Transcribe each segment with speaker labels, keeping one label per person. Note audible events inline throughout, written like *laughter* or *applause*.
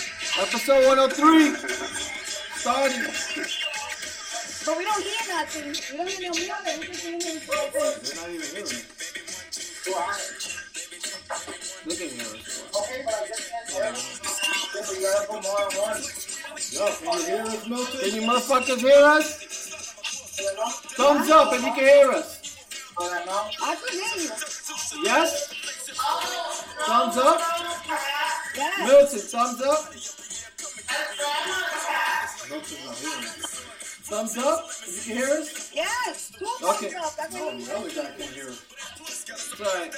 Speaker 1: Episode 103. Started.
Speaker 2: But we don't hear nothing. We don't hear no music. We just hear him talking.
Speaker 1: They're not even hearing. it. They can hear us.
Speaker 3: Okay, but I just can't hear. Just we gotta put more on one.
Speaker 1: Yo, can you hear us, Milton? Can you motherfuckers hear us?
Speaker 3: You know?
Speaker 1: Thumbs up if you can hear us.
Speaker 3: But I know.
Speaker 2: I can hear you.
Speaker 1: Yes? Thumbs up?
Speaker 2: Yes.
Speaker 1: Milton, thumbs up? Milton's not hearing us. Thumbs up if you can hear us?
Speaker 2: Yes. Two
Speaker 1: Okay.
Speaker 2: thumbs up. That's
Speaker 1: No,
Speaker 2: what
Speaker 1: the
Speaker 2: you
Speaker 1: other
Speaker 2: want.
Speaker 1: guy can hear us. It's alright.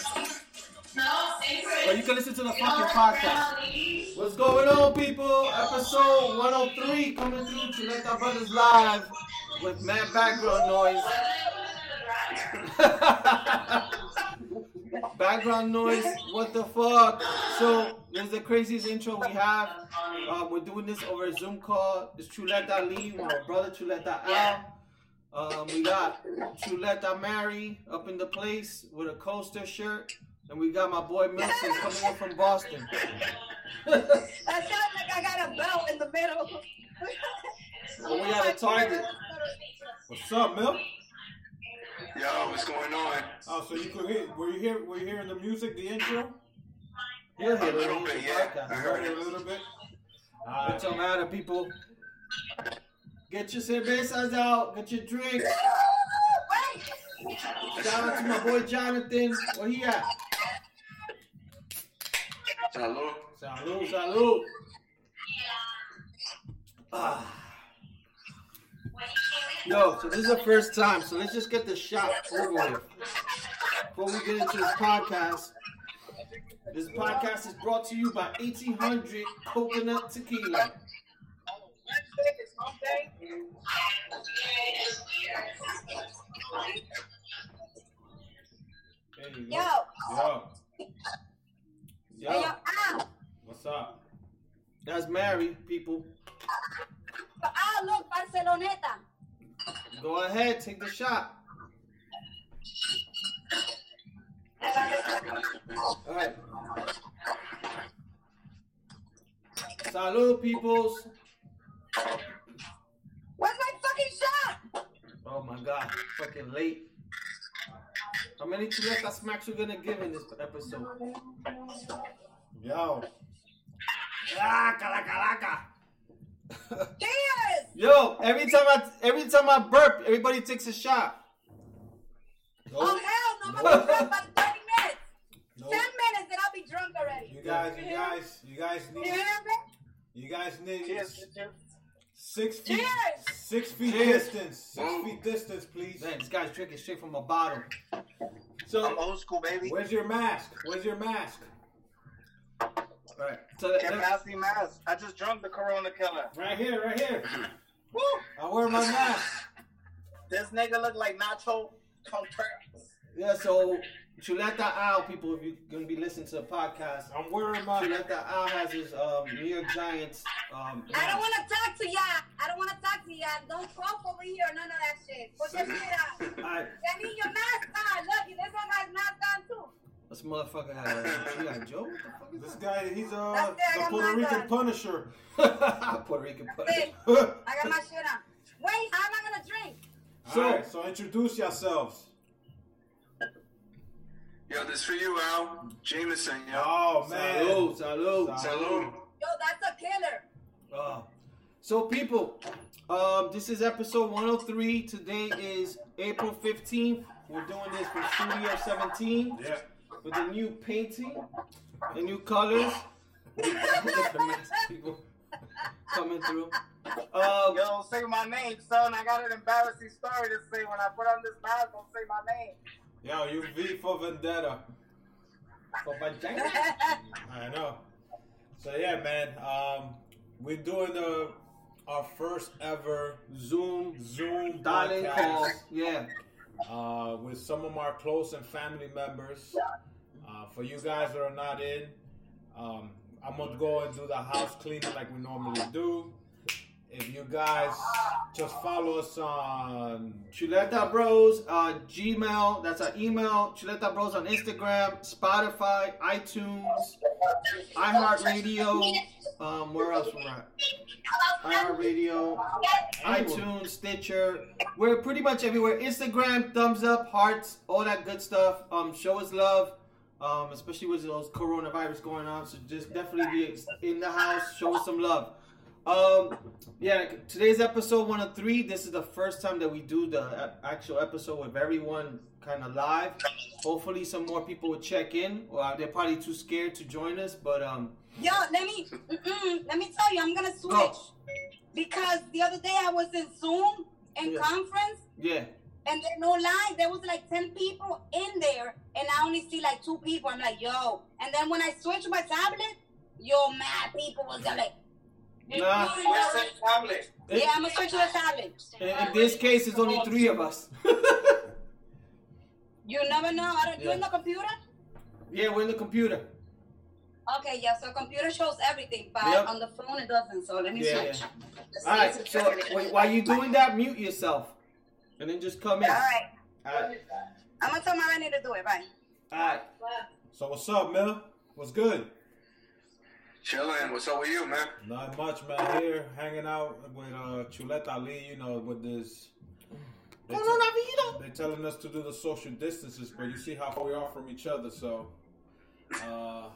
Speaker 1: Well, you can listen to the fucking podcast. What's going on, people? Episode 103 coming through to Let Our Brothers Live with mad background noise. *laughs* background noise, what the fuck? So, this is the craziest intro we have. Uh, we're doing this over a Zoom call. It's Chuleta Lee, my brother Chuleta Al. Um, we got Chuleta Mary up in the place with a coaster shirt. And we got my boy Milton coming in from Boston. *laughs* well,
Speaker 2: That sounds like I got a belt in the middle.
Speaker 1: we had a target. What's up, Mil?
Speaker 4: Yo, what's going on?
Speaker 1: Oh, so you could hear? Were you here? Were you hearing the music, the intro? Yeah,
Speaker 4: A little bit, yeah. I heard it.
Speaker 1: A little bit. It don't matter, people. Get your cervezas out. Get your drinks. Shout out to my boy Jonathan. Where he at?
Speaker 4: Salud. *laughs*
Speaker 1: Salud, salud. Ah. Yo, so this is the first time, so let's just get this shot over with. Before we get into this podcast, this podcast is brought to you by 1800 Coconut Tequila. There you
Speaker 2: Yo.
Speaker 1: go. Yo.
Speaker 2: Yo.
Speaker 1: Yo,
Speaker 2: Ow.
Speaker 1: what's up? That's Mary, people.
Speaker 2: But I look Barceloneta.
Speaker 1: Go ahead, take the shot. All right. Salud, peoples.
Speaker 2: Where's my fucking shot?
Speaker 1: Oh my god, fucking late. How many chuleta smacks you gonna give in this episode? Yo. Ah, calaca, calaca.
Speaker 2: Cheers.
Speaker 1: *laughs* Yo, every time I every time I burp, everybody takes a shot.
Speaker 2: Oh, hell no. I'm going to be drunk by 30 minutes. 10 minutes and I'll be drunk already.
Speaker 5: You guys, you guys, you guys
Speaker 2: You
Speaker 5: need,
Speaker 2: hear me?
Speaker 5: you guys need six feet,
Speaker 2: Cheers.
Speaker 5: six feet
Speaker 1: Cheers.
Speaker 5: distance, six feet distance, please.
Speaker 1: Man, this guy's drinking straight from a bottle.
Speaker 5: So,
Speaker 4: I'm old school, baby.
Speaker 5: where's your mask? Where's your mask?
Speaker 1: Right. So that,
Speaker 3: Can I see mask? I just drunk the Corona killer.
Speaker 5: Right here, right here.
Speaker 3: Woo!
Speaker 5: I wear my mask.
Speaker 3: This nigga look like Nacho Contreras.
Speaker 1: yeah, so Chuleta Al, people, if you're gonna be listening to the podcast,
Speaker 5: I'm wearing my.
Speaker 1: Chuleta Al has his um, New York Giants. Um,
Speaker 2: I don't want to talk to y'all. I don't want to talk to y'all. Don't cross over here. None of that shit. Put your shit out.
Speaker 1: Alright,
Speaker 2: I need your mask on. Look, this one has mask on too.
Speaker 1: this motherfucker has a, you got Joe? What the fuck is
Speaker 5: This guy, he's uh,
Speaker 2: That's it, I
Speaker 5: the
Speaker 2: got
Speaker 5: Puerto
Speaker 2: mine
Speaker 5: Rican
Speaker 2: done.
Speaker 5: Punisher. *laughs*
Speaker 1: that? *laughs* Puerto Rican
Speaker 2: Hey,
Speaker 1: pussy.
Speaker 5: All
Speaker 2: I got my shit on. Wait, how am I gonna drink?
Speaker 5: right, so introduce yourselves.
Speaker 4: Yo, this for you, Al. Jameson, yo.
Speaker 5: Oh man.
Speaker 1: Salud, salud.
Speaker 4: Salud.
Speaker 2: Yo, that's a killer.
Speaker 1: Uh, so people, um, this is episode 103. Today is April 15th. We're doing this from Studio 17
Speaker 5: Yeah.
Speaker 1: with a new painting and new colors. Look at the mask, people coming through. Um,
Speaker 3: Yo, say my name, son. I got an embarrassing story to say when I put on this mask. Don't say my name.
Speaker 5: Yo, you V for vendetta.
Speaker 1: for vagina.
Speaker 5: I know. So yeah, man. Um, we're doing the our first ever Zoom Zoom
Speaker 1: Darling calls.
Speaker 5: podcast
Speaker 1: Yeah.
Speaker 5: uh, with some of our close and family members. Uh, for you guys that are not in, um, I'm gonna go and do the house cleaning like we normally do. If you guys just follow us on
Speaker 1: Chuleta Bros, uh, Gmail, that's our email. Chuleta Bros on Instagram, Spotify, iTunes, *laughs* iHeartRadio. Um, where else we're at? iHeartRadio, iTunes, Stitcher. We're pretty much everywhere. Instagram, thumbs up, hearts, all that good stuff. Um, show us love. Um, especially with those coronavirus going on, so just definitely be in the house. Show us some love. Um, yeah, today's episode 103. This is the first time that we do the a- actual episode with everyone kind of live. Hopefully, some more people will check in. Well, they're probably too scared to join us, but um,
Speaker 2: Yo, let me mm-mm, let me tell you, I'm gonna switch
Speaker 1: Go.
Speaker 2: because the other day I was in Zoom and
Speaker 1: Yeah.
Speaker 2: conference,
Speaker 1: yeah,
Speaker 2: and there, no lie, there was like ten people in there, and I only see like two people. I'm like, yo, and then when I switched my tablet, yo, mad people was there like,
Speaker 1: Nah.
Speaker 3: tablet.
Speaker 2: yeah, I'm gonna switch to the tablet.
Speaker 1: in, in this case, it's only three of us. *laughs*
Speaker 2: You never know. I don't, You in
Speaker 1: Yeah.
Speaker 2: the computer?
Speaker 1: yeah, we're in the computer.
Speaker 2: Okay, yeah. So computer shows everything, but
Speaker 1: Yep.
Speaker 2: on the phone it doesn't. So let me
Speaker 1: Yeah,
Speaker 2: switch. Let's
Speaker 1: All right,
Speaker 2: see if
Speaker 1: so
Speaker 2: it's-
Speaker 1: wait, while you're doing that, mute yourself and then just come in.
Speaker 2: All right,
Speaker 1: All right,
Speaker 2: I'm gonna tell Marani to do it. Bye.
Speaker 1: all right.
Speaker 5: So what's up, Mill? What's good?
Speaker 4: Chillin'. What's up with you, man?
Speaker 5: Not much, man. Here, hanging out with uh, Chuleta Ali, you know, with this. They are telling us to do the social distances, but you see how far we are from each other, so. Uh,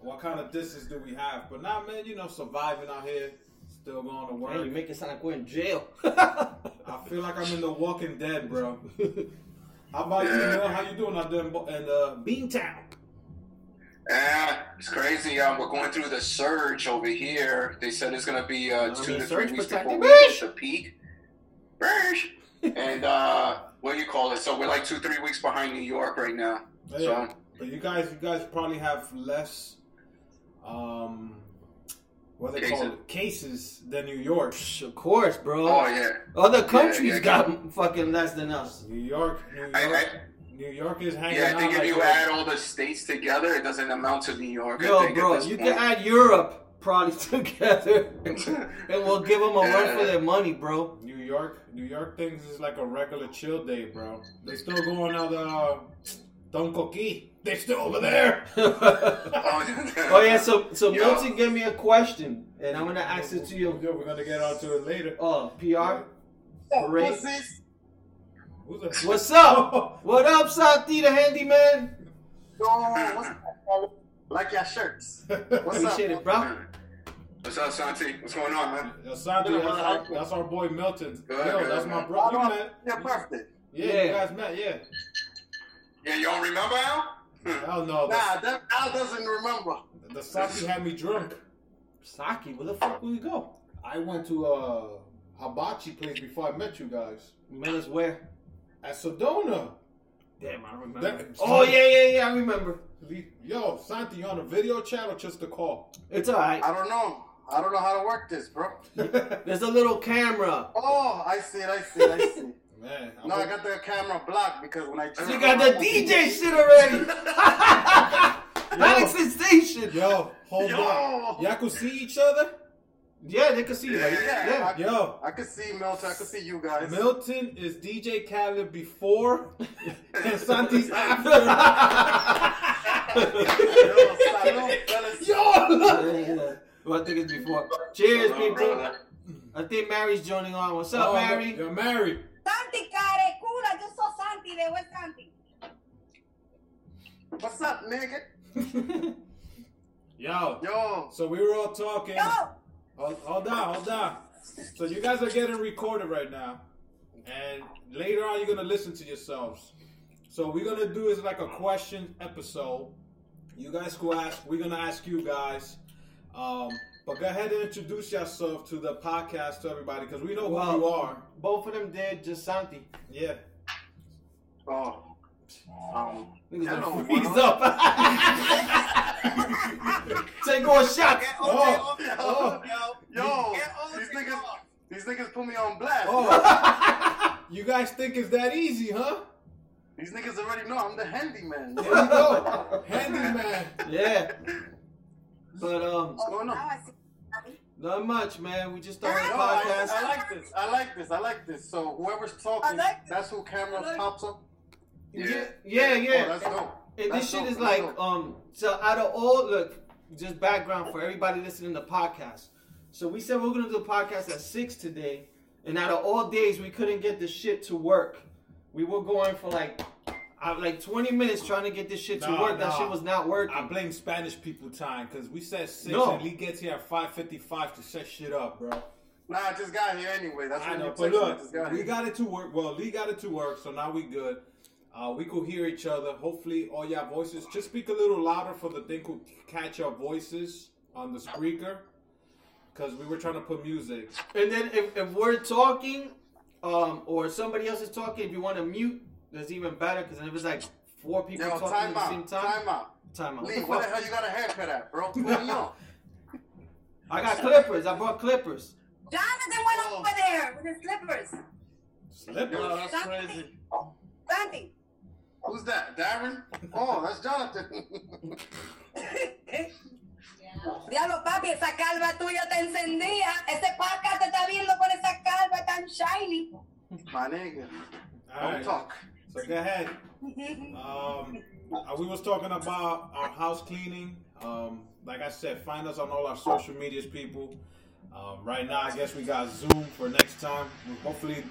Speaker 5: what kind of distance do we have? But nah, man, you know, surviving out here, still going to
Speaker 1: Hey, you
Speaker 5: work.
Speaker 1: make it sound like we're in jail. *laughs*
Speaker 5: I feel like I'm in The Walking Dead, bro. *laughs* How about you, Mel? How you doing out there in, Bo- in uh, Beantown?
Speaker 4: Yeah, Ah, it's crazy. Yeah, we're going through the surge over here. They said it's gonna be uh,
Speaker 1: Gonna be
Speaker 4: two to
Speaker 1: a
Speaker 4: three
Speaker 1: surge
Speaker 4: weeks
Speaker 1: protected.
Speaker 4: before we hit the peak.
Speaker 1: *laughs*
Speaker 4: Surge. and uh, what do you call it? So we're like two, three weeks behind New York right now.
Speaker 1: Oh,
Speaker 5: Yeah.
Speaker 4: So
Speaker 5: But you guys, you guys probably have less, um, what they call
Speaker 4: Cases.
Speaker 5: it, cases than New York.
Speaker 1: of course, bro.
Speaker 4: oh yeah,
Speaker 1: Other countries
Speaker 4: yeah.
Speaker 1: got fucking less than us.
Speaker 5: New York, New York,
Speaker 4: I-
Speaker 5: New York is hanging
Speaker 4: yeah. I
Speaker 5: out.
Speaker 4: think if
Speaker 5: Like
Speaker 4: you
Speaker 5: a-
Speaker 4: add all the states together, it doesn't amount to New York. I
Speaker 1: Yo,
Speaker 4: think,
Speaker 1: bro,
Speaker 4: at this
Speaker 1: you
Speaker 4: point. *laughs*
Speaker 1: can add Europe probably *laughs* together, and
Speaker 4: Oh,
Speaker 1: we'll give them a run for their money, bro. *laughs*
Speaker 5: New York, New York things is like a regular chill day, bro. They still going out the uh, Don Coqui. They still over there.
Speaker 1: oh
Speaker 5: *laughs*
Speaker 4: Oh,
Speaker 1: yeah, so so
Speaker 4: Yo.
Speaker 1: Milton gave me a question, and I'm gonna ask it to you.
Speaker 5: We're gonna get onto it later.
Speaker 1: Uh, PR. Great.
Speaker 3: Pussies.
Speaker 5: Who's that? *laughs*
Speaker 1: What's *laughs* up? What up, Sati the handyman?
Speaker 3: Yo, what's up? Like your shirts. What's up?
Speaker 1: Appreciate it, bro.
Speaker 4: What's up, Santi? What's going on, man?
Speaker 5: Yo, Santi, that's, our, that's our boy Milton.
Speaker 4: Good,
Speaker 5: Yo,
Speaker 4: good,
Speaker 5: that's my
Speaker 4: man.
Speaker 5: brother. You
Speaker 3: Hold on.
Speaker 5: met?
Speaker 3: Your birthday.
Speaker 5: Yeah, you
Speaker 1: Yeah.
Speaker 5: guys met. Yeah.
Speaker 4: Yeah, you don't remember Al?
Speaker 5: Hell no. the-
Speaker 3: Nah, that Al doesn't remember.
Speaker 5: The Saki had me drunk.
Speaker 1: Saki, where the fuck will we go?
Speaker 5: I went to a hibachi place before I met you guys
Speaker 1: Met us where?
Speaker 5: at Sedona.
Speaker 1: Damn, I remember.
Speaker 5: That-
Speaker 1: oh yeah, yeah, yeah, I remember.
Speaker 5: Yo, Santi, you on a video chat or just a *laughs* call?
Speaker 1: It's alright.
Speaker 3: I don't know. I don't know how to work this, bro.
Speaker 5: Man,
Speaker 1: There's a little camera.
Speaker 3: Oh, I see it. I see it. I see it.
Speaker 5: I
Speaker 3: No, I
Speaker 5: hope-
Speaker 3: got the camera blocked because when I
Speaker 1: So you got the DJ shit already. *laughs* Alex Sensation.
Speaker 5: *laughs* yo, hold
Speaker 3: Yo.
Speaker 5: on. Y'all could see each other?
Speaker 1: Yeah, they can see you.
Speaker 4: Yeah,
Speaker 3: yeah.
Speaker 5: Yo,
Speaker 3: I could see Milton. I could see you guys.
Speaker 5: Milton is DJ Khaled before and Santi's
Speaker 1: *laughs*
Speaker 5: after.
Speaker 3: Yo, salute, fellas.
Speaker 4: *laughs*
Speaker 5: yo,
Speaker 1: well, I think it's before. Cheers,
Speaker 4: Hello,
Speaker 1: people.
Speaker 4: brother.
Speaker 1: I think Mary's joining on. What's up, Mary?
Speaker 5: Oh, You're married.
Speaker 2: Santi, care, cool. I just saw Santi there. Where's Santi?
Speaker 3: What's up, nigga?
Speaker 5: Yo.
Speaker 3: Yo,
Speaker 5: So we were all talking.
Speaker 2: Yo,
Speaker 1: Oh.
Speaker 5: Hold, hold on, hold on. So you guys are getting recorded right now, and later on you're gonna listen to yourselves. So what we're gonna do is like a question episode. You guys go ask. We're gonna ask you guys. Um, but go ahead and introduce yourself to the podcast to everybody because we know who
Speaker 1: Wow.
Speaker 5: you are.
Speaker 1: Both of them dead. Just Santi.
Speaker 5: Yeah.
Speaker 3: oh, *laughs* um,
Speaker 1: Niggas
Speaker 3: Hello,
Speaker 1: gonna freeze
Speaker 3: brother. *laughs*
Speaker 1: up. Take one shot.
Speaker 5: Oh, oh,
Speaker 3: yo, these niggas, these niggas put me on blast.
Speaker 5: oh. You guys think it's that easy, huh?
Speaker 3: These niggas already know I'm the handyman.
Speaker 5: There you go, handyman.
Speaker 1: Yeah. But um,
Speaker 3: What's going on?
Speaker 2: now I see. Santi.
Speaker 1: not much, man. We just started
Speaker 3: No,
Speaker 1: the
Speaker 3: I,
Speaker 1: podcast.
Speaker 3: I like this. I like this. I like this. So whoever's
Speaker 2: I
Speaker 3: talking,
Speaker 2: like this.
Speaker 3: that's who camera
Speaker 2: I like-
Speaker 3: pops up.
Speaker 1: Yeah, yeah,
Speaker 3: Oh,
Speaker 1: yeah.
Speaker 3: that's dope.
Speaker 1: And
Speaker 3: That's
Speaker 1: this shit
Speaker 3: dope.
Speaker 1: is
Speaker 3: That's
Speaker 1: like
Speaker 3: dope.
Speaker 1: um. So out of all look, just background for everybody listening to the podcast. So we said we are gonna do the podcast at six today, and out of all days, we couldn't get this shit to work. We were going for like, uh, like twenty minutes trying to get this shit to
Speaker 5: No,
Speaker 1: work. That
Speaker 5: no.
Speaker 1: shit was not working.
Speaker 5: I blame Spanish people time because we said six
Speaker 1: No.
Speaker 5: and Lee gets here at five fifty five to set shit up, bro.
Speaker 3: Nah, I just got here anyway. That's
Speaker 5: I
Speaker 3: what
Speaker 5: know,
Speaker 3: you
Speaker 5: but
Speaker 3: texted. me, Just
Speaker 5: look,
Speaker 3: got
Speaker 5: we
Speaker 3: here.
Speaker 5: got it to work. Well, Lee got it to work, so now we good. Uh, we could hear each other. Hopefully, all your voices. Just speak a little louder for the thing to catch our voices on the speaker, because we were trying to put music.
Speaker 1: And then if, if we're talking, um, or somebody else is talking, if you want to mute, that's even better because if it's like four people
Speaker 3: Yo,
Speaker 1: talking
Speaker 3: time
Speaker 1: at the same
Speaker 3: out.
Speaker 1: time,
Speaker 3: Time out.
Speaker 1: time out. What
Speaker 3: Lee,
Speaker 1: the
Speaker 3: where the
Speaker 1: fuck?
Speaker 3: hell you got a haircut at, bro? What going on?
Speaker 1: I got clippers. I brought clippers.
Speaker 2: Jonathan went over there with his slippers.
Speaker 3: Yo,
Speaker 5: Slippers.
Speaker 3: Oh, that's crazy.
Speaker 2: Sandy.
Speaker 3: Who's that? Darren? Oh, that's Jonathan. *laughs*
Speaker 2: Diablo, papi, esa calva tuya te encendía. Ese podcast te está viendo con esa calva tan shiny.
Speaker 3: My nigga.
Speaker 5: All
Speaker 3: Don't
Speaker 5: right.
Speaker 3: talk.
Speaker 5: So go ahead. Um, uh, we was talking about our house cleaning. Um, like I said, find us on all our social medias, people. Um, right now, I guess we got Zoom for next time. We- Hopefully,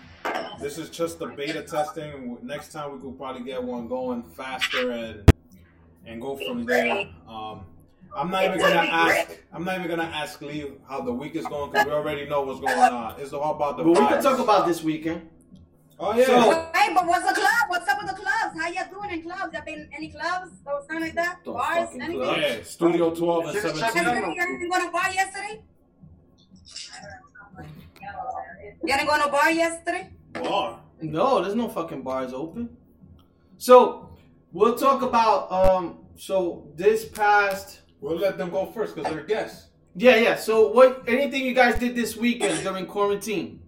Speaker 5: this is just the beta testing. and we- Next time, we could probably get one going faster and and go from there. Um, I'm not even gonna ask. I'm not even gonna ask Lee how the week is going because we already know what's going on. It's all about the.
Speaker 1: But we can
Speaker 5: vibes.
Speaker 1: talk about this weekend.
Speaker 5: Oh yeah.
Speaker 1: So-
Speaker 2: Hey, but what's the club? What's up with the clubs? How you doing in clubs? You been any clubs or something like that?
Speaker 1: Don't
Speaker 2: Bars?
Speaker 1: fucking
Speaker 2: Anything?
Speaker 1: clubs.
Speaker 5: yeah, Studio 12 and
Speaker 3: Check- check it
Speaker 5: 17.
Speaker 3: out.
Speaker 2: You didn't go to bar yesterday? You didn't go to bar yesterday?
Speaker 5: Bar.
Speaker 1: No, there's no fucking bars open. So we'll talk about um. So this past.
Speaker 5: We'll let them go first because they're guests.
Speaker 1: Yeah, yeah. So what? Anything you guys did this weekend during quarantine?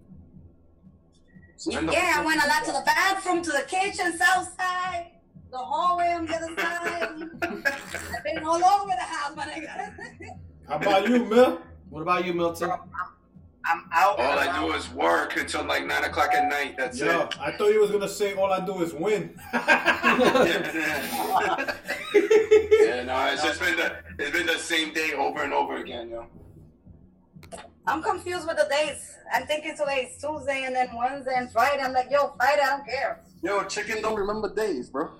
Speaker 2: Yeah, I went a lot to the bathroom, to the kitchen, south side, the hallway on the other
Speaker 3: *laughs*
Speaker 2: side. I've been all over the house, my nigga.
Speaker 5: How about you,
Speaker 3: *laughs*
Speaker 5: Mil?
Speaker 1: What about you, Milton?
Speaker 3: I'm out.
Speaker 4: All
Speaker 3: and
Speaker 4: I do
Speaker 3: out.
Speaker 4: is work until like nine o'clock at night. That's
Speaker 5: Yo, I thought you was gonna say all I do is win. *laughs*
Speaker 1: *laughs*
Speaker 4: it. yeah, no, it's just been the it's been the same day over and over again, yo.
Speaker 2: *laughs* I'm confused with the days. I'm thinking today is Tuesday and then Wednesday and Friday. I'm like, yo, Friday, I don't care.
Speaker 3: Yo, chicken don't remember days, bro.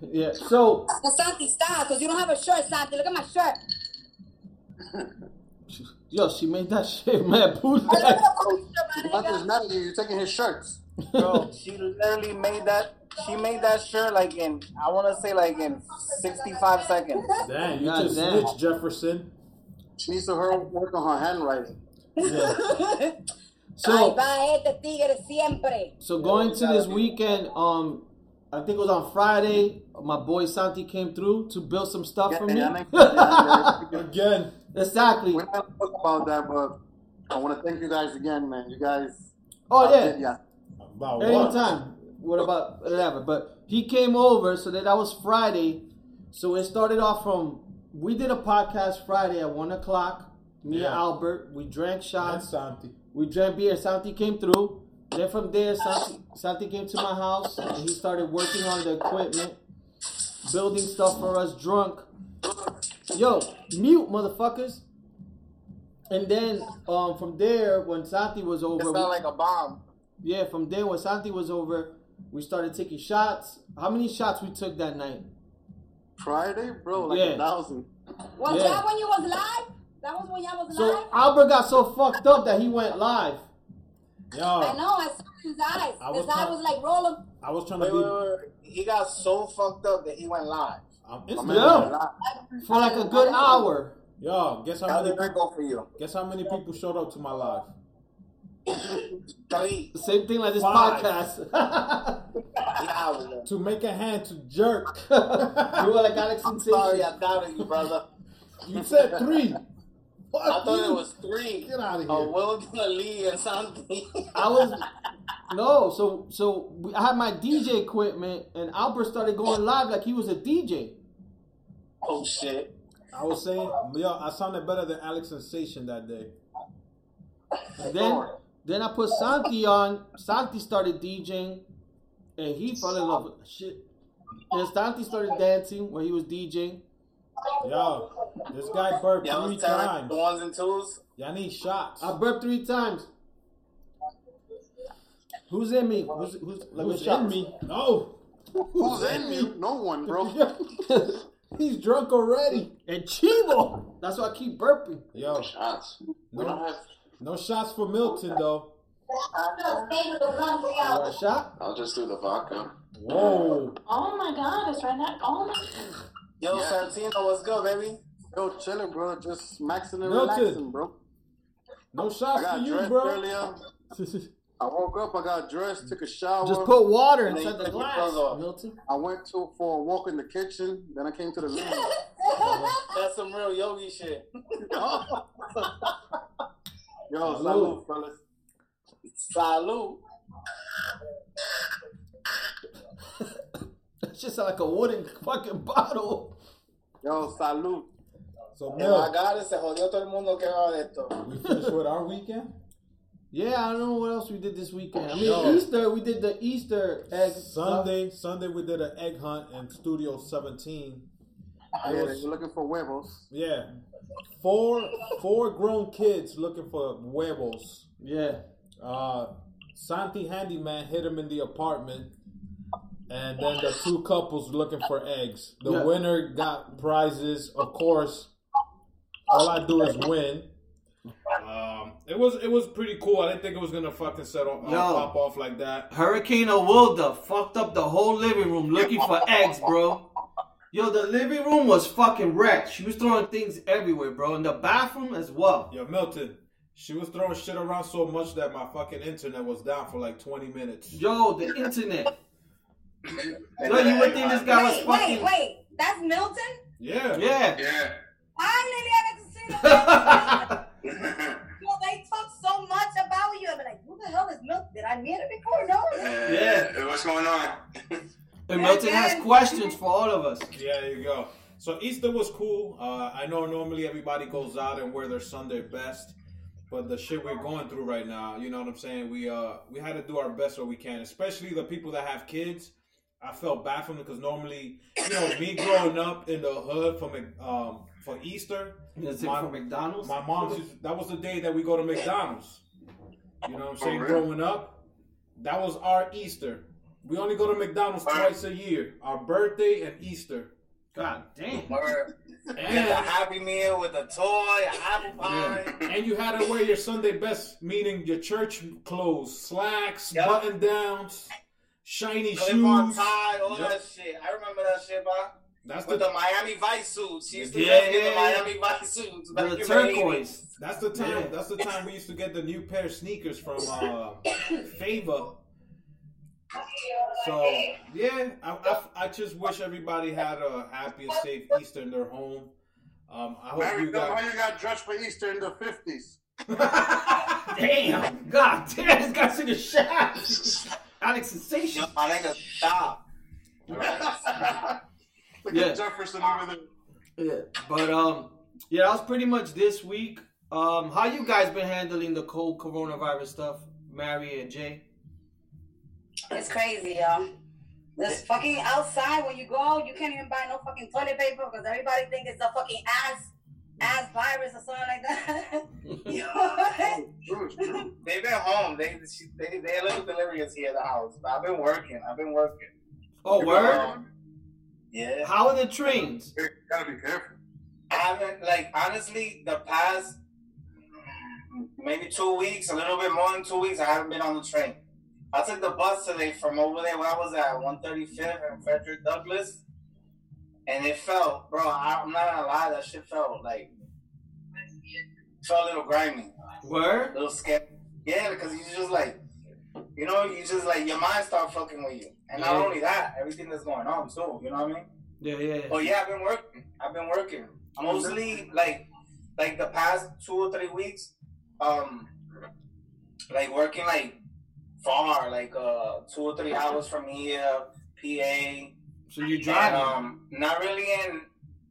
Speaker 1: Yeah. So
Speaker 2: Well, Santi, stop, because you don't have a shirt, Santi. Look at my shirt.
Speaker 1: yo, she made that shit *laughs* mad. Put
Speaker 2: I love
Speaker 1: that.
Speaker 2: the fucking shirt, my
Speaker 3: Nothing's
Speaker 2: nigga.
Speaker 3: mad at you. You're taking his shirts.
Speaker 1: *laughs*
Speaker 3: Bro, she literally made that. She made that shirt like in I want to say like in 65 seconds.
Speaker 5: Damn,
Speaker 1: you God just damn. snitched,
Speaker 5: Jefferson.
Speaker 3: She needs to her work on her handwriting.
Speaker 2: *laughs* Ahí
Speaker 1: So
Speaker 2: va este tigre siempre.
Speaker 1: so going to this weekend. Um, I think it was on Friday. My boy Santi came through to build some stuff
Speaker 3: Yeah,
Speaker 1: for
Speaker 3: yeah,
Speaker 1: me.
Speaker 3: I
Speaker 1: *laughs*
Speaker 3: know. Yeah, yeah.
Speaker 5: Again.
Speaker 1: exactly.
Speaker 3: We're not gonna talk about that, but I want to thank you guys again, man. You guys.
Speaker 1: Oh yeah.
Speaker 3: yeah.
Speaker 5: About
Speaker 1: Anytime. What about whatever? But he came over, so that, that was Friday. So it started off from we did a podcast Friday at one o'clock. Me and
Speaker 5: Yeah.
Speaker 1: Albert, we drank shots,
Speaker 5: Santi.
Speaker 1: we drank beer. Santi came through. Then from there, Santi, Santi came to my house and he started working on the equipment, building stuff for us drunk. Yo, mute motherfuckers. And then um, from there, when Santi was over,
Speaker 3: It's
Speaker 1: we-
Speaker 3: not like a bomb.
Speaker 1: yeah, from then when Santi was over, we started taking shots. How many shots we took that night?
Speaker 3: Friday, bro, like
Speaker 1: Yeah.
Speaker 3: a thousand.
Speaker 2: Was
Speaker 1: Yeah.
Speaker 2: that when you was live? That was when y'all was live?
Speaker 1: So Albert got so fucked up that he went live. uh,
Speaker 2: I know, I saw his eyes.
Speaker 5: I was
Speaker 2: his eye
Speaker 5: try-
Speaker 2: was like rolling.
Speaker 5: I was trying
Speaker 3: Wait, wait, wait, wait. He got so fucked up that he went live.
Speaker 5: be.
Speaker 1: man. Yeah.
Speaker 3: live.
Speaker 1: For like a good
Speaker 2: *laughs*
Speaker 1: hour.
Speaker 5: Yo, guess
Speaker 3: How did that go for you?
Speaker 5: guess how many people showed up to my live?
Speaker 3: Three.
Speaker 1: Same thing like this
Speaker 5: Five.
Speaker 1: podcast. *laughs*
Speaker 3: Yeah, I was there.
Speaker 5: To make a hand to jerk.
Speaker 1: you were like Alex
Speaker 3: I'm
Speaker 1: and
Speaker 3: sorry,
Speaker 1: Sage.
Speaker 3: I doubted you, brother.
Speaker 5: you said
Speaker 3: *laughs*
Speaker 5: three. Fuck
Speaker 3: I thought
Speaker 5: you.
Speaker 3: it was three.
Speaker 5: Get outta here.
Speaker 3: A Will Lee and something. *laughs*
Speaker 1: I was no. So so we, I had my DJ equipment and Albert started going live like he was a DJ.
Speaker 3: oh shit.
Speaker 5: I was saying, yo, I sounded better than Alex Sensation that day.
Speaker 1: And then then I put Santi on. Santi started DJing, and he fell in love with shit. And Santi started dancing when he was DJing.
Speaker 5: Yo, this guy burped
Speaker 3: Yeah,
Speaker 5: three
Speaker 3: I'm telling
Speaker 5: times.
Speaker 3: the ones and twos.
Speaker 5: Y'all need shots.
Speaker 1: I burped three times.
Speaker 5: Who's in me? Who's, who's, let
Speaker 1: Who's in me?
Speaker 5: No.
Speaker 6: Who's in me? No one, *laughs* bro.
Speaker 1: *laughs*
Speaker 5: He's drunk already.
Speaker 1: And Chivo. That's why I keep burping.
Speaker 5: Yo,
Speaker 6: Shots. We don't have.
Speaker 5: no shots for Milton though. You want a shot?
Speaker 6: I'll just do the vodka.
Speaker 5: Whoa.
Speaker 7: Oh my god, it's right now. Oh my.
Speaker 3: Yo,
Speaker 6: Yeah.
Speaker 3: Santino, what's good, baby?
Speaker 8: Yo, chilling, bro. Just maxing and
Speaker 5: Milton.
Speaker 8: relaxing, bro.
Speaker 5: No
Speaker 8: I
Speaker 5: shots for
Speaker 8: got
Speaker 5: you,
Speaker 8: dressed
Speaker 5: bro.
Speaker 8: earlier.
Speaker 1: Just
Speaker 8: I woke up. I got dressed, took a shower.
Speaker 1: put water
Speaker 8: And then
Speaker 1: inside
Speaker 8: you
Speaker 1: the
Speaker 8: take your
Speaker 1: glass,
Speaker 8: clothes off.
Speaker 1: Milton.
Speaker 8: I went to for a walk in the kitchen. Then I came to the living room.
Speaker 3: *laughs* That's some real yogi
Speaker 8: *laughs*
Speaker 3: shit.
Speaker 8: Yo,
Speaker 5: Salud.
Speaker 8: salute, fellas.
Speaker 3: Salute.
Speaker 1: It's just like a wooden *laughs* fucking bottle.
Speaker 8: Yo, salute.
Speaker 5: So
Speaker 3: El
Speaker 5: Mil,
Speaker 3: Agave Oh se jodió todo el mundo que va de esto.
Speaker 5: we finished with our weekend.
Speaker 1: Yeah, I don't know what else we did this
Speaker 8: Oh,
Speaker 1: weekend. I mean,
Speaker 5: Yo.
Speaker 1: Easter, we did the Easter egg
Speaker 5: Sunday, Sunday we did an egg hunt in Studio 17.
Speaker 8: Ah, Yeah,
Speaker 5: It
Speaker 8: you're
Speaker 5: was
Speaker 8: looking for huevos.
Speaker 5: yeah, four four grown kids looking for huevos.
Speaker 1: Yeah.
Speaker 5: uh, Santi Handyman hit him in the apartment, and then the two couples looking for eggs. The
Speaker 1: Yeah.
Speaker 5: winner got prizes, of course. All I do is win. Um, it was it was pretty cool. I didn't think it was gonna fucking settle uh,
Speaker 9: Yo.
Speaker 5: pop off like that.
Speaker 9: Hurricane Awilda fucked up the whole living room looking for eggs, bro. Yo, the living room was fucking wrecked. She was throwing things everywhere, bro. In the bathroom as well.
Speaker 5: Yo, Milton, she was throwing shit around so much that my fucking internet was down for like twenty minutes.
Speaker 9: Yo, the internet.
Speaker 6: And
Speaker 9: Yo,
Speaker 6: then
Speaker 9: you
Speaker 6: I-
Speaker 9: would think this guy
Speaker 2: Wait,
Speaker 9: was fucking.
Speaker 2: wait, wait. That's Milton?
Speaker 5: Yeah,
Speaker 9: Yeah.
Speaker 4: *laughs*
Speaker 6: Yeah.
Speaker 2: I'm Liliana
Speaker 9: *laughs*
Speaker 2: Casino. well, they talk so much about you. I'm like, who the hell is Milton? Did I meet her before? No.
Speaker 9: Yeah.
Speaker 6: What's going on?
Speaker 9: and Milton has questions for all of us.
Speaker 5: Yeah, there you go. So Easter was cool. Uh, I know normally everybody goes out and wear their Sunday best, but the shit we're going through right now, you know what I'm saying? We uh we had to do our best what we can, especially the people that have kids. I felt bad for them because normally, you know, me growing up in the hood for Mc- um for Easter,
Speaker 9: Is it
Speaker 5: My-
Speaker 9: for McDonald's?
Speaker 5: my mom's used, that was the day that we go to McDonald's. You know what I'm saying?
Speaker 6: Oh, really?
Speaker 5: Growing up, that was our Easter. We only go to McDonald's twice a year, our birthday and
Speaker 6: *laughs*
Speaker 5: Easter.
Speaker 9: God damn.
Speaker 3: Get a happy meal with a toy, an apple pie.
Speaker 5: And you had to wear your Sunday best, meaning your church clothes, slacks,
Speaker 3: Yep.
Speaker 5: button downs, shiny
Speaker 3: Clip on
Speaker 5: shoes.
Speaker 3: tie, all
Speaker 5: Yep.
Speaker 3: that shit. I remember that shit, bro.
Speaker 5: That's
Speaker 3: With the
Speaker 5: the
Speaker 3: Miami Vice suits. She used to
Speaker 9: Yeah,
Speaker 3: dress with
Speaker 9: yeah,
Speaker 3: the
Speaker 9: yeah.
Speaker 3: Miami Vice suits. back
Speaker 9: The
Speaker 3: in
Speaker 9: turquoise.
Speaker 5: that's the time
Speaker 9: Yeah.
Speaker 5: that's the time we used to get the new pair of sneakers from uh, Favor. So yeah, I, I, I just wish everybody had a happy and safe Easter in their home. Um, I hope
Speaker 8: Mary,
Speaker 5: you guys.
Speaker 8: you got dressed for Easter in the 50s?
Speaker 4: *laughs*
Speaker 9: Damn. God damn. This guy took a shot. Alex Sensation.
Speaker 3: 80s. My nigga, stop.
Speaker 8: Look
Speaker 9: Yeah.
Speaker 8: Jefferson over there.
Speaker 9: Yeah, but um, yeah, that was pretty much this week. Um, how you guys been handling the cold coronavirus stuff, Mary and Jay?
Speaker 2: It's crazy, y'all. This fucking outside when you go out, you can't even buy no fucking toilet paper because everybody think it's a fucking ass ass virus or something like that. *laughs*
Speaker 9: *laughs*
Speaker 2: You know what I mean?
Speaker 3: They've been home. They she, they they a little delirious here at the house. But I've been working. I've been working.
Speaker 9: Oh, word!
Speaker 3: Um, yeah.
Speaker 9: How are the trains?
Speaker 6: You gotta be careful.
Speaker 3: I haven't like honestly the past maybe two weeks, a little bit more than two weeks. I haven't been on the train. I took the bus today from over there where I was at 135th and Frederick Douglass, and it felt, bro. I, I'm not gonna lie, that shit felt like felt a little grimy, a
Speaker 9: Word?
Speaker 3: little scared. Yeah, because you just like, you know, you just like your mind start fucking with you, and not
Speaker 9: Yeah.
Speaker 3: only that, everything that's going on too. You know what I mean?
Speaker 9: Yeah, yeah.
Speaker 3: But yeah, I've been working. I've been working mostly like like the past two or three weeks. Um, like working like far, like uh two or three hours from here, PA.
Speaker 9: So you
Speaker 3: And,
Speaker 9: driving?
Speaker 3: um, not really in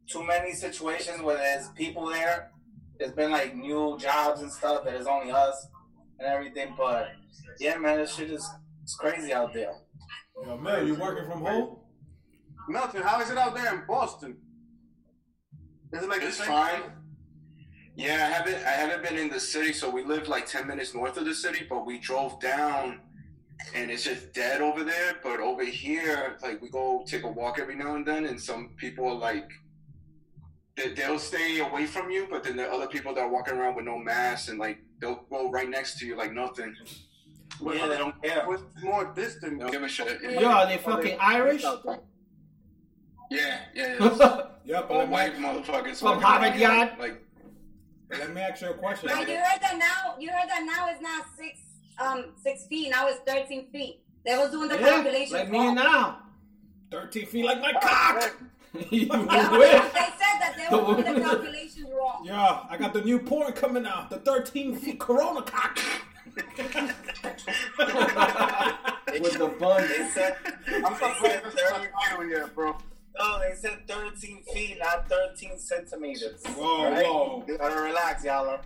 Speaker 3: too many situations where there's people there. There's been like new jobs and stuff that is only us and everything. But yeah, man, this shit is it's crazy out there.
Speaker 5: Yo, man, you working from home?
Speaker 8: Milton, how is it out there in Boston?
Speaker 3: Is it like
Speaker 6: It's
Speaker 3: the same?
Speaker 6: fine. Yeah, I haven't I haven't been in the city, so we live like ten minutes north of the city, but we drove down and it's just dead over there. But over here, like we go take a walk every now and then and some people are like they, they'll stay away from you, but then there are other people that are walking around with no mask and like they'll go right next to you like nothing.
Speaker 3: Yeah, they don't care.
Speaker 6: What's more distant? They don't give a shit.
Speaker 9: Yo, are they fucking Irish?
Speaker 6: Yeah, yeah,
Speaker 5: *laughs*
Speaker 6: yeah.
Speaker 9: From
Speaker 5: Yeah, but
Speaker 6: All
Speaker 5: let me,
Speaker 6: white motherfuckers.
Speaker 9: Harvard Yard?
Speaker 6: Like,
Speaker 5: let me ask you a question.
Speaker 2: Right, you heard that now. You heard that now it's not six um six feet. Now it's thirteen feet. They was doing the
Speaker 9: Yeah,
Speaker 2: calculation.
Speaker 9: like me and now.
Speaker 5: 13 feet like my cock! *laughs*
Speaker 9: You
Speaker 2: Yeah, but
Speaker 9: wish.
Speaker 2: They said that they were
Speaker 9: *laughs*
Speaker 2: doing the calculation wrong.
Speaker 5: Yeah, I got the new porn coming out, the 13 feet Corona cock! *laughs*
Speaker 9: With the
Speaker 3: Oh,
Speaker 9: bun.
Speaker 3: They
Speaker 5: *laughs*
Speaker 3: said, I'm surprised
Speaker 6: it's
Speaker 3: they're-
Speaker 6: not final yet, bro.
Speaker 3: Oh, they said 13 feet, not 13 centimeters.
Speaker 5: Whoa, whoa.
Speaker 3: Gotta relax, y'all.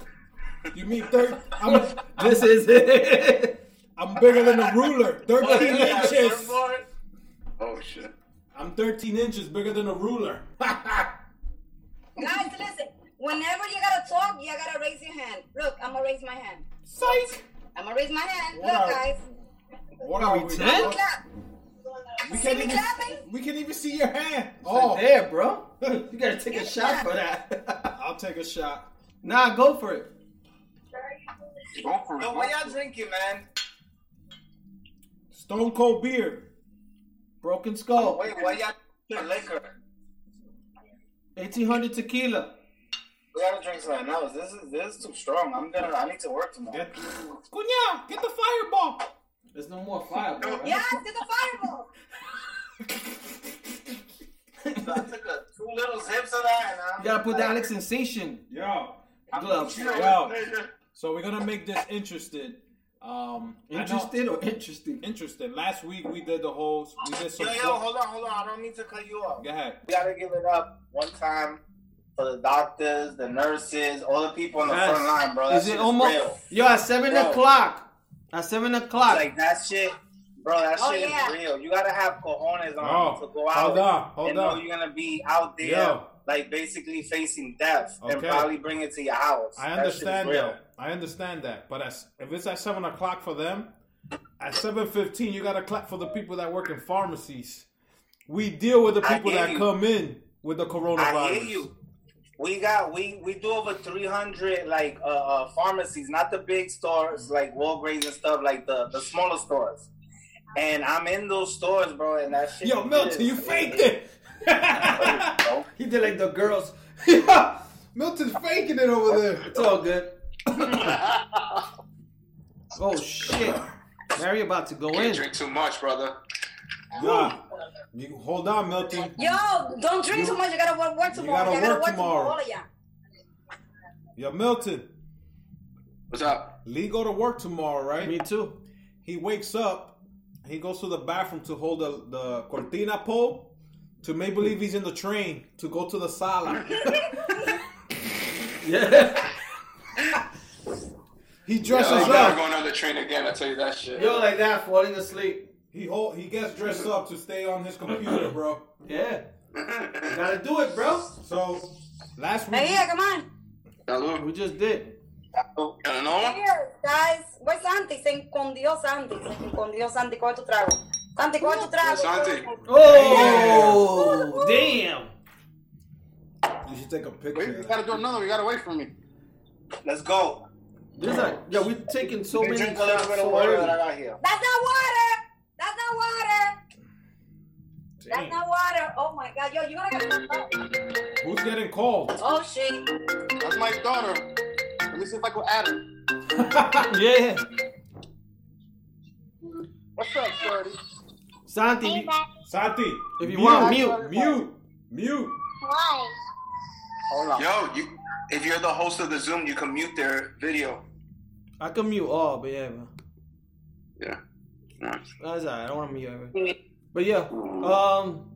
Speaker 5: You mean 13? I'm,
Speaker 9: This is it.
Speaker 5: I'm bigger than a ruler. 13 inches!
Speaker 6: *laughs* Oh shit.
Speaker 5: I'm 13 inches bigger than a ruler. *laughs*
Speaker 2: Guys, listen. Whenever you gotta talk, you gotta raise your hand. Look, I'm gonna raise my hand.
Speaker 5: Psych!
Speaker 2: I'm gonna raise my hand.
Speaker 5: What
Speaker 2: Look,
Speaker 5: are-
Speaker 2: guys.
Speaker 5: What are we?
Speaker 9: ten?
Speaker 5: what-
Speaker 2: Clap.
Speaker 5: We
Speaker 2: See
Speaker 5: can't
Speaker 2: me
Speaker 5: even
Speaker 2: clapping?
Speaker 5: we can't even see your hand.
Speaker 9: Oh,
Speaker 5: Oh,
Speaker 9: there, bro. *laughs* You gotta take a shot for that. *laughs*
Speaker 5: I'll take a shot.
Speaker 9: nah, go for it.
Speaker 6: Go for it.
Speaker 3: Yo, what y'all drinking, man?
Speaker 5: Stone cold beer.
Speaker 9: Broken skull.
Speaker 3: Oh, Wait, what y'all drinking? Liquor.
Speaker 9: 1800 tequila.
Speaker 3: We gotta drink something else. This is this is too strong. I'm gonna. I need to work tomorrow.
Speaker 5: Get, Cunha, get the fireball.
Speaker 9: There's no more fire, bro.
Speaker 2: Yes, it's a fireball.
Speaker 3: So I took a, two little zips of that, and I'm.
Speaker 9: You gotta put the Alex Sensation
Speaker 5: Yo,
Speaker 9: gloves.
Speaker 5: yo. So we're gonna make this interested. Um, I know-
Speaker 9: Interested or interesting?
Speaker 5: Interesting. Last week we did the whole. We did some.
Speaker 3: Yo, yo, hold on, hold on. I don't mean to cut you off.
Speaker 5: Go ahead.
Speaker 3: We gotta give it up one time for the doctors, the nurses, all the people on the
Speaker 9: Yes.
Speaker 3: front line, bro. That
Speaker 9: Is
Speaker 3: shit
Speaker 9: it almost?
Speaker 3: real.
Speaker 9: Yo, at 7
Speaker 3: Bro.
Speaker 9: o'clock. At 7 o'clock.
Speaker 3: Like that shit, bro. That
Speaker 2: Oh,
Speaker 3: shit
Speaker 2: yeah.
Speaker 3: is real. You gotta have cojones on
Speaker 5: Oh,
Speaker 3: to go out
Speaker 5: Hold on. Hold
Speaker 3: and
Speaker 5: on.
Speaker 3: know you're gonna be out there,
Speaker 5: Yo.
Speaker 3: like basically facing death, and
Speaker 5: Okay.
Speaker 3: probably bring it to your house.
Speaker 5: I
Speaker 3: That
Speaker 5: understand
Speaker 3: shit's real.
Speaker 5: that. I understand that. But as, if it's at seven o'clock for them, at seven fifteen, you gotta clap for the people that work in pharmacies. We deal with the
Speaker 3: I
Speaker 5: people
Speaker 3: hear
Speaker 5: that
Speaker 3: you.
Speaker 5: come in with the coronavirus.
Speaker 3: I hear you. We got we we do over three hundred like uh, uh pharmacies, not the big stores like Walgreens and stuff, like the the smaller stores. And I'm in those stores, bro, and that shit.
Speaker 5: Yo,
Speaker 3: is-
Speaker 5: Milton, you faked
Speaker 9: *laughs*
Speaker 5: it.
Speaker 3: Bro.
Speaker 9: he did like the
Speaker 5: *laughs*
Speaker 9: girls.
Speaker 5: Milton's faking it over there.
Speaker 9: It's all
Speaker 5: *laughs*
Speaker 9: good. oh shit. Mary about to go
Speaker 6: Can't
Speaker 9: in.
Speaker 6: drink too much, brother.
Speaker 5: Nah, you, hold on, Milton.
Speaker 2: Yo, don't drink too much. You gotta work, work tomorrow.
Speaker 5: gotta
Speaker 2: Y'all gotta
Speaker 5: work
Speaker 2: work
Speaker 5: tomorrow.
Speaker 2: tomorrow. All of y'all.
Speaker 5: Yo, Milton,
Speaker 6: What's up?
Speaker 5: Lee go to work tomorrow, right?
Speaker 9: Me too.
Speaker 5: he wakes up, he goes to the bathroom to hold the, the cortina pole to make believe he's in the train to go to the
Speaker 9: *laughs*
Speaker 5: sala. *laughs*
Speaker 9: Yeah.
Speaker 5: He
Speaker 6: Yeah,
Speaker 5: dresses
Speaker 6: I'm never
Speaker 5: up.
Speaker 6: going on the train again. I tell you that shit. *laughs*
Speaker 9: Yo, like that, falling asleep.
Speaker 5: He hold, he gets dressed up to stay on his computer, bro.
Speaker 9: Yeah. Gotta do it, bro.
Speaker 5: So last week,
Speaker 2: Right here, come on.
Speaker 6: Salud.
Speaker 9: We just did.
Speaker 6: Got another one?
Speaker 2: Here, guys. Where's Santi? Se escondió Santi. Se escondió Santi. Coge tu trago. Santi, coge tu trago.
Speaker 6: Santi.
Speaker 9: Oh damn.
Speaker 5: you should take a
Speaker 10: Wait, you
Speaker 5: picture.
Speaker 10: gotta do another. You gotta wait for me.
Speaker 3: Let's go.
Speaker 9: There's like yeah, we're taking so many
Speaker 3: Drink a little
Speaker 9: shots
Speaker 3: bit of
Speaker 9: so
Speaker 3: water that I
Speaker 9: early.
Speaker 3: got here.
Speaker 2: That's not water. That's not water. That's
Speaker 5: Damn.
Speaker 2: not water. Oh my God. Yo, you gotta get a
Speaker 5: Who's getting called?
Speaker 2: Oh shit.
Speaker 10: That's my daughter. Let me see if I can add her.
Speaker 9: Yeah.
Speaker 10: What's up, shorty?
Speaker 9: Santi, if you-
Speaker 5: Santi.
Speaker 9: if you
Speaker 5: mute,
Speaker 9: want mute,
Speaker 5: mute, mute.
Speaker 11: Why?
Speaker 10: Hold on.
Speaker 6: Yo, you. If you're the host of the Zoom, you can mute their video.
Speaker 9: I can mute all, but yeah, man.
Speaker 6: Yeah.
Speaker 9: That's alright. I don't want to mute everyone. But yeah, um,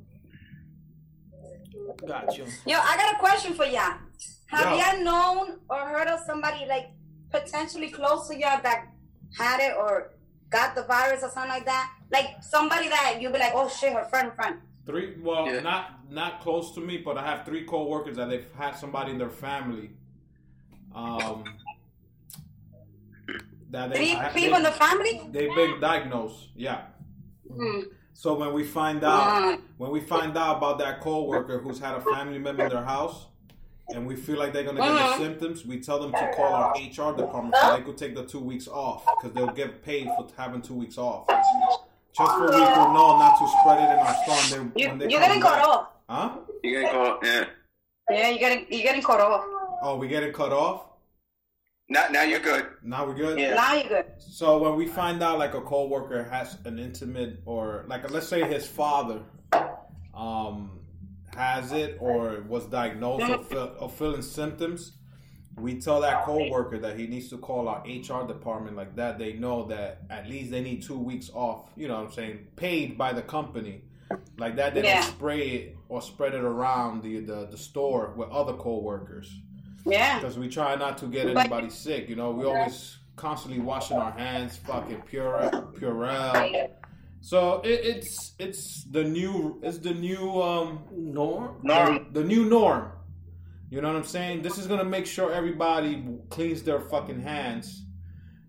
Speaker 9: got you.
Speaker 2: Yo, I got a question for y'all. Have
Speaker 5: Yeah.
Speaker 2: y'all known or heard of somebody like potentially close to y'all that had it or got the virus or something like that? Like somebody that you'd be like, oh shit, her friend, friend.
Speaker 5: Three, well,
Speaker 4: Yeah.
Speaker 5: not not close to me, but I have three coworkers that they've had somebody in their family. Um, that they,
Speaker 2: Three
Speaker 5: I- they,
Speaker 2: people in the Hmm. family?
Speaker 5: they've been diagnosed. Yeah. So when we find out,
Speaker 2: Uh,
Speaker 5: when we find out about that coworker who's had a family member in their house, and we feel like they're gonna get
Speaker 2: Mhm.
Speaker 5: the symptoms, we tell them to call our HR department so they could take the two weeks off because they'll get paid for having two weeks off. Just for we to know not to spread it in our storm. They,
Speaker 2: you,
Speaker 5: when they
Speaker 2: you're
Speaker 5: come
Speaker 2: getting
Speaker 5: back.
Speaker 2: cut off.
Speaker 5: Huh?
Speaker 4: You gonna call? Yeah.
Speaker 2: Yeah, you're getting you're getting cut off.
Speaker 5: Oh, we get it cut off.
Speaker 4: Now, now you're good.
Speaker 5: Now we're good.
Speaker 3: Yeah.
Speaker 2: Now you're good.
Speaker 5: So when we find out like a coworker has an intimate or like let's say his father um has it or was diagnosed or, feel, or feeling symptoms, we tell that coworker that he needs to call our HR department like that they know that at least they need 2 weeks off, you know what I'm saying, paid by the company. Like that they
Speaker 2: Yeah.
Speaker 5: don't spray it or spread it around the the, the store with other coworkers
Speaker 2: Yeah.
Speaker 5: because we try not to get anybody sick. You know, we always constantly washing our hands, fucking Purell, Purell. So it, it's it's the new it's the new um norm
Speaker 3: Norm.
Speaker 5: the, new norm. You know what I'm saying? This is gonna make sure everybody cleans their fucking hands.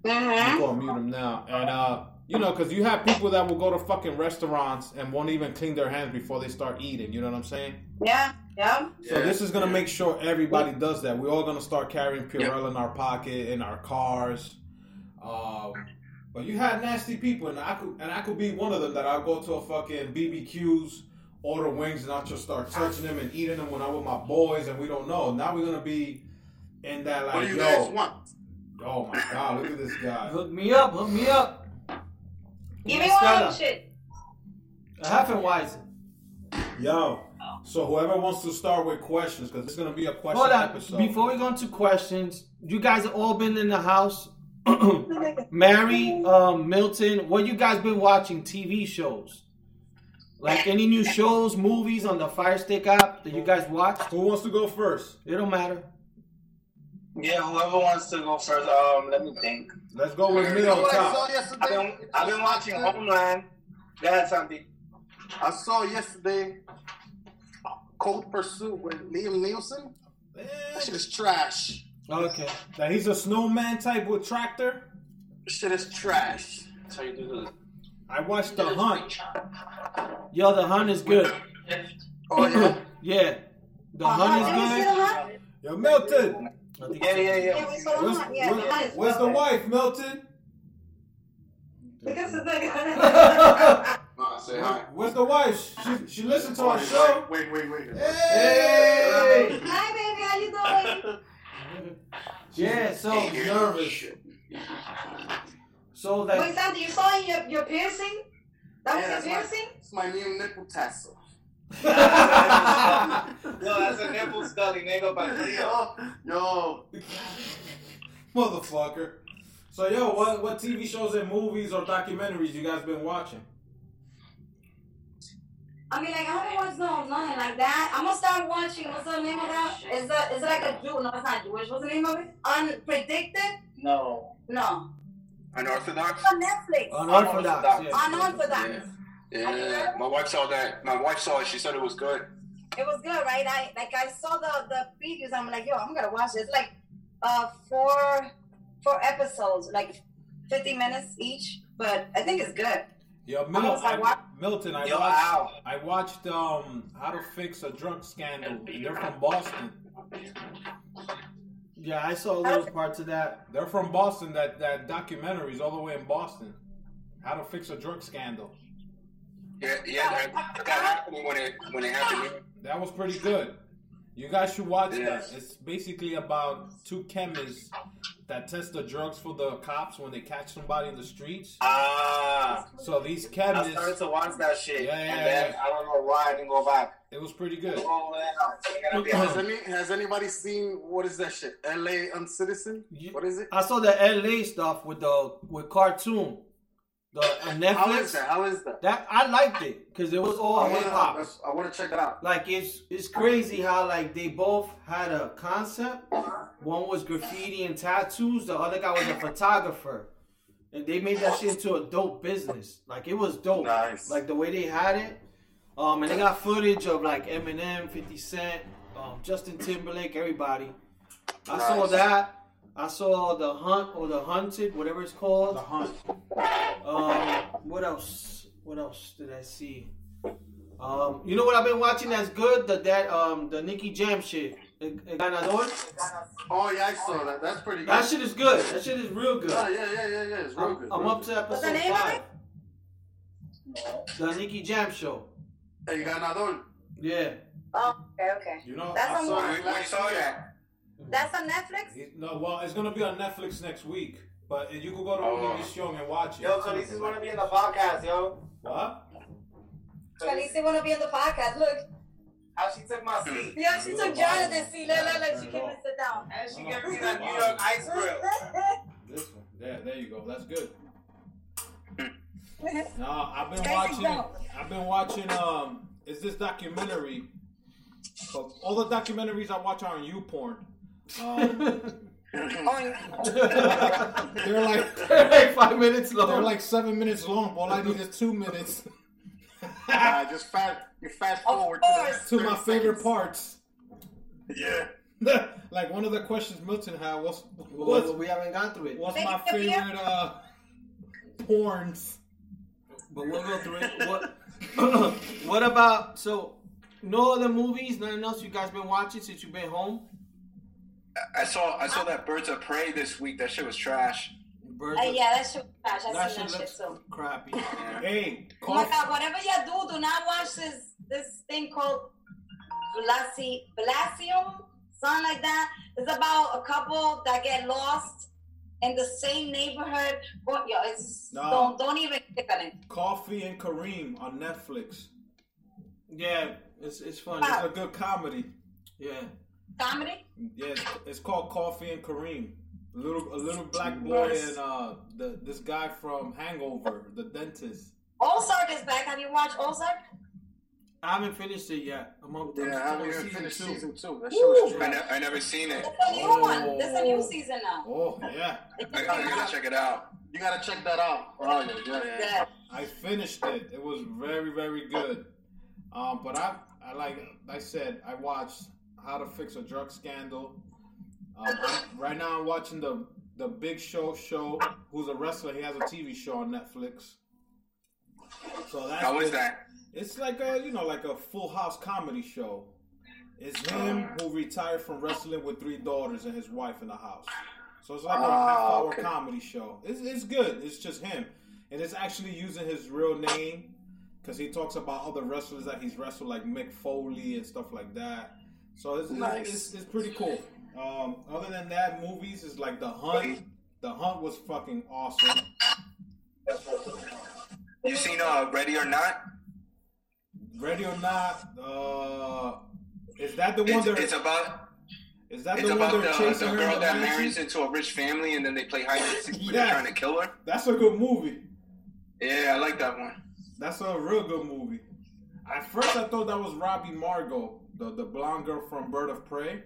Speaker 5: I'm
Speaker 2: Mm-hmm.
Speaker 5: gonna mute them now, and uh, you know, because you have people that will go to fucking restaurants and won't even clean their hands before they start eating. You know what I'm saying?
Speaker 2: Yeah. Yeah.
Speaker 5: So
Speaker 4: Yeah,
Speaker 5: this is gonna
Speaker 4: yeah.
Speaker 5: make sure everybody does that. We're all gonna start carrying Purell in our pocket, in our cars. Um, but you had nasty people, and I could and I could be one of them that I'll go to a fucking BBQs, order wings, and I'll just start touching them and eating them when I'm with my boys, and we don't know. Now we're gonna be in that
Speaker 4: What
Speaker 5: like,
Speaker 4: do you guys
Speaker 5: yo,
Speaker 4: want?
Speaker 5: oh my god, look at this guy.
Speaker 1: Hook me up, hook me up.
Speaker 2: Give me
Speaker 1: Yes,
Speaker 2: one of
Speaker 1: Stella.
Speaker 2: them shit.
Speaker 1: I haven't wise.
Speaker 5: Yo, so whoever wants to start with questions, because it's gonna be a question
Speaker 1: Hold on.
Speaker 5: episode.
Speaker 1: Before we go into questions, you guys have all been in the
Speaker 3: *laughs*
Speaker 1: house. Mary, um, Milton, what you guys been watching? TV shows. Like any new shows, movies on the Fire Stick app that you guys watch?
Speaker 5: who wants to go first?
Speaker 1: It don't matter.
Speaker 3: Yeah, whoever wants to go first, um, let me think.
Speaker 5: Let's go with me on
Speaker 6: what I
Speaker 5: top.
Speaker 6: saw yesterday?
Speaker 3: I've been, I've been watching Homeland. Go ahead, Santi.
Speaker 6: I saw yesterday Cold Pursuit with Liam Nielsen. That shit is trash.
Speaker 1: Okay.
Speaker 5: That he's a snowman type with tractor.
Speaker 6: That shit is trash. That's how you do this.
Speaker 5: I watched The Hunt.
Speaker 1: Yo, the hunt is good.
Speaker 6: Oh yeah.
Speaker 1: Yeah.
Speaker 2: Did
Speaker 1: The
Speaker 2: you see
Speaker 1: hunt
Speaker 2: the hunt?
Speaker 5: Yo, Milton.
Speaker 1: is good.
Speaker 3: Uh-huh. Yeah, yeah,
Speaker 2: Yeah,
Speaker 3: yeah.
Speaker 2: we saw the
Speaker 5: Where's,
Speaker 2: hunt. Yeah, the hunt
Speaker 5: where-
Speaker 2: is
Speaker 5: where's the
Speaker 2: good.
Speaker 5: wife, Milton?
Speaker 2: Because it's like.
Speaker 4: Uh, say hi.
Speaker 5: Where's the wife? She, she listened to our
Speaker 4: Wait,
Speaker 5: show.
Speaker 4: Wait, wait, wait.
Speaker 5: Hey!
Speaker 2: Hi, baby. How
Speaker 3: *laughs*
Speaker 2: you doing?
Speaker 1: Yeah, so nervous. So
Speaker 2: Wait,
Speaker 1: like
Speaker 2: Sandy, you saw your, your piercing? That
Speaker 6: Yeah,
Speaker 2: was
Speaker 6: that's
Speaker 2: your
Speaker 6: my-
Speaker 2: piercing?
Speaker 6: It's my new nipple tassel.
Speaker 4: *laughs*
Speaker 3: Yo, that's a nipple scully, nigga. But
Speaker 6: Yo, yo,
Speaker 5: Motherfucker. So yo, what what TV shows and movies or documentaries you guys been watching?
Speaker 2: I mean, like, I haven't watched no, nothing like that. I'm gonna start watching. What's the name of that? Is that is it like a Jew? No, it's not Jewish. What's the name of it? Unpredicted?
Speaker 3: no.
Speaker 2: No.
Speaker 4: Unorthodox?
Speaker 2: It's on Netflix.
Speaker 9: Oh,
Speaker 1: unorthodox. Yeah.
Speaker 2: Unorthodox.
Speaker 4: Yeah. Yeah. My wife saw that. My wife saw it. She said it was good.
Speaker 2: It was good, right? I like I saw the the previews. I'm like, yo, I'm gonna watch it. It's like uh four four episodes, like 50 minutes each. But I think it's good.
Speaker 5: Yo,
Speaker 2: I
Speaker 5: Mil-
Speaker 2: was like,
Speaker 5: I,
Speaker 2: what?
Speaker 5: Milton, I
Speaker 3: Yo,
Speaker 5: watched
Speaker 3: ow.
Speaker 5: I watched um How to Fix a Drug Scandal. And they're from Boston.
Speaker 1: Yeah, I saw little parts of that.
Speaker 5: They're from Boston. That that documentary is all the way in Boston. How to Fix a Drug Scandal.
Speaker 4: Yeah, yeah. That, that happened when it when it happened. here.
Speaker 5: That was pretty good. You guys should watch
Speaker 4: Yes.
Speaker 5: that. It's basically about two chemists that test the drugs for the cops when they catch somebody in the streets.
Speaker 3: Ah.
Speaker 5: So these
Speaker 3: I started
Speaker 5: chemists,
Speaker 3: to watch that shit.
Speaker 5: Yeah, yeah,
Speaker 3: and then
Speaker 5: yeah.
Speaker 3: I don't know why I didn't go back.
Speaker 5: it was pretty good.
Speaker 3: Oh, man. I
Speaker 6: has
Speaker 1: Um,
Speaker 6: any has anybody seen what is that shit? L.A. Uncitizen?
Speaker 1: You-
Speaker 6: What is it?
Speaker 1: I saw the LA stuff with the with cartoon. The on Netflix.
Speaker 6: How is that? How is that?
Speaker 1: That I liked it because it was all
Speaker 6: I
Speaker 1: Oh, hip
Speaker 6: wanna-
Speaker 1: hop.
Speaker 6: that's- I want to check that out.
Speaker 1: Like it's it's crazy how like they both had a concept. One was graffiti and tattoos. The other guy was a photographer, and they made that shit into a dope business. Like it was dope.
Speaker 6: Nice.
Speaker 1: Like the way they had it, Um, and they got footage of like Eminem, 50 Cent, um, Justin Timberlake, everybody. I saw
Speaker 4: Nice.
Speaker 1: that. I saw the hunt or the hunted, whatever it's called.
Speaker 5: The hunt.
Speaker 1: Um, what else? What else did I see? Um, you know what I've been watching that's good? The that um the Nicki Jam shit. E-, El El Ganador.
Speaker 6: Oh yeah, I saw that. That's pretty good.
Speaker 1: That shit is good. That shit is real good.
Speaker 6: Oh, yeah, yeah, yeah, yeah. It's real
Speaker 1: I'm,
Speaker 6: good.
Speaker 1: I'm
Speaker 6: real
Speaker 1: up
Speaker 6: good.
Speaker 1: to
Speaker 2: What's the
Speaker 1: episode
Speaker 2: name of
Speaker 1: five.
Speaker 2: it?
Speaker 1: The Nicki Jam show.
Speaker 6: El ganador.
Speaker 1: Yeah.
Speaker 2: Oh, okay, okay.
Speaker 5: You know,
Speaker 2: That's
Speaker 5: I
Speaker 2: on
Speaker 5: saw
Speaker 2: what?
Speaker 4: We, Oh, we
Speaker 6: *clears throat*
Speaker 4: saw that.
Speaker 2: That's on Netflix?
Speaker 5: it- No, well, it's gonna be on Netflix next week, but you can go to
Speaker 4: Oh.
Speaker 5: Univision and watch it.
Speaker 3: Yo, so this is gonna be in the podcast, yo.
Speaker 5: What?
Speaker 2: Khaleesi wanna be on the podcast. Look,
Speaker 3: How she took my seat.
Speaker 2: yeah, she took Jonathan seat. Look, look, look, she came and sit down.
Speaker 3: And she gave
Speaker 4: Hmm.
Speaker 3: me that New York ice grill.
Speaker 5: This one. Yeah, there you go. That's good.
Speaker 2: *laughs*
Speaker 5: No, I've been
Speaker 2: Guys,
Speaker 5: watching.
Speaker 2: go.
Speaker 5: I've been watching. Um, is this documentary? But all the documentaries I watch are on YouPorn. Um,
Speaker 4: Oh,
Speaker 1: *laughs*
Speaker 5: they're like
Speaker 1: Hey, five minutes
Speaker 5: they're
Speaker 1: long.
Speaker 5: like seven minutes long. but All I need is two
Speaker 1: *laughs*
Speaker 5: minutes *laughs*
Speaker 6: Nah, just fast. You fast
Speaker 2: Of
Speaker 6: forward to the
Speaker 2: course.
Speaker 6: next
Speaker 5: to
Speaker 6: 30
Speaker 5: my favorite
Speaker 6: seconds.
Speaker 5: parts.
Speaker 4: Yeah.
Speaker 5: *laughs* like one of the questions Milton had was,
Speaker 1: Well,
Speaker 5: was
Speaker 1: we haven't gone through it,
Speaker 5: what's my favorite uh, porns?
Speaker 1: but we'll go through it. What? *laughs* what about so? No other movies, nothing else you guys been watching since you've been home.
Speaker 4: I saw I saw that Birds of Prey this week. That shit was trash.
Speaker 1: Birds
Speaker 2: Uh,
Speaker 1: of-
Speaker 2: yeah, that shit trash. I
Speaker 1: That
Speaker 2: seen
Speaker 1: shit
Speaker 2: that shit
Speaker 1: looks
Speaker 2: too.
Speaker 1: crappy.
Speaker 5: Hey,
Speaker 2: Oh my
Speaker 5: cough.
Speaker 2: god, whatever you do, do not watch this this thing called Blasi Blasium, something like that. It's about a couple that get lost in the same neighborhood. Go- Yo, it's
Speaker 5: No.
Speaker 2: don't don't even click on it.
Speaker 5: Coffee and Kareem on Netflix.
Speaker 1: Yeah, it's it's funny.
Speaker 5: It's a good comedy.
Speaker 1: Yeah.
Speaker 2: Comedy?
Speaker 5: Yeah, it's, it's called Coffee and Kareem. A little, a little black boy
Speaker 2: Nice.
Speaker 5: and uh, the, this guy from Hangover, the dentist.
Speaker 2: Ozark is back. Have you watched Ozark?
Speaker 1: I haven't finished it yet. I'm up I'm
Speaker 6: Yeah, I
Speaker 1: still
Speaker 6: haven't
Speaker 1: on
Speaker 6: even
Speaker 1: season
Speaker 6: finished
Speaker 1: two.
Speaker 6: season two. That shit was
Speaker 4: I,
Speaker 6: trash.
Speaker 4: ne- I never seen it.
Speaker 2: It's a new one. There's a new season now.
Speaker 5: Oh yeah,
Speaker 2: It
Speaker 4: I, I
Speaker 2: just came
Speaker 4: gotta
Speaker 2: out.
Speaker 4: check it out.
Speaker 6: You gotta check that out. Oh yeah, yeah.
Speaker 2: Yeah.
Speaker 5: I finished it. It was very, very good. Um, but I, I like I said, I watched How to Fix a Drug Scandal. Um, I'm- right now, I'm watching the the Big Show show. Who's a wrestler? He has a TV show on Netflix. So that's
Speaker 4: How is
Speaker 5: good.
Speaker 4: that?
Speaker 5: It's like a you know like a Full House comedy show. It's him
Speaker 6: Oh.
Speaker 5: who retired from wrestling with three daughters and his wife in the house. So it's like a
Speaker 6: Ah,
Speaker 5: half hour
Speaker 6: okay.
Speaker 5: comedy show. It's, it's good. It's just him, and it's actually using his real name because he talks about other wrestlers that he's wrestled like Mick Foley and stuff like that. So it's it's-
Speaker 6: Nice.
Speaker 5: it's, it's, pretty cool. Um, other than that, movies is like The Hunt. The Hunt was fucking awesome.
Speaker 4: You seen uh, Ready or Not?
Speaker 5: Ready or not, uh, is that the one
Speaker 4: It's,
Speaker 5: that
Speaker 4: it's about
Speaker 5: Is that
Speaker 4: it's
Speaker 5: the one
Speaker 4: about
Speaker 5: they're
Speaker 4: the,
Speaker 5: chasing
Speaker 4: the
Speaker 5: her in
Speaker 4: girl
Speaker 5: the
Speaker 4: that
Speaker 5: mansion?
Speaker 4: marries into a rich family and then they play hide and seek when
Speaker 5: Yeah.
Speaker 4: they're trying to kill her.
Speaker 5: That's a good movie.
Speaker 4: Yeah, I like that one.
Speaker 5: That's a real good movie. At first, I thought that was Robbie Margot, the, the blonde girl from Bird of Prey.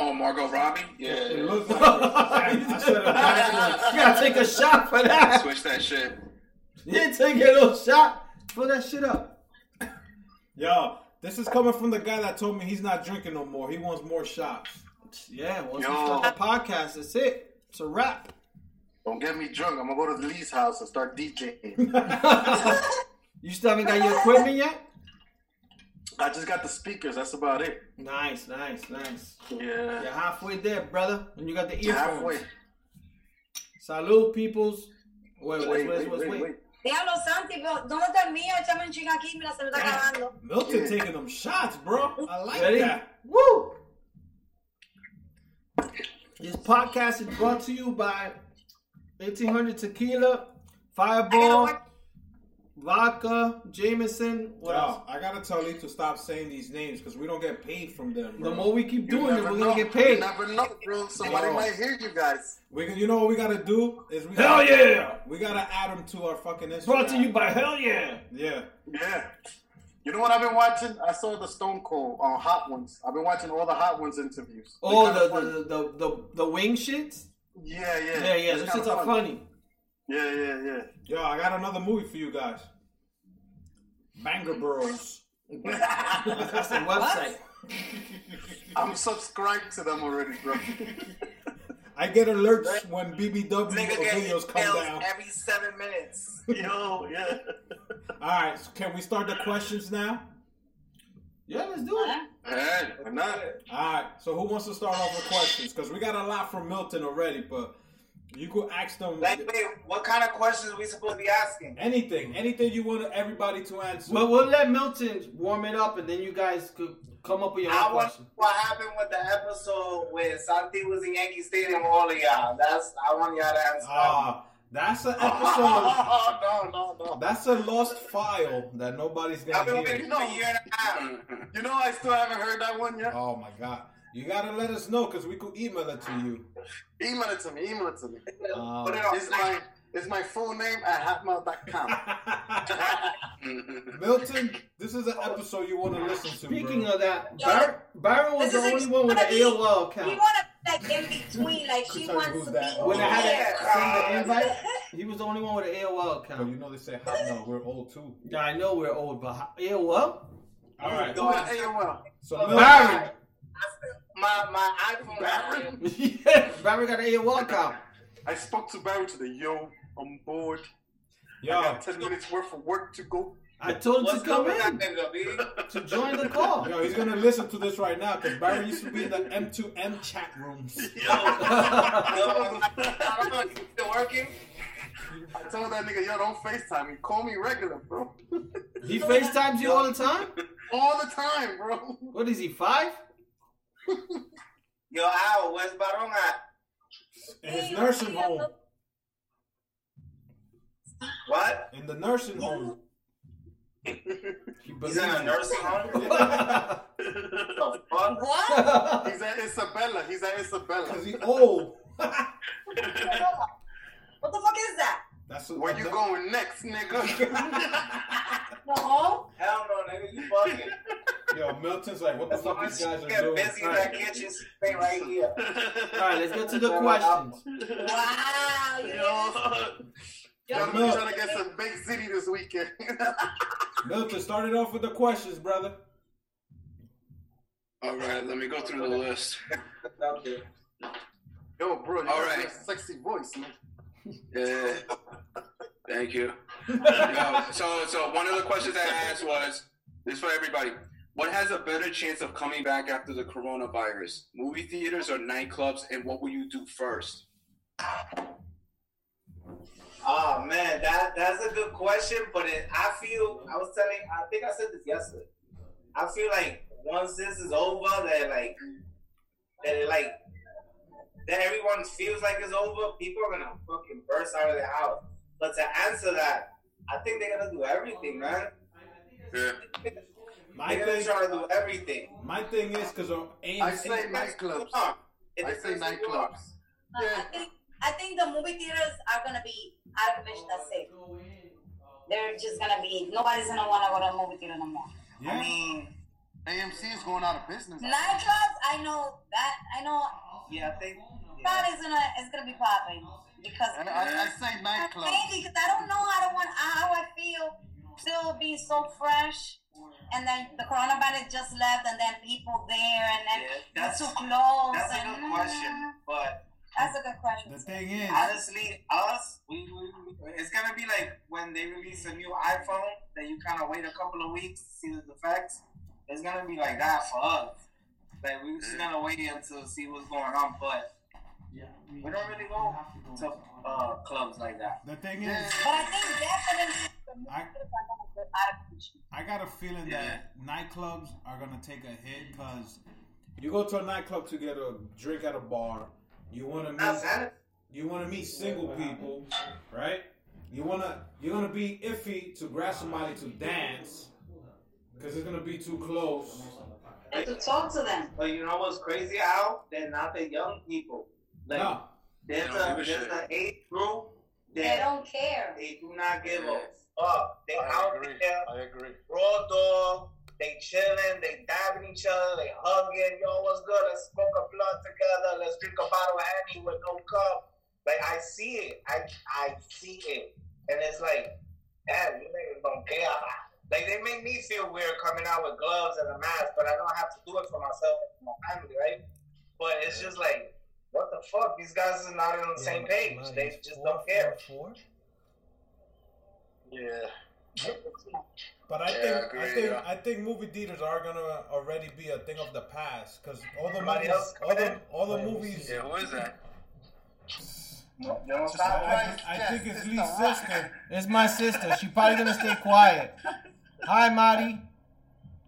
Speaker 4: Oh, Margot Robbie. Yeah,
Speaker 5: It
Speaker 4: yeah.
Speaker 1: *laughs*
Speaker 5: looked like her. I said it backwards.
Speaker 1: You gotta take a shot for that.
Speaker 4: switch that
Speaker 6: *laughs*
Speaker 4: shit.
Speaker 1: You take a little shot. Pull that shit up.
Speaker 5: Yo, this is coming from the guy that told me he's not drinking no more. He wants more shots.
Speaker 1: Yeah, once we
Speaker 4: Yo.
Speaker 1: start the podcast, that's it. It's a wrap.
Speaker 6: Don't get me drunk. I'm gonna go to Lee's house and start DJing.
Speaker 1: *laughs* You still haven't got your equipment yet?
Speaker 6: I just got the speakers. That's about it.
Speaker 1: Nice, nice, nice.
Speaker 6: Yeah.
Speaker 1: You're halfway there, brother. And you got the earphones.
Speaker 6: Halfway.
Speaker 1: Salud, peoples. Wait, wait,
Speaker 6: Wait,
Speaker 1: wait,
Speaker 6: wait,
Speaker 1: wait,
Speaker 6: wait, wait.
Speaker 2: Diablo Santi, pero ¿dónde está el mío? Échame un chingo aquí, mira, se me está acabando.
Speaker 5: Milton taking them shots, bro. I like
Speaker 1: Ready?
Speaker 5: that.
Speaker 1: Woo! This podcast is brought to you by 1800
Speaker 2: I
Speaker 1: Tequila,
Speaker 2: gotta
Speaker 1: Fireball,
Speaker 2: work.
Speaker 1: Vodka, Jameson. What else?
Speaker 5: Yo, I gotta tell Lee to stop saying these names because we don't get paid from them. Bro.
Speaker 1: The more we keep
Speaker 6: You
Speaker 1: doing it,
Speaker 6: never
Speaker 1: we're
Speaker 6: know.
Speaker 1: gonna get
Speaker 6: You
Speaker 1: paid.
Speaker 6: never know, bro. Somebody
Speaker 5: Yo.
Speaker 6: might hear you guys.
Speaker 5: We can, you know what we gotta do is we
Speaker 1: Hell
Speaker 5: gotta,
Speaker 1: yeah!
Speaker 5: we gotta add them to our fucking Instagram.
Speaker 1: Brought to you by Hell Yeah!
Speaker 5: yeah.
Speaker 6: Yeah. You know what I've been watching? I saw the Stone Cold on Hot Ones. I've been watching all the Hot Ones interviews. They're
Speaker 1: Oh,
Speaker 6: kinda
Speaker 1: the
Speaker 6: fun.
Speaker 1: the, the the the wing shits?
Speaker 6: yeah, yeah,
Speaker 1: Yeah, yeah,
Speaker 6: It's
Speaker 1: those
Speaker 6: kinda
Speaker 1: shits are funny.
Speaker 6: Yeah, yeah, yeah.
Speaker 5: Yo, I got another movie for you guys. Banger Bros.
Speaker 1: That's the website.
Speaker 6: I'm subscribed to them already, bro.
Speaker 5: I get alerts when BBW
Speaker 3: Nigga gets
Speaker 5: videos come
Speaker 3: emails
Speaker 5: down.
Speaker 3: every seven minutes.
Speaker 6: Yo, yeah.
Speaker 5: All right, so can we start the questions now?
Speaker 1: Yeah, let's do it.
Speaker 4: Alright, why not?
Speaker 5: All right, so who wants to start off with questions? Because we got a lot from Milton already, but you could ask them
Speaker 3: Like, wait, what kind of questions we supposed to be asking?
Speaker 5: anything, anything you want everybody to answer.
Speaker 1: But we'll let Milton warm it up, and then you guys could come up with your
Speaker 3: I
Speaker 1: own
Speaker 3: want
Speaker 1: question.
Speaker 3: what happened with the episode where Santi was in Yankee Stadium with all of y'all. That's I want y'all to answer.
Speaker 5: Ah, that's
Speaker 3: *laughs*
Speaker 5: an episode.
Speaker 6: no, no, no.
Speaker 5: that's a lost file that nobody's gonna
Speaker 3: I've been
Speaker 5: hear.
Speaker 3: waiting for a year and a
Speaker 6: Mm.
Speaker 3: half.
Speaker 6: You know, I still haven't heard that one yet.
Speaker 5: Oh my god, you gotta let us know because we could email it to you.
Speaker 6: Email it to me. Email it to me.
Speaker 5: Um,
Speaker 3: Put it on.
Speaker 6: It's my it's my full name at
Speaker 5: *laughs*
Speaker 6: hotmail.com.
Speaker 5: Uh,
Speaker 3: *laughs*
Speaker 5: Milton, this is an episode you want to listen to.
Speaker 1: Speaking
Speaker 5: bro.
Speaker 1: of that,
Speaker 2: Yo,
Speaker 1: Byron, Byron was
Speaker 2: this
Speaker 1: the
Speaker 2: is
Speaker 1: only one with an
Speaker 2: exactly-
Speaker 1: AOL
Speaker 2: You
Speaker 1: account.
Speaker 2: want to like in between, like she
Speaker 5: Sorry,
Speaker 2: wants
Speaker 5: who's
Speaker 2: to be.
Speaker 5: that?
Speaker 1: When I had
Speaker 2: here.
Speaker 1: to
Speaker 3: Oh.
Speaker 1: send the invite, he was the only one with an AOL
Speaker 5: but
Speaker 1: account.
Speaker 5: you know they say hot now. We're old too.
Speaker 1: Yeah, I know we're old, but ho- AOL?
Speaker 5: All right,
Speaker 6: Go to AOL.
Speaker 5: so
Speaker 3: Oh,
Speaker 5: Milton,
Speaker 1: Byron!
Speaker 3: My my iPhone.
Speaker 6: Barry.
Speaker 1: yeah, *laughs* Byron got an AOL account.
Speaker 6: I spoke to Barry today. Yo, I'm bored. I
Speaker 5: yo,
Speaker 6: got 10 minutes worth of work to go.
Speaker 1: I told him
Speaker 3: What's
Speaker 1: to come
Speaker 3: going on,
Speaker 1: in
Speaker 3: nigga? B?
Speaker 1: to join the call.
Speaker 5: yo, he's gonna listen to this right now because Barry used to be in the M2M chat rooms.
Speaker 6: *laughs*
Speaker 3: Yo, I don't know. You still working?
Speaker 6: I told that nigga, yo, don't FaceTime me. Call me regular, bro.
Speaker 1: He FaceTimes you all the time?
Speaker 6: All the time, bro.
Speaker 1: What is he, five?
Speaker 3: Yo, Al, where's Barón at?
Speaker 5: In his nursing home.
Speaker 3: What?
Speaker 5: In the nursing home.
Speaker 1: He
Speaker 3: He's in a nursing
Speaker 5: *laughs*
Speaker 3: home. What the fuck?
Speaker 2: What?
Speaker 6: He's at Isabella. He's at Isabella.
Speaker 5: Because he old.
Speaker 2: What the fuck is that?
Speaker 5: That's what
Speaker 6: Where you going next, nigga?
Speaker 2: The hole?
Speaker 3: Hell no, nigga. You fucking.
Speaker 5: Yo, Milton's like, what the fuck these guys are
Speaker 3: Get
Speaker 5: doing?
Speaker 3: busy in that kitchen thing right here.
Speaker 1: All right, let's get to the questions.
Speaker 2: Wow. You know,
Speaker 6: Yo,
Speaker 5: Yo,
Speaker 6: I'm
Speaker 5: Mil-
Speaker 6: trying to get some big city this weekend. *laughs*
Speaker 5: Milton, start it off with the questions, brother.
Speaker 4: Alright, let me go through the list.
Speaker 6: yo, bro, you
Speaker 4: All
Speaker 6: got
Speaker 4: right.
Speaker 6: a sexy voice, man.
Speaker 4: Yeah. Thank you. No, so, so one of the questions I asked was this is for everybody: What has a better chance of coming back after the coronavirus? Movie theaters or nightclubs? And what will you do first?
Speaker 3: Oh man, that that's a good question. But it, I feel I was telling. I think I said this yesterday. I feel like once this is over, that like that it like that everyone feels like it's over. People are gonna fucking burst out of their house. But to answer that, I think they're gonna do everything, man.
Speaker 4: Yeah.
Speaker 5: My
Speaker 3: They're gonna
Speaker 5: thing,
Speaker 3: try to do everything.
Speaker 5: my thing is because of
Speaker 6: I
Speaker 5: AIDS.
Speaker 6: say nightclubs.
Speaker 3: Huh. It
Speaker 6: I say
Speaker 3: depends who you are.
Speaker 6: nightclubs.
Speaker 2: I think I think the movie theaters are gonna be out of commission. That's it. They're just gonna be nobody's gonna wanna go to a movie theater no more.
Speaker 3: I
Speaker 5: Yeah.
Speaker 3: mean,
Speaker 6: AMC is going out of business.
Speaker 2: Nightclubs, I know that. I know
Speaker 3: yeah, I think.
Speaker 2: that is gonna it's gonna be popping because
Speaker 6: And I, I say nightclubs.
Speaker 2: because I don't know how to want how I feel still being so fresh. And then the coronavirus just left, and then people there, and then
Speaker 3: Yeah,
Speaker 2: it's
Speaker 3: that's-
Speaker 2: too close.
Speaker 3: That's a
Speaker 2: and- mm,
Speaker 3: good question, but.
Speaker 2: That's a good question.
Speaker 5: The thing is,
Speaker 3: Honestly, us, we, we, it's gonna be like when they release a new iPhone that you kind of wait a couple of weeks to see the defects. It's gonna be like that for us. Like we're just gonna wait until see what's going on, but we don't really go to uh, clubs like that.
Speaker 5: the thing is,
Speaker 2: But I think definitely
Speaker 5: *laughs*
Speaker 2: the movie
Speaker 5: I-
Speaker 2: theaters are gonna go out of commission.
Speaker 5: I got a feeling that nightclubs are gonna take a hit because you go to a nightclub to get a drink at a bar. You wanna meet, you wanna meet single people, right? You wanna, you're gonna be iffy to grab somebody to dance because it's gonna be too close.
Speaker 2: And to talk to them.
Speaker 3: But you know what's crazy? How they're not the young people. Like
Speaker 5: No,
Speaker 3: there's
Speaker 4: They don't
Speaker 3: a
Speaker 4: give a
Speaker 3: there's
Speaker 4: shit.
Speaker 3: an age group
Speaker 2: They
Speaker 3: that
Speaker 2: don't care. *laughs*
Speaker 3: they do not give a fuck. They out there.
Speaker 6: I agree.
Speaker 3: raw dog. They chilling, they dabbing each other, they hugging. Yo, what's good? Let's smoke a blunt together. Let's drink a bottle of honey with no cup. Like I see it, I I see it, and it's like, damn, you niggas don't care. Like they make me feel weird coming out with gloves and a mask, but I don't have to do it for myself and my family, right? But it's just like, what the fuck? These guys are not on the same page. They just don't care. Yeah.
Speaker 5: But I
Speaker 4: Yeah,
Speaker 5: think
Speaker 4: agree,
Speaker 5: I think
Speaker 4: yeah.
Speaker 5: I think movie theaters are gonna already be a thing of the past because all the
Speaker 3: Somebody
Speaker 5: movies,
Speaker 3: else
Speaker 5: all the
Speaker 3: coming
Speaker 5: all the movies.
Speaker 4: Yeah, who is that?
Speaker 5: I, I think it's Lee's sister.
Speaker 1: It's my sister. She probably gonna stay quiet. Hi, Mari.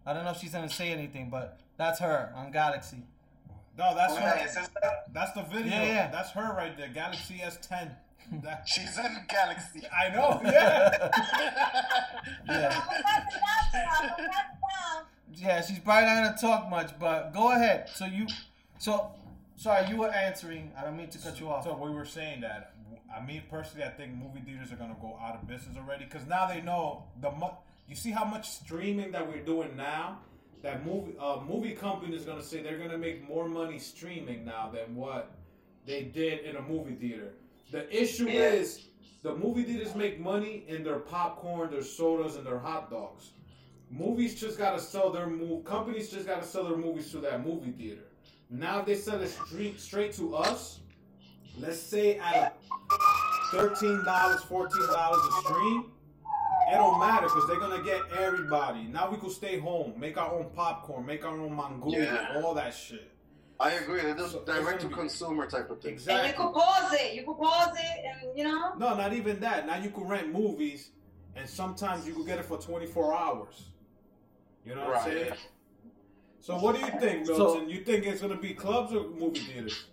Speaker 1: I don't know if she's gonna say anything, but that's her on Galaxy. *laughs*
Speaker 5: No, that's her.
Speaker 3: It's just-
Speaker 5: That's the video.
Speaker 1: Yeah, yeah.
Speaker 5: That's her right there. Galaxy S10. That,
Speaker 6: She's in the galaxy. *laughs*
Speaker 5: I know. *laughs* Yeah.
Speaker 1: Yeah,
Speaker 2: Yeah.
Speaker 1: yeah. She's probably not gonna talk much, but go ahead. So you, so sorry, you were answering. I don't mean to cut you off.
Speaker 5: so we were saying that. I mean, personally, I think movie theaters are gonna go out of business already because now they know the mu- You see how much streaming that we're doing now. That movie uh, movie company is gonna say they're gonna make more money streaming now than what they did in a movie theater. The issue
Speaker 3: Yeah.
Speaker 5: is the movie theaters make money in their popcorn, their sodas, and their hot dogs. Movies just gotta sell their move. Companies just gotta sell their movies to that movie theater. Now if they sell it straight straight to us, let's say at thirteen dollars, fourteen dollars a stream, it don't matter because they're gonna get everybody. Now we could stay home, make our own popcorn, make our own mango,
Speaker 4: Yeah.
Speaker 5: all that shit.
Speaker 4: I agree. It is
Speaker 5: So-
Speaker 4: direct to consumer type of thing.
Speaker 2: And you could pause it. You could pause it, and you know.
Speaker 5: No, not even that. Now you can rent movies, and sometimes you can get it for 24 hours. You know what I'm
Speaker 4: Right.
Speaker 5: saying? So what do you think,
Speaker 1: So-
Speaker 5: Milton? you think it's gonna be clubs or movie theaters?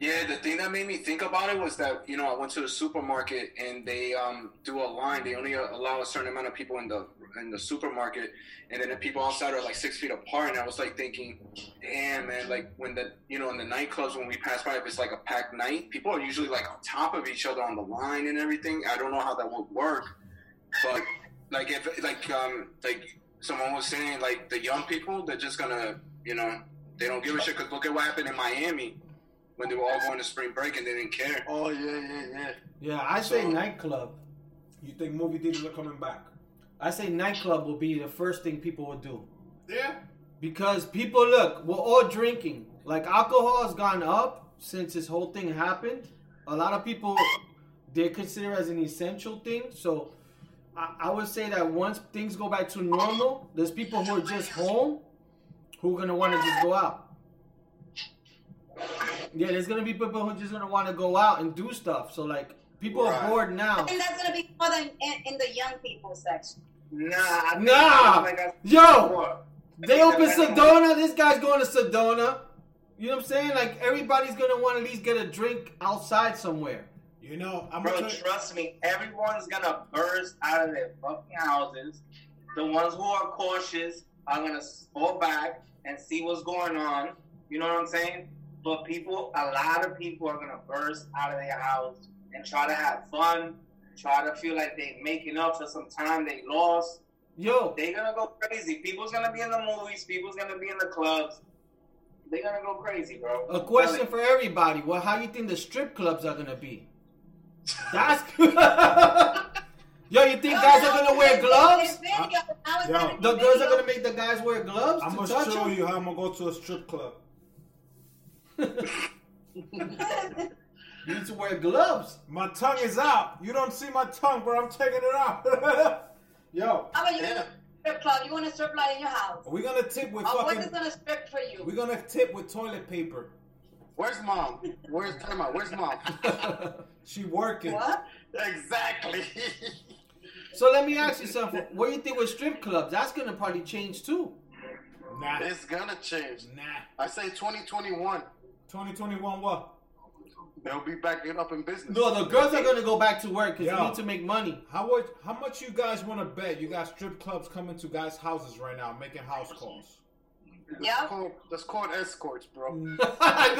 Speaker 4: Yeah, the thing that made me think about it was that you know I went to the supermarket and they um, do a line. They only allow a certain amount of people in the in the supermarket, and then the people outside are like six feet apart. And I was like thinking, damn man, like when the you know in the nightclubs when we pass by, if it's like a packed night, people are usually like on top of each other on the line and everything. I don't know how that would work, but like if like um like someone was saying like the young people, they're just gonna you know they don't give a shit. Cause look at what happened in Miami when they were all going to spring break and they didn't care.
Speaker 6: Oh yeah, yeah, yeah.
Speaker 1: Yeah, I say nightclub.
Speaker 5: You think movie theaters are coming back?
Speaker 1: I say nightclub will be the first thing people will do.
Speaker 5: Yeah.
Speaker 1: Because people look, we're all drinking. Like alcohol has gone up since this whole thing happened. A lot of people they consider it as an essential thing. So I, I would say that once things go back to normal, there's people who are just home who are gonna want to just go out. Yeah, there's gonna be people who are just gonna want to go out and do stuff. So like people are
Speaker 4: Right.
Speaker 1: bored now.
Speaker 2: I think that's gonna be more than in, in the young people section.
Speaker 3: nah, I think-
Speaker 1: Nah,
Speaker 3: like I said
Speaker 1: yo,
Speaker 3: before,
Speaker 1: they open Sedona. This guy's going to Sedona. You know what I'm saying? Like everybody's gonna want to at least get a drink outside somewhere.
Speaker 5: You know, I'm
Speaker 3: Bro,
Speaker 5: gonna tell-
Speaker 3: trust me, everyone's gonna burst out of their fucking houses. The ones who are cautious are gonna go back and see what's going on. You know what I'm saying? But people, a lot of people are gonna burst out of their house and try to have fun, try to feel like they making up for some time they lost.
Speaker 1: Yo,
Speaker 3: They're gonna go crazy. People's gonna be in the movies. People's gonna be in the clubs. They're gonna go crazy, bro.
Speaker 1: a question for everybody. Well, how you think the strip clubs are gonna be? That's yo. You think guys are gonna wear gloves?
Speaker 5: Yo.
Speaker 1: The girls are gonna make the guys wear gloves
Speaker 5: I'm
Speaker 1: to
Speaker 5: gonna
Speaker 1: touch
Speaker 5: show
Speaker 1: them.
Speaker 5: you how I'm gonna go to a strip club.
Speaker 1: You need to wear gloves.
Speaker 5: My tongue is out. You don't see my tongue, bro. I'm taking it out. *laughs* Yo,
Speaker 2: How about you gonna strip club? You want a strip club in your house?
Speaker 5: we're gonna tip with
Speaker 2: Our boys Oh, is
Speaker 5: fucking.
Speaker 2: gonna strip for you.
Speaker 5: We're gonna tip with toilet paper. *laughs*
Speaker 6: Where's mom? Where's time out? Where's
Speaker 4: *laughs*
Speaker 6: mom?
Speaker 5: She working. *laughs*
Speaker 2: what?
Speaker 6: exactly.
Speaker 1: So let me ask you something. What do you think with strip clubs? That's gonna probably change too.
Speaker 5: Nah,
Speaker 6: *laughs* it's gonna change.
Speaker 5: nah.
Speaker 6: I say 2021.
Speaker 5: 2021 what?
Speaker 6: They'll be back it up in business.
Speaker 1: No, the girls are gonna go back to work because they
Speaker 5: Yo.
Speaker 1: need to make money. *laughs*
Speaker 5: How much? How much you guys want to bet? You got strip clubs coming to guys' houses right now, making house calls.
Speaker 6: That's
Speaker 2: Yeah.
Speaker 6: called, that's called escorts, bro.
Speaker 1: I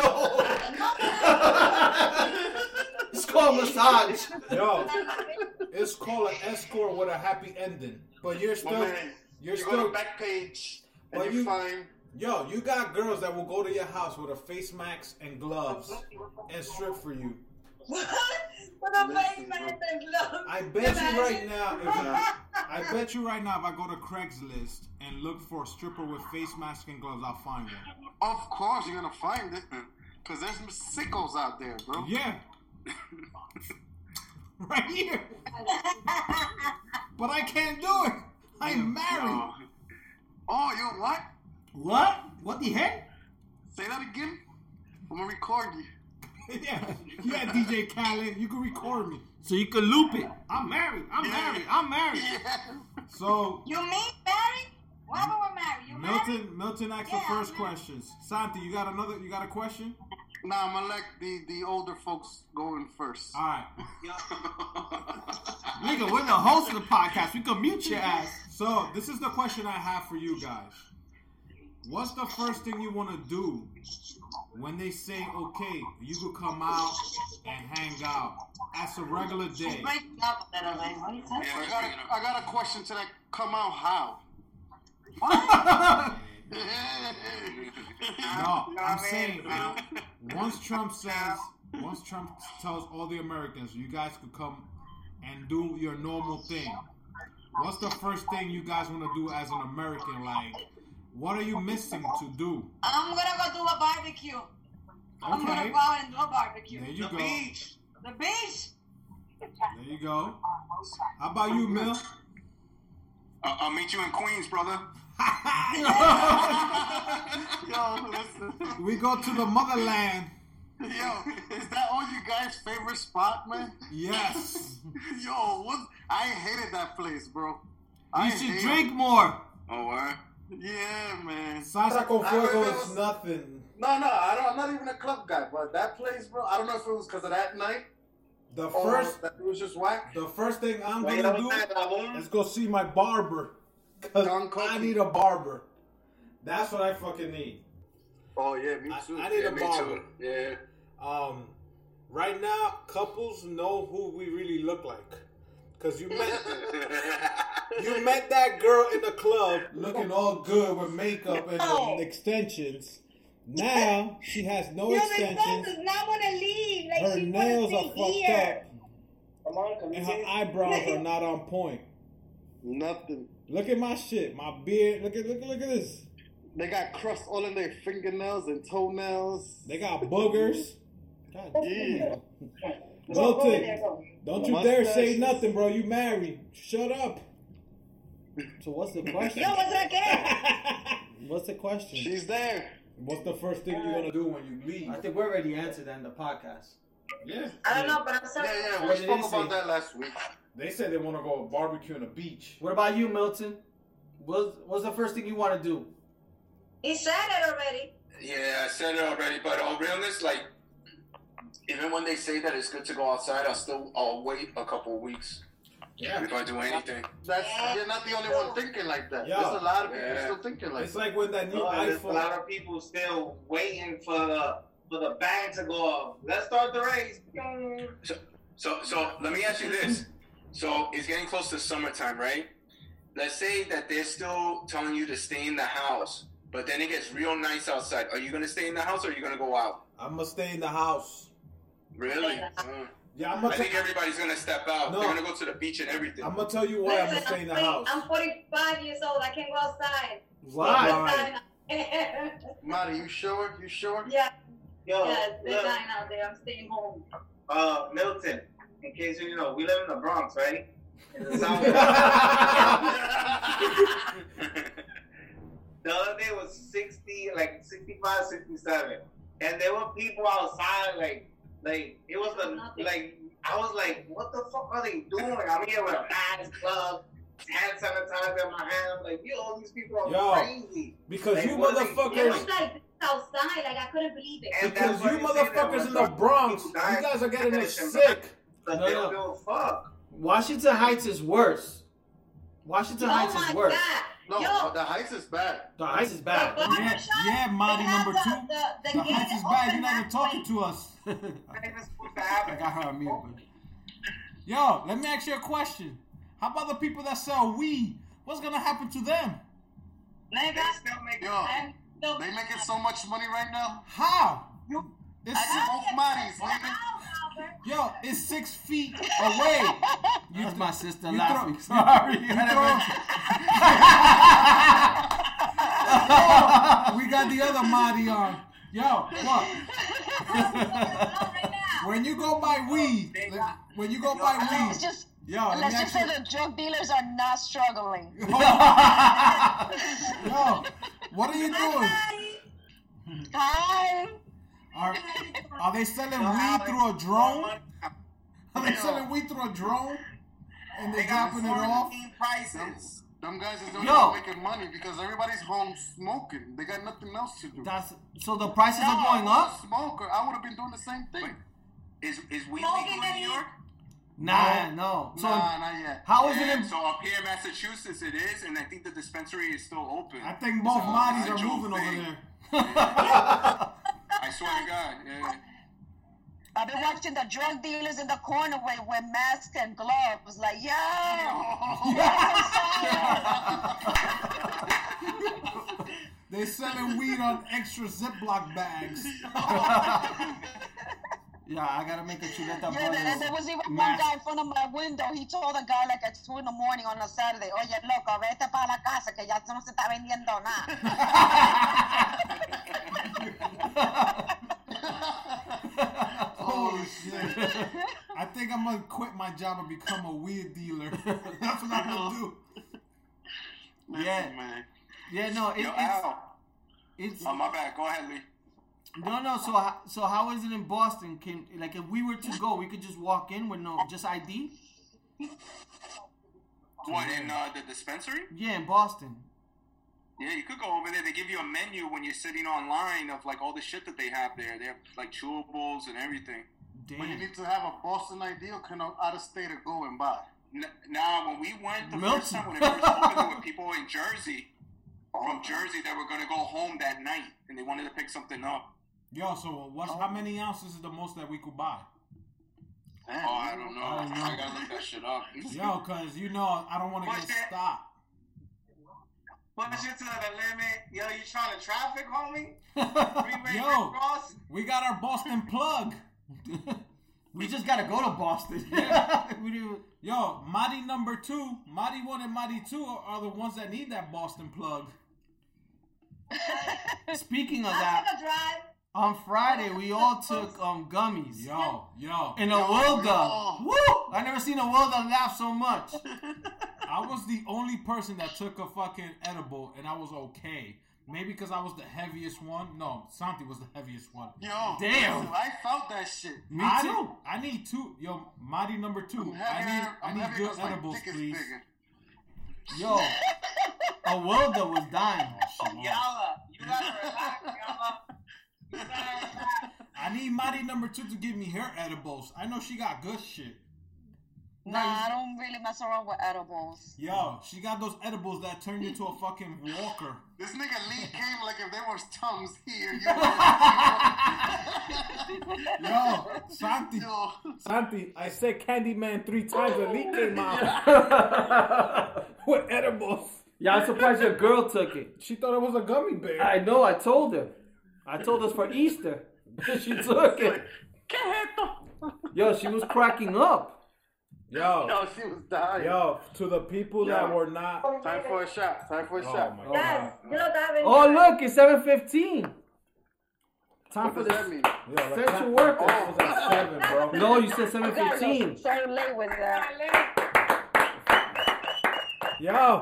Speaker 5: *laughs*
Speaker 1: know. *laughs* it's called massage. *laughs*
Speaker 5: Yo, *laughs* it's called an escort with a happy ending. But you're
Speaker 6: My
Speaker 5: still,
Speaker 6: man,
Speaker 5: you're
Speaker 6: you go
Speaker 5: still.
Speaker 6: to back page and
Speaker 5: Well,
Speaker 6: you,
Speaker 5: you-
Speaker 6: find
Speaker 5: Yo, you got girls that will go to your house with a face mask and gloves and strip for you.
Speaker 2: What?
Speaker 5: I bet you right now. If I,
Speaker 2: *laughs*
Speaker 5: I bet you right now, if I go to Craigslist and look for a stripper with face mask and gloves, I'll find one.
Speaker 6: Of course you're gonna find it, cause there's some sickos out there, bro.
Speaker 5: Yeah, *laughs* right here. But I can't do it. I'm married.
Speaker 6: No. Oh, yo, what?
Speaker 5: What? What the heck? *laughs*
Speaker 6: Say that again. I'm gonna record you. *laughs*
Speaker 5: yeah, yeah, DJ Khaled, you can record me so you can loop it. I'm married. I'm married. I'm married. So
Speaker 2: You mean married? Why do I marry? You married?
Speaker 5: Milton, Milton asked
Speaker 2: Yeah,
Speaker 5: the first
Speaker 2: I'm married.
Speaker 5: questions. Santi, you got another? You got a question?
Speaker 6: Nah, I'm gonna let the, the older folks go in first. *laughs*
Speaker 5: All right, nigga, we're the host of the podcast. We can mute your ass. So this is the question I have for you guys. What's the first thing you want to do when they say, "Okay, you could come out and hang out"? As a
Speaker 2: *laughs*
Speaker 5: regular day.
Speaker 2: Breaking up a little bit. What do you say?
Speaker 6: I got, a, I got a question to that. Come out how? *laughs*
Speaker 5: No,
Speaker 3: No,
Speaker 5: I'm
Speaker 3: man,
Speaker 5: saying
Speaker 3: no.
Speaker 5: *laughs* once Trump says, once Trump tells all the Americans, you guys could come and do your normal thing. What's the first thing you guys want to do as an American? Like, what are you missing to do?
Speaker 2: I'm gonna go do a barbecue. I'm gonna
Speaker 5: Okay,
Speaker 2: go out and do a barbecue.
Speaker 5: there
Speaker 3: The
Speaker 5: you go. There
Speaker 3: beach.
Speaker 2: The beach.
Speaker 5: you go. How about you,
Speaker 3: *laughs*
Speaker 5: Mill? *laughs*
Speaker 6: Uh,
Speaker 4: I'll, I'll meet you in Queens, brother.
Speaker 6: Yo, listen.
Speaker 5: we go to the motherland.
Speaker 6: Yo, is that all you guys' favorite spot, man?
Speaker 5: Yes.
Speaker 6: Yo, what? I hated that place, bro. I
Speaker 5: You should
Speaker 6: hate-
Speaker 5: drink more.
Speaker 4: Oh, what?
Speaker 6: Yeah, man.
Speaker 5: Sasha con
Speaker 3: I remember
Speaker 5: fuego
Speaker 3: it
Speaker 5: is
Speaker 3: was-
Speaker 5: nothing.
Speaker 6: No, no, I don't, I'm not even a club guy, but that place, bro. I don't know if it was because of that night
Speaker 5: The
Speaker 6: or
Speaker 5: first,
Speaker 6: that it was just whack.
Speaker 5: the first thing I'm
Speaker 3: Oh. Wait,
Speaker 5: gonna
Speaker 3: what's
Speaker 5: do.
Speaker 3: that, Raul?
Speaker 5: Let's go see my barber. Cause
Speaker 6: Don Cochi.
Speaker 5: I need a barber. That's what I fucking need.
Speaker 6: Oh yeah, me
Speaker 5: I, I need
Speaker 4: Yeah,
Speaker 5: a
Speaker 4: me
Speaker 5: barber.
Speaker 4: too. Yeah.
Speaker 5: Um, right now, couples know who we really look like. Cause you met
Speaker 3: *laughs*
Speaker 6: *laughs*
Speaker 5: you met that girl in the club looking all good with makeup and,
Speaker 2: No.
Speaker 5: and extensions. Now she has no
Speaker 2: Yo, the boss
Speaker 5: extensions.
Speaker 2: does not wanna leave. Like
Speaker 5: Her
Speaker 2: she
Speaker 5: nails
Speaker 2: wanna
Speaker 5: are
Speaker 2: stay
Speaker 5: fucked
Speaker 2: here.
Speaker 5: up, and her eyebrows are not on point.
Speaker 6: Nothing.
Speaker 5: Look at my shit, my beard. Look at look at look at this.
Speaker 6: They got crust all in their fingernails and toenails.
Speaker 5: They got boogers. God
Speaker 6: Yeah.
Speaker 5: damn.
Speaker 2: Go, go over there,
Speaker 5: Milton,
Speaker 2: go.
Speaker 5: don't you dare say
Speaker 6: Mustaches.
Speaker 5: nothing, bro. You married. Shut up. So what's the question?
Speaker 2: Yo, what's that guy?
Speaker 5: What's the question?
Speaker 6: She's there.
Speaker 5: what's the first thing
Speaker 2: Uh,
Speaker 5: you're gonna do when you leave?
Speaker 1: I think we already answered that in the podcast.
Speaker 5: Yeah.
Speaker 2: I don't know, but I'm sorry.
Speaker 6: Yeah, yeah,
Speaker 1: What
Speaker 6: we
Speaker 1: did
Speaker 6: spoke
Speaker 1: he
Speaker 6: about
Speaker 1: say?
Speaker 6: that last week.
Speaker 5: They said they want to go barbecue on a beach.
Speaker 1: What about you, Milton? What's, what's the first thing you want to do?
Speaker 2: He said it already.
Speaker 4: Yeah, I said it already, but on realness, like, even when they say that it's good to go outside, I'll still I'll wait a couple of weeks
Speaker 5: Yeah.
Speaker 4: if I do anything.
Speaker 6: That's
Speaker 2: Yeah.
Speaker 6: you're not the only one thinking like that.
Speaker 5: Yeah.
Speaker 6: There's a lot of people
Speaker 4: Yeah.
Speaker 6: still thinking like
Speaker 5: It's
Speaker 6: that.
Speaker 5: like when that new
Speaker 3: No, there's a lot
Speaker 5: iPhone.
Speaker 3: of people still waiting for the for the bang to go off. Let's start the race.
Speaker 4: So, so let me ask you this. So it's getting close to summertime, right? Let's say that they're still telling you to stay in the house, but then it gets real nice outside. Are you gonna stay in the house or are you gonna go out?
Speaker 5: I'm gonna stay in the house.
Speaker 4: Really?
Speaker 2: Yeah.
Speaker 6: Uh-huh.
Speaker 4: Mm.
Speaker 5: Yeah, I'm
Speaker 4: I
Speaker 5: gonna.
Speaker 4: think everybody's gonna step out.
Speaker 5: No.
Speaker 4: They're gonna go to the beach and everything.
Speaker 5: I'm gonna tell you why I'm gonna
Speaker 2: Listen,
Speaker 5: stay in the
Speaker 2: I'm
Speaker 5: house.
Speaker 2: I'm 45 years old. I can't go outside.
Speaker 1: Why?
Speaker 2: *laughs* yeah,
Speaker 6: Mari, you sure? You sure?
Speaker 5: Oh,
Speaker 3: Yo,
Speaker 2: yeah, they're
Speaker 3: look,
Speaker 2: dying out there. I'm staying home.
Speaker 3: uh, Milton. In case you know, we live in the Bronx, right? In the South.
Speaker 1: Why?
Speaker 6: *laughs*
Speaker 3: *laughs* the other day was 60, like 65, 67. And there were people outside, like, like it was the,
Speaker 2: Nothing.
Speaker 3: like, I was like, what the fuck are they doing? I'm here with a bad glove, hand sanitizer in my hand. I'm like, yo, all these people are
Speaker 5: Yo.
Speaker 3: crazy.
Speaker 5: because
Speaker 3: Like,
Speaker 5: you
Speaker 3: what are they
Speaker 2: It
Speaker 5: motherfuckers.
Speaker 2: was like this outside. Like I couldn't believe it.
Speaker 3: And
Speaker 5: Because
Speaker 3: that's why
Speaker 5: you
Speaker 3: they say that
Speaker 5: motherfuckers
Speaker 3: when
Speaker 5: in the Bronx, you
Speaker 3: people die,
Speaker 5: guys are getting us
Speaker 3: Asian
Speaker 5: sick.
Speaker 3: But
Speaker 1: No,
Speaker 3: they
Speaker 1: no.
Speaker 3: don't give a fuck.
Speaker 1: Washington Heights is worse. Washington
Speaker 2: oh
Speaker 1: Heights
Speaker 2: my
Speaker 1: is worse.
Speaker 2: god.
Speaker 6: No,
Speaker 2: Yo,
Speaker 6: the heights is bad.
Speaker 1: The Heights is bad.
Speaker 2: The barber
Speaker 5: Yeah,
Speaker 2: shop,
Speaker 5: yeah, Marty
Speaker 2: they have
Speaker 5: number
Speaker 2: the-
Speaker 5: two.
Speaker 2: The, the,
Speaker 5: The
Speaker 2: gate
Speaker 5: Heights is
Speaker 2: open
Speaker 5: bad. You're not even
Speaker 2: halfway.
Speaker 5: talking to us. *laughs*
Speaker 3: Not even supposed to
Speaker 5: I
Speaker 3: happen.
Speaker 5: got her on mute. but- Yo, let me ask you a question. How about the people that sell weed? What's gonna happen to them?
Speaker 3: They
Speaker 2: Nigga,
Speaker 3: still make
Speaker 6: Yo,
Speaker 2: and the-
Speaker 9: *laughs*
Speaker 6: they making so much money right now.
Speaker 5: How?
Speaker 6: This is both Maris.
Speaker 2: How the
Speaker 6: Look at-
Speaker 2: hell,
Speaker 5: *laughs* Yo, it's six feet away.
Speaker 9: That's my sister
Speaker 5: You
Speaker 9: last
Speaker 5: throw-
Speaker 9: week.
Speaker 5: Sorry, I
Speaker 9: You
Speaker 5: didn't
Speaker 9: throw-
Speaker 5: mention- Yo, *laughs* we got the other Marty on. Yo, look.
Speaker 2: *laughs*
Speaker 5: when you go buy weed, when you go buy
Speaker 2: Let's
Speaker 5: weed,
Speaker 2: just
Speaker 5: yo, let
Speaker 2: let's
Speaker 5: me
Speaker 2: just
Speaker 5: ask
Speaker 2: say the drug dealers are not struggling.
Speaker 5: you- yo, what are you doing? *laughs*
Speaker 2: Hi.
Speaker 5: Are, are they selling weed through a drone? Are they selling weed through a drone? And they dropping it off?
Speaker 3: prices.
Speaker 1: Them guys is
Speaker 5: Yo.
Speaker 1: only making money because everybody's home smoking. They got nothing else to do.
Speaker 9: That's so the prices
Speaker 1: No,
Speaker 9: are going
Speaker 1: I was
Speaker 9: up.
Speaker 1: a Smoker, I would have been doing the same thing.
Speaker 6: Is is weed
Speaker 12: Smoking
Speaker 6: legal in New
Speaker 12: any-
Speaker 6: York?
Speaker 9: Nah, no. So
Speaker 1: nah, not yet.
Speaker 9: how is it?
Speaker 6: Yeah,
Speaker 9: In,
Speaker 6: so up here in Massachusetts it is, and I think the dispensary is still open.
Speaker 5: I think
Speaker 6: So,
Speaker 5: both bodies
Speaker 6: I
Speaker 5: are
Speaker 6: drove
Speaker 5: moving over
Speaker 6: big.
Speaker 5: there.
Speaker 6: *laughs* I swear to God.
Speaker 9: *laughs*
Speaker 6: Yeah. *laughs*
Speaker 2: I've been watching the drug dealers in the corner with, with masks and gloves. Like, yo,
Speaker 5: They selling weed on extra Ziploc bags.
Speaker 9: yeah, I gotta make a chuleta
Speaker 2: Yeah, there, there
Speaker 9: brothers.
Speaker 2: was even one
Speaker 9: mask.
Speaker 2: guy in front of my window. He told the guy like at two in the morning on a Saturday, "Oye, loco, vete para la casa que ya no se está vendiendo nada."
Speaker 5: *laughs* Holy shit. I think I'm gonna quit my job and become a weed dealer. *laughs* That's what I'm gonna do.
Speaker 9: Yeah.
Speaker 6: Man.
Speaker 9: Yeah, no, it,
Speaker 6: Yo,
Speaker 9: it's
Speaker 6: Al.
Speaker 9: it's
Speaker 6: Oh, my bad. Go ahead, Lee.
Speaker 9: no, no. So ho- so how is it in Boston? Can like if we were to go, we could just walk in with no just *laughs* ID?
Speaker 6: What, in uh, the dispensary?
Speaker 9: Yeah, in Boston.
Speaker 6: Yeah, you could go over there. They give you a menu when you're sitting online of like all the shit that they have there. They have like chewables and everything.
Speaker 1: But you
Speaker 9: Damn.
Speaker 1: need to have a Boston idea, kind of out of state to go and buy.
Speaker 6: N- now, when we went the first
Speaker 9: Milton.
Speaker 6: time, when it first opened, there
Speaker 9: *laughs*
Speaker 6: were people in Jersey, from Jersey, that were going to go home that night, and they wanted to pick something up.
Speaker 5: Yo, so what's how many ounces is the most that we could buy?
Speaker 1: Damn.
Speaker 6: Oh, I don't know.
Speaker 5: I don't know.
Speaker 6: I gotta look that shit up.
Speaker 5: Yo, cause you know I don't want to
Speaker 3: What's
Speaker 5: get
Speaker 3: that?
Speaker 5: stopped.
Speaker 9: *laughs*
Speaker 6: *laughs*
Speaker 3: Push it to the limit. Yo, you trying to traffic,
Speaker 9: *laughs*
Speaker 3: homie? Freeway
Speaker 5: Yo,
Speaker 3: cross?
Speaker 5: we got our Boston plug. *laughs*
Speaker 9: We just gotta go to Boston.
Speaker 5: *laughs*
Speaker 9: we do.
Speaker 5: Yo, Marty number two, Marty one and Marty two are are the ones that need that Boston
Speaker 9: *laughs*
Speaker 5: plug.
Speaker 9: Speaking of
Speaker 12: I'm
Speaker 9: that,
Speaker 12: gonna drive.
Speaker 9: on Friday we all took um gummies.
Speaker 5: Yo, yo,
Speaker 9: And a Wilda. Woo! I never seen a Wilda laugh
Speaker 5: *laughs*
Speaker 9: so much.
Speaker 5: I was the only person that took a fucking edible and I was okay. Maybe because I was the heaviest one. No, Santi was the heaviest one.
Speaker 1: Yo,
Speaker 9: Damn.
Speaker 1: listen, I felt that shit.
Speaker 9: Me
Speaker 5: I
Speaker 9: too.
Speaker 5: Need, I need two. Yo, Marty number two.
Speaker 1: I'm
Speaker 5: I need,
Speaker 1: heavier-
Speaker 5: I
Speaker 1: I'm
Speaker 5: need
Speaker 1: heavier
Speaker 5: good
Speaker 1: 'cause my
Speaker 5: edibles,
Speaker 1: dick is
Speaker 5: please.
Speaker 1: bigger.
Speaker 9: Yo, a Wilda was
Speaker 5: *laughs*
Speaker 9: dying.
Speaker 5: Oh.
Speaker 3: Yalla, you gotta relax, Yalla. You gotta relax.
Speaker 5: I need Marty number two to give me her edibles. I know she got good shit.
Speaker 2: nah, I don't really mess around with edibles.
Speaker 5: Yo, she got those edibles that turn you into a fucking walker.
Speaker 1: This nigga Lee came like if there was thumbs here. Yo,
Speaker 5: Yo, Santi.
Speaker 1: yo,
Speaker 13: Santi, I said Candyman three times and Lee came
Speaker 3: *laughs*
Speaker 13: out *laughs* with edibles.
Speaker 9: Yeah, I'm surprised your girl took it.
Speaker 13: She thought it was a gummy bear.
Speaker 9: I know. I told her. I told us for Easter. *laughs* she took it. Yo, she was cracking up.
Speaker 13: Yo,
Speaker 1: yo, she was dying.
Speaker 13: yo, to the people that
Speaker 1: Yo.
Speaker 13: were not.
Speaker 3: Oh
Speaker 1: Time for a shot. Time for a
Speaker 13: Oh
Speaker 1: shot.
Speaker 13: my god.
Speaker 12: Guys, you know that I've
Speaker 9: Oh look, it's seven fifteen. Time
Speaker 1: What
Speaker 9: for
Speaker 1: does
Speaker 9: the
Speaker 1: that mean?
Speaker 13: Yo, like,
Speaker 9: essential
Speaker 13: that-
Speaker 9: worker.
Speaker 2: Oh.
Speaker 13: that was at seven, bro.
Speaker 9: No, you said seven fifteen.
Speaker 2: Charlotte was there.
Speaker 13: Yo,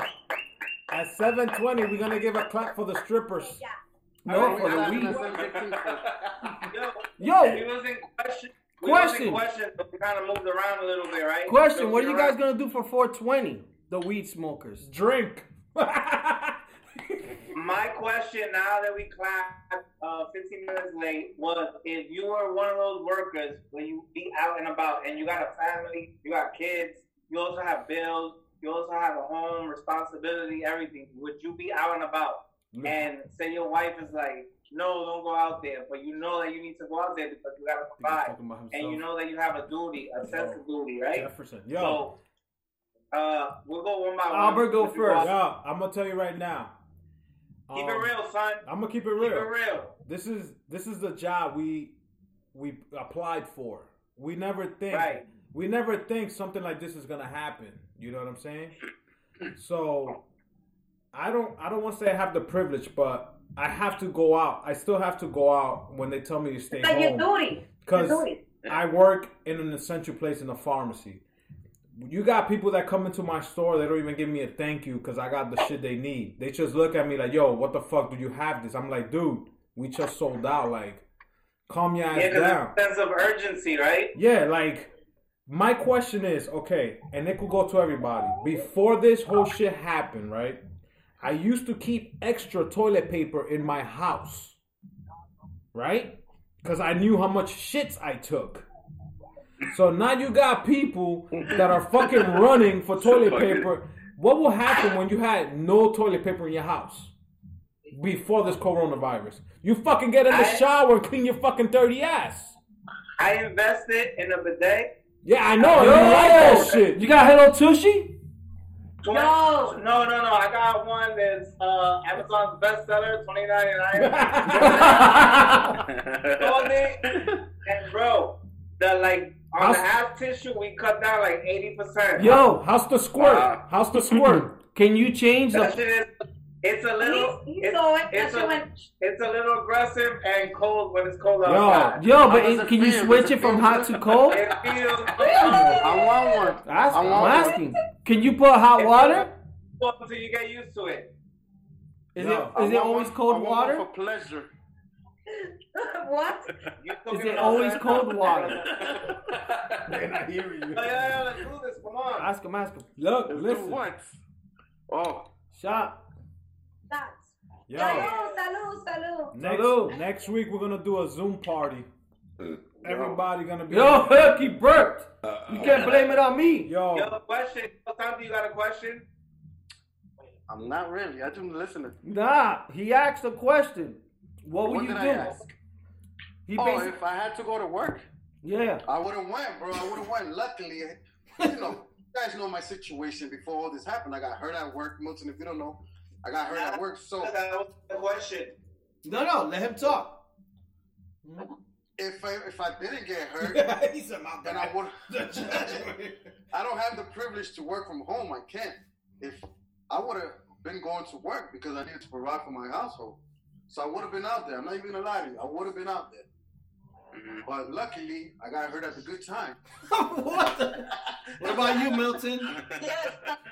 Speaker 13: at seven twenty, we're gonna give a clap for the strippers.
Speaker 9: No, for the
Speaker 1: Time
Speaker 9: week.
Speaker 1: for 7:15.
Speaker 3: *laughs* Yo,
Speaker 9: Yo,
Speaker 3: we was in question. We Was
Speaker 9: Question.
Speaker 3: in question, but we kind of moved around a little bit, right?
Speaker 9: question: What are
Speaker 3: Moved
Speaker 9: you guys
Speaker 3: around.
Speaker 9: gonna do for four twenty? The weed smokers.
Speaker 13: Drink. *laughs*
Speaker 3: My question now that we clapped uh, 15 minutes late was if you were one of those workers when you be out and about and you got a family, you got kids, you also have bills, you also have a home, responsibility, everything, would you be out and about? And say your wife is like, no, don't go out there, but you know that you need to go out there because you got to provide.
Speaker 13: talking about
Speaker 3: And you
Speaker 13: himself.
Speaker 3: know that you have a duty, a sense of duty, right?
Speaker 13: Jefferson. Yo.
Speaker 3: So, uh, we'll go one by one.
Speaker 9: Albert, go
Speaker 3: If you
Speaker 9: first.
Speaker 3: want-
Speaker 13: Yo, I'm gonna tell you right now.
Speaker 3: Keep it real, son.
Speaker 13: I'm gonna keep it real.
Speaker 3: Keep it real.
Speaker 13: This is this is the job we we applied for.
Speaker 14: We never think.
Speaker 5: Right.
Speaker 14: We never think something like this is gonna happen.
Speaker 5: You know what I'm
Speaker 13: *clears throat*
Speaker 5: saying? So I don't I don't want to say I have the privilege, but I have to go out. I still have to go out when they tell me to stay
Speaker 2: It's like your
Speaker 5: home.
Speaker 2: duty. Your
Speaker 5: Because
Speaker 2: duty.
Speaker 5: *laughs* I work in an essential place in a pharmacy. You got people that come into my store, they don't even give me a thank you because I got the shit they need. They just look at me like, yo, what the fuck do you have this? I'm like, dude, we just sold out. Like, calm your ass
Speaker 3: Yeah,
Speaker 5: down.
Speaker 3: because sense of urgency, right?
Speaker 5: Yeah, like my question is, okay, and it could go to everybody. Before this whole shit happened, right? I used to keep extra toilet paper in my house. Right? Cuz I knew how much shits I took. So now you got people that are fucking running for toilet paper. What will happen when you had no toilet paper in your house before this coronavirus? You fucking get in the shower and clean your fucking dirty ass.
Speaker 3: I invested in a bidet.
Speaker 5: Yeah, I know. You like that shit. You got Hello *laughs* Tushy?
Speaker 3: no, no, no, no. I got one that's uh, Amazon's bestseller, twenty ninety
Speaker 9: *laughs*
Speaker 3: *laughs* nine. Sold it, and bro, the like on the half tissue, we cut down like eighty percent.
Speaker 15: Yo,
Speaker 5: how's the squirt? how's the squirt?
Speaker 15: Can you change
Speaker 3: that
Speaker 15: the?
Speaker 3: shit is. It's a little. it's, it's, a, it's a little aggressive and cold when it's cold
Speaker 15: Yo,
Speaker 5: *laughs*
Speaker 3: outside.
Speaker 15: yo, but it, can you switch it from hot to cold?
Speaker 3: It feels.
Speaker 6: *laughs*
Speaker 15: I
Speaker 6: want one.
Speaker 15: That's,
Speaker 3: I
Speaker 15: I'm
Speaker 3: want one.
Speaker 15: asking. Can you put hot water?
Speaker 3: Until you get used to it.
Speaker 15: Is
Speaker 3: No.
Speaker 15: it is it
Speaker 3: I want
Speaker 15: always
Speaker 3: one- I
Speaker 15: cold
Speaker 3: want one
Speaker 15: water?
Speaker 3: for
Speaker 4: pleasure.
Speaker 2: what?
Speaker 15: Is it always cold
Speaker 3: *laughs*
Speaker 15: water?
Speaker 4: Man, I hear you.
Speaker 3: let's do this. Come on.
Speaker 15: Ask him. Ask him.
Speaker 5: Look,
Speaker 4: listen. What? Oh,
Speaker 5: shot.
Speaker 2: That's.
Speaker 5: Yo.
Speaker 2: Salud, salud, salud.
Speaker 5: Next, next week we're gonna do a Zoom party. Everybody gonna be.
Speaker 9: *laughs*
Speaker 15: Yo, look, he burped. You can't blame it on me.
Speaker 3: Yo, question. Sometimes you got a question.
Speaker 6: I'm not really. I just listening.
Speaker 15: Nah, he asked a question. What would
Speaker 6: What
Speaker 15: you
Speaker 6: did
Speaker 15: do?
Speaker 6: I ask?
Speaker 15: He
Speaker 6: oh,
Speaker 15: basi-
Speaker 6: if I had to go to work,
Speaker 15: Yeah.
Speaker 6: I would have went, bro. I would have went. Luckily, you know, you guys know my situation before all this happened. I got hurt at work. Milton, if you don't know, I got hurt at work. So
Speaker 3: the question.
Speaker 1: No, no, let him talk.
Speaker 6: If I, if I didn't get hurt,
Speaker 1: he said, my
Speaker 6: then I would.
Speaker 15: *laughs*
Speaker 6: *laughs*
Speaker 1: *laughs*
Speaker 6: I don't have the privilege to work from home. I can't. If I would have been going to work because I needed to provide for my household, so I would have been out there. I'm not even gonna lie to you. I would have been out there. But luckily, I got hurt at the good time.
Speaker 1: *laughs* What about you, Milton?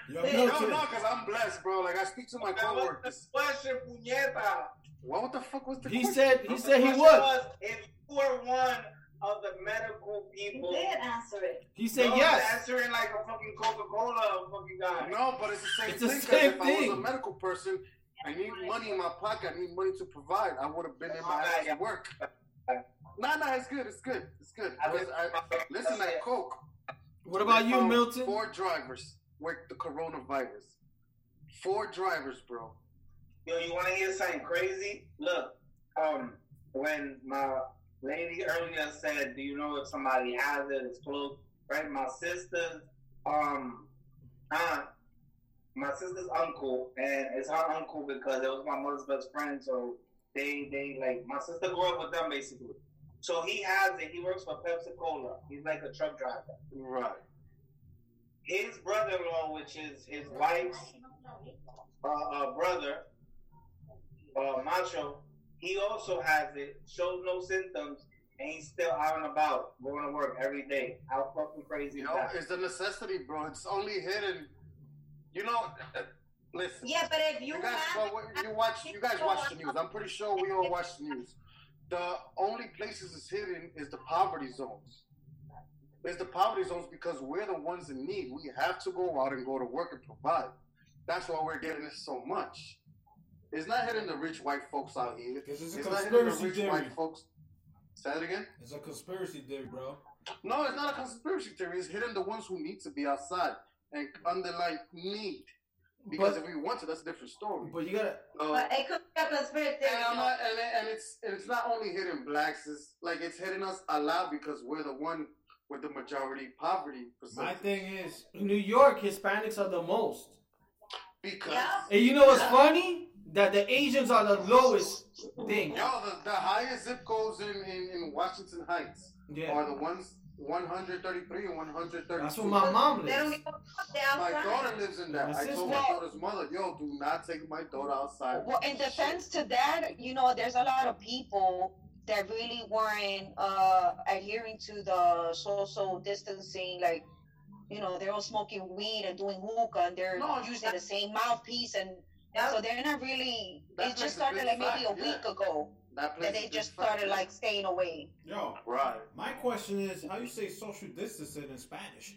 Speaker 6: Yo,
Speaker 1: Milton.
Speaker 6: no, no, because I'm blessed, bro. Like I speak to my coworkers.
Speaker 3: Question, puñeta.
Speaker 6: Well, what the fuck was the?
Speaker 1: He
Speaker 6: question?
Speaker 1: said- he
Speaker 6: The
Speaker 1: said he
Speaker 6: question
Speaker 1: would.
Speaker 3: If you were one of the medical people,
Speaker 2: He did answer it.
Speaker 1: He said
Speaker 3: no,
Speaker 1: yes.
Speaker 3: he's Answering like a fucking Coca Cola fucking guy.
Speaker 6: No, but it's the same
Speaker 1: It's the
Speaker 6: thing. 'cause
Speaker 1: same
Speaker 6: if I
Speaker 1: thing.
Speaker 6: was a medical person, I need money in my pocket. I need money to provide. I would have been in my ass to work. Nah, nah, it's good. It's good. It's good. Because I, listen, that coke.
Speaker 1: What about
Speaker 6: They
Speaker 1: you,
Speaker 6: found
Speaker 1: Milton?
Speaker 6: Four drivers with the coronavirus. Four drivers, bro.
Speaker 3: Yo, you want to hear something crazy? Look, um, when my lady earlier said, "Do you know if somebody has it? It's close." Right, my sister's um aunt, my sister's uncle, and it's her uncle because it was my mother's best friend. So they they like my sister grew up with them basically. So he has it. He works for Pepsi Cola. He's like a truck driver.
Speaker 6: Right.
Speaker 3: His brother-in-law, which is his wife's uh, uh, brother, uh, Macho, he also has it, shows no symptoms, and he's still out and about, going to work every day. How fucking crazy
Speaker 6: You
Speaker 3: is
Speaker 6: know,
Speaker 3: that?
Speaker 6: it's a necessity, bro. It's only hidden. You know, *laughs* uh, listen.
Speaker 2: Yeah, but if you
Speaker 6: guys,
Speaker 2: have-
Speaker 6: well, you watch, you guys watch the news. I'm pretty sure we all watch the news. The only places it's hidden is the poverty zones. It's the poverty zones because we're the ones in need. We have to go out and go to work and provide. That's why we're getting this so much. It's not hitting the rich white folks out here.
Speaker 5: it's a
Speaker 6: it's not hitting the
Speaker 5: conspiracy
Speaker 6: rich
Speaker 5: theory.
Speaker 6: white folks. Say that again.
Speaker 5: It's a conspiracy theory, bro.
Speaker 6: No, it's not a conspiracy theory. It's hitting the ones who need to be outside and underline need. Because
Speaker 1: But-
Speaker 6: if we want to, that's a different story.
Speaker 1: But you gotta.
Speaker 6: Uh,
Speaker 2: But it could be a conspiracy theory.
Speaker 6: and, I'm not, and, it- and it's and it's not only hitting blacks. It's like it's hitting us a lot because we're the one with the majority poverty
Speaker 1: My
Speaker 6: percentage.
Speaker 1: thing is, in New York, Hispanics are the most.
Speaker 6: Because
Speaker 1: And you know what's funny? That the Asians are the lowest thing.
Speaker 6: Yo, the, the highest zip codes in, in, in Washington Heights
Speaker 1: Yeah.
Speaker 6: are the ones
Speaker 4: 133 and 133.
Speaker 1: That's where my mom lives. They don't
Speaker 2: give
Speaker 4: My daughter lives in that.
Speaker 1: My
Speaker 4: I told
Speaker 1: sister-
Speaker 4: my daughter's mother, yo, do not take my daughter outside.
Speaker 16: Well, in defense to that, you know, there's a lot of people that really weren't uh, adhering to the social distancing. Like, you know, they're all smoking weed and doing hookah, and they're using the same mouthpiece, and so they're not really.
Speaker 4: That
Speaker 16: it
Speaker 4: place is
Speaker 16: just started
Speaker 4: big
Speaker 16: like maybe a
Speaker 4: fat,
Speaker 16: week
Speaker 4: yeah.
Speaker 16: ago
Speaker 4: That place
Speaker 16: that they
Speaker 4: is
Speaker 16: just
Speaker 4: big fat,
Speaker 16: started
Speaker 4: yeah.
Speaker 16: like staying away.
Speaker 1: Yo,
Speaker 4: right.
Speaker 1: My question is, how you say social distancing in Spanish?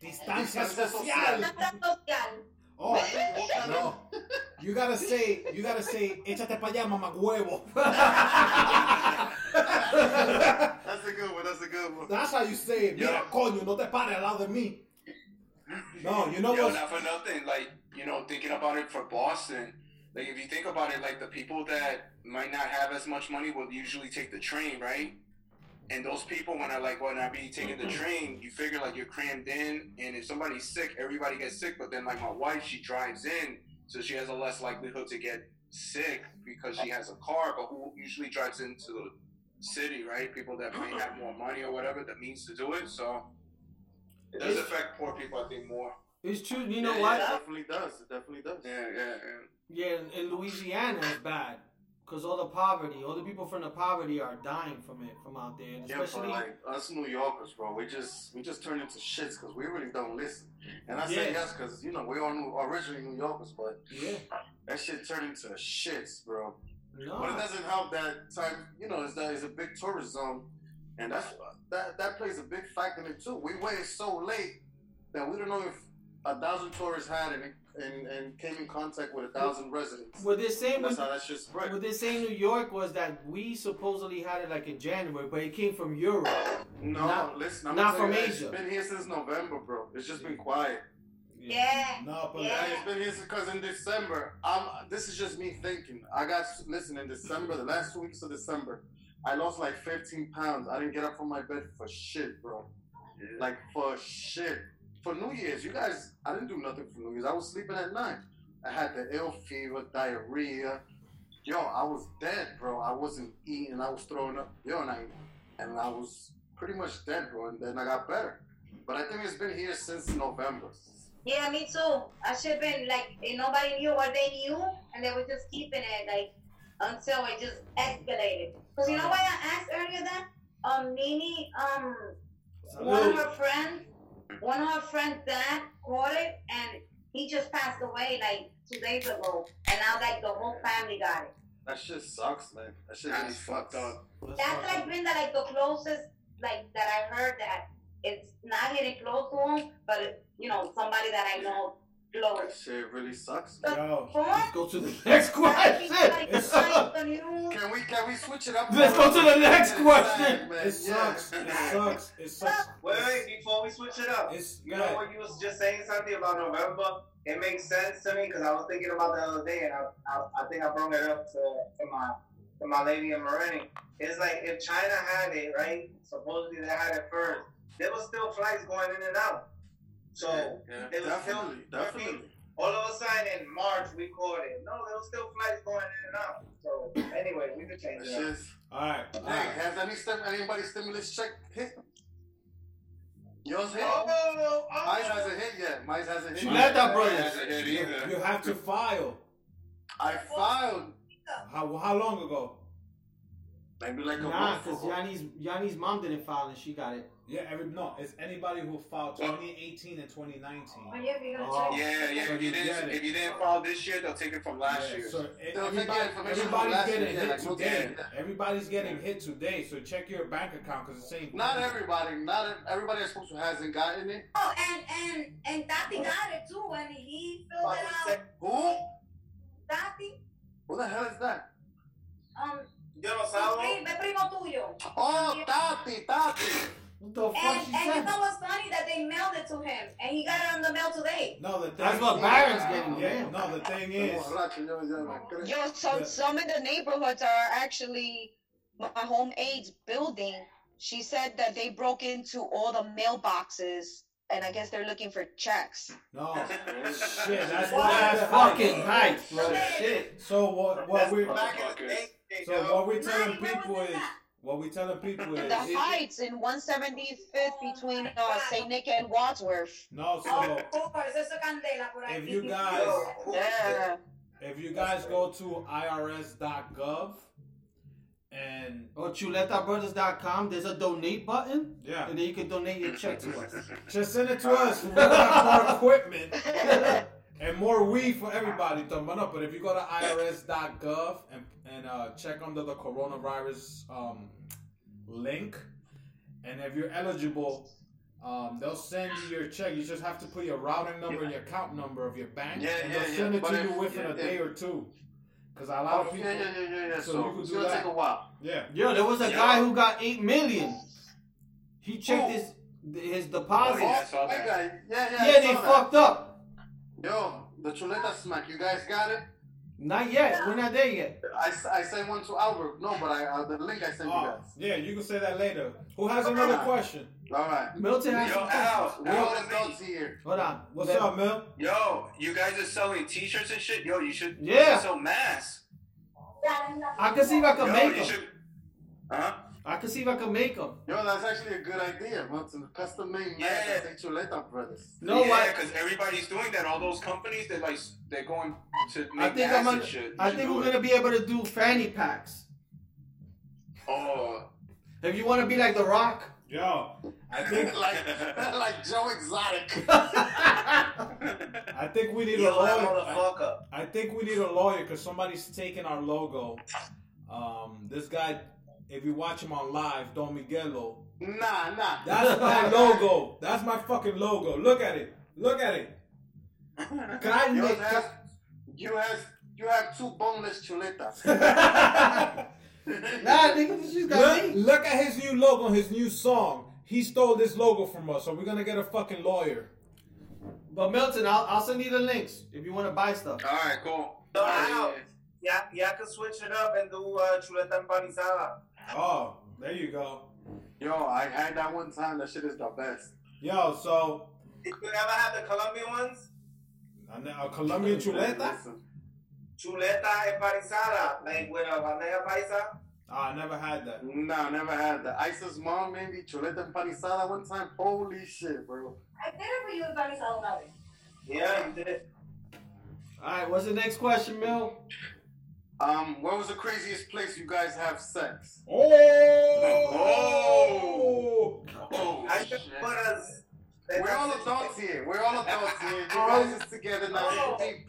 Speaker 1: Distancia
Speaker 4: Distancia
Speaker 1: social. Oh, no. You gotta say, you gotta say, échate pa' allá, mamagüevo.
Speaker 4: That's a good one. That's a good one.
Speaker 1: *laughs* That's how you say it. Mira, coño, no te pares al lado de mí. No, you know
Speaker 6: Yo,
Speaker 1: what?
Speaker 6: not for nothing. Like, you know, thinking about it for Boston, like, if you think about it, like, the people that might not have as much money will usually take the train, right? And those people, when I like, when I be taking the train, you figure like you're crammed in, and if somebody's sick, everybody gets sick. But then, like my wife, she drives in, so she has a less likelihood to get sick because she has a car. But who usually drives into the city, right? People that might have more money or whatever that means to do it. So it does affect poor people, I think, more.
Speaker 1: It's true. You
Speaker 4: Yeah,
Speaker 1: know
Speaker 4: yeah,
Speaker 1: what?
Speaker 4: It definitely does. It definitely does.
Speaker 6: Yeah, yeah,
Speaker 1: Yeah, in, in Louisiana it's bad because all the poverty, all the people from the poverty are dying from it from out there, and
Speaker 4: Yeah,
Speaker 1: especially.
Speaker 4: but like us New Yorkers, bro, we just we just turn into shits because we really don't listen. And I
Speaker 1: Yeah.
Speaker 4: say yes because you know we all new, originally New Yorkers, but
Speaker 1: yeah,
Speaker 4: that shit turned into shits, bro.
Speaker 1: no.
Speaker 4: But it doesn't help that time, you know, it's, that it's a big tourist zone, and that's that that plays a big factor in it too. We waited so late that we don't know if a thousand tourists had it and, and came in contact with a thousand residents.
Speaker 1: What they're saying
Speaker 4: That's
Speaker 1: was
Speaker 4: how that shit spread.
Speaker 1: what they're saying New York was that we supposedly had it like in January, but it came from Europe.
Speaker 4: No,
Speaker 1: Not-
Speaker 4: listen, I'm
Speaker 1: not
Speaker 4: gonna
Speaker 1: from
Speaker 4: tell you,
Speaker 1: Asia.
Speaker 4: It's been here since November, bro. It's just been quiet.
Speaker 2: Yeah.
Speaker 1: No, but
Speaker 4: And it's been here because in December, I'm, this is just me thinking. I got, listen, in December, the last two weeks of December, I lost like 15 pounds. I didn't get up from my bed for shit, bro. Like, for shit. For New Year's, you guys, I didn't do nothing for New Year's. I was sleeping at night. I had the ill fever, diarrhea. Yo, I was dead, bro. I wasn't eating. I was throwing up. Yo, and I, and I was pretty much dead, bro. And then I got better. But I think it's been here since November.
Speaker 2: Yeah, me too. I should have been like, eh, nobody knew what they knew, and they were just keeping it like until it just escalated. Because you know why I asked earlier that? Um, Nini, um, one of her friends, one of her friends dad caught it, and he just passed away like two days ago, and now like the whole family got it.
Speaker 4: That shit sucks, man. That shit really fucked up.
Speaker 2: That's like been the, like the closest like that I heard that it's not getting close to him, but it, you know somebody that I know close.
Speaker 4: That shit really sucks.
Speaker 1: Yo,
Speaker 2: For
Speaker 1: let's go to the next question. *laughs*
Speaker 4: Can we can we switch it up?
Speaker 1: Let's go to the next question.
Speaker 4: Man,
Speaker 5: It
Speaker 4: *laughs*
Speaker 5: sucks. It sucks. It sucks.
Speaker 3: Wait, wait, before we switch it up,
Speaker 5: It's
Speaker 3: you know what you was just saying something about November. It makes sense to me because I was thinking about the other day, and I, I, I think I brought it up to, to my to my lady in Marine. It's like if China had it, right? Supposedly they had it first. There was still flights going in and out, so
Speaker 4: Yeah,
Speaker 3: it was
Speaker 4: definitely,
Speaker 3: still
Speaker 4: definitely.
Speaker 3: All of a sudden, in March we caught it. No, there was still flights going in and out. So anyway, we could change
Speaker 4: That
Speaker 3: it. up.
Speaker 4: shit's-
Speaker 5: All right. All
Speaker 4: Hey,
Speaker 5: right.
Speaker 4: has any stim- anybody stimulus check hit? Yours hit?
Speaker 3: Oh, oh,
Speaker 4: Mine
Speaker 3: oh.
Speaker 4: hasn't hit yet. Mine hasn't hit.
Speaker 1: You
Speaker 4: yet.
Speaker 1: let that
Speaker 6: It
Speaker 1: brother.
Speaker 6: hasn't hit either.
Speaker 5: You have to file.
Speaker 4: I filed
Speaker 5: How how long ago?
Speaker 4: maybe like a
Speaker 1: Nah,
Speaker 4: month
Speaker 1: because
Speaker 4: ago.
Speaker 1: Yanni's Yanni's mom didn't file and she got it.
Speaker 5: Yeah, every no, it's anybody who filed 2018 and 2019.
Speaker 1: Oh.
Speaker 6: Yeah, yeah.
Speaker 5: So
Speaker 6: If
Speaker 5: you
Speaker 6: you
Speaker 5: get
Speaker 6: didn't,
Speaker 5: it.
Speaker 6: if you didn't file this year, they'll take it from last year.
Speaker 5: So e-
Speaker 4: They'll take
Speaker 5: everybody,
Speaker 4: your information from
Speaker 5: everybody's
Speaker 4: last
Speaker 5: getting
Speaker 4: year,
Speaker 5: hit
Speaker 4: like, we'll
Speaker 5: today.
Speaker 4: get it.
Speaker 5: Everybody's getting hit today. So check your bank account because it's saying
Speaker 4: Not everybody. Not ev- everybody that's supposed to hasn't gotten it.
Speaker 2: Oh, and and and Tati got it too, and he filled
Speaker 3: Fucking
Speaker 2: it out.
Speaker 3: sick.
Speaker 4: Who?
Speaker 2: Tati,
Speaker 4: Who the hell is that?
Speaker 2: um,
Speaker 3: Yo no sabo.
Speaker 2: primo, primo tuyo.
Speaker 4: Oh, Tati, Tati.
Speaker 1: What the fuck
Speaker 2: And
Speaker 1: she
Speaker 2: and you
Speaker 1: said?
Speaker 2: know what's funny that they mailed it to him, and he got it on the mail today.
Speaker 5: No, the thing,
Speaker 1: That's what Barron's getting.
Speaker 5: Yeah,
Speaker 1: Yeah.
Speaker 5: no, the thing is,
Speaker 16: Yo, so
Speaker 5: Yeah.
Speaker 16: some of the neighborhoods are actually my home aides building. She said that they broke into all the mailboxes and I guess they're looking for checks.
Speaker 4: *laughs*
Speaker 5: no shit. That's
Speaker 1: Well,
Speaker 5: why.
Speaker 1: that's fucking nice, bro.
Speaker 2: Shit.
Speaker 1: Shit.
Speaker 5: So what? What we?
Speaker 3: Back in the day,
Speaker 5: So what we
Speaker 2: Money,
Speaker 5: telling
Speaker 2: where was
Speaker 5: people
Speaker 2: this
Speaker 5: is
Speaker 2: at?
Speaker 9: What we telling people is
Speaker 2: The heights in 175th between uh, St. Nick and Wadsworth.
Speaker 5: no. So if
Speaker 7: If
Speaker 5: you guys,
Speaker 2: Yeah.
Speaker 5: if you guys go to irs.gov and
Speaker 1: Oh,
Speaker 9: or chuletabrothers.com, there's a donate button.
Speaker 5: Yeah.
Speaker 9: And then you can donate your check to us.
Speaker 4: *laughs*
Speaker 5: Just send it to us. We'll have more equipment
Speaker 6: *laughs*
Speaker 5: and more weed for everybody. Thumb it up. But if you go to irs.gov and, and uh, check under the coronavirus um, link, and if you're eligible, um, they'll send you your check. You just have to put your routing number and your account number of your bank,
Speaker 6: Yeah,
Speaker 5: and
Speaker 6: yeah,
Speaker 5: they'll send
Speaker 6: yeah.
Speaker 5: it
Speaker 6: But
Speaker 5: to
Speaker 6: if-
Speaker 5: you within
Speaker 6: yeah,
Speaker 5: a
Speaker 6: yeah.
Speaker 5: day or two. Because a lot of
Speaker 6: Oh,
Speaker 5: people.
Speaker 6: yeah, yeah, yeah, yeah, yeah. So
Speaker 5: you can
Speaker 6: it's
Speaker 5: do
Speaker 6: gonna
Speaker 5: that.
Speaker 6: take a while.
Speaker 5: Yeah.
Speaker 9: Yo, there was a
Speaker 6: Yeah.
Speaker 9: guy who got eight million. He checked his his deposit.
Speaker 6: Oh, yeah, I saw
Speaker 4: That guy, yeah, yeah.
Speaker 9: yeah,
Speaker 4: I
Speaker 9: they
Speaker 4: saw that.
Speaker 9: fucked up.
Speaker 4: Yo, the Chuleta smack. You guys got it?
Speaker 9: Not yet. We're not there yet.
Speaker 4: I, s- I sent one to Albert. No, but I uh, the link I sent you
Speaker 5: Oh,
Speaker 4: guys.
Speaker 5: yeah, you can say that later. Who has another question?
Speaker 4: All right.
Speaker 9: Milton has
Speaker 6: Yo,
Speaker 9: some questions.
Speaker 6: Al,
Speaker 4: We
Speaker 6: Al,
Speaker 4: all
Speaker 6: let me-
Speaker 4: adults here.
Speaker 9: Hold on.
Speaker 5: What's
Speaker 9: Let-
Speaker 5: up, Mel?
Speaker 6: yo, you guys are selling T-shirts and shit. Yo, you should you
Speaker 9: Yeah.
Speaker 6: should sell masks.
Speaker 5: Ah,
Speaker 9: I can see if I
Speaker 6: Yo,
Speaker 9: can make
Speaker 6: you
Speaker 9: them.
Speaker 6: should. Huh?
Speaker 9: I can see if I can make them.
Speaker 4: Yo, that's actually a good idea. Milton, custom made yeah.
Speaker 6: Yeah.
Speaker 4: mask. Say Chuleta
Speaker 9: *laughs*
Speaker 4: brothers. *laughs*
Speaker 9: No,
Speaker 6: yeah,
Speaker 9: I,
Speaker 6: because everybody's doing that. All those companies, they're like, they're going to
Speaker 9: I
Speaker 6: make
Speaker 9: think I'm
Speaker 6: masks
Speaker 9: gonna,
Speaker 6: and shit. You
Speaker 9: I
Speaker 6: should
Speaker 9: think
Speaker 6: do
Speaker 9: we're
Speaker 6: it.
Speaker 9: gonna be able to do fanny packs.
Speaker 6: Oh, *laughs*
Speaker 9: If you want to be like The Rock,
Speaker 5: Yo, I think
Speaker 6: *laughs*
Speaker 4: like, like Joe
Speaker 9: *laughs*
Speaker 4: Exotic.
Speaker 5: I think we need a
Speaker 3: Yo, that
Speaker 5: lawyer. I,
Speaker 3: motherfucker.
Speaker 5: I think we need a lawyer because somebody's taking our logo. Um, this guy, if you watch him on live, Don Miguelo,
Speaker 4: Nah, nah.
Speaker 5: that's
Speaker 4: *laughs*
Speaker 5: my logo. That's my fucking logo. Look at it. Look at it. Can I
Speaker 4: Yo,
Speaker 5: make?
Speaker 4: that's, you have you have two boneless
Speaker 6: *laughs*
Speaker 4: chuletas.
Speaker 9: nah, nigga, this shit's got
Speaker 5: look,
Speaker 9: me.
Speaker 5: look at his new logo, his new song. He stole this logo from us, so we're gonna get a fucking lawyer.
Speaker 9: But Milton, I'll, I'll send you the links if you want to buy stuff.
Speaker 6: all right, cool.
Speaker 3: So,
Speaker 6: All right,
Speaker 3: Al,
Speaker 6: yeah.
Speaker 3: yeah, yeah, I could switch it up and do uh, chuleta empanizada.
Speaker 5: Oh, there you go.
Speaker 4: Yo, I had that one time. That shit is the best.
Speaker 5: Yo, so
Speaker 3: Did you ever have the Colombian ones?
Speaker 5: a Colombian chuleta?
Speaker 3: Chuleta empanizada, like with a bandeja paisa.
Speaker 5: Ah, I never had that.
Speaker 4: No, never had that. Isa's mom made me chuleta empanizada one time. Holy shit, bro.
Speaker 7: I did it for you, Bunny Salonari.
Speaker 3: Yeah, you did it.
Speaker 9: All right, what's the next question, Mel?
Speaker 4: Um, where was the craziest place you guys have sex?
Speaker 5: Oh!
Speaker 6: Oh,
Speaker 3: I
Speaker 6: shit.
Speaker 3: should put us.
Speaker 4: We're all adults here. We're all adults
Speaker 9: *laughs*
Speaker 4: here. You
Speaker 5: Are-
Speaker 4: guys is together now. It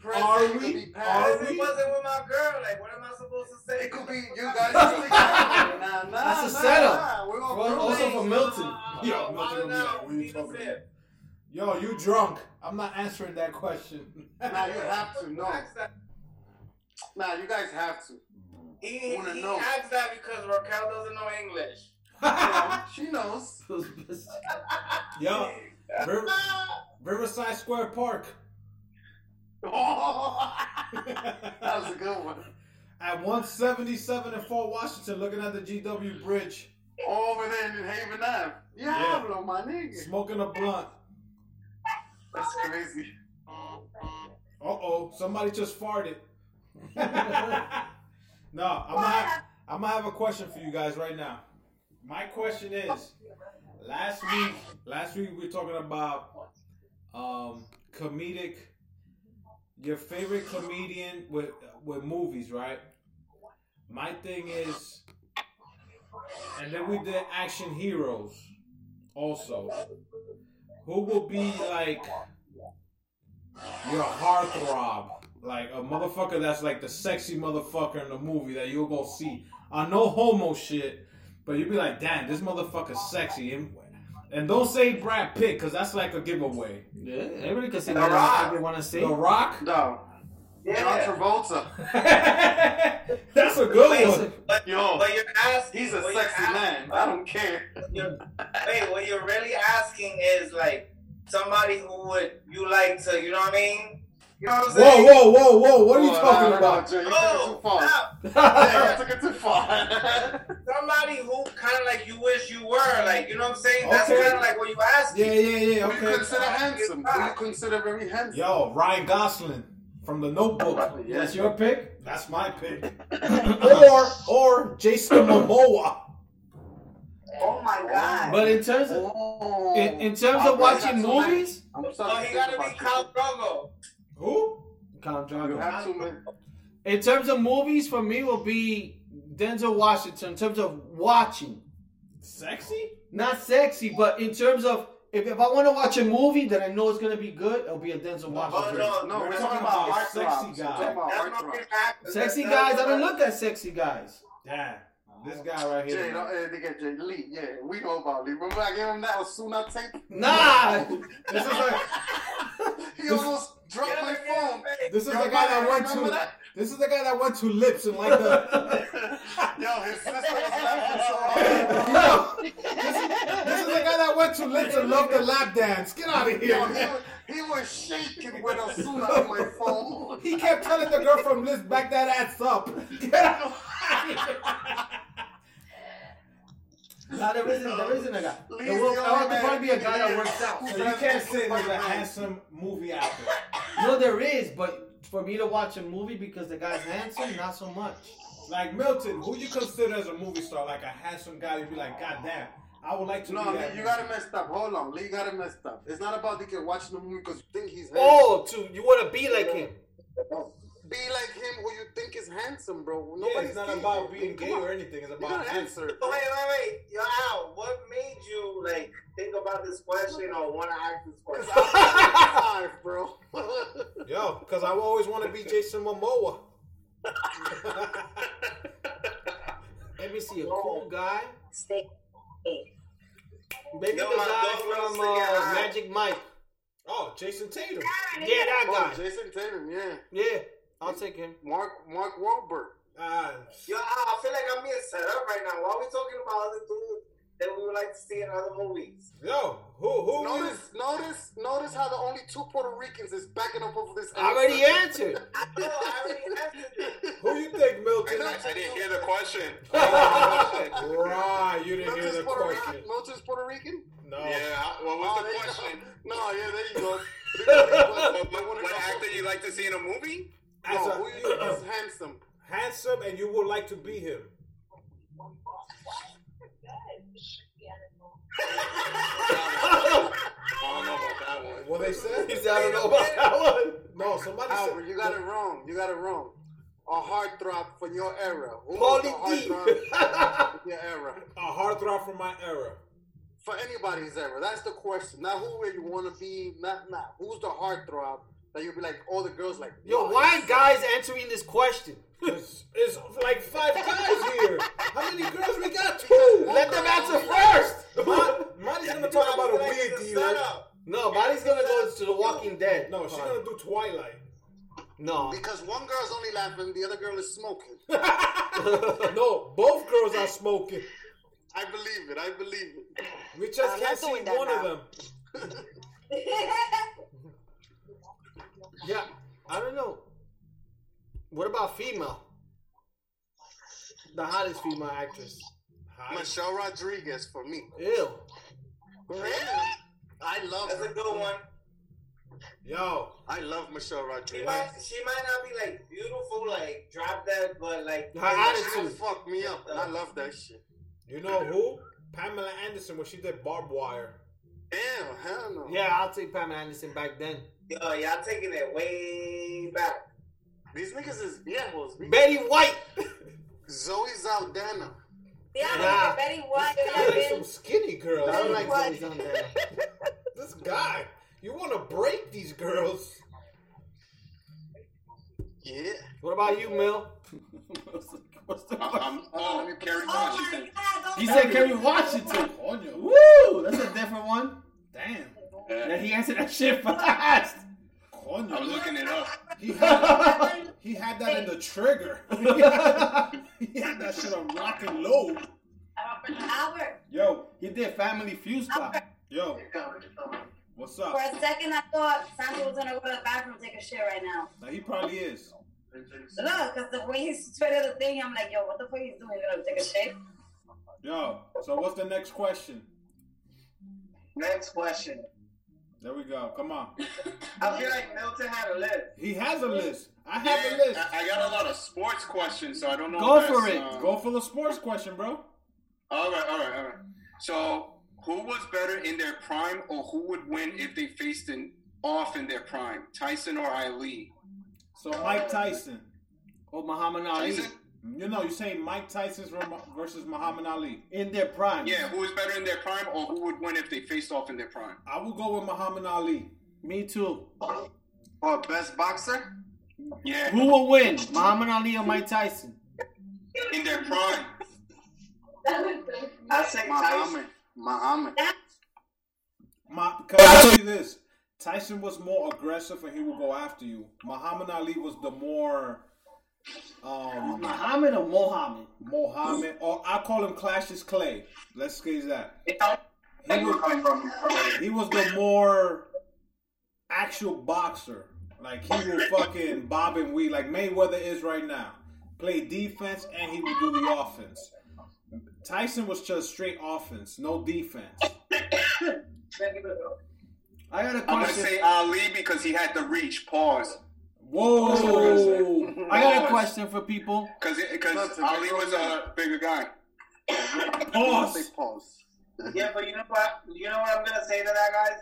Speaker 4: could be present.
Speaker 5: are
Speaker 4: It could
Speaker 5: we-
Speaker 4: be
Speaker 5: are
Speaker 4: past.
Speaker 3: If it wasn't with my girl, like, what am I supposed to say?
Speaker 4: It could be you guys are
Speaker 9: *laughs*
Speaker 4: together. Nah, nah,
Speaker 9: That's a
Speaker 4: nah,
Speaker 9: setup.
Speaker 4: Nah. We're all
Speaker 9: Well, also for
Speaker 4: roommates.
Speaker 9: Milton.
Speaker 5: Yo,
Speaker 3: Yo,
Speaker 5: Milton gonna be like, what are you
Speaker 3: need a
Speaker 5: talking
Speaker 3: sip.
Speaker 5: Yo, you drunk. I'm not answering that question. *laughs*
Speaker 4: Nah, you have to. No.
Speaker 3: Ask that.
Speaker 4: Nah, you guys have to.
Speaker 3: He,
Speaker 4: Wanna
Speaker 3: he
Speaker 4: know.
Speaker 3: asked that because Raquel doesn't know English.
Speaker 9: *laughs*
Speaker 4: She knows. *laughs*
Speaker 5: Yo, River, Riverside Square Park. *laughs*
Speaker 4: that
Speaker 5: At
Speaker 4: was a good one.
Speaker 5: 177 and Fort Washington, looking at the GW Bridge,
Speaker 4: Over there in Haven Ave. Yeah,
Speaker 5: Yeah.
Speaker 4: hablo, my nigga.
Speaker 5: smoking a blunt.
Speaker 4: That's crazy.
Speaker 5: Uh oh, somebody just farted. no, I'm gonna, have, I'm gonna have a question for you guys right now. My question is: Last week, last week we were talking about um, comedic, your favorite comedian with with movies, right? My thing is, and then we did action heroes, also. Who will be like? You're a heartthrob. Like a motherfucker that's like the sexy motherfucker in the movie that you'll go see. I know homo shit, but you'll be like, damn, this motherfucker's sexy. And, and don't say Brad Pitt, because that's like a giveaway.
Speaker 9: Yeah, everybody can say
Speaker 3: The
Speaker 9: whatever
Speaker 3: Rock.
Speaker 9: they want to say.
Speaker 5: The Rock?
Speaker 6: *laughs*
Speaker 4: No. John
Speaker 3: Yeah,
Speaker 4: Travolta.
Speaker 5: that's a good one.
Speaker 3: but,
Speaker 4: Yo,
Speaker 3: but you're asking.
Speaker 4: he's a
Speaker 3: what you're
Speaker 4: sexy
Speaker 3: asking-
Speaker 4: man. I don't care.
Speaker 3: You're, wait, what you're really asking is like somebody who would you like to, you know what I mean? You know what I'm
Speaker 5: Whoa,
Speaker 3: saying?
Speaker 5: whoa, whoa, whoa. What are you
Speaker 4: Oh,
Speaker 5: talking
Speaker 4: no, no,
Speaker 5: about?
Speaker 4: No, Jay, you took it
Speaker 3: Oh,
Speaker 4: too far.
Speaker 3: stop.
Speaker 4: *laughs* Yeah, you took it
Speaker 5: *laughs*
Speaker 4: too far.
Speaker 3: somebody who kind of like you wish you were, like you know what I'm saying? That's
Speaker 5: Okay.
Speaker 3: kind of like what you asking.
Speaker 5: Yeah, yeah, yeah.
Speaker 4: Who do you
Speaker 5: Okay.
Speaker 4: consider handsome? Who do you consider very handsome?
Speaker 5: Yo, Ryan Gosling from The Notebook.
Speaker 4: Yeah.
Speaker 5: That's
Speaker 4: *laughs*
Speaker 5: your pick? That's my pick. or or Jason Momoa.
Speaker 2: my god.
Speaker 1: But in terms of in, in terms of watching movies,
Speaker 4: I'm sorry.
Speaker 3: No, he gotta be Khal Drogo.
Speaker 1: Who? Count Drago. In terms of movies, for me will be Denzel Washington. In terms of watching,
Speaker 5: Sexy?
Speaker 1: not sexy, but in terms of if, if I want to watch a movie that I know is gonna be good, it'll be a Denzel Washington.
Speaker 4: no, we're talking about heart
Speaker 1: sexy
Speaker 4: Talking
Speaker 1: guy.
Speaker 4: about heart
Speaker 1: Sexy guys, I don't look at sexy guys. Damn, this guy right
Speaker 4: Jay,
Speaker 1: here.
Speaker 4: no, eh, they get Jay Lee. Yeah, we know about Lee. Remember I gave him that Osuna tape?
Speaker 1: Nah, this is like
Speaker 4: He almost dropped my phone.
Speaker 5: This is the guy that went
Speaker 4: Remember
Speaker 5: to. This is the guy that went to lips and like the.
Speaker 4: *laughs* Yo, his sister was laughing
Speaker 5: *laughs*
Speaker 4: so hard.
Speaker 5: This is the guy that went to lips and loved the lap dance. Get out of
Speaker 4: Yo,
Speaker 5: here.
Speaker 4: he,
Speaker 5: man.
Speaker 4: was, he was shaking when Osuna on my phone.
Speaker 5: He kept telling the girl from lips back that ass up. Get out.
Speaker 1: nah, there isn't there isn't a *laughs* guy.
Speaker 4: Lee's
Speaker 1: It will,
Speaker 4: the
Speaker 1: it'll have to
Speaker 4: only
Speaker 1: probably be a guy that
Speaker 4: man
Speaker 1: works out.
Speaker 4: who
Speaker 5: So you
Speaker 4: doesn't
Speaker 5: can't say there's
Speaker 4: fuck
Speaker 5: a
Speaker 4: with me.
Speaker 5: handsome movie out there.
Speaker 1: No, there is, but for me to watch a movie because the guy's handsome, not so much.
Speaker 5: Like Milton, who you consider as a movie star, like a handsome guy, you'd be like, God damn, I would like to
Speaker 4: No,
Speaker 5: be
Speaker 4: Lee,
Speaker 5: that.
Speaker 4: you
Speaker 5: man."
Speaker 4: got it messed up. Hold on, Lee, you got it messed up. It's not about the kid watching the movie because you think he's handsome.
Speaker 1: Oh, to you want to be like him?
Speaker 4: Be like him who you think is handsome, bro.
Speaker 5: yeah,
Speaker 4: Nobody's
Speaker 5: it's not
Speaker 4: gay.
Speaker 5: about being
Speaker 4: Come
Speaker 5: gay
Speaker 4: on.
Speaker 5: or anything. It's
Speaker 4: You
Speaker 5: about
Speaker 4: gotta
Speaker 5: handsome.
Speaker 4: answer.
Speaker 3: Wait, wait, wait. Yo, Al, what made you like think about this question or want to ask this question?
Speaker 4: *laughs* *laughs* Five, bro.
Speaker 5: Yo, because I always want to be Jason Momoa.
Speaker 1: Let me see a cool guy.
Speaker 2: Stay.
Speaker 1: Maybe
Speaker 3: Yo,
Speaker 1: the
Speaker 3: my
Speaker 1: guy
Speaker 3: dog
Speaker 1: from
Speaker 3: wants to get
Speaker 1: uh,
Speaker 3: high.
Speaker 1: Magic Mike.
Speaker 5: Oh, Jason Tatum.
Speaker 1: Yeah, that
Speaker 4: oh,
Speaker 1: guy.
Speaker 4: Jason Tatum, yeah.
Speaker 1: Yeah, I'll take him.
Speaker 4: Mark Mark Wahlberg.
Speaker 5: Ah,
Speaker 3: Yo, Al, I feel like I'm being set up right now. Why are we talking about other dudes that we would like to see in other movies?
Speaker 5: yo, who who is?
Speaker 4: Notice, notice, notice how the only two Puerto Ricans is backing up over this.
Speaker 1: I already
Speaker 4: *laughs*
Speaker 1: answered.
Speaker 3: No, I already answered that.
Speaker 5: Who you think, Milton?
Speaker 6: I, I didn't hear the
Speaker 5: *laughs*
Speaker 6: question.
Speaker 5: right, you didn't hear
Speaker 4: Milton's
Speaker 5: the
Speaker 4: Puerto
Speaker 5: question.
Speaker 4: Rican. Milton's Puerto Rican.
Speaker 5: No.
Speaker 6: Yeah, what was
Speaker 4: Oh,
Speaker 6: the
Speaker 4: there you go.
Speaker 6: question?
Speaker 4: No, yeah, there you *laughs* go.
Speaker 6: What, what, what actor you like to see in a movie?
Speaker 5: As
Speaker 4: No,
Speaker 5: a-
Speaker 4: who you think
Speaker 5: *clears throat*
Speaker 4: is handsome?
Speaker 5: handsome and you would like to be
Speaker 4: *laughs*
Speaker 5: him.
Speaker 6: I don't know about that one.
Speaker 5: What they said?
Speaker 1: He said, I don't know about that one.
Speaker 5: No, somebody
Speaker 4: Albert,
Speaker 5: said.
Speaker 4: you got it wrong. You got it wrong. A heartthrob from your era. Who was the
Speaker 1: Paulie D.
Speaker 4: heartthrob from your era?
Speaker 5: *laughs* A heartthrob from my era.
Speaker 4: For anybody's era. That's the question. Not who you want to be. Not not who's the heartthrob that you'll be like. All the girls like.
Speaker 1: Yo,
Speaker 4: wow,
Speaker 1: why are guys answering this question?
Speaker 5: It's, it's like five guys here. How many girls we got?
Speaker 4: Because
Speaker 5: Two.
Speaker 4: one
Speaker 1: Let them
Speaker 4: girl
Speaker 1: answer
Speaker 4: only-
Speaker 1: first.
Speaker 5: Mon- Monty's gonna talk about a weird
Speaker 3: It's a
Speaker 5: deal.
Speaker 3: setup.
Speaker 1: No, Bonnie's gonna go to The Walking Dead.
Speaker 5: No, she's gonna do
Speaker 1: *laughs*
Speaker 5: Twilight. *laughs*
Speaker 1: No,
Speaker 4: Because one girl's only laughing, the other girl is smoking.
Speaker 5: No, both girls are smoking.
Speaker 4: I believe it. I believe it.
Speaker 5: We just
Speaker 17: I'm
Speaker 5: can't
Speaker 17: not
Speaker 5: see
Speaker 17: doing that
Speaker 5: one of
Speaker 17: now.
Speaker 5: them.
Speaker 17: *laughs*
Speaker 1: yeah, I don't know. What about female? The hottest female actress.
Speaker 4: Michelle Rodriguez for me.
Speaker 1: Ew.
Speaker 4: Really? I love
Speaker 3: That's a
Speaker 4: her.
Speaker 3: good one.
Speaker 5: Yo,
Speaker 4: I love Michelle
Speaker 3: She
Speaker 4: Rodriguez.
Speaker 3: might, she might not be like beautiful, like drop that, but like
Speaker 1: Her
Speaker 4: She
Speaker 1: attitude.
Speaker 4: fucked me up, and I love that shit.
Speaker 5: you know who? Pamela Anderson when she did Barbed Wire.
Speaker 4: Damn, hell no.
Speaker 1: Yeah, I'll take Pamela Anderson back then.
Speaker 3: yo, y'all taking it way back.
Speaker 4: These niggas is assholes. B-
Speaker 1: Betty White.
Speaker 4: Zoe Zaldana.
Speaker 2: Yeah,
Speaker 1: Nah.
Speaker 2: I'm Betty White.
Speaker 5: I like
Speaker 2: and
Speaker 5: some skinny girls.
Speaker 1: I
Speaker 5: I
Speaker 1: don't
Speaker 5: like
Speaker 1: like Zoe Saldana.
Speaker 5: this guy. You want to break these girls?
Speaker 4: Yeah.
Speaker 1: What about you, Mil?
Speaker 6: I'm, uh, I'm, I'm Kerry
Speaker 2: Oh
Speaker 6: Washington.
Speaker 2: my god.
Speaker 1: He
Speaker 2: don't-
Speaker 1: said Kerry Washington. Woo! That's a different one. Damn.
Speaker 6: Yeah,
Speaker 1: That he answered that shit fast.
Speaker 6: I was looking it up.
Speaker 5: He had, he had that in
Speaker 1: *laughs*
Speaker 5: the trigger. he had that shit on rock and low.
Speaker 2: Albert,
Speaker 5: Yo,
Speaker 1: He did Family Feud style.
Speaker 5: yo, what's up?
Speaker 2: for a second I thought Sandy was gonna go to the bathroom and take a shit right now.
Speaker 5: Now, he probably is.
Speaker 2: Look, because the way he's twitter the thing, I'm like, yo, what the fuck he's doing? Gonna take a shit?
Speaker 5: Yo, so what's the next question?
Speaker 3: Next question.
Speaker 5: There we go. Come on.
Speaker 3: I feel like Milton had a list.
Speaker 5: He has a list. I
Speaker 6: Yeah,
Speaker 5: have a list.
Speaker 6: I, I got a lot of sports questions, so I don't know.
Speaker 1: Go
Speaker 6: if that's,
Speaker 1: for it.
Speaker 6: uh,
Speaker 5: Go for the sports question, bro.
Speaker 6: All right, all right, all right. So, who was better in their prime, or who would win if they faced in, off in their prime, Tyson or Ali?
Speaker 5: So Mike Tyson
Speaker 9: or Oh, Muhammad Ali.
Speaker 5: You know, you're saying Mike Tyson's rem- versus Muhammad Ali
Speaker 9: in their prime.
Speaker 6: Yeah, who was better in their prime, or who would win if they faced off in their prime?
Speaker 5: I will go with Muhammad Ali.
Speaker 9: Me too.
Speaker 3: Or best boxer?
Speaker 6: Oh, Yeah.
Speaker 9: Who will win, Muhammad Ali or Mike Tyson?
Speaker 6: In their prime.
Speaker 3: I say Tyson.
Speaker 1: Muhammad.
Speaker 5: Ma- can I tell you this? Tyson was more aggressive and he would go after you. Muhammad Ali was the more. Um,
Speaker 9: Muhammad or Mohammed?
Speaker 5: Mohammed, or I call him Clash is Clay. Let's say that. He
Speaker 3: coming from.
Speaker 5: was, he was the more actual boxer. Like he will fucking bob and weave like Mayweather is right now. Play defense and he would do the offense. Tyson was just straight offense, no defense.
Speaker 9: I got a
Speaker 6: I'm gonna
Speaker 9: question.
Speaker 6: say Ali because he had the reach. Pause.
Speaker 9: Whoa! I got a question for people.
Speaker 6: Because because Ali was a bigger guy.
Speaker 9: Pause.
Speaker 1: Pause.
Speaker 3: Yeah, but you know what? You know what I'm gonna say to that, guys.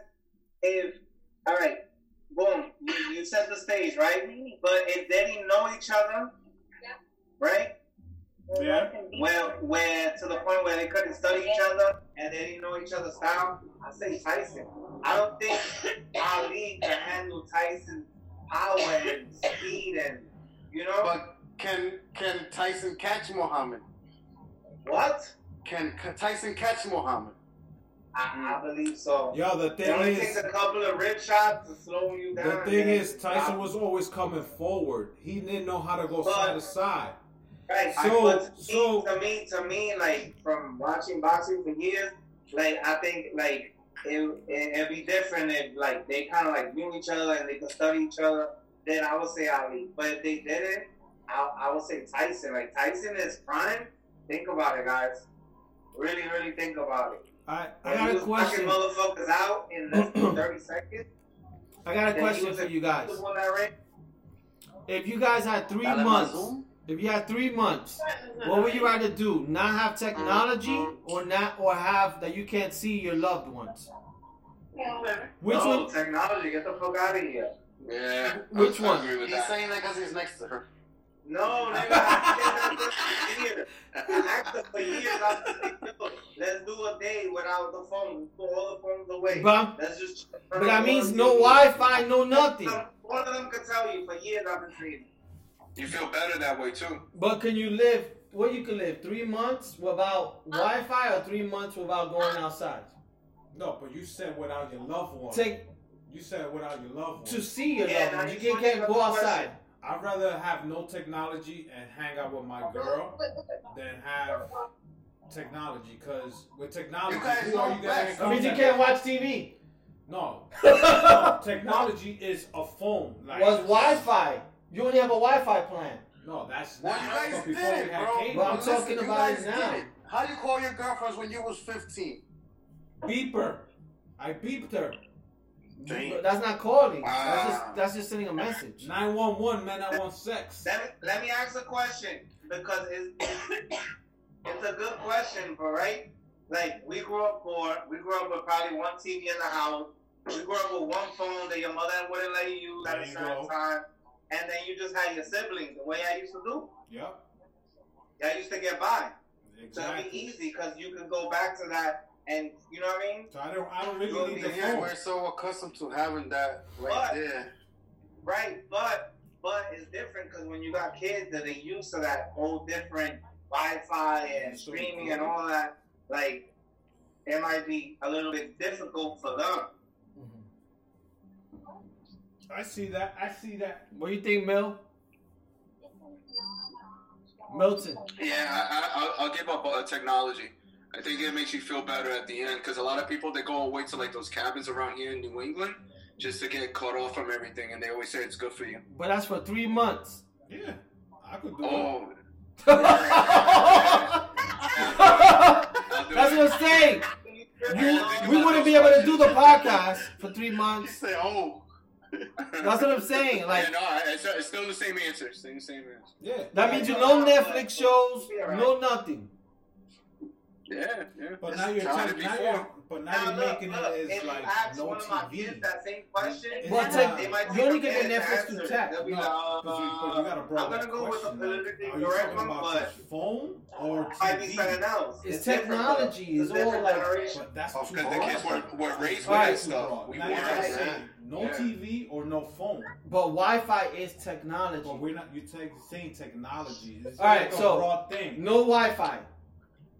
Speaker 3: If all right, boom, you, you set the stage, right? But if they didn't know each other, right?
Speaker 5: Yeah.
Speaker 3: Well, where to the point where they couldn't study each other and they didn't know each other's style, I say Tyson. I don't think Ali can handle Tyson's power and speed and you know.
Speaker 1: But can can Tyson catch Muhammad?
Speaker 3: What?
Speaker 1: Can, can Tyson catch Muhammad?
Speaker 3: I, I believe so.
Speaker 5: Yo, the
Speaker 3: it
Speaker 5: thing
Speaker 3: only
Speaker 5: is-
Speaker 3: takes a couple of rib shots to slow you down.
Speaker 5: The thing
Speaker 3: man.
Speaker 5: is, Tyson was always coming forward. He didn't know how to go side to side.
Speaker 3: Right.
Speaker 5: So-
Speaker 3: So, so to me, to me, like from watching boxing for years, like I think like it it, it'd be different if like they kind of like knew each other and they could study each other. Then I would say Ali. But if they didn't, I, I would say Tyson. Like Tyson is prime. Think about it, guys. Really, really think about it.
Speaker 5: I,
Speaker 9: I got a question.
Speaker 3: Motherfuckers out in less than thirty seconds.
Speaker 9: I got a
Speaker 3: Then
Speaker 9: question
Speaker 3: was
Speaker 9: for you guys.
Speaker 3: the one that ran
Speaker 9: If you guys had three
Speaker 3: Dale
Speaker 9: months,
Speaker 3: Mazum?
Speaker 9: if you had three months, what would you rather do? Not have technology, or not, or have that you can't see your loved ones? Which
Speaker 3: No,
Speaker 9: one?
Speaker 3: Technology, get the fuck out of here.
Speaker 1: *laughs*
Speaker 6: Yeah.
Speaker 9: Which one?
Speaker 1: He's saying that because he's next to her.
Speaker 3: No, nigga, I said that for years. I asked her for years. I was like, yo, let's do a day without the phone. Put all the phones away.
Speaker 9: But I'm-
Speaker 3: let's just.
Speaker 9: But that means no Wi-Fi, no nothing.
Speaker 3: One of them could tell you for years I've been treating.
Speaker 6: You feel better that way too.
Speaker 9: But can you live? Well, you can live three months without Wi-Fi, or three months without going outside.
Speaker 5: No, but you said without your loved one.
Speaker 9: Take
Speaker 5: you said without your loved one.
Speaker 9: to see your loved ones. You can't, can't go outside.
Speaker 5: I'd rather have no technology and hang out with my girl than have technology. Because with technology,
Speaker 1: You guys
Speaker 5: who are
Speaker 1: know
Speaker 5: you gonna
Speaker 1: best.
Speaker 5: hang out
Speaker 9: I mean, you
Speaker 5: with?
Speaker 9: can't watch TV.
Speaker 5: No. *laughs* No, Technology is a phone. Like,
Speaker 9: Was Wi-Fi? You only have a Wi-Fi plan.
Speaker 5: No, that's
Speaker 1: Well,
Speaker 5: not.
Speaker 1: you guys
Speaker 5: but
Speaker 1: did
Speaker 5: before we
Speaker 1: it,
Speaker 5: had
Speaker 1: bro.
Speaker 5: cable,
Speaker 9: Well, I'm
Speaker 1: Listen,
Speaker 9: talking
Speaker 1: you
Speaker 9: about it
Speaker 1: guys
Speaker 9: now.
Speaker 1: did How you call your girlfriends when you was 15?
Speaker 5: beeper. I beeped her.
Speaker 9: But that's not calling. That's just that's just sending a message.
Speaker 5: Nine one one, man. I want sex.
Speaker 3: Let me, let me ask a question because it's, it's a good question, but right? Like, we grew up poor. We grew up with probably one TV in the house. We grew up with one phone that your mother wouldn't let you use at
Speaker 5: There
Speaker 3: a
Speaker 5: you
Speaker 3: certain
Speaker 5: go.
Speaker 3: time. And then you just had your siblings the way I used to do.
Speaker 5: Yep.
Speaker 3: I used to get by. So it'd be
Speaker 5: Exactly.
Speaker 3: easy because you could go back to that and, you know what I mean?
Speaker 5: So I don't. I don't really
Speaker 3: You'll
Speaker 5: need
Speaker 3: be
Speaker 5: the
Speaker 3: here
Speaker 5: phone.
Speaker 1: We're so accustomed to having that right
Speaker 3: What?
Speaker 1: there.
Speaker 3: Right, but but it's different because when you got kids that are used to that whole different Wi-Fi and streaming and all that, like it might be a little bit difficult for them.
Speaker 5: I see that. I see that.
Speaker 9: What do you think, Mel? Milton.
Speaker 6: Yeah, I, I, I'll, I'll give up uh, technology. I think it makes you feel better at the end because a lot of people they go away to like those cabins around here in New England just to get cut off from everything, and they always say it's good for you.
Speaker 9: But that's for three months. *laughs*
Speaker 5: Yeah, I could do it.
Speaker 6: Oh, Oh, *laughs*
Speaker 9: That's what I'm saying. You, we wouldn't be able to do the podcast for three months.
Speaker 1: Say,
Speaker 5: *laughs*
Speaker 1: oh,
Speaker 9: That's what I'm saying. Like
Speaker 6: yeah, no, I, it's, it's still the same answer. It's still the same answer.
Speaker 5: Yeah.
Speaker 9: that means you no Netflix shows, no nothing.
Speaker 4: Yeah, yeah.
Speaker 5: But now you're
Speaker 4: Tried it
Speaker 5: trying, now you're, but now, you're
Speaker 3: look,
Speaker 5: making
Speaker 3: look,
Speaker 5: it
Speaker 3: if
Speaker 5: as
Speaker 3: you
Speaker 5: like
Speaker 3: ask
Speaker 5: no
Speaker 3: one of my
Speaker 5: TV.
Speaker 3: kids that same question,
Speaker 5: Well,
Speaker 3: they
Speaker 5: take-
Speaker 3: might- they might
Speaker 5: you
Speaker 3: take
Speaker 5: only
Speaker 3: a
Speaker 5: get
Speaker 3: minute
Speaker 5: the Netflix
Speaker 3: answer.
Speaker 5: to tap.
Speaker 3: They'll be
Speaker 5: No,
Speaker 3: like,
Speaker 5: 'cause you- 'cause you gotta
Speaker 3: uh,
Speaker 5: broaden
Speaker 3: I'm gonna
Speaker 5: that
Speaker 3: go with the
Speaker 5: question, like,
Speaker 3: politically
Speaker 5: are you
Speaker 3: correct
Speaker 5: talking
Speaker 3: one,
Speaker 5: about
Speaker 3: but
Speaker 5: the phone or
Speaker 3: might be
Speaker 5: TV?
Speaker 3: something else.
Speaker 5: It's,
Speaker 3: It's different, though.
Speaker 5: technology. It's,
Speaker 3: It's
Speaker 5: all
Speaker 3: different
Speaker 5: like,
Speaker 3: generation.
Speaker 5: but that's
Speaker 4: Oh,
Speaker 5: too
Speaker 4: 'cause the
Speaker 5: broad.
Speaker 4: kids were- were raised with
Speaker 5: Right,
Speaker 4: that
Speaker 5: too
Speaker 4: stuff.
Speaker 5: broad.
Speaker 4: We
Speaker 5: Now you're
Speaker 4: weren't.
Speaker 5: saying no
Speaker 4: Yeah.
Speaker 5: TV or no phone.
Speaker 1: But Wi-Fi is technology.
Speaker 5: But we're not. You take saying technology. It's
Speaker 1: All right,
Speaker 5: like a
Speaker 1: so
Speaker 5: broad thing.
Speaker 1: no Wi-Fi.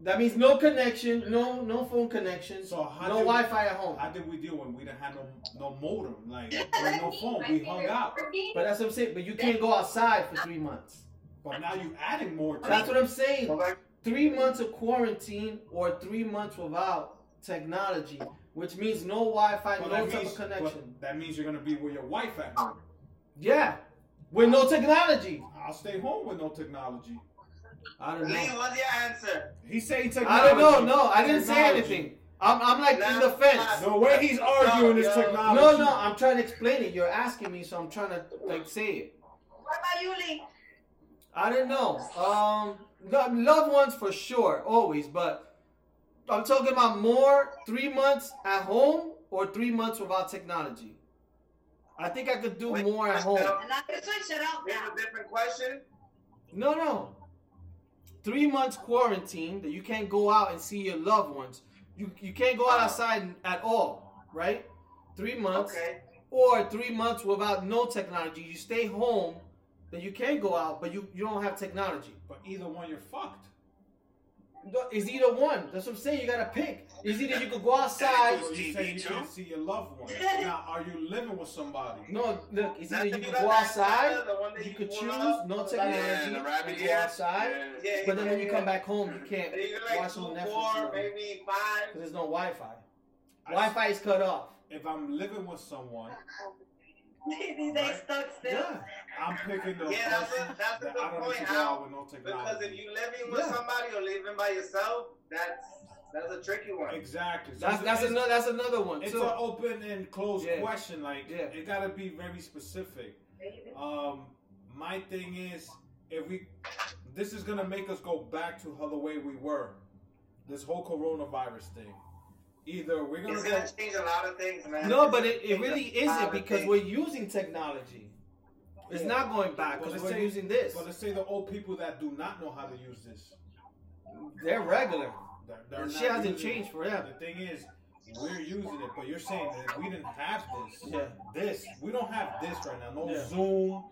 Speaker 1: That means no connection, no no phone connection,
Speaker 5: So how
Speaker 1: no
Speaker 5: did we-
Speaker 1: Wi-Fi at home.
Speaker 5: How did we deal when we didn't have no no modem, like or no phone? We hung out.
Speaker 1: But that's what I'm saying. But you can't go outside for three months.
Speaker 5: But now you adding more. To
Speaker 1: That's
Speaker 5: it.
Speaker 1: what I'm saying. Three months of quarantine or three months without technology, which means no Wi-Fi,
Speaker 5: But
Speaker 1: no
Speaker 5: that,
Speaker 1: type
Speaker 5: means,
Speaker 1: of connection.
Speaker 5: but that means you're gonna be with your wife at home.
Speaker 1: Yeah, with no technology.
Speaker 5: I'll stay home with no technology.
Speaker 1: I don't
Speaker 3: Lee,
Speaker 1: know.
Speaker 3: what's your answer?
Speaker 5: He's saying technology.
Speaker 1: I don't know. No, I didn't say
Speaker 5: Technology.
Speaker 1: anything. I'm, I'm like in the fence.
Speaker 5: The way he's arguing is technology.
Speaker 1: No, no, I'm trying to explain it. You're asking me, so I'm trying to like say it.
Speaker 7: What about you, Lee?
Speaker 1: I don't know. Um, lo- loved ones for sure, always, but I'm talking about more three months at home or three months without technology. I think I could do more at home.
Speaker 2: And I can switch it up
Speaker 3: Here's
Speaker 2: now.
Speaker 3: a different question.
Speaker 1: No, no. Three months quarantine that you can't go out and see your loved ones. You you can't
Speaker 3: Oh.
Speaker 1: go out outside at all, right? Three months.
Speaker 3: Okay.
Speaker 1: Or three months without no technology. You stay home, then you can go out, but you, you don't have technology.
Speaker 5: But either one, you're fucked.
Speaker 1: No, It's either one. That's what I'm saying. You gotta pick. It's either you could go outside.
Speaker 5: So you
Speaker 4: TV
Speaker 5: say you
Speaker 4: too?
Speaker 5: can't see your loved
Speaker 4: *laughs*
Speaker 5: one. Now, are you living with somebody?
Speaker 1: No, look, it's either
Speaker 3: That's
Speaker 1: you
Speaker 3: the
Speaker 1: could
Speaker 3: one
Speaker 1: go
Speaker 3: that-
Speaker 1: outside,
Speaker 3: the one that
Speaker 1: you could
Speaker 3: pull
Speaker 1: choose,
Speaker 3: up,
Speaker 1: no
Speaker 3: the rabbit-
Speaker 4: Yeah, the
Speaker 1: technology,
Speaker 4: rabbit.
Speaker 1: you go
Speaker 4: yeah.
Speaker 1: outside.
Speaker 4: Yeah.
Speaker 3: Yeah,
Speaker 1: But then when
Speaker 3: yeah,
Speaker 1: you come
Speaker 3: yeah.
Speaker 1: back home, you can't
Speaker 3: And you like
Speaker 1: watch
Speaker 3: two,
Speaker 1: no Netflix.
Speaker 3: four,
Speaker 1: no.
Speaker 3: maybe five.
Speaker 1: Because there's no Wi-Fi.
Speaker 5: I-
Speaker 1: Wi-Fi is cut off.
Speaker 5: If I'm living with someone,
Speaker 2: they stuck still.
Speaker 1: Yeah.
Speaker 5: I'm picking the
Speaker 3: Yeah, that's a-
Speaker 5: person
Speaker 3: that's a
Speaker 5: that
Speaker 3: good
Speaker 5: I don't need
Speaker 3: point,
Speaker 5: to go
Speaker 3: Al,
Speaker 5: out with no
Speaker 3: Because if
Speaker 5: technology.
Speaker 3: you living with
Speaker 1: Yeah.
Speaker 3: somebody or living by yourself, that's that's a tricky one.
Speaker 5: Exactly. So
Speaker 1: That's
Speaker 5: it's-
Speaker 1: that's another that's another one
Speaker 5: It's
Speaker 1: too.
Speaker 5: an open and closed
Speaker 1: Yeah.
Speaker 5: question. Like
Speaker 1: Yeah.
Speaker 5: it gotta be very specific. Um, my thing is, if we, this is gonna make us go back to how the way we were. This whole coronavirus thing. Either we're gonna
Speaker 3: It's
Speaker 5: go.
Speaker 3: gonna change a lot of things, man.
Speaker 1: no, but
Speaker 3: It's
Speaker 1: it,
Speaker 3: gonna
Speaker 1: it
Speaker 3: change
Speaker 1: really
Speaker 3: a lot
Speaker 1: isn't
Speaker 3: of
Speaker 1: because
Speaker 3: things.
Speaker 1: we're using technology. It's not going back
Speaker 5: Well,
Speaker 1: because
Speaker 5: let's
Speaker 1: we're
Speaker 5: say-
Speaker 1: using this.
Speaker 5: But let's say the old people that do not know how to use this.
Speaker 1: They're regular.
Speaker 5: They're, they're
Speaker 1: The
Speaker 5: not
Speaker 1: shit hasn't
Speaker 5: using it.
Speaker 1: changed forever.
Speaker 5: The thing is, we're using it, but you're saying that if we didn't have this,
Speaker 1: Yeah.
Speaker 5: this we don't have this right now. No
Speaker 1: Yeah.
Speaker 5: Zoom,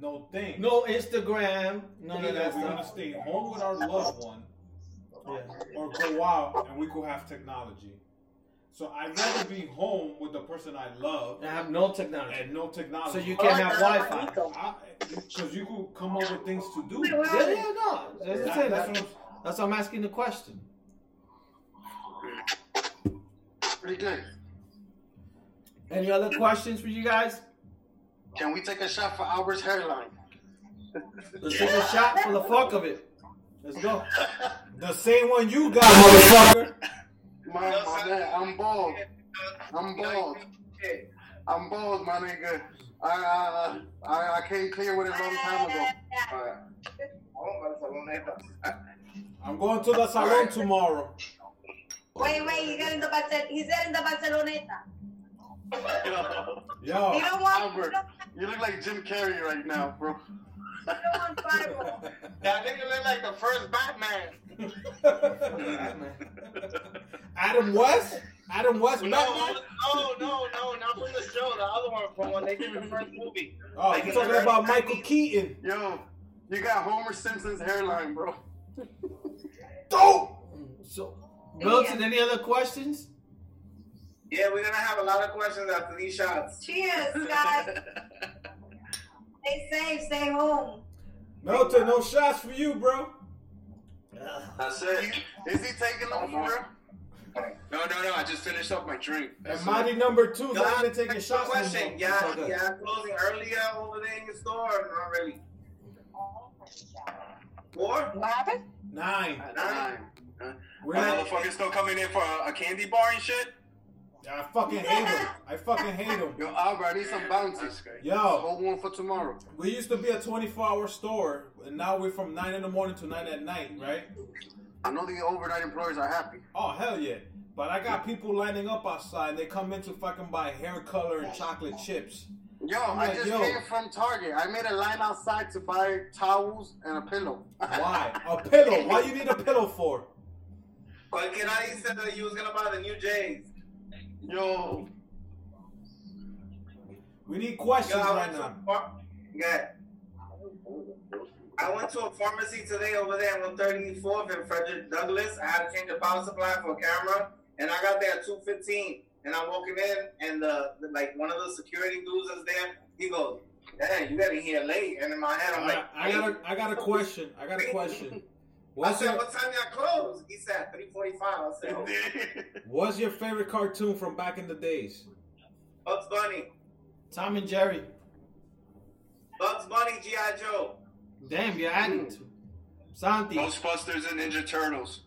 Speaker 5: no thing.
Speaker 1: No Instagram. None
Speaker 5: Either
Speaker 1: of that
Speaker 5: we're gonna
Speaker 1: stuff.
Speaker 5: stay home with our loved one,
Speaker 1: Yeah.
Speaker 5: or go out and we could have technology. So I'd rather be home with the person I love
Speaker 1: I have no technology,
Speaker 5: and no technology.
Speaker 1: so you can't have Wi-Fi.
Speaker 5: because you could come up with things to do.
Speaker 1: Yeah, yeah, no. That's, what I'm
Speaker 5: That-
Speaker 1: saying.
Speaker 5: that's what
Speaker 1: That's-
Speaker 5: I'm-
Speaker 1: that's why I'm asking the question.
Speaker 6: Pretty good.
Speaker 1: Any other questions for you guys?
Speaker 6: Can we take a shot for Albert's hairline?
Speaker 1: Let's take a shot for the fuck of it. Let's go.
Speaker 5: the same one you got, motherfucker.
Speaker 6: My, my dad, I'm bald. I'm
Speaker 3: You know,
Speaker 6: bald.
Speaker 3: shit.
Speaker 6: I'm bald, my nigga. I I I, I came clear with it a long time ago.
Speaker 3: Oh, my salon neta.
Speaker 5: I'm going to the salon tomorrow.
Speaker 2: Wait, wait, he's getting the Barcel- he's getting the Barceloneta.
Speaker 5: Yo.
Speaker 2: You don't want, you
Speaker 6: Albert,
Speaker 2: don't,
Speaker 6: you look like Jim Carrey right now, bro.
Speaker 2: you don't want
Speaker 5: *laughs*
Speaker 2: viral.
Speaker 3: That nigga look like the first Batman.
Speaker 5: *laughs* Adam West? Adam West
Speaker 3: No,
Speaker 5: Batman?
Speaker 3: no, no, no, not from the show. The other one from when they did the first movie.
Speaker 5: Oh,
Speaker 3: Like
Speaker 5: you're
Speaker 3: in
Speaker 5: talking
Speaker 3: the
Speaker 5: about
Speaker 3: early
Speaker 5: Michael
Speaker 3: 90s.
Speaker 5: Keaton.
Speaker 6: Yo, you got Homer Simpson's hairline, bro.
Speaker 5: Dope!
Speaker 1: So, Milton, any other questions?
Speaker 3: Yeah, we're gonna have a lot of questions after these shots.
Speaker 2: Cheers, guys. Stay safe, stay home.
Speaker 5: Milton, no shots for you, bro.
Speaker 4: That's it.
Speaker 6: Is he taking over, bro?
Speaker 4: No, no, no. I just finished up my drink.
Speaker 5: And
Speaker 4: That's
Speaker 5: Mighty number two,
Speaker 3: Yo,
Speaker 5: not even taking shots. no
Speaker 3: question.
Speaker 5: more.
Speaker 3: Yeah,
Speaker 5: It's all good.
Speaker 3: yeah, closing earlier over there in your store or not really? Four?
Speaker 7: What happened?
Speaker 5: Nine.
Speaker 6: At
Speaker 3: Nah.
Speaker 6: nine.
Speaker 5: We're
Speaker 4: it.
Speaker 5: not,
Speaker 4: Motherfuckers still coming in for a, a candy bar and shit.
Speaker 5: I fucking hate him. I fucking hate him.
Speaker 6: Yo, Albert, I need some
Speaker 4: That's
Speaker 6: bounties.
Speaker 4: great.
Speaker 5: Yo,
Speaker 6: Hold one for tomorrow.
Speaker 5: we used to be a 24 hour store, and now we're from 9 in the morning to 9 at night, right?
Speaker 6: I know the overnight employers are happy.
Speaker 5: Oh hell yeah! But I got people lining up outside. They come in to fucking buy hair color and chocolate chips.
Speaker 6: Yo,
Speaker 5: I'm
Speaker 6: I
Speaker 5: like,
Speaker 6: just
Speaker 5: yo.
Speaker 6: came from Target. I made a line outside to buy towels and a pillow.
Speaker 5: Why? A pillow? Why you need a pillow for?
Speaker 3: Fucking I said that you was gonna buy the new J's.
Speaker 6: *laughs* *laughs* Yo.
Speaker 5: We need questions
Speaker 3: I
Speaker 5: right
Speaker 3: went to
Speaker 5: now.
Speaker 3: a Far- yeah. I went to a pharmacy today over there on 134th and Frederick Douglass. I had to change the power supply for a camera, and I got there at 2:15. And I'm walking in, and the, the- like one of the security dudes is there. He goes, "Dang, you got in here late." And in my head, I'm like,
Speaker 5: I got a, I got a question. I got a question.
Speaker 3: I
Speaker 5: What's
Speaker 3: said,
Speaker 5: your
Speaker 3: "What time y'all close?" He said, "3:45." I said, "Oh, "Okay."
Speaker 5: What's your favorite cartoon from back in the days?
Speaker 3: Bugs Bunny.
Speaker 1: Tom and Jerry.
Speaker 3: Bugs Bunny, G.I. Joe.
Speaker 1: Damn, you're adding to. Santi.
Speaker 4: Ghostbusters and Ninja Turtles.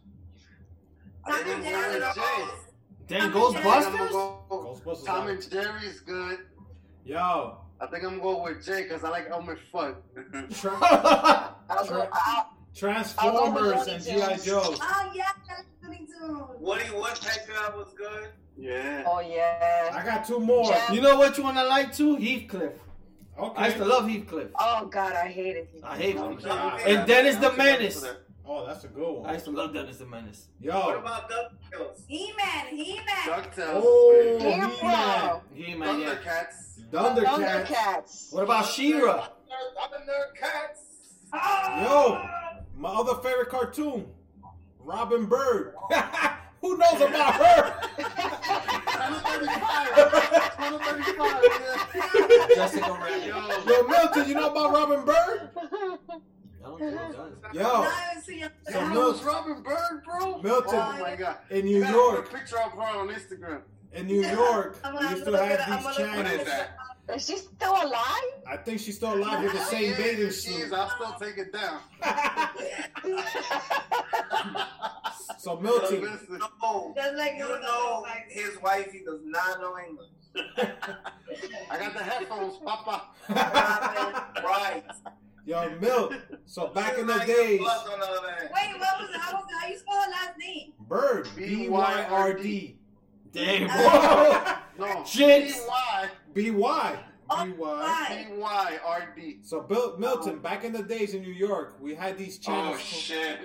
Speaker 6: Tom and Jerry.
Speaker 1: Damn,
Speaker 6: I'm gonna
Speaker 1: Ghostbusters?
Speaker 6: go- Tom and Jerry's good.
Speaker 5: Yo.
Speaker 6: I think I'm going with Jay because I like Elmer Fudd.
Speaker 5: Transformers and G.I. Joe.
Speaker 2: Oh, yeah, that's funny too.
Speaker 3: Woody Woodpecker was good.
Speaker 6: *laughs* Yeah.
Speaker 7: Oh yeah.
Speaker 5: I got two more.
Speaker 1: You know what you want to like too? Heathcliff.
Speaker 5: Okay.
Speaker 1: I used to love Heathcliff.
Speaker 7: Oh God, I hated him.
Speaker 1: I hate him.
Speaker 5: Okay, okay.
Speaker 1: And Dennis the Menace.
Speaker 5: Oh, that's a good one.
Speaker 1: I used to love Dennis the Menace.
Speaker 3: What
Speaker 5: Yo.
Speaker 3: about DuckTales?
Speaker 2: He-Man, He-Man.
Speaker 5: Oh,
Speaker 6: *laughs*
Speaker 2: Yeah.
Speaker 5: He-Man.
Speaker 1: He-Man, yeah.
Speaker 6: Thundercats.
Speaker 5: Thundercats.
Speaker 1: What about She-Ra?
Speaker 3: Thundercats.
Speaker 5: Yo, my other favorite cartoon, Robin Bird. *laughs* Who knows about her? *laughs*
Speaker 6: *laughs*
Speaker 1: Jessica Rabbit.
Speaker 5: Yo, Milton, you know about Robin Bird?
Speaker 1: I don't think it does.
Speaker 6: Yo,
Speaker 5: Yo, Milton-
Speaker 6: knows Robin Bird, bro?
Speaker 5: Milton.
Speaker 6: Oh my god.
Speaker 5: in New
Speaker 6: I gotta
Speaker 5: York,
Speaker 6: Put a picture of her on Instagram.
Speaker 5: in New York,
Speaker 2: I'm
Speaker 5: we
Speaker 2: gonna
Speaker 5: used to
Speaker 2: look at it. I'm
Speaker 5: have these
Speaker 2: gonna look at it.
Speaker 5: channels.
Speaker 7: Is she still alive?
Speaker 5: I think she's still alive with the same
Speaker 6: Yeah,
Speaker 5: bathing
Speaker 6: she is.
Speaker 5: suit.
Speaker 6: I'll still take it down.
Speaker 5: So
Speaker 6: Yo,
Speaker 5: Milton,
Speaker 6: listen.
Speaker 3: No,
Speaker 2: Just like oh,
Speaker 3: you
Speaker 2: you
Speaker 3: know
Speaker 2: know, like-
Speaker 3: his wife. He does not know English.
Speaker 6: I got the headphones, Papa.
Speaker 3: right.
Speaker 5: *laughs* yo, Milt. So back in the
Speaker 3: Like
Speaker 5: days,
Speaker 3: plus on the other hand.
Speaker 2: Wait, what was how was how you spell her last name?
Speaker 5: Bird, B Y R D,
Speaker 1: Damn.
Speaker 6: No.
Speaker 1: Jinx.
Speaker 6: B-Y.
Speaker 5: *laughs* B Y, B Y.
Speaker 2: Why?
Speaker 6: B-Y-R-D.
Speaker 5: So Bill, Milton, back in the days in New York, we had these channels.
Speaker 4: Oh shit!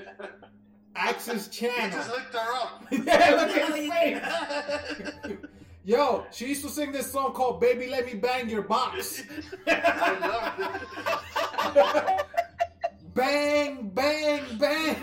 Speaker 5: Access
Speaker 6: You
Speaker 5: *laughs* Channel.
Speaker 6: just looked her up.
Speaker 5: yeah, look at his face. Yo, she used to sing this song called "Baby Let Me Bang Your Box."
Speaker 6: I loved it.
Speaker 5: bang, bang, bang.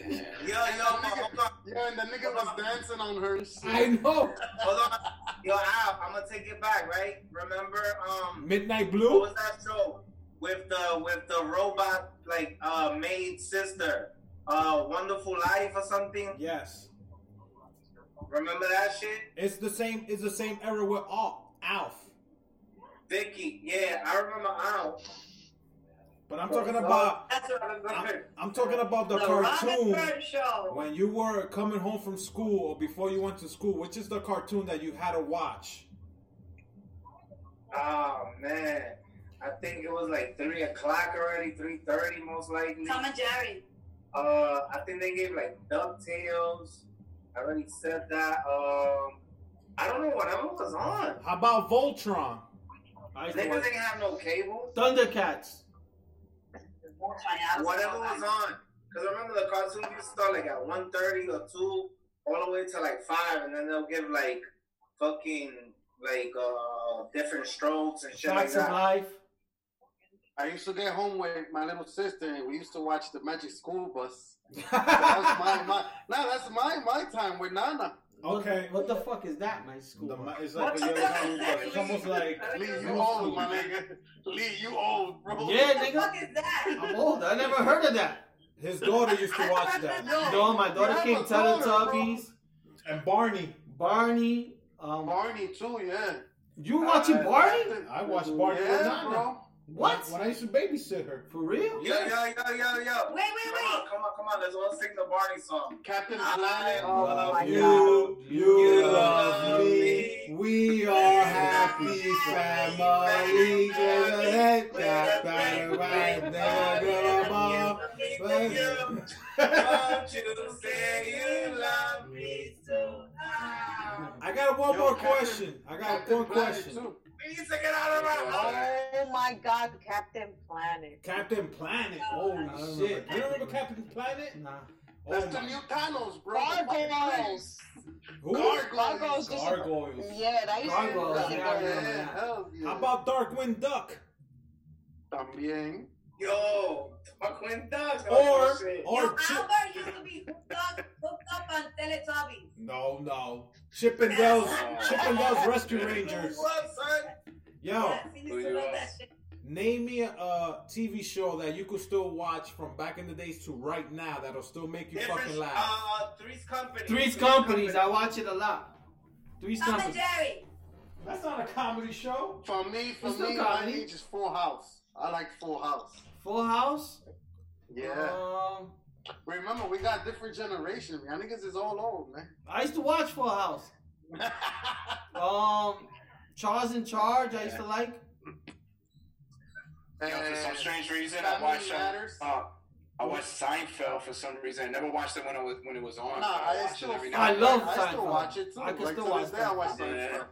Speaker 3: Yo, yo, hold on,
Speaker 6: Yeah, and the nigga was dancing on her. and shit.
Speaker 5: I know.
Speaker 3: hold on. Yo, Al, I'm gonna take it back, right? Remember, um,
Speaker 5: Midnight
Speaker 3: what
Speaker 5: Blue.
Speaker 3: was that show with the with the robot like uh maid sister, uh, Wonderful Life or something?
Speaker 5: Yes,
Speaker 3: Remember that shit?
Speaker 5: it's the same. It's the same era with Al, Alf.
Speaker 3: Vicky, yeah, I remember Al.
Speaker 5: But I'm talking about.
Speaker 2: That's what I remember.
Speaker 5: I'm, I'm talking about the,
Speaker 2: The Robin
Speaker 5: cartoon.
Speaker 2: Bird Show.
Speaker 5: When you were coming home from school or before you went to school, which is the cartoon that you had to watch?
Speaker 3: Oh man, I think it was like three o'clock already, three thirty most likely.
Speaker 2: Tom and Jerry.
Speaker 3: Uh, I think they gave like Ducktales. I already said that. Um, I don't know what ever was on.
Speaker 5: How about Voltron?
Speaker 1: I used to
Speaker 3: Niggas
Speaker 1: watch-
Speaker 5: *laughs*
Speaker 3: didn't have no cable.
Speaker 1: Thundercats.
Speaker 3: Whatever was on. Cause remember the cartoon used to start like at 1.30 or two, all the way to like five, and then they'll give like fucking like uh different strokes and shit like
Speaker 1: Facts of
Speaker 3: that.
Speaker 1: Life.
Speaker 6: I used to get home with my little sister, and we used to watch the Magic School Bus. That was my my. Nah, that's my my time with Nana.
Speaker 5: Okay.
Speaker 1: What the fuck is that, my school?
Speaker 5: The, mi- it's like a yellow school bus. It's almost like
Speaker 6: Lee, you old, my nigga. Lee, you old, bro.
Speaker 1: yeah,
Speaker 2: What the
Speaker 1: nigga.
Speaker 2: fuck is that?
Speaker 1: I'm old. I never heard of that.
Speaker 5: his daughter used to *laughs* watch that.
Speaker 1: No, my daughter
Speaker 6: have
Speaker 1: came
Speaker 6: a daughter,
Speaker 1: Teletubbies.
Speaker 5: And Barney,
Speaker 1: Barney. Um,
Speaker 6: Barney too, yeah. Uh,
Speaker 1: you watching Barney?
Speaker 5: I watched Barney with
Speaker 6: Yeah,
Speaker 5: Nana.
Speaker 6: bro.
Speaker 1: What?
Speaker 5: When I used to babysit her.
Speaker 1: For real?
Speaker 3: Yo, yo, yo, yo, yo.
Speaker 2: Wait, wait,
Speaker 3: come wait. On, come on, come on. Let's all sing the Barney song.
Speaker 6: Captain uh,
Speaker 3: Planet.
Speaker 5: Oh my you, God. you, love me. We are happy family. Just let that fire right there, girl, mama.
Speaker 3: Don't you say you love me so.
Speaker 5: I got one more question. I got one question.
Speaker 3: We need to get out of our house.
Speaker 7: Oh my God, Captain Planet.
Speaker 5: Captain Planet. Holy shit. You don't remember Captain Planet? Oh Nah.
Speaker 6: That's the new Thanos, bro.
Speaker 7: Gargoyles.
Speaker 5: Who?
Speaker 7: Gargoyles. Just,
Speaker 5: Gargoyles.
Speaker 7: yeah, that used to be
Speaker 15: Gargoyles,
Speaker 7: really
Speaker 15: yeah, I
Speaker 7: good.
Speaker 15: remember
Speaker 6: Yeah,
Speaker 15: that.
Speaker 6: hell yeah.
Speaker 5: How about Darkwing Duck?
Speaker 6: También.
Speaker 3: Yo, fuck with Doug.
Speaker 5: Or,
Speaker 3: Oh, shit.
Speaker 2: Yo,
Speaker 5: or Chip.
Speaker 2: Albert used to be hooked up, hooked up on Teletubbies.
Speaker 5: No, no. Chip and Dale's, Chip and Dale's Rescue
Speaker 3: *laughs*
Speaker 5: Rangers.
Speaker 3: What, son?
Speaker 5: Yo,
Speaker 2: Yes, he used to love that shit.
Speaker 5: name me a uh, TV show that you could still watch from back in the days to right now that'll still make you
Speaker 3: Different,
Speaker 5: fucking laugh.
Speaker 3: uh, Three's Company.
Speaker 1: Three's Companies. I watch it a lot. Three's
Speaker 2: Tom and
Speaker 1: Companies.
Speaker 2: Jerry.
Speaker 5: That's not a comedy show.
Speaker 6: For me, for
Speaker 1: What's up,
Speaker 6: me, my
Speaker 1: Connie?
Speaker 6: age is Full House. I like Full House.
Speaker 1: Full House.
Speaker 6: Yeah.
Speaker 1: Um,
Speaker 6: Remember, we got different generation. Man, niggas is all old, man.
Speaker 1: I used to watch Full
Speaker 6: *laughs*
Speaker 1: House. Um, Charles in Charge. I used to like.
Speaker 4: Yeah, for some
Speaker 6: And
Speaker 4: strange reason, I
Speaker 6: Family
Speaker 4: watched um,
Speaker 6: Matters.
Speaker 4: uh, I watched Seinfeld for some reason. I never watched it when it was when it was
Speaker 6: Nah,
Speaker 4: on. but I
Speaker 6: I
Speaker 4: watched
Speaker 6: still,
Speaker 4: it every now
Speaker 1: I
Speaker 4: and
Speaker 1: love
Speaker 4: then.
Speaker 6: I still
Speaker 1: Seinfeld.
Speaker 6: watch it too.
Speaker 1: I can
Speaker 6: like,
Speaker 1: still
Speaker 6: to this
Speaker 1: watch
Speaker 6: day, I watch
Speaker 4: Seinfeld.
Speaker 6: Seinfeld.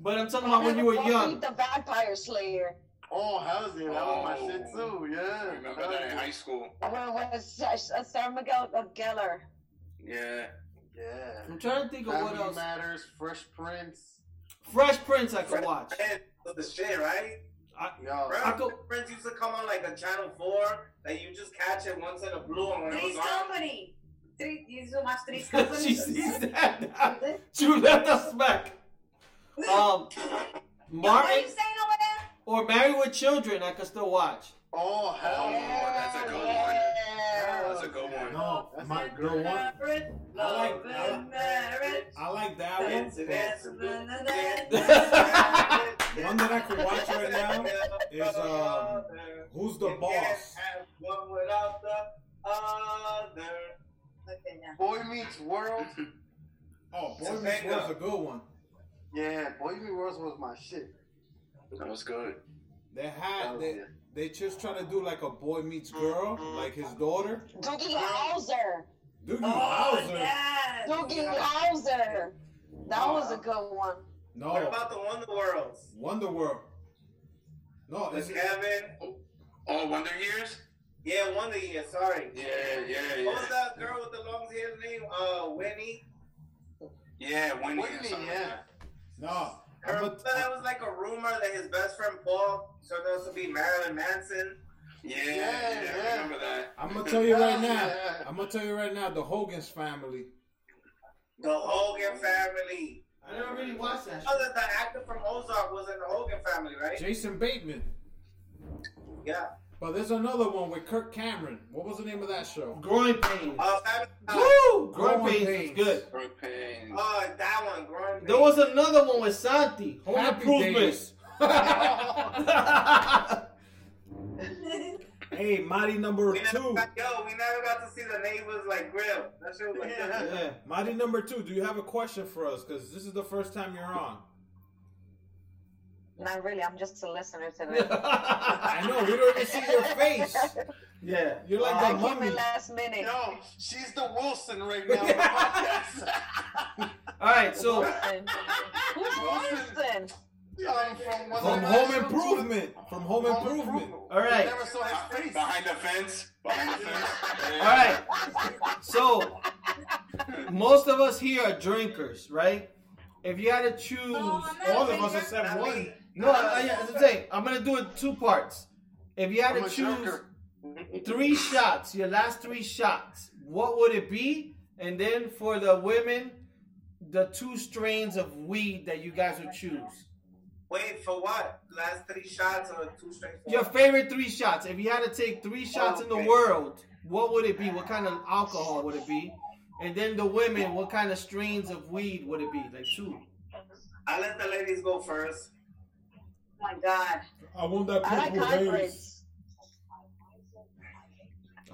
Speaker 1: But I'm talking about when you were young.
Speaker 7: The Vampire Slayer.
Speaker 6: Oh, how's it? That was my
Speaker 4: Oh.
Speaker 6: shit too.
Speaker 4: I
Speaker 6: Yeah.
Speaker 4: remember that in high school.
Speaker 7: When was uh, Sarah Miguel uh, Geller?
Speaker 4: Yeah.
Speaker 6: Yeah.
Speaker 1: I'm trying to think of what
Speaker 6: Family
Speaker 1: else. *laughs*
Speaker 6: Matters, Fresh Prince.
Speaker 1: Fresh Prince. I could watch.
Speaker 3: Man, that was the shit, right?
Speaker 6: Yo,
Speaker 1: I
Speaker 3: Right?
Speaker 1: could.
Speaker 3: Friends used to come on like a Channel 4 that you just catch it once in a blue and when it
Speaker 2: Three's
Speaker 3: was on.
Speaker 2: Company. Three, you used to watch
Speaker 5: *laughs*
Speaker 2: Three's Company?
Speaker 1: *laughs* she sees that. now. She let us back. Um,
Speaker 2: What are you
Speaker 1: Martin
Speaker 2: saying over there?
Speaker 1: or Married with Children. I could still watch.
Speaker 6: Oh, hell
Speaker 4: Oh,
Speaker 6: yeah.
Speaker 4: that's a good one. That's a good one.
Speaker 5: No,
Speaker 6: That's
Speaker 5: my
Speaker 6: not
Speaker 5: the
Speaker 6: great.
Speaker 5: one. I
Speaker 2: Love
Speaker 5: like- I
Speaker 2: and marriage.
Speaker 5: I like that one.
Speaker 3: Dance, dance, dance, dance,
Speaker 5: One that I could watch right now is um, Who's the
Speaker 3: You can't
Speaker 5: Boss?
Speaker 3: have one without the other.
Speaker 2: Okay, now.
Speaker 6: Boy Meets World.
Speaker 5: Oh, Boy Meets
Speaker 3: Topanga.
Speaker 5: World's a good one.
Speaker 6: Yeah, Boy Meets World was my shit.
Speaker 4: That was good.
Speaker 5: They
Speaker 6: That
Speaker 3: Oh,
Speaker 5: had
Speaker 6: was
Speaker 5: they,
Speaker 6: it.
Speaker 5: they just try to do like a boy meets girl, like his daughter.
Speaker 7: Doogie Howser.
Speaker 5: Doogie
Speaker 2: Oh,
Speaker 5: Howser.
Speaker 2: yes.
Speaker 7: Doogie Howser. That was a
Speaker 5: Uh-huh.
Speaker 7: good one.
Speaker 3: What
Speaker 5: No,
Speaker 3: about the Wonder Worlds?
Speaker 5: Wonder World. No,
Speaker 3: With
Speaker 5: it's,
Speaker 3: Kevin?
Speaker 4: Oh, Wonder Years.
Speaker 3: Yeah, Wonder Year, sorry.
Speaker 4: Yeah, yeah,
Speaker 3: What was
Speaker 4: yeah.
Speaker 3: that girl with the long hair name? Uh, Winnie?
Speaker 4: Yeah, Wendy. or
Speaker 6: Wendy,
Speaker 4: something like
Speaker 6: yeah.
Speaker 4: that.
Speaker 5: no.
Speaker 3: Her,
Speaker 5: But-
Speaker 3: that was like a rumor that his best friend Paul turned out to be Marilyn Manson.
Speaker 4: Yeah,
Speaker 6: Yeah,
Speaker 4: yeah,
Speaker 6: yeah.
Speaker 4: I remember that.
Speaker 5: I'm gonna tell you right now.
Speaker 3: *laughs*
Speaker 6: Yeah.
Speaker 5: I'm gonna tell you right now. The Hogan's family.
Speaker 3: The Hogan family.
Speaker 1: I never really watched that.
Speaker 3: Oh, that the actor from Ozark was in the Hogan family, right?
Speaker 5: Jason Bateman.
Speaker 3: Yeah.
Speaker 5: But there's another one with Kirk Cameron. What was the name of that show?
Speaker 1: Growing pains.
Speaker 3: Uh, family, uh,
Speaker 1: Woo! Growing
Speaker 5: Growing
Speaker 1: pains is
Speaker 5: Pains.
Speaker 1: good.
Speaker 4: Brooke Payne.
Speaker 6: Oh,
Speaker 3: uh, that one, Growing
Speaker 1: There was another one with Santi. Home
Speaker 5: Happy
Speaker 1: Improvements.
Speaker 5: Hey, Mighty Number
Speaker 3: we never
Speaker 5: Two.
Speaker 3: got, yo, we never got to see the neighbors like grill. That shit was like,
Speaker 1: *laughs* yeah.
Speaker 5: Mighty Number Two. Do you have a question for us? Because this is the first time you're on.
Speaker 7: Not really. I'm just a listener
Speaker 5: *laughs*
Speaker 7: today.
Speaker 5: I know we don't even see your face.
Speaker 1: yeah.
Speaker 5: You're like
Speaker 7: I
Speaker 5: the
Speaker 7: came
Speaker 5: mummy.
Speaker 7: in last minute.
Speaker 6: Yo, she's the Wilson right now.
Speaker 4: *laughs*
Speaker 6: in the podcast.
Speaker 1: All right, so
Speaker 7: Wilson.
Speaker 5: *laughs*
Speaker 7: Who's Wilson?
Speaker 6: Um, from, was
Speaker 5: From
Speaker 6: it
Speaker 5: Home
Speaker 6: National
Speaker 5: Improvement. From Home
Speaker 6: Home
Speaker 5: Improvement.
Speaker 1: All right.
Speaker 6: We never saw his face.
Speaker 4: Behind the fence. Behind the fence.
Speaker 1: all right. So most of us here are drinkers, right? If you had to choose
Speaker 6: Oh,
Speaker 5: All of us except
Speaker 3: not
Speaker 5: one.
Speaker 3: me.
Speaker 1: No, I, I, that's the thing. I'm gonna do it two parts. If you had
Speaker 6: I'm
Speaker 1: to
Speaker 6: a
Speaker 1: choose
Speaker 6: joker.
Speaker 1: three shots, your last three shots, what would it be? And then for the women, the two strains of weed that you guys would choose.
Speaker 3: Wait, for what? Last three shots or two straight?
Speaker 1: Your favorite three shots. If you had to take three shots in the
Speaker 3: Okay.
Speaker 1: world, what would it be? What kind of alcohol would it be? And then the women, what kind of strains of weed would it be? Like two.
Speaker 3: I let the ladies go first.
Speaker 2: my God.
Speaker 5: I want that
Speaker 4: I like
Speaker 5: purple
Speaker 4: hybrids.
Speaker 5: haze.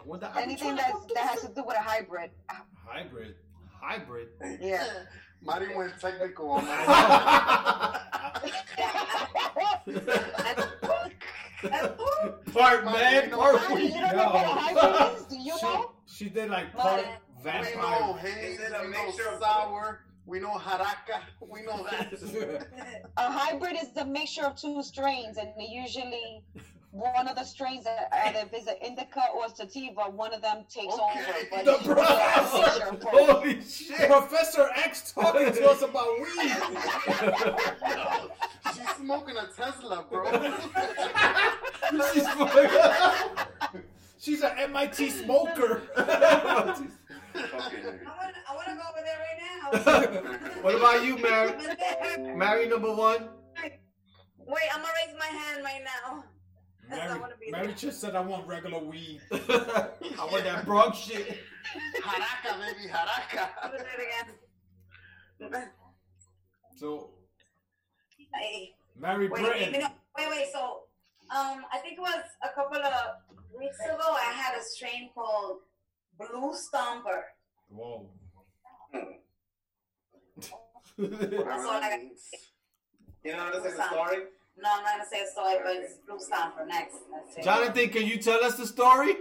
Speaker 1: What the
Speaker 4: Anything that that has to do with a hybrid.
Speaker 5: Hybrid.
Speaker 6: *laughs*
Speaker 1: Hybrid.
Speaker 4: Yeah.
Speaker 5: *laughs*
Speaker 7: *laughs*
Speaker 6: Marty went technical on that. *laughs*
Speaker 5: Part man, part
Speaker 6: Marty,
Speaker 5: weed.
Speaker 6: you don't know what a hybrid is, do you know?
Speaker 5: She, she did like part
Speaker 6: We know
Speaker 5: vampire.
Speaker 6: haze, we know sour, we know haraka, we know
Speaker 1: *laughs*
Speaker 6: that.
Speaker 4: A hybrid is the mixture of two strains, and they usually one of the strains that either if it's an indica or sativa, one of them takes over. But
Speaker 5: The
Speaker 4: it's a mixture
Speaker 5: professor.
Speaker 4: of both.
Speaker 5: Holy shit. Professor X talking to us about weed.
Speaker 6: *laughs* She's smoking a Tesla,
Speaker 1: *laughs*
Speaker 6: bro.
Speaker 5: She's, fucking- *laughs* She's an MIT smoker. *laughs*
Speaker 2: I want to go over there right now.
Speaker 1: *laughs* what about you, Mary? Mary number one.
Speaker 2: Wait, I'm gonna raise my hand right now.
Speaker 5: Mary, Mary just said, I want regular
Speaker 2: *laughs*
Speaker 5: weed.
Speaker 1: I want that Bronx shit.
Speaker 6: haraka, baby, haraka.
Speaker 2: I'm gonna do it again.
Speaker 5: So,
Speaker 2: Hey.
Speaker 5: Mary
Speaker 2: wait,
Speaker 5: Britton.
Speaker 2: you know- wait, wait. So, um, I think it was a couple of weeks ago. I had a strain called Blue Stomper.
Speaker 5: Whoa. *laughs*
Speaker 2: That's all I got.
Speaker 3: You know, this is
Speaker 2: Blue
Speaker 3: a story.
Speaker 2: Stomper. No, I'm not gonna say a story, but it's Blue Stomper. Next. That's it.
Speaker 1: Jonathan, can you tell us the
Speaker 5: *laughs*
Speaker 1: story?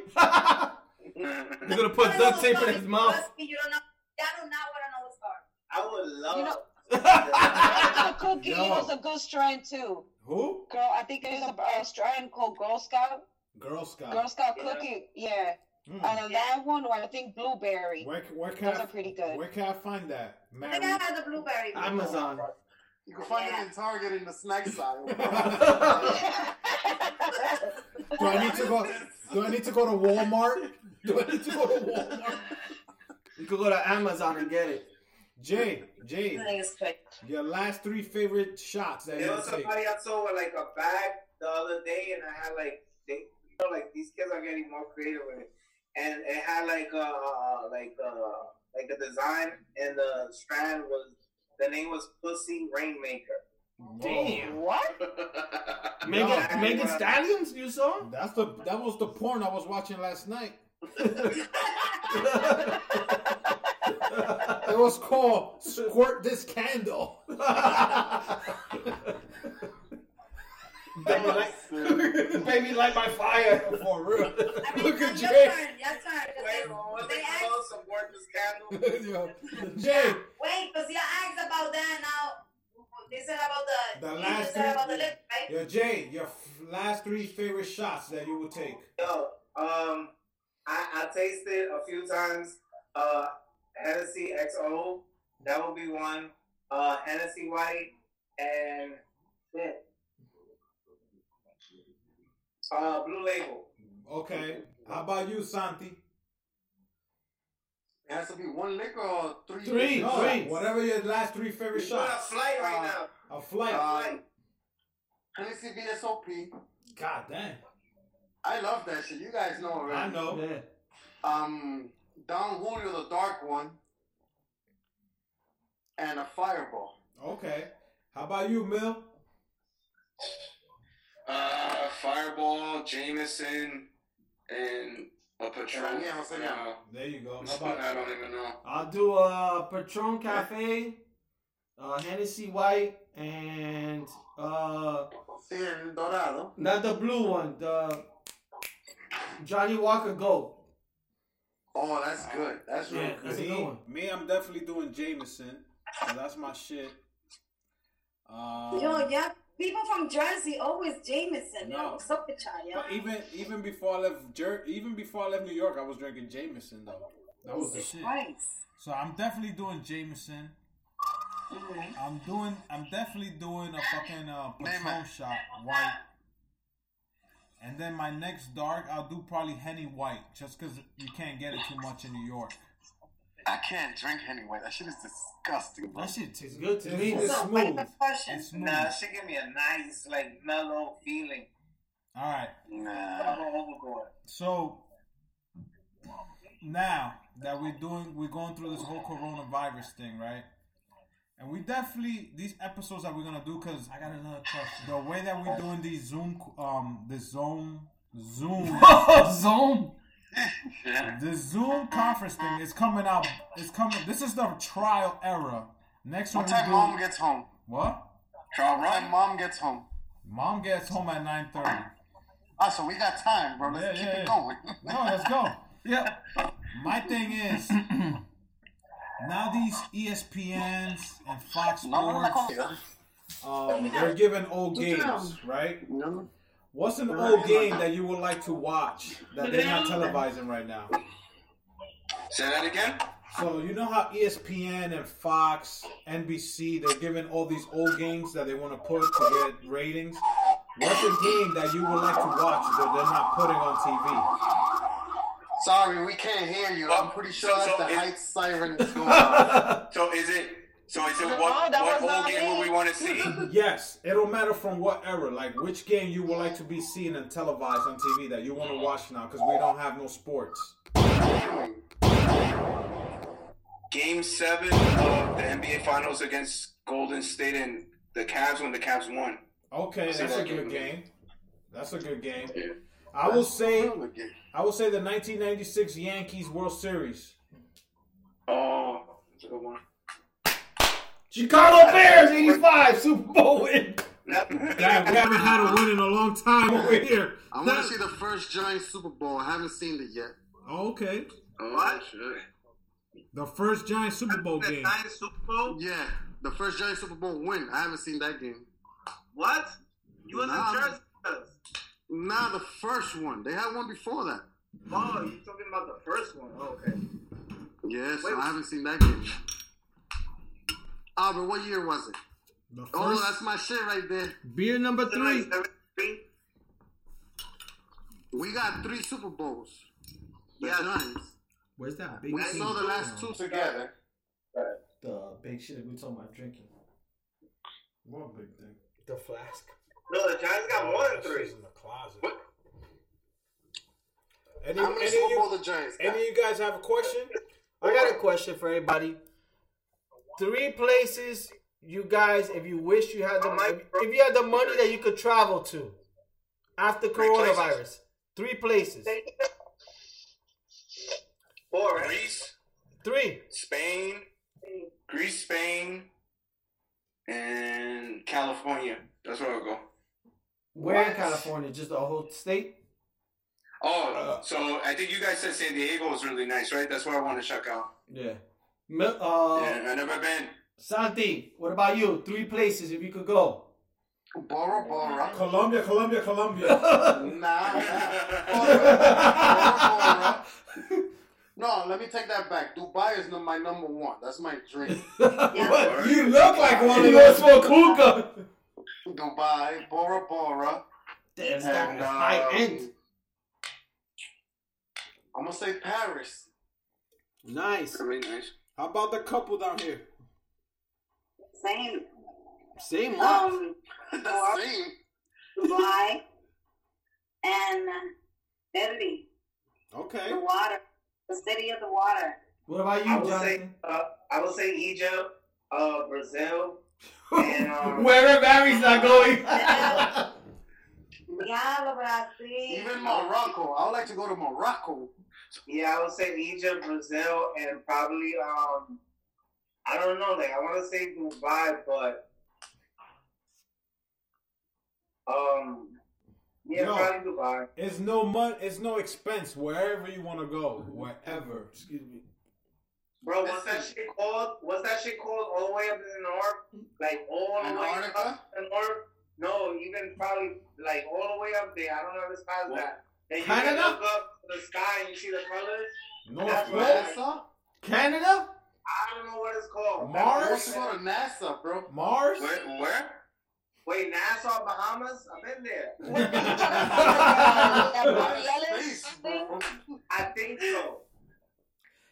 Speaker 1: You're gonna put
Speaker 2: I don't know
Speaker 1: duct
Speaker 2: the
Speaker 1: tape in
Speaker 2: story.
Speaker 1: his mouth.
Speaker 2: Trust me, you don't know. I do not want to know the story.
Speaker 3: I would love.
Speaker 4: You know,
Speaker 1: *laughs*
Speaker 4: a cookie
Speaker 5: Yo.
Speaker 4: was a good strand too.
Speaker 5: Who?
Speaker 4: Girl, I think there's a, a strand called Girl Scout.
Speaker 5: Girl Scout.
Speaker 4: Girl Scout cookie, yeah.
Speaker 2: Hmm.
Speaker 5: Mm.
Speaker 4: And on that one, or I think blueberry.
Speaker 5: Where, where can
Speaker 4: Those
Speaker 5: I,
Speaker 4: are pretty good.
Speaker 5: Where can I find that,
Speaker 2: I
Speaker 5: Mary?
Speaker 2: think I had the blueberry.
Speaker 4: *laughs*
Speaker 1: Amazon.
Speaker 6: You can find it in Target in the snack
Speaker 5: *laughs*
Speaker 6: aisle.
Speaker 1: *laughs*
Speaker 5: Do I need to go? Do I need to go to Walmart? Do I need to go to Walmart?
Speaker 1: You could go to Amazon and get it.
Speaker 5: Jay, Jay,
Speaker 2: I think it's good.
Speaker 5: *laughs* your last three favorite shots that
Speaker 3: There
Speaker 5: you
Speaker 3: was
Speaker 5: take.
Speaker 3: somebody I saw with like a bag the other day, and I had like they, you know, like these kids are getting more creative with it, and it had like a uh, like uh like the design and the strand was the name was Pussy Rainmaker.
Speaker 1: Damn.
Speaker 3: *laughs*
Speaker 4: What?
Speaker 1: Megan,
Speaker 5: No.
Speaker 1: Megan
Speaker 3: uh,
Speaker 1: Stallions, you saw?
Speaker 5: That's the that was the porn I was watching
Speaker 1: *laughs*
Speaker 5: last night. it was called "Squirt This Candle."
Speaker 1: Baby, light, *laughs* baby, light my fire.
Speaker 5: For real, *laughs*
Speaker 2: I mean,
Speaker 5: look at
Speaker 2: your
Speaker 5: Jay.
Speaker 2: turn, your turn. 'cause
Speaker 3: Wait,
Speaker 2: they-
Speaker 3: was
Speaker 2: they
Speaker 3: it
Speaker 2: asked-
Speaker 3: called some worthless candle? *laughs*
Speaker 5: Yo, Jay,
Speaker 2: Wait, because you asked about that now. They said about the,
Speaker 5: The
Speaker 2: you
Speaker 5: last
Speaker 2: said about
Speaker 5: three-
Speaker 2: the lip, right?
Speaker 5: yo, Jay, your f- last three favorite shots that you would take.
Speaker 3: Yo, um, I, I tasted a few times. Uh, Hennessy XO, that would be one. Uh, Hennessy White and shit. Uh, Blue Label.
Speaker 5: Okay, how about you, Santi?
Speaker 6: It has to be one liquor or three.
Speaker 1: Three.
Speaker 5: No,
Speaker 1: Great.
Speaker 5: whatever your last three
Speaker 3: We're
Speaker 5: favorite
Speaker 3: on a
Speaker 5: shots.
Speaker 3: flight right now.
Speaker 5: A flight.
Speaker 6: Uh, Hennessy VSOP.
Speaker 5: God damn.
Speaker 6: I love that shit. You guys know already.
Speaker 5: I know.
Speaker 1: Yeah.
Speaker 6: Um, Don Julio, the dark one, and a fireball.
Speaker 5: Okay. How about you, Mill?
Speaker 18: Uh, Fireball, Jameson, and a Patron.
Speaker 6: Yeah, I'll say that.
Speaker 18: Uh,
Speaker 5: There you go. How about
Speaker 18: I don't even know.
Speaker 1: I'll do a Patron Cafe, uh, Hennessy White, and uh,
Speaker 6: El Dorado.
Speaker 1: not the blue one, the Johnny Walker Gold.
Speaker 6: Oh, that's good. That's real
Speaker 1: Yeah, that's
Speaker 6: good.
Speaker 1: a good one.
Speaker 5: Me, I'm definitely doing Jameson. So that's my shit. Um,
Speaker 2: Yo, yeah. People from Jersey always Jameson.
Speaker 5: No.
Speaker 2: No. What's up with y'all, yo?
Speaker 5: But even even before I left Jer- even before I left New York, I was drinking Jameson though. That was the
Speaker 2: Jesus
Speaker 5: shit.
Speaker 2: Christ.
Speaker 5: So I'm definitely doing Jameson.
Speaker 2: Mhm.
Speaker 5: I'm doing. I'm definitely doing a fucking uh, patrol shot white. And then my next dark, I'll do probably Henny White, just because you can't get it too much in New York.
Speaker 6: I can't drink anyway. That shit is disgusting, bro.
Speaker 5: That shit tastes
Speaker 1: good to
Speaker 5: it's-
Speaker 1: me.
Speaker 5: It's
Speaker 2: So, wait
Speaker 5: smooth.
Speaker 2: for question.
Speaker 5: It's smooth.
Speaker 3: Nah, she give me a nice, like, mellow feeling.
Speaker 5: All right.
Speaker 3: I
Speaker 6: Nah.
Speaker 3: go overboard.
Speaker 5: So now that we're doing, we're going through this whole coronavirus thing, right? And we definitely these episodes that we're gonna do because I got another question. The way that we're doing these Zoom, um, the Zoom, Zoom,
Speaker 9: Zoom,
Speaker 5: the Zoom conference thing is coming out. It's coming. This is the trial era. Next
Speaker 6: What
Speaker 5: one we
Speaker 6: time
Speaker 5: do.
Speaker 6: mom gets home?
Speaker 5: what?
Speaker 6: Trial run. Mom gets home.
Speaker 5: Mom gets home at nine thirty.
Speaker 6: Ah, so we got time, bro. Let's
Speaker 5: Yeah,
Speaker 6: keep it
Speaker 5: yeah, yeah.
Speaker 6: going. *laughs*
Speaker 5: No, let's go. Yeah. My thing is now these E ESPNs and Fox Sports, um, they're giving old games, right? What's an old game that you would like to watch that they're not televising right now?
Speaker 4: Say that again.
Speaker 5: So you know how E ESPN and Fox, NBC, they're giving all these old games that they want to put to get ratings. What's a game that you would like to watch that they're not putting on TV?
Speaker 6: Sorry, we can't hear you. I'm pretty sure
Speaker 4: so-
Speaker 6: that's
Speaker 4: so
Speaker 6: the
Speaker 4: it-
Speaker 6: height siren is going on.
Speaker 4: So is it? So is it
Speaker 6: No,
Speaker 4: what,
Speaker 6: that
Speaker 4: what
Speaker 6: was
Speaker 4: old
Speaker 6: not
Speaker 4: game
Speaker 6: me.
Speaker 4: would we want to see?
Speaker 5: Yes, it don't matter from what era, like which game you would like to be seen and televised on TV that you want to watch now because we don't have no sports.
Speaker 4: Game seven of the NBA Finals against Golden State and the Cavs when the Cavs won.
Speaker 5: Okay,
Speaker 4: See
Speaker 5: that's a
Speaker 4: that
Speaker 5: good
Speaker 4: game.
Speaker 5: game. That's a good game. I will say, I will say the 1996 Yankees World Series.
Speaker 4: Oh, that's a good one.
Speaker 9: Chicago Bears 85 Super Bowl win.
Speaker 6: *laughs*
Speaker 5: Damn, we haven't had a win in a long time over here.
Speaker 6: I want to see the first Giants Super Bowl. I haven't seen it yet.
Speaker 5: Oh, Okay,
Speaker 6: What?
Speaker 5: the first Giant Super Bowl game.
Speaker 6: Super Bowl? Yeah, the first Giants Super Bowl win. I haven't seen that game. What? You was in Jersey? Nah, the first one. They had one before that.
Speaker 3: Oh, you're talking about the first one. Oh, okay.
Speaker 6: Yes,
Speaker 3: Wait.
Speaker 6: I haven't seen that game. Albert, what year was it?
Speaker 5: The first
Speaker 6: Oh, that's my shit right there.
Speaker 9: beer number three.
Speaker 6: We got three Super Bowls. The Giants.
Speaker 9: Where's that big?
Speaker 6: We
Speaker 9: thing?
Speaker 6: saw the last two together.
Speaker 9: The big shit that we talking about drinking.
Speaker 5: What big thing?
Speaker 9: The flask.
Speaker 3: No, the Giants got more than three.
Speaker 5: in the closet.
Speaker 6: How many Super Bowl the Giants got?
Speaker 5: Any of you guys have a question?
Speaker 1: I got a question for everybody. Three places you guys, if you wish you had the money, if you had the money that you could travel to after coronavirus, three places.
Speaker 3: Four, right?
Speaker 4: Greece,
Speaker 1: Three.
Speaker 4: Spain, Greece, Spain, and California. That's where I'll go.
Speaker 9: Where in California? Just a whole state?
Speaker 3: Uh,
Speaker 4: Oh, so I think you guys said San Diego was really nice, right? That's where I want to check out.
Speaker 9: Yeah. Mil- uh,
Speaker 3: Oh.
Speaker 4: yeah, I never been.
Speaker 9: Santi, what about you? Three places if you could go.
Speaker 6: Bora Bora.
Speaker 5: Colombia, Colombia, Colombia.
Speaker 9: *laughs*
Speaker 4: *laughs*
Speaker 6: Nah.
Speaker 3: Oh,
Speaker 6: Bora, Bora. No, let me take that back. Dubai is my number one. That's my
Speaker 3: *laughs*
Speaker 6: dream.
Speaker 9: What? You look like one of those for Kuka.
Speaker 6: Dubai, Bora Bora.
Speaker 9: Damn, it's
Speaker 6: and,
Speaker 9: not high
Speaker 6: um,
Speaker 9: end.
Speaker 6: I'm gonna say Paris.
Speaker 9: Nice.
Speaker 4: Really nice.
Speaker 5: How about the couple down here?
Speaker 2: Same.
Speaker 9: Same one.
Speaker 2: Um,
Speaker 6: The same.
Speaker 2: Dubai and Italy.
Speaker 5: Okay.
Speaker 2: The water. The city of the *laughs* water.
Speaker 9: What about
Speaker 3: I
Speaker 9: you,
Speaker 3: would say,
Speaker 9: Jonathan?
Speaker 3: uh, I would say Egypt, uh, Brazil, and um,
Speaker 9: Wherever Harry's not going.
Speaker 2: Diablo, Brazil.
Speaker 6: Even Morocco. I would like to go to Morocco.
Speaker 3: yeah, I would say Egypt, Brazil, and probably um, I don't know, like I want to say Dubai, but um, yeah,
Speaker 5: No.
Speaker 3: probably Dubai.
Speaker 5: It's no money. It's no expense. Wherever you want to go, wherever.
Speaker 9: Excuse me.
Speaker 3: Bro, what's that shit called? What's that shit called? All the way up in the north, like all the way
Speaker 6: Antarctica?
Speaker 3: up in the north. No, even probably like all the way up there. I don't know if it's past that. That you can
Speaker 9: Canada?
Speaker 3: look up to the sky and you see the colors.
Speaker 5: Northwest.
Speaker 6: NASA?
Speaker 9: Canada?
Speaker 3: I don't know what it's called.
Speaker 6: I want
Speaker 5: Mars?
Speaker 6: to go to NASA, bro.
Speaker 5: Mars.
Speaker 4: Where? Where?
Speaker 3: Wait, Nassau, Bahamas? I've been there.
Speaker 5: *laughs*
Speaker 6: Space, bro.
Speaker 3: I think so.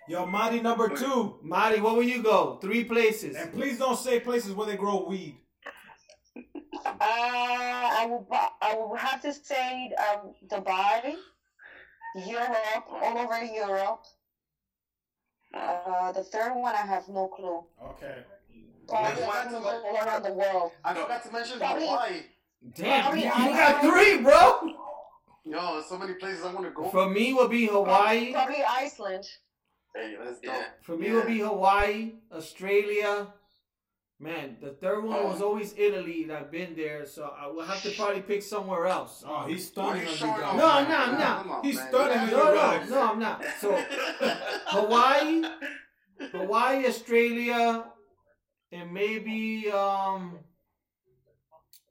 Speaker 5: Yo, Marty number two.
Speaker 9: Marty, where will you go? Three places.
Speaker 5: And please don't say places where they grow weed.
Speaker 7: Uh, I will. I will have to say um, Dubai, Europe, all over Europe. Uh, the third one, I have no clue.
Speaker 5: Okay.
Speaker 6: I forgot to mention Hawaii.
Speaker 1: Damn,
Speaker 6: Hawaii.
Speaker 1: you got three, bro.
Speaker 6: Yo, there's so many places I want to go.
Speaker 1: For me, would be Hawaii.
Speaker 19: Probably Iceland.
Speaker 6: Hey, let's go.
Speaker 1: For me, would be Hawaii, Australia. Man, the third one
Speaker 5: Oh.
Speaker 1: was always Italy, and I've been there, so I will have to probably pick somewhere else.
Speaker 5: Oh, he's stunning on you guys.
Speaker 1: No, I'm not. I'm
Speaker 5: Come
Speaker 1: not.
Speaker 5: on, man. stunning on
Speaker 1: No,
Speaker 5: you
Speaker 1: no,
Speaker 5: guys.
Speaker 1: no, I'm not. So Hawaii, Hawaii, Australia, and maybe um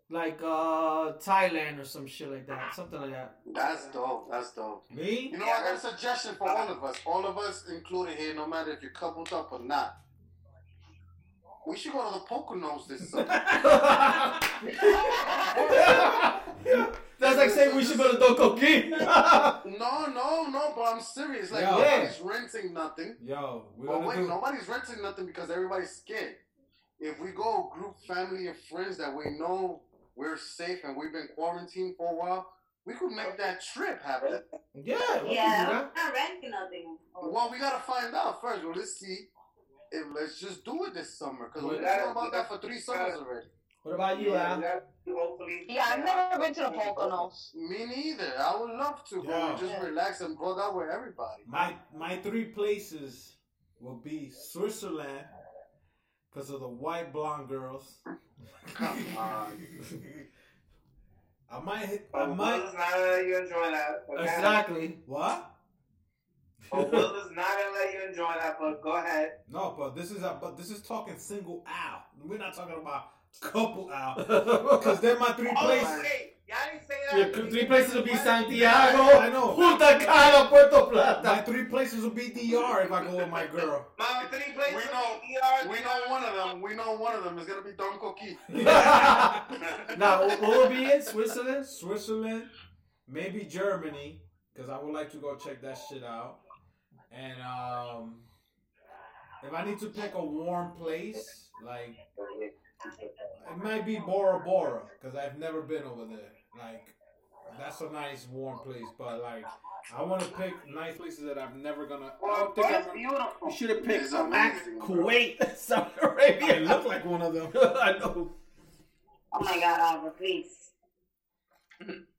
Speaker 1: like uh Thailand or some shit like that, something like that.
Speaker 6: That's dope. That's dope.
Speaker 1: Me?
Speaker 6: You know, I got a suggestion for all of us. All of us included here, no matter if you're coupled up or not. We should go to the Poconos this
Speaker 1: *laughs*
Speaker 6: summer.
Speaker 1: That's like saying we should go to
Speaker 5: *laughs*
Speaker 1: Dokoki.
Speaker 6: no, no, no, but I'm serious. Like
Speaker 5: Yo.
Speaker 6: nobody's renting nothing.
Speaker 5: Yo, we're
Speaker 6: But
Speaker 5: gonna
Speaker 6: wait,
Speaker 5: do.
Speaker 6: nobody's renting nothing because everybody's scared. If we go group family and friends that we know we're safe and we've been quarantined for a while, we could make that trip happen.
Speaker 1: Yeah,
Speaker 2: Yeah, I'm not renting nothing.
Speaker 6: Well, we gotta find out first. Well, let's see. If, let's just do it this summer because we've
Speaker 3: We
Speaker 6: been
Speaker 3: gotta-
Speaker 6: talking
Speaker 3: we
Speaker 6: about that for
Speaker 3: gotta-
Speaker 6: three
Speaker 3: we
Speaker 6: summers
Speaker 3: gotta-
Speaker 6: already.
Speaker 1: What about
Speaker 3: you, Al?
Speaker 6: Hopefully,
Speaker 19: Yeah, I've never been to the Poconos.
Speaker 6: Me neither. I would love to,
Speaker 5: Yeah.
Speaker 6: but we just relax and go out with everybody.
Speaker 5: My *laughs* my three places will be Switzerland because of the white blonde girls.
Speaker 3: Come
Speaker 5: *laughs*
Speaker 3: on.
Speaker 5: I might hit. I
Speaker 1: Oh,
Speaker 3: But Will
Speaker 5: might.
Speaker 3: is not gonna let you enjoy that. okay?
Speaker 5: What?
Speaker 3: But Will is not gonna let you enjoy that. But go ahead.
Speaker 5: No, but this is a, but this is talking single out. We're not talking about couple *laughs* out because they're Oh my three places.
Speaker 3: wait, Oh, y'all didn't say that.
Speaker 1: Your three places would be
Speaker 5: I know, I
Speaker 1: Santiago,
Speaker 5: know.
Speaker 1: Punta Cana, Puerto
Speaker 5: My
Speaker 1: Plata.
Speaker 5: three places will be DR if I go with my girl. *laughs*
Speaker 3: My three places.
Speaker 6: We know, we know one of them. We know one of them is gonna be Don Coqui.
Speaker 1: Now, what would be in Switzerland?
Speaker 5: Switzerland, maybe Germany, because I would like to go check that shit out. And um, if I need to pick a warm place, like it might be Bora Bora, because I've never been over there. Like that's a nice warm place, but like I want to pick nice places that I've never gonna. I don't think I'm gonna-
Speaker 1: You should have picked
Speaker 6: It's
Speaker 1: some
Speaker 6: amazing, bro.
Speaker 1: *laughs* Kuwait, Saudi Arabia.
Speaker 5: I look like one of them. *laughs*
Speaker 1: I know.
Speaker 2: Oh my God, Oliver, please.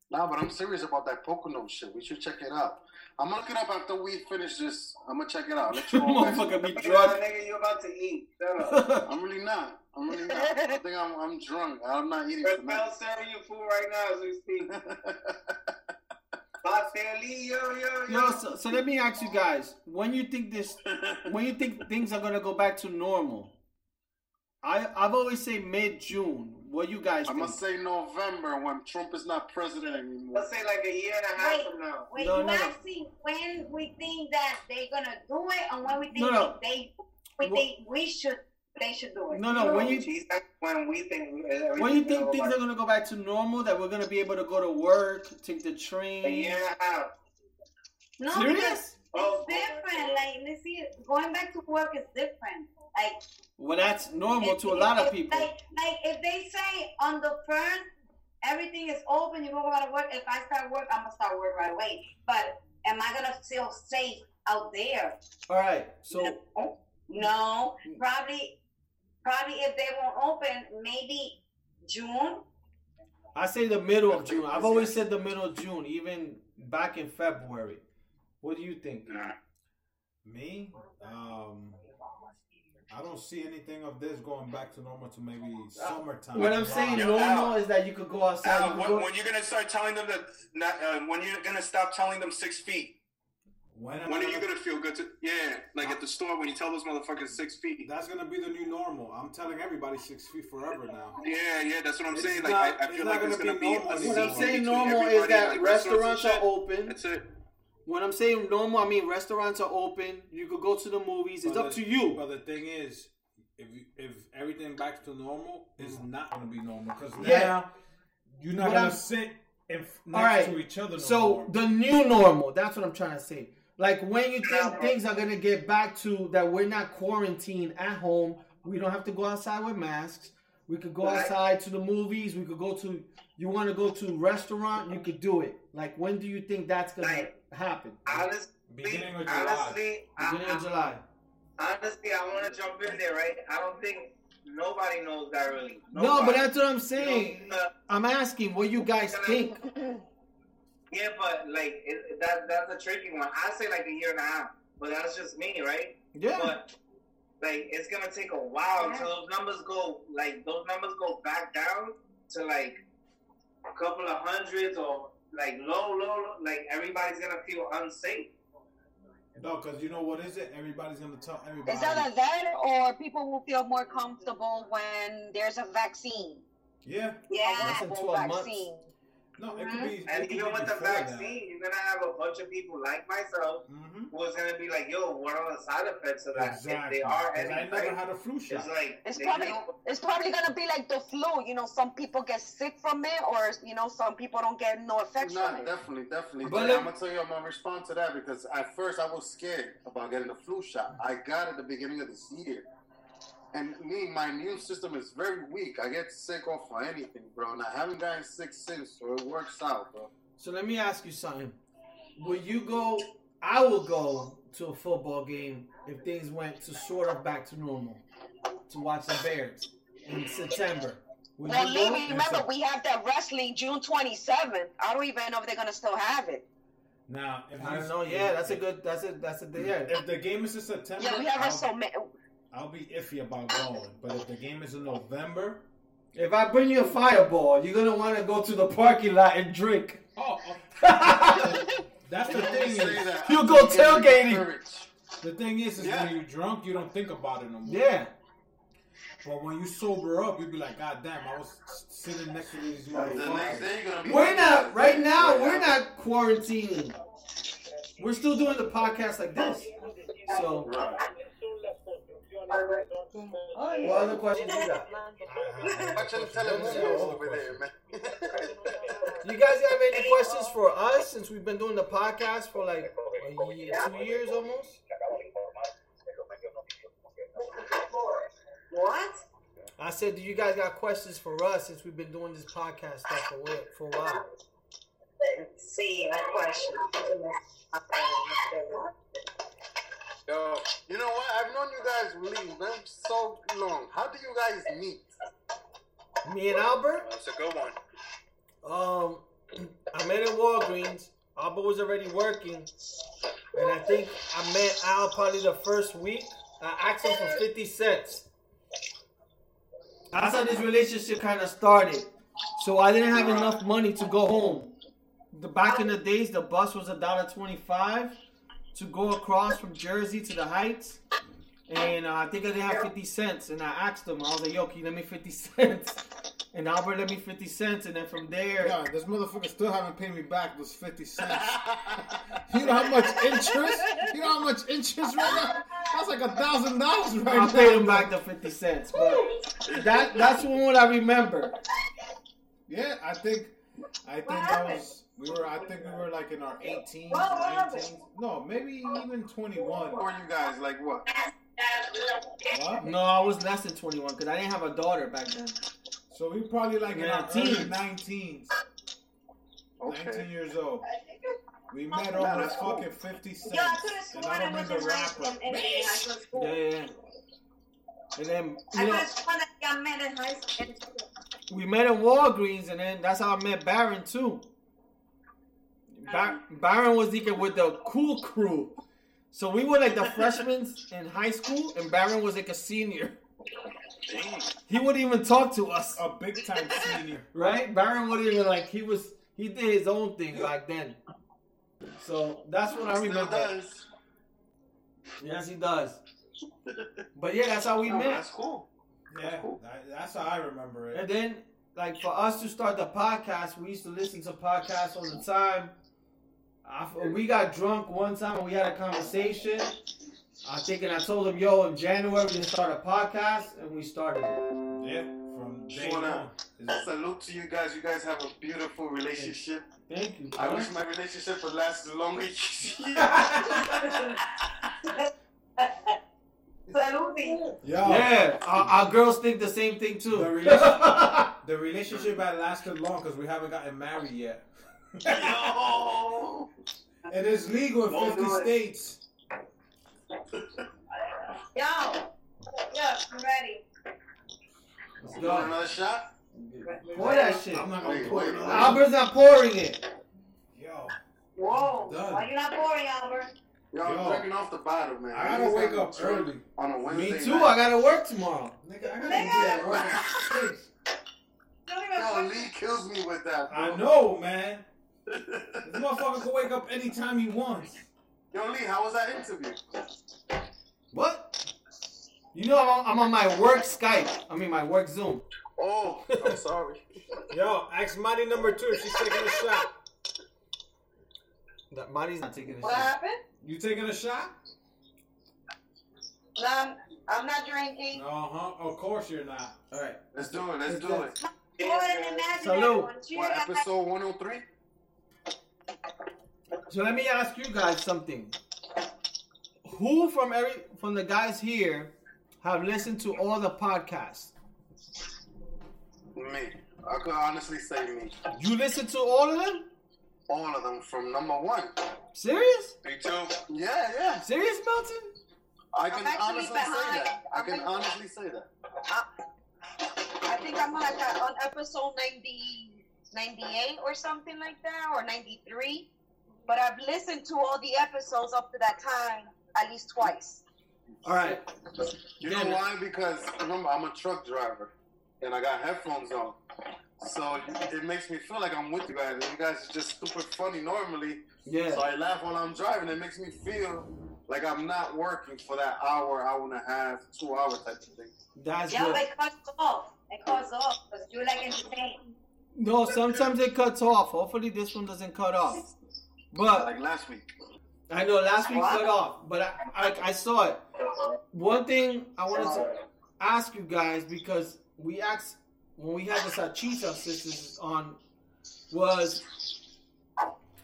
Speaker 6: Nah, but I'm serious about that Pocono shit. We should check it out. I'm gonna look it up after we finish this. I'm gonna check it out. Let you all back.
Speaker 1: *laughs* Motherfucker
Speaker 5: *laughs*
Speaker 1: be
Speaker 3: Nah,
Speaker 1: drunk.
Speaker 3: nigga, you about to eat. Shut up.
Speaker 1: *laughs*
Speaker 6: I'm really not. I'm really not. I think I'm, I'm drunk. I'm not eating
Speaker 3: Rafael
Speaker 9: *laughs*
Speaker 6: tonight.
Speaker 3: serving you food right now as we
Speaker 1: *laughs*
Speaker 3: speak. Baseli, yo, yo, yo.
Speaker 1: Yo, so, so let me ask you guys: When you think this, when you think things are gonna go back to normal? I I've always say mid June. What you guys
Speaker 6: I'm
Speaker 1: think?
Speaker 6: gonna say November when Trump is not president anymore.
Speaker 3: Let's say like a year and a half from now.
Speaker 2: Wait,
Speaker 1: No,
Speaker 2: you
Speaker 1: no, no.
Speaker 2: asking when we think that they're gonna do it, or when we think
Speaker 1: No, no.
Speaker 2: they we
Speaker 1: Wha-
Speaker 2: think we should they should do it.
Speaker 1: no, no. When you
Speaker 3: She's like when we think.
Speaker 1: when you think things are gonna go back to normal, that we're gonna be able to go to work, take the
Speaker 3: A
Speaker 1: train.
Speaker 3: year and a half.
Speaker 2: No, because
Speaker 1: Serious?
Speaker 3: Oh.
Speaker 2: It's different. Like, let's see, going back to work is different. Like,
Speaker 1: Well, that's normal
Speaker 2: if-
Speaker 1: to a lot
Speaker 2: if-
Speaker 1: of people.
Speaker 2: Like, like if they say on the first, everything is open, you go out to work. If I start work, I'm gonna start work right away. But am I gonna feel safe out there?
Speaker 1: All right, so
Speaker 2: No,
Speaker 1: Mm-hmm.
Speaker 2: probably, probably if they won't open, maybe June.
Speaker 1: I say the middle of June. I've always said the middle of June, even back in February. What do you think?
Speaker 5: Me? Um, I don't see anything of this going back to normal to maybe summertime.
Speaker 1: What I'm saying
Speaker 9: Yeah,
Speaker 1: normal
Speaker 9: Al.
Speaker 1: is that you could go outside.
Speaker 9: Al,
Speaker 1: you could
Speaker 9: when,
Speaker 1: go-
Speaker 9: when you're gonna start telling them that? Not, uh, when you're gonna stop telling them six feet?
Speaker 5: When, am I
Speaker 9: When are you gonna feel good? To, yeah, like at the store when you tell those motherfuckers six feet.
Speaker 5: That's gonna be the new normal. I'm telling everybody six feet forever now.
Speaker 9: Yeah, yeah, that's what I'm
Speaker 5: It's
Speaker 9: saying. Like
Speaker 5: not-
Speaker 9: I, I
Speaker 5: it's
Speaker 9: feel
Speaker 5: not
Speaker 9: like
Speaker 5: gonna
Speaker 9: it's gonna
Speaker 5: be
Speaker 9: be. a
Speaker 5: normal
Speaker 1: What I'm
Speaker 5: anymore.
Speaker 9: scene
Speaker 1: saying
Speaker 9: between
Speaker 1: normal is
Speaker 9: everybody,
Speaker 1: that
Speaker 9: like,
Speaker 1: restaurants
Speaker 9: and
Speaker 1: are
Speaker 9: shit.
Speaker 1: open.
Speaker 9: That's it.
Speaker 1: When I'm saying normal, I mean restaurants are open. You could go to the movies. It's
Speaker 5: But
Speaker 1: up to
Speaker 5: the-
Speaker 1: you.
Speaker 5: But the thing is, if you, if everything back to normal, it's not gonna be normal because
Speaker 1: Mm-hmm. Yeah.
Speaker 5: now you're not
Speaker 1: But
Speaker 5: gonna
Speaker 1: I'm-
Speaker 5: sit in, f- next
Speaker 1: All right.
Speaker 5: to each other. No
Speaker 1: So
Speaker 5: more.
Speaker 1: the new normal. That's what I'm trying to say. Like when you think things are gonna get back to that, we're not quarantined at home. We don't have to go outside with masks. We could go outside to the movies. We could go to. You want to go to a restaurant? You could do it. Like when do you think that's gonna
Speaker 3: Right.
Speaker 1: happen?
Speaker 3: Honestly,
Speaker 5: Beginning of July.
Speaker 3: honestly, I,
Speaker 1: Beginning of
Speaker 3: I,
Speaker 1: July.
Speaker 3: honestly, I want to jump in there, right? I don't think Nobody knows that really.
Speaker 9: No, but
Speaker 3: Nobody.
Speaker 9: that's what I'm saying. I'm asking what you guys think.
Speaker 3: Yeah, but like it, that that's a tricky one. I say like a year and a half, but that's just me, right?
Speaker 9: Yeah.
Speaker 3: But like it's gonna take a while until those numbers go like those numbers go back down to like a couple of hundreds or like low, low, low like everybody's gonna feel unsafe.
Speaker 5: No, because you know what is it? Everybody's gonna tell everybody.
Speaker 2: It's either that or people will feel more comfortable when there's a vaccine.
Speaker 5: Yeah.
Speaker 2: Yeah.
Speaker 5: Less than
Speaker 2: well,
Speaker 5: 12 months.
Speaker 2: vaccine.
Speaker 5: No, it could be.
Speaker 3: And
Speaker 5: it could
Speaker 3: even
Speaker 5: be
Speaker 3: with the
Speaker 5: before that. Mm-hmm.
Speaker 3: vaccine, you're gonna have a bunch of people like myself who's gonna be like, "Yo, what are the side effects of that? If
Speaker 5: Exactly.
Speaker 3: they are
Speaker 5: 'Cause I
Speaker 3: any,
Speaker 5: never
Speaker 3: right?
Speaker 5: had a flu shot.
Speaker 3: It's like
Speaker 2: It's
Speaker 3: they
Speaker 2: probably
Speaker 3: don't-
Speaker 2: it's probably gonna be like the flu. You know, some people get sick from it, or you know, some people don't get no effects
Speaker 6: No,
Speaker 2: from it.
Speaker 6: definitely, definitely.
Speaker 2: But
Speaker 6: But
Speaker 2: let-
Speaker 6: I'm gonna tell you, I'm gonna respond to that because at first I was scared about getting the flu shot. I got it at the beginning of this year, and me, my immune system is very weak. I get sick off for anything, bro, and I haven't gotten sick since, so it works out, bro.
Speaker 1: So let me ask you something. Will you go? I will go to a football game if things went to sort of back to normal to watch the Bears in September. Would
Speaker 2: Well,
Speaker 1: you go?
Speaker 2: Lee, remember we have that wrestling June 27th. I don't even know if they're gonna still have it.
Speaker 5: Now, if
Speaker 1: I
Speaker 5: you-
Speaker 1: don't know. Yeah, that's a good. That's a. That's a. Yeah.
Speaker 5: If the game is in September,
Speaker 2: Yeah, we have
Speaker 5: I'll,
Speaker 2: WrestleMania.
Speaker 5: I'll be iffy about going. But if the game is in November,
Speaker 1: If I bring you a fireball, you're gonna want to go to the parking lot and drink. *laughs*
Speaker 5: oh, that's the thing. Is,
Speaker 1: You go tailgating.
Speaker 5: The thing is, is when you're drunk, you don't think about it no more.
Speaker 1: Yeah.
Speaker 5: But when you sober up, you be like, God damn, I was sitting next to these motherfuckers.
Speaker 1: We're not right now. We're not quarantining. We're still doing the podcast like this. So, what other questions you got?
Speaker 6: Watching television over there, man. *laughs*
Speaker 1: You guys have any questions for us since we've been doing the podcast for like a year, two years almost?
Speaker 20: What?
Speaker 1: I said, do you guys got questions for us since we've been doing this podcast stuff for what for a while?
Speaker 20: Let's see my question.
Speaker 6: Yo, you know what? I've known you guys really them so long. How do you guys meet?
Speaker 1: Me and Albert,
Speaker 21: That's a good one.
Speaker 1: um, I met at Walgreens. Albert was already working, and I think I met Al probably the first week. I asked him for fifty cents. That's how this relationship kind of started. So I didn't have enough money to go home. The back in the days, the bus was a dollar twenty-five to go across from Jersey to the Heights, and uh, I think I didn't have fifty cents. And I asked him, I was like, "Yo, can you let me fifty *laughs* cents?" And Albert let me fifty cents, and then from there,
Speaker 5: Yeah, this motherfucker still haven't paid me back those fifty cents. *laughs* you know how much interest? You know how much interest right now? That's like a thousand dollars right
Speaker 1: I
Speaker 5: now.
Speaker 1: paid him back the fifty cents. But that that's one what I remember.
Speaker 5: Yeah, I think, I think that was we were. I think we were like in our 18s, 19s. No, maybe even twenty-one.
Speaker 6: Were you guys like what?
Speaker 5: What?
Speaker 1: No, I was less than twenty one because I didn't have a daughter back then.
Speaker 5: So we probably like in our early
Speaker 1: 19.
Speaker 5: 19s. 19 years old. We met over fucking 50 cents.
Speaker 2: Yeah, I could have
Speaker 5: And
Speaker 2: sworn
Speaker 5: I
Speaker 2: it
Speaker 5: don't
Speaker 2: was
Speaker 5: remember
Speaker 2: in high
Speaker 5: rapper.
Speaker 2: school. and- and I was cool.
Speaker 1: Yeah, yeah. yeah. And then
Speaker 20: I
Speaker 1: you know,
Speaker 20: just want to get mad at high school.
Speaker 1: we met at Walgreens, and then that's how I met Baron too. Bar- Byron was deacon with the cool crew, so we were like the freshmen in high school, and Byron was like a senior. He wouldn't even talk to us,
Speaker 5: A Oh, big time senior.
Speaker 1: *laughs* right? Byron wouldn't even like he was. He did his own thing back then. So that's what I
Speaker 6: Still
Speaker 1: remember.
Speaker 6: does.
Speaker 1: Yes, he does. But yeah, that's how we
Speaker 6: *laughs* Oh,
Speaker 1: met.
Speaker 6: That's cool.
Speaker 5: Yeah, that- that's how I remember
Speaker 1: And
Speaker 5: it.
Speaker 1: then, like for us to start the podcast, we used to listen to podcasts all the time. I, we got drunk one time and we had a conversation. I think, and I told him, "Yo, in January we're gonna start a podcast," and we started. it.
Speaker 5: Yeah, from day
Speaker 6: Sure
Speaker 5: one.
Speaker 6: not. Salute to you guys. You guys have a beautiful relationship.
Speaker 1: Thank you.
Speaker 6: I
Speaker 1: bro.
Speaker 6: wish my relationship would last as *laughs* long as you.
Speaker 20: Salute.
Speaker 5: Yo,
Speaker 1: yeah, our, our girls think the same thing too. *laughs*
Speaker 5: The relationship- the relationship had lasted long because we haven't gotten married yet.
Speaker 6: Yo!
Speaker 5: It is legal in 50 states.
Speaker 20: Yo, look, I'm ready.
Speaker 6: You want another shot?
Speaker 1: Pour that shit. I'm
Speaker 6: not gonna pour it.
Speaker 1: Albert's not pouring it.
Speaker 2: Whoa.
Speaker 6: Done.
Speaker 2: Why you not pouring, Albert?
Speaker 6: Yo, I'm drinking off the bottle, man.
Speaker 1: I gotta wake up
Speaker 6: early on a Wednesday.
Speaker 1: Me too.
Speaker 6: night.
Speaker 1: I gotta work tomorrow.
Speaker 6: Nigga, I
Speaker 1: gotta be at work *laughs*
Speaker 6: Yo, Lee kills me with that.
Speaker 14: I know, man. this motherfucker can wake up anytime he wants.
Speaker 6: *laughs* Yo, Lee, how was that interview?
Speaker 1: What? You know I'm on, I'm on my work Skype. I mean my work Zoom.
Speaker 6: Oh, I'm sorry.
Speaker 5: Yo, ask Mighty number two if she's taking a shot.
Speaker 1: That Marty's not taking a
Speaker 7: What
Speaker 1: shot.
Speaker 7: happened?
Speaker 5: You taking a shot?
Speaker 7: No, I'm, I'm not drinking.
Speaker 5: Uh huh. Of course you're not.
Speaker 1: All right.
Speaker 6: Let's do it. Let's do it.
Speaker 7: Go ahead and imagine
Speaker 1: Salud.
Speaker 7: that one. Cheers.
Speaker 6: What episode 103?
Speaker 1: So let me ask you guys something. Who from every from the guys here have listened to all the podcasts?
Speaker 6: Me. I could honestly say me.
Speaker 1: You listen to all of them?
Speaker 6: All of them from number one.
Speaker 1: Serious?
Speaker 6: Me too. Yeah, yeah.
Speaker 1: Serious, Milton?
Speaker 6: I can
Speaker 7: I'm actually
Speaker 6: honestly say
Speaker 7: behind.
Speaker 6: that. I can
Speaker 7: I'm-
Speaker 6: honestly say that.
Speaker 7: I think I'm like uh, on episode 90, 98 or something like that, or 93. But I've listened to all the episodes up to that time at least twice.
Speaker 1: All right.
Speaker 6: You know why? Because remember, I'm a truck driver, and I got headphones on, so it makes me feel like I'm with you guys. And you guys are just super funny normally,
Speaker 1: Yeah.
Speaker 6: so I laugh while I'm driving. It makes me feel like I'm not working for that hour, hour and a half, two hour type of thing.
Speaker 1: That's
Speaker 2: Yeah,
Speaker 1: good. *laughs*
Speaker 2: but it cuts off. It cuts off because you like entertained.
Speaker 1: No, sometimes it cuts off. Hopefully this one doesn't cut off. But
Speaker 6: Like last
Speaker 1: *laughs*
Speaker 6: week.
Speaker 1: I know last week cut off, but I, I I saw it. One thing I wanted to ask you guys because we asked when we had the Sachita sisters on was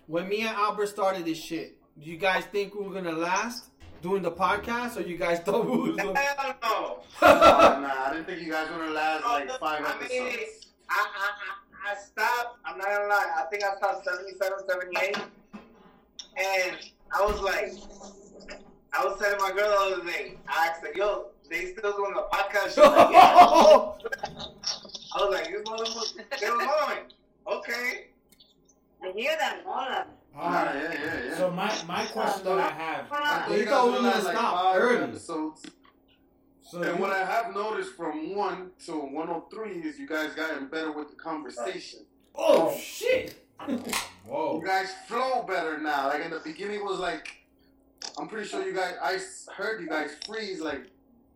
Speaker 1: when me and Albert started this shit. Do you guys think we were gonna last doing the podcast, or you guys *laughs* thought we was gonna?
Speaker 3: Hell
Speaker 6: nah,
Speaker 3: no.
Speaker 6: Oh, nah, I didn't think you guys were gonna last like
Speaker 7: Oh,
Speaker 6: five
Speaker 3: I mean,
Speaker 6: episodes.
Speaker 3: I, I, I, I stopped. I'm not gonna lie. I think I stopped 77, 78. And I was like, I was telling my girl the other day, I asked her, yo, they still doing the podcast?
Speaker 5: *laughs*
Speaker 3: She's like, yeah. I was like, this motherfucker, they were on. Okay.
Speaker 2: I hear them, all of them.
Speaker 5: All
Speaker 6: Nah,
Speaker 5: right.
Speaker 6: yeah, yeah, yeah.
Speaker 5: So my my question that I have.
Speaker 6: I thought
Speaker 1: We
Speaker 6: you guys
Speaker 1: thought we
Speaker 6: were
Speaker 1: were
Speaker 6: gonna
Speaker 1: gonna
Speaker 6: like
Speaker 1: stop
Speaker 6: five
Speaker 1: early.
Speaker 6: episodes.
Speaker 5: So
Speaker 6: And
Speaker 5: you-
Speaker 6: what I have noticed from one to 103 is you guys gotten better with the conversation.
Speaker 1: Oh shit!
Speaker 5: whoa.
Speaker 14: Oh.
Speaker 6: You guys flow better now. Like in the beginning was like, I'm pretty sure you guys, I s- heard you guys freeze. Like,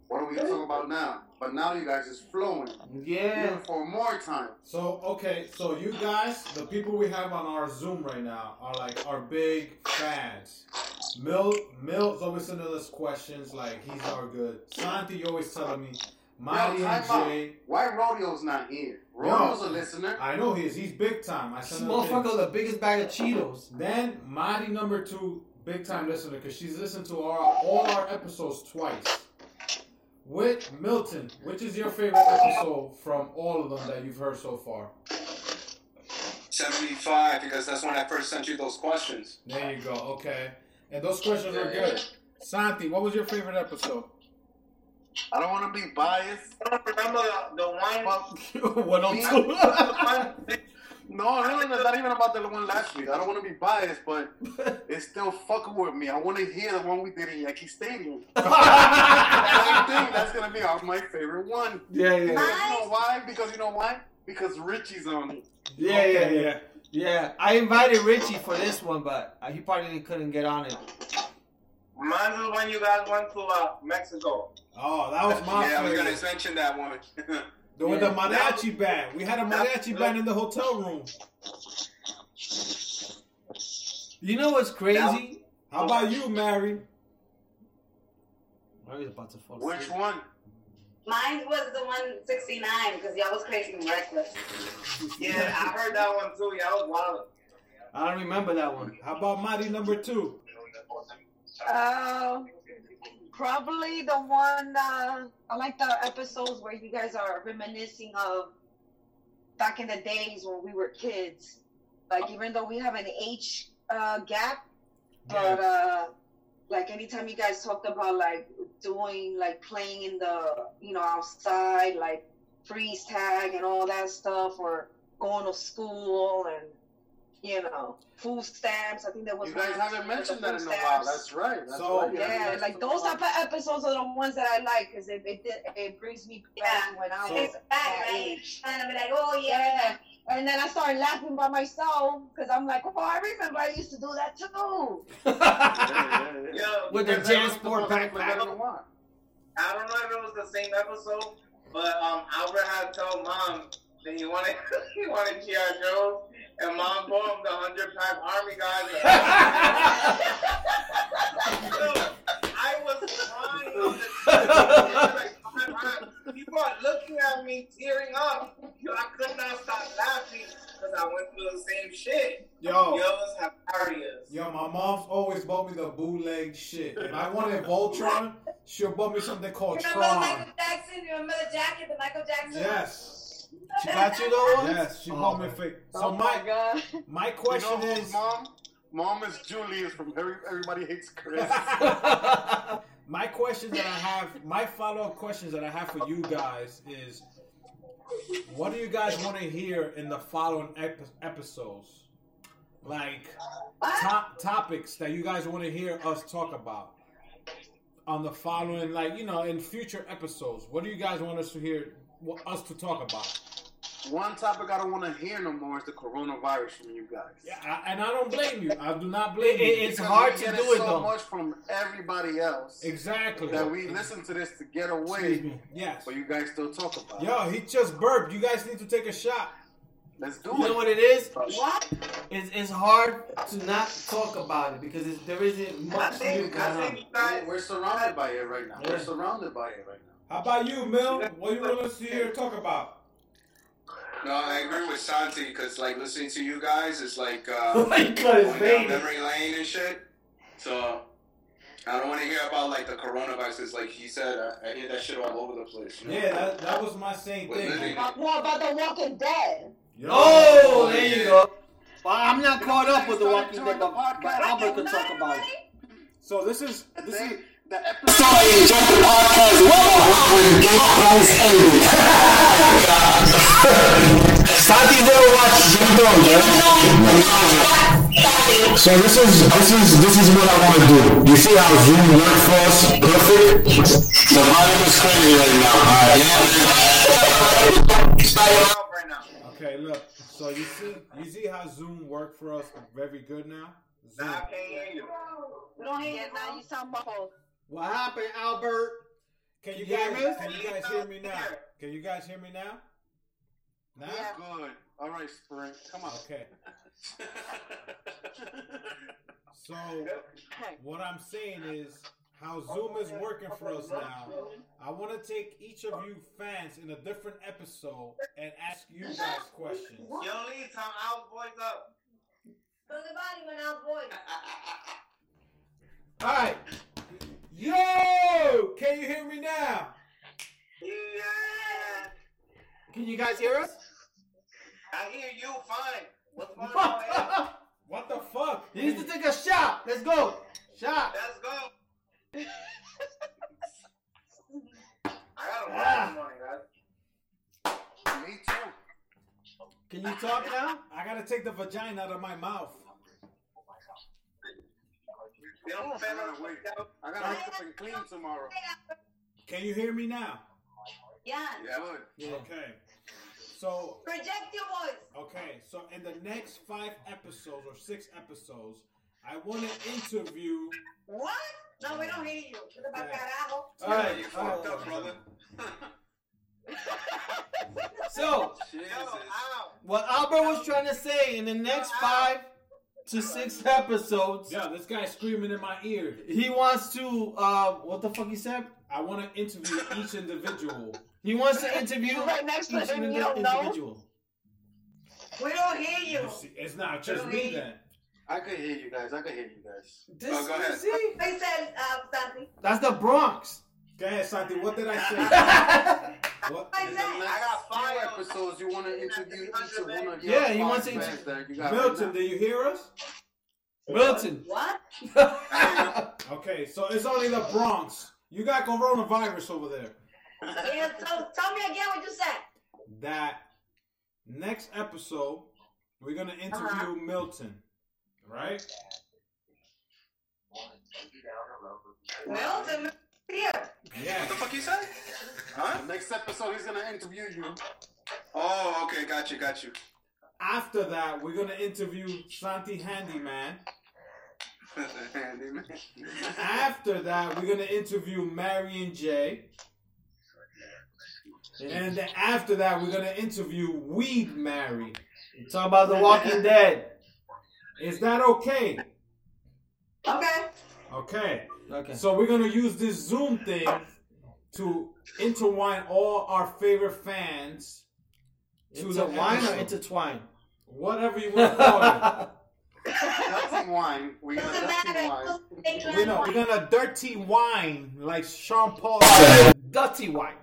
Speaker 6: what are we talking about now? But now you guys is flowing.
Speaker 1: Yeah.
Speaker 6: Even for more time.
Speaker 14: So okay, so you guys, the people we have on our Zoom right now are like our big fans. Mil Mil's always sending us questions like he's our good. Santi you always telling me,
Speaker 6: Now,
Speaker 14: Marty and
Speaker 6: time out.
Speaker 14: Jay.
Speaker 6: Why Rodeo's not here? Rodeo's a listener.
Speaker 14: I know he is. He's big time. I
Speaker 1: This
Speaker 14: sent him a
Speaker 1: motherfucker,
Speaker 14: thing.
Speaker 1: the biggest bag of Cheetos.
Speaker 14: Then Marty number two, big time listener, because she's listened to our, all our episodes twice. With Milton, which is your favorite episode from all of them that you've heard so far?
Speaker 4: 75 because that's when I first sent you those questions.
Speaker 14: There you go. Okay. And those questions are good. Santi, what was your favorite episode?
Speaker 6: I don't want to be biased.
Speaker 3: I don't remember the, the one.
Speaker 6: But
Speaker 1: One on
Speaker 6: Me-
Speaker 1: two.
Speaker 6: *laughs* no, no, no, no, not even about the one last week. I don't want to be biased, but it's still fucking with me. I want to hear the one we did in Yankee Stadium. I think that's gonna be our, my favorite one.
Speaker 1: Yeah, yeah,
Speaker 6: You
Speaker 1: yeah.
Speaker 6: know why? Because you know why? Because Richie's on it.
Speaker 1: Yeah, yeah, yeah, yeah. I invited Richie for this one, but uh, he probably didn't- couldn't get on it.
Speaker 3: Mine was when you guys went to uh, Mexico.
Speaker 14: Oh, that was my
Speaker 4: yeah, I was
Speaker 14: favorite.
Speaker 4: gonna mention that one.
Speaker 14: The- With the mariachi band. We had a mariachi band in the hotel room.
Speaker 1: You know what's crazy?
Speaker 14: How about you, Mary?
Speaker 1: I was about to fall
Speaker 6: *laughs* Which
Speaker 1: asleep.
Speaker 6: one?
Speaker 2: Mine was the 169 because y'all was crazy and reckless.
Speaker 3: Yeah, I heard that one too. Yeah, I was wild.
Speaker 1: I don't remember that one.
Speaker 14: How about Marty number two?
Speaker 7: Uh, probably the one. Uh, I like the episodes where you guys are reminiscing of back in the days when we were kids. Like even though we have an age uh, gap, but uh, like anytime you guys talked about like doing like playing in the you know outside, like
Speaker 5: freeze tag and all that stuff, or going to school and you know food stamps. I think there was.
Speaker 6: You guys
Speaker 5: one
Speaker 6: haven't mentioned
Speaker 5: episode of
Speaker 6: that in
Speaker 5: food
Speaker 6: a while.
Speaker 5: stamps.
Speaker 6: That's right. That's
Speaker 5: So-
Speaker 6: right. You haven't
Speaker 5: yeah,
Speaker 6: mentioned
Speaker 5: like
Speaker 6: it.
Speaker 5: those type of episodes are the ones that I like because it it, did- it brings me back when I
Speaker 2: So-
Speaker 5: was
Speaker 2: Back,
Speaker 5: that
Speaker 2: right?
Speaker 5: age.
Speaker 2: And I'm like, oh, yeah.
Speaker 5: And then I started laughing by myself because I'm like, oh, I remember I used to do that too.
Speaker 9: With the jazz sport backpack.
Speaker 3: I don't know if it was the same episode, but um, Albert had told mom that he wanted *laughs* he wanted GI Joes, and mom bought him the hundred pack army
Speaker 1: *laughs*
Speaker 3: guys.
Speaker 9: *laughs*
Speaker 3: so, I was crying. on the like, "Oh my God." People are looking at me, tearing up. Yo, I could not stop laughing because I went through the same shit.
Speaker 1: Yo.
Speaker 3: yo, it's hilarious.
Speaker 1: Yo, my mom's always bought me the bootleg shit. If I wanted Voltron, she'll bought me something called
Speaker 2: Remember
Speaker 1: Tron.
Speaker 2: Michael Jackson? You remember the jacket, the Michael Jackson?
Speaker 1: Yes.
Speaker 2: She got you the one?
Speaker 1: Yes, she bought me fake. Oh, So my
Speaker 5: God.
Speaker 1: my question
Speaker 6: you know who's
Speaker 1: is
Speaker 6: mom, mom is Julius from Every, Everybody Hates Chris.
Speaker 5: *laughs*
Speaker 1: *laughs* my questions that I have, my follow up questions that I have for you guys is, what do you guys want to hear in the following ep- episodes? Like top topics that you guys want to hear us talk about on the following, like you know, in future episodes. What do you guys want us to hear? wa- Us to talk about?
Speaker 6: One topic I don't want to hear no more is the coronavirus from you guys.
Speaker 1: Yeah, I, and I don't blame you. I do not blame
Speaker 6: It-
Speaker 1: you.
Speaker 6: it's Because hard we to get do it, it so though. much from everybody else.
Speaker 1: Exactly.
Speaker 6: That we listen to this to get away.
Speaker 1: Yes.
Speaker 6: But you guys still talk about
Speaker 1: Yo, he just burped. You guys need to take a shot.
Speaker 6: Let's do
Speaker 1: it.
Speaker 9: You know what it is? It's, it's hard to not talk about it because it's, there isn't much new ground.
Speaker 6: it. We're surrounded by it right now. We're
Speaker 9: Yeah.
Speaker 6: surrounded by it right now.
Speaker 1: How about you, Mill? What you want us to hear talk about?
Speaker 22: No, I agree with Santi because like listening to you guys is like
Speaker 1: *laughs*
Speaker 22: uh,
Speaker 9: *laughs* Oh my God, it's
Speaker 22: going
Speaker 9: baby.
Speaker 22: down memory lane and shit. So I don't want to hear about like the coronavirus. It's Like he said, I, I hear that shit all over the place. you know?
Speaker 1: Yeah, that, that was my same
Speaker 22: We're
Speaker 1: thing.
Speaker 22: living-
Speaker 5: More about The Walking Dead.
Speaker 9: Oh, there you go. Well, I'm not caught up with the Walking Dead, but, but Albert could talk about it.
Speaker 1: So this is this is
Speaker 6: the
Speaker 4: So this is this is this is what I want to do. You see how Zoom worked for us? Perfect. The volume is crazy right now. All right,
Speaker 1: Okay, look. So you see, you see how Zoom worked for us very good now. Zoom.
Speaker 3: Uh,
Speaker 5: We don't hear it now. You sound muffled.
Speaker 9: What happened, Albert?
Speaker 1: Can you
Speaker 9: You hear
Speaker 1: guys
Speaker 9: me?
Speaker 1: can you guys hear me now? Can you guys hear me now? Now?
Speaker 6: Good. All right, Spring. Come
Speaker 22: *laughs*
Speaker 6: on.
Speaker 1: Okay. So what I'm saying is how Zoom is working for us now. I want to take each of you fans in a different episode and ask you guys questions.
Speaker 3: Yo, Lee, time out, boys up.
Speaker 2: Because the body went out, boy.
Speaker 1: All right. Yo, can you hear me
Speaker 9: *laughs*
Speaker 1: now?
Speaker 9: Can you guys hear us?
Speaker 3: I hear you fine. What's going
Speaker 1: *laughs*
Speaker 3: on? man?
Speaker 1: What the fuck?
Speaker 9: He needs to take a shot. Let's go. Shot.
Speaker 3: Let's go. I gotta work in
Speaker 9: Ah.
Speaker 3: the morning, guys.
Speaker 6: Me too.
Speaker 9: Can you talk now?
Speaker 1: I gotta take the vagina out of my mouth.
Speaker 3: They don't pay me to work out.
Speaker 6: I gotta wake up and clean tomorrow.
Speaker 1: Can you hear me now?
Speaker 2: Yeah.
Speaker 6: Good.
Speaker 1: Okay. So
Speaker 2: Project your voice.
Speaker 1: Okay, so in the next five episodes or six episodes, I want to interview.
Speaker 2: What? No, we don't hear you. It's about carajo.
Speaker 1: All right,
Speaker 22: you
Speaker 1: all
Speaker 22: fucked
Speaker 1: right.
Speaker 22: up, brother.
Speaker 9: So, what Albert was trying to say in the next five to six episodes,
Speaker 1: Yeah, this guy's screaming in my ear.
Speaker 9: he wants to, uh, what the fuck he said?
Speaker 1: I want to interview each individual.
Speaker 9: He wants to interview
Speaker 5: You right next to
Speaker 9: each
Speaker 5: him, you
Speaker 9: indi-
Speaker 5: don't know?
Speaker 9: individual.
Speaker 2: We don't hear you.
Speaker 1: See, It's not just me then.
Speaker 6: I could hear you guys. I could hear you guys.
Speaker 9: This,
Speaker 22: Oh, go ahead.
Speaker 9: see?
Speaker 2: They said, uh, something.
Speaker 9: That's the Bronx.
Speaker 1: Go ahead, Santi. What did I say? what?
Speaker 2: I said,
Speaker 6: I got five episodes. You want to introduce each of one of your
Speaker 9: Yeah, he
Speaker 6: five
Speaker 9: wants to
Speaker 6: fans
Speaker 9: intro-
Speaker 6: that you got right
Speaker 1: Milton,
Speaker 6: now.
Speaker 1: do you hear us?
Speaker 9: Milton.
Speaker 2: what?
Speaker 1: *laughs* Okay, so it's only the Bronx. You got coronavirus over there.
Speaker 2: Yeah, tell, tell me again what you said.
Speaker 5: that next episode we're gonna interview Milton, right?
Speaker 7: Milton, yeah.
Speaker 5: Yeah. What the
Speaker 23: fuck you said?
Speaker 6: Huh? Next episode, he's gonna interview you.
Speaker 23: Oh, okay, got you,
Speaker 22: *laughs*
Speaker 23: got you.
Speaker 5: After that, we're gonna interview Santi Handyman. After that, we're gonna interview Marion J. And then after that, we're gonna interview Weed Mary.
Speaker 1: Talk about The Walking Dead.
Speaker 5: Is that okay?
Speaker 7: Okay.
Speaker 5: Okay. Okay. So we're gonna use this Zoom thing to intertwine all our favorite fans to the
Speaker 1: Intertwine or
Speaker 5: episode.
Speaker 1: intertwine? *laughs*
Speaker 5: Whatever you want to call it.
Speaker 6: *laughs* Dusting wine. We're gonna dusting wine.
Speaker 5: We're gonna, we're gonna dirty wine like Sean Paul.
Speaker 1: *laughs* dirty wine.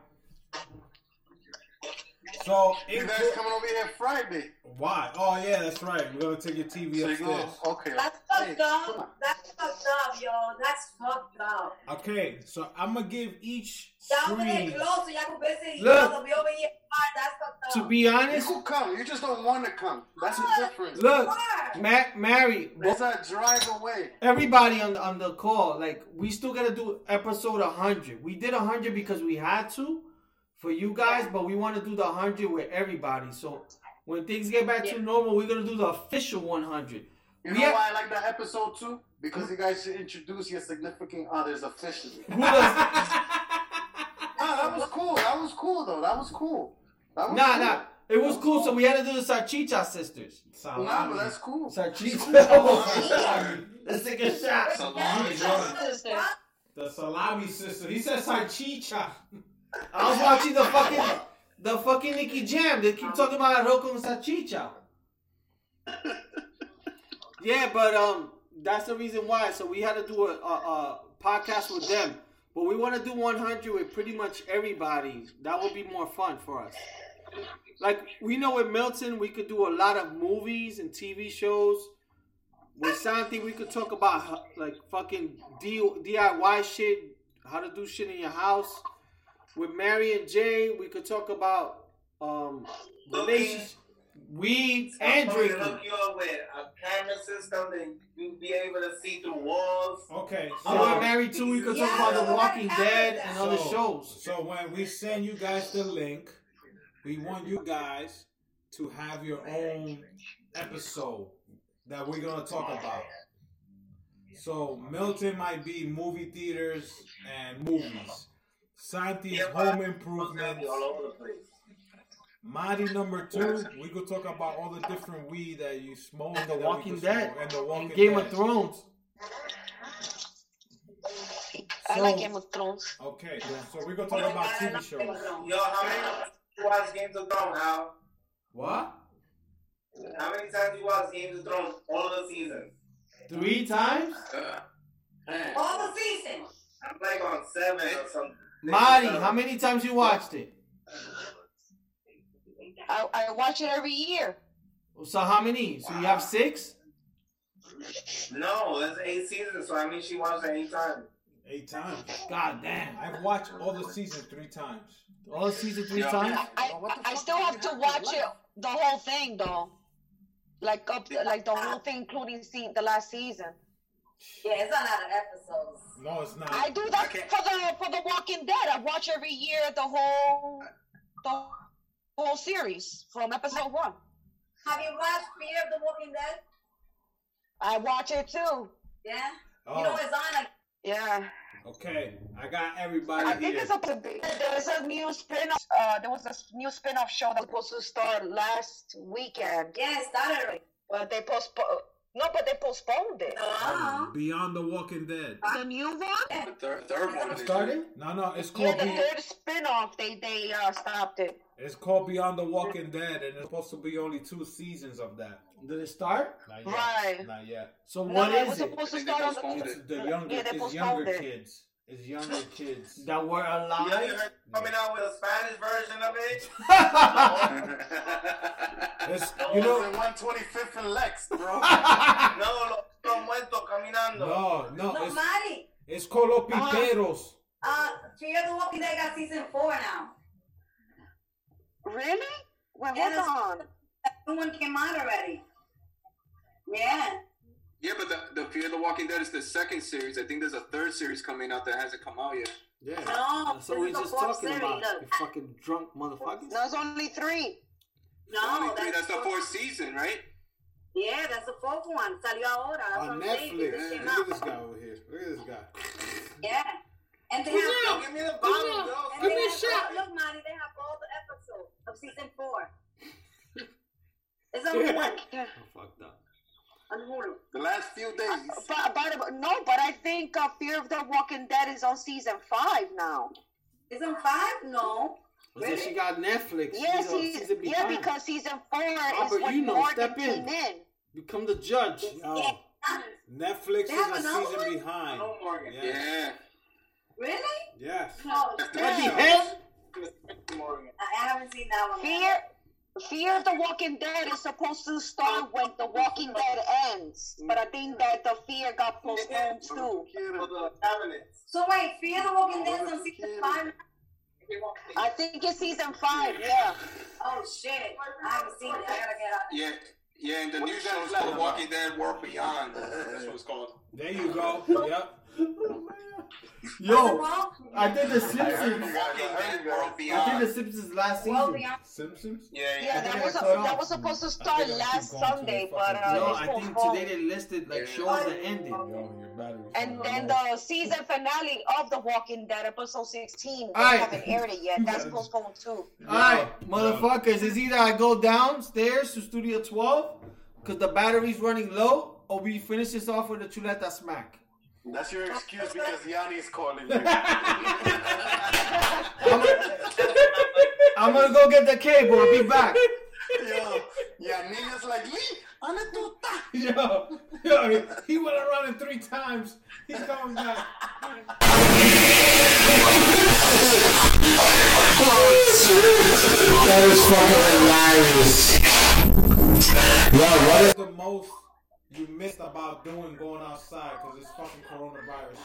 Speaker 5: So
Speaker 6: You guys coming over here Friday?
Speaker 5: Why? Oh yeah, that's right. We're gonna take your TV
Speaker 6: So you
Speaker 5: upstairs.
Speaker 6: go- okay.
Speaker 2: That's fucked up. That's fucked up, yo. That's fucked up.
Speaker 5: Okay, so I'm gonna give each
Speaker 2: Y'all over there
Speaker 5: screen.
Speaker 2: close so y'all can visit each
Speaker 5: Look.
Speaker 2: other. We over here apart. That's fucked up.
Speaker 6: you could come. You just don't want to come. That's the difference.
Speaker 1: Look, Ma- Mary,
Speaker 6: There's a drive away.
Speaker 1: everybody on the, on the call, like we still gotta do episode 100. We did 100 because we had to for you guys, but we want to do the 100 with everybody. So when things get back to normal, we're gonna do the official 100. We
Speaker 6: You know
Speaker 1: have-
Speaker 6: why I like that episode too? Because you guys should introduce your significant others officially.
Speaker 1: Who does?
Speaker 6: Nah, that was cool. That was cool though. That was cool. That was
Speaker 1: nah,
Speaker 6: cool.
Speaker 1: nah. It was cool, so we had to do the Sarchicha sisters.
Speaker 6: Nah, but that's cool.
Speaker 1: Sarchicha. *laughs* Let's take a shot.
Speaker 5: The salami sister. He said salchicha.
Speaker 1: I was watching the fucking the fucking Nicky Jam. They keep talking about Rocco and Sachicha. Yeah, but um, that's the reason why. So we had to do a, a, a podcast with them, but we want to do 100 with pretty much everybody. That would be more fun for us. Like we know with Milton, we could do a lot of movies and TV shows. With Santi, we could talk about like fucking D- DIY shit, how to do shit in your house with Mary and Jay, we could talk about um relations, weed, and
Speaker 3: Somebody
Speaker 1: drinking.
Speaker 3: Hook you up with a camera system that you be able to see through walls.
Speaker 5: Okay.
Speaker 1: So we're married too. We could talk about The Walking Dead and other
Speaker 5: So-
Speaker 1: shows.
Speaker 5: So when we send you guys the link, we want you guys to have your own episode that we're gonna talk about. So Milton might be movie theaters and movies. Santi's home improvement.
Speaker 3: all over the place.
Speaker 5: Marty number two, we could talk about all the different weed that you smoke. that
Speaker 1: The
Speaker 5: we
Speaker 1: Walking
Speaker 5: could
Speaker 1: Dead
Speaker 5: smoke, and the Walking
Speaker 1: Game
Speaker 5: Dead.
Speaker 1: of Thrones.
Speaker 7: I like Game of Thrones.
Speaker 5: Okay, so we're gonna talk about TV shows.
Speaker 3: Yo, how many times you watch Games of Thrones, Al?
Speaker 5: What?
Speaker 3: How many times you watch Games of Thrones? All of the seasons.
Speaker 1: Three times?
Speaker 3: All the seasons. I'm like on seven or something.
Speaker 1: Marty, how many times you watched it?
Speaker 7: I, I watch it every year.
Speaker 1: So how many? So you have six?
Speaker 3: No, that's eight seasons, so I mean she watched it eight times.
Speaker 5: Eight times.
Speaker 1: God damn.
Speaker 5: I've watched all the season three times.
Speaker 1: All season
Speaker 5: three Yeah. times?
Speaker 7: I, I still have to watch it the whole thing though, like up like the whole thing, including se- the last season.
Speaker 2: Yeah, it's a lot of episodes.
Speaker 5: No, it's not.
Speaker 7: I do that for the for the Walking Dead. I watch every year the whole the whole series from episode one.
Speaker 2: Have you watched Fear of the Walking Dead?
Speaker 7: I watch it too.
Speaker 2: Yeah.
Speaker 5: Oh.
Speaker 2: You know it's on. Like,
Speaker 7: yeah.
Speaker 5: Okay, I got everybody
Speaker 7: I
Speaker 5: here.
Speaker 7: think it's up to be. There's a new spin off. Uh, there was a s- new spin off show that was supposed to start last weekend.
Speaker 2: Yeah, it started already.
Speaker 7: But they postponed. No, but they postponed it. uh-huh.
Speaker 5: Beyond the Walking Dead.
Speaker 7: The new one?
Speaker 23: The third, third one. is-
Speaker 5: No, no, it's
Speaker 7: Yeah,
Speaker 5: called
Speaker 7: the
Speaker 5: Be-
Speaker 7: third spin off. They they uh, stopped it.
Speaker 5: it's called Beyond the Walking Dead, and it's supposed to be only two seasons of that.
Speaker 1: Did it start?
Speaker 5: Not yet.
Speaker 7: Right.
Speaker 5: Not yet.
Speaker 1: So
Speaker 7: No,
Speaker 1: what
Speaker 7: it
Speaker 1: is
Speaker 7: was
Speaker 1: it?
Speaker 7: supposed to start on
Speaker 5: It's the younger,
Speaker 7: Yeah,
Speaker 5: it's
Speaker 7: they postponed
Speaker 5: younger
Speaker 7: it.
Speaker 5: kids.
Speaker 2: *laughs*
Speaker 5: It's younger kids.
Speaker 1: That were alive.
Speaker 3: Yeah, you heard coming out with a Spanish version of
Speaker 5: *laughs*
Speaker 3: it.
Speaker 6: *laughs*
Speaker 5: It's, you know,
Speaker 6: 125th and Lex, bro.
Speaker 3: no, lo, lo muerto caminando.
Speaker 5: no, no,
Speaker 2: no,
Speaker 5: it's,
Speaker 2: Marty.
Speaker 5: it's called Los Piqueros.
Speaker 2: Uh, Fear of the Walking Dead got season four now. Really? Well,
Speaker 7: hold on. Someone came out already. Yeah.
Speaker 24: Yeah, but the, the Fear the Walking Dead is the second series. I think there's a third series coming out that hasn't come out yet.
Speaker 9: Yeah.
Speaker 7: No,
Speaker 9: That's what we
Speaker 7: this is
Speaker 9: just
Speaker 7: the fourth
Speaker 9: talking
Speaker 7: series,
Speaker 9: about.
Speaker 7: look.
Speaker 9: You fucking drunk motherfuckers.
Speaker 2: No, it's only three.
Speaker 6: Oh,
Speaker 7: No,
Speaker 24: That's,
Speaker 7: that's,
Speaker 24: the fourth season, right?
Speaker 7: yeah, that's the fourth one. Salió ahora. That's
Speaker 1: On
Speaker 7: what I'm saying. It
Speaker 1: Netflix.
Speaker 7: just came
Speaker 1: Look at
Speaker 7: out.
Speaker 1: this guy over here. Look at this guy.
Speaker 7: Yeah. And they
Speaker 1: Come
Speaker 7: have
Speaker 1: here.
Speaker 7: give
Speaker 1: me the bottle, girl.
Speaker 7: And
Speaker 1: Give
Speaker 7: they
Speaker 1: me a
Speaker 7: have
Speaker 1: shot.
Speaker 7: all- Look, Monty, they have all the episodes of season
Speaker 2: *laughs*
Speaker 7: four. It's only one
Speaker 9: fucked up.
Speaker 7: on Hulu.
Speaker 6: The last few days.
Speaker 2: But, but no, but I think uh, Fear of the Walking Dead is on season five now.
Speaker 7: Is on five? No.
Speaker 9: Well, so she got Netflix.
Speaker 2: Yeah,
Speaker 9: She's on
Speaker 2: see-
Speaker 9: season
Speaker 2: yeah,
Speaker 9: behind.
Speaker 2: because season four
Speaker 9: Robert,
Speaker 2: is when
Speaker 9: you know,
Speaker 2: Morgan
Speaker 9: step in.
Speaker 2: came in.
Speaker 9: Become the judge.
Speaker 1: Yo, Netflix
Speaker 2: They
Speaker 1: is
Speaker 2: have
Speaker 1: a
Speaker 2: another
Speaker 1: season
Speaker 2: one?
Speaker 1: behind.
Speaker 2: Oh, Morgan.
Speaker 1: Yes.
Speaker 7: Really?
Speaker 1: Yes.
Speaker 7: No. I haven't seen that one.
Speaker 2: Fear, Fear the Walking Dead is supposed to start when the Walking Dead ends, but I think that the Fear got
Speaker 7: *laughs*
Speaker 2: postponed too.
Speaker 7: So wait, Fear the Walking Dead is on season five.
Speaker 2: I think it's season five. Yeah.
Speaker 7: Oh shit! I haven't seen it. I gotta get out.
Speaker 24: Yeah, yeah, and the new show is called Walking Dead World
Speaker 6: *laughs*
Speaker 24: Beyond. That's what it's called.
Speaker 1: There
Speaker 2: *laughs*
Speaker 1: you go. yep.
Speaker 9: Yo, I think the Simpsons.
Speaker 24: Walking Dead World
Speaker 9: I think
Speaker 24: Beyond.
Speaker 9: the Simpsons last season.
Speaker 2: Well, beyond-
Speaker 1: Simpsons.
Speaker 24: Yeah,
Speaker 2: Yeah, that was,
Speaker 9: I cut
Speaker 2: that
Speaker 9: off.
Speaker 2: was supposed to start last Sunday, but uh,
Speaker 9: no,
Speaker 2: it's
Speaker 9: I think
Speaker 2: postponed.
Speaker 9: today they listed like shows that ended.
Speaker 2: And then the season finale of The Walking Dead, episode 16, they
Speaker 9: Aight.
Speaker 2: haven't aired it yet. That's postponed too.
Speaker 9: Alright, motherfuckers, it's either I go downstairs to Studio 12 because the battery's running low, or we finish this off with a chuleta smack.
Speaker 6: That's your excuse because Yanni is calling
Speaker 24: *laughs*
Speaker 6: you.
Speaker 9: I'm gonna go get the cable, I'll be back.
Speaker 6: Yo, yeah, niggas like me. Ana tuta.
Speaker 1: Yo, yo, he went around it three times. He's coming back.
Speaker 25: That is fucking hilarious. Yo, what is
Speaker 1: What's the most you missed about doing going outside because it's fucking coronavirus?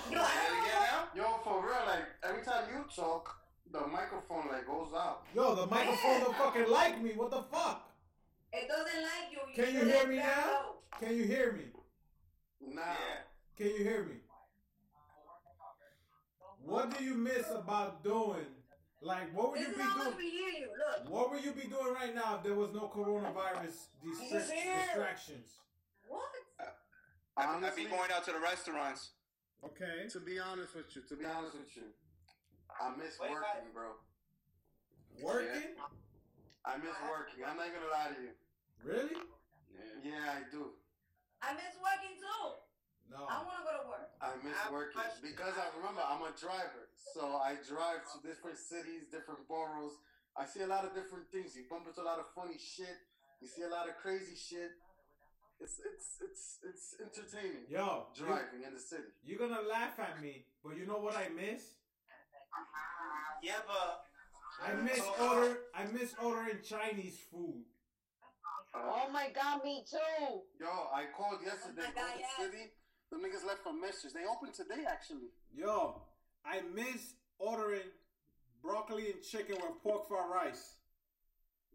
Speaker 6: Yo, for real, like every time you talk, the microphone like goes out.
Speaker 1: Yo, the microphone don't fucking like me. What the fuck?
Speaker 7: It doesn't like you.
Speaker 1: Can you hear me now? Can you hear me?
Speaker 6: Nah.
Speaker 1: Can you hear me? What do you miss about doing? Like, what would you
Speaker 7: This
Speaker 1: be
Speaker 7: is how much
Speaker 1: doing?
Speaker 7: we hear you. Look.
Speaker 1: What would you be doing right now if there was no coronavirus dis- distractions?
Speaker 7: What?
Speaker 24: I, I be going out to the restaurants.
Speaker 1: Okay.
Speaker 6: To be honest with you, to be honest with you, I miss working, bro.
Speaker 1: Working?
Speaker 6: I miss working. I'm not gonna lie to you.
Speaker 1: Really?
Speaker 6: Yeah, I do.
Speaker 7: I miss working too.
Speaker 1: No.
Speaker 7: I wanna go to work.
Speaker 6: I miss working because I remember I'm a driver, so I drive to different cities, different boroughs. I see a lot of different things. You bump into a lot of funny shit. You see a lot of crazy shit. It's it's it's it's entertaining.
Speaker 1: Yo, you-
Speaker 6: driving in the city.
Speaker 1: You're gonna laugh at me, but you know what I miss?
Speaker 3: Yeah, but
Speaker 1: I miss order. I miss ordering Chinese food.
Speaker 2: Oh my god, me too.
Speaker 6: Yo, I called yesterday. Golden City. The niggas left a message. They opened today actually.
Speaker 1: Yo, I miss ordering broccoli and chicken with pork fried rice.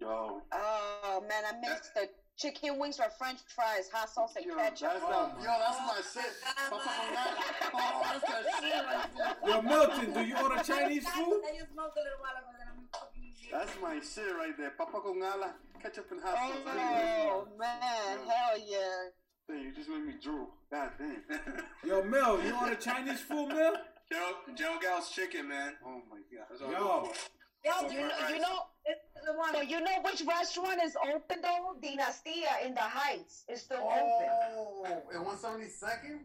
Speaker 6: Yo,
Speaker 2: Oh man, I missed the chicken wings or french fries, hot sauce, and ketchup.
Speaker 6: that's not- yo, that's my shit. Papa Mac. Oh,
Speaker 3: *laughs*
Speaker 6: that's that shit right there.
Speaker 1: Yo, Milton, do you order Chinese food?
Speaker 7: I just smoked a little while ago. and I'm fucking
Speaker 6: That's my shit right there. Papa con ala, ketchup and hot sauce.
Speaker 2: Oh man, hell yeah.
Speaker 6: Hey, you just made me drool. God damn. *laughs*
Speaker 1: Yo, Mel, you order Chinese food, Mel?
Speaker 24: Joe, Joe Gal's chicken, man.
Speaker 6: Oh my god.
Speaker 24: That's all I'm
Speaker 1: Yo,
Speaker 24: going for.
Speaker 2: Yo, you know, you know, so you know which restaurant is open though? Dinastia in the Heights is still open.
Speaker 6: Oh, and 172nd?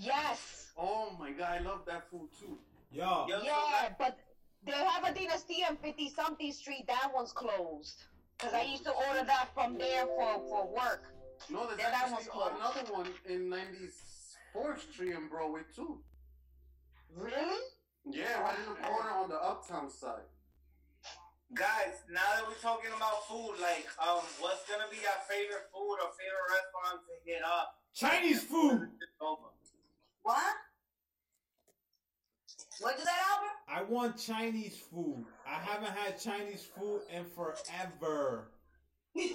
Speaker 2: Yes.
Speaker 6: Oh my god, I love that food too.
Speaker 1: yo,
Speaker 2: Yeah, but they have a Dinastia in 50 something street. That one's closed. Because I used to order that from there for, for work.
Speaker 6: No, there's
Speaker 2: Yeah, that
Speaker 6: actually
Speaker 2: one's closed.
Speaker 6: another one in 94th Street in Broadway too.
Speaker 2: Really?
Speaker 6: Yeah, right in the corner on the uptown side.
Speaker 3: guys, now that we're talking about food, like, um, what's gonna be our favorite food or favorite restaurant to hit up?
Speaker 1: Chinese food.
Speaker 3: It's over.
Speaker 7: What? What is that, Albert?
Speaker 1: I want Chinese food. I haven't had Chinese food in forever.
Speaker 3: Like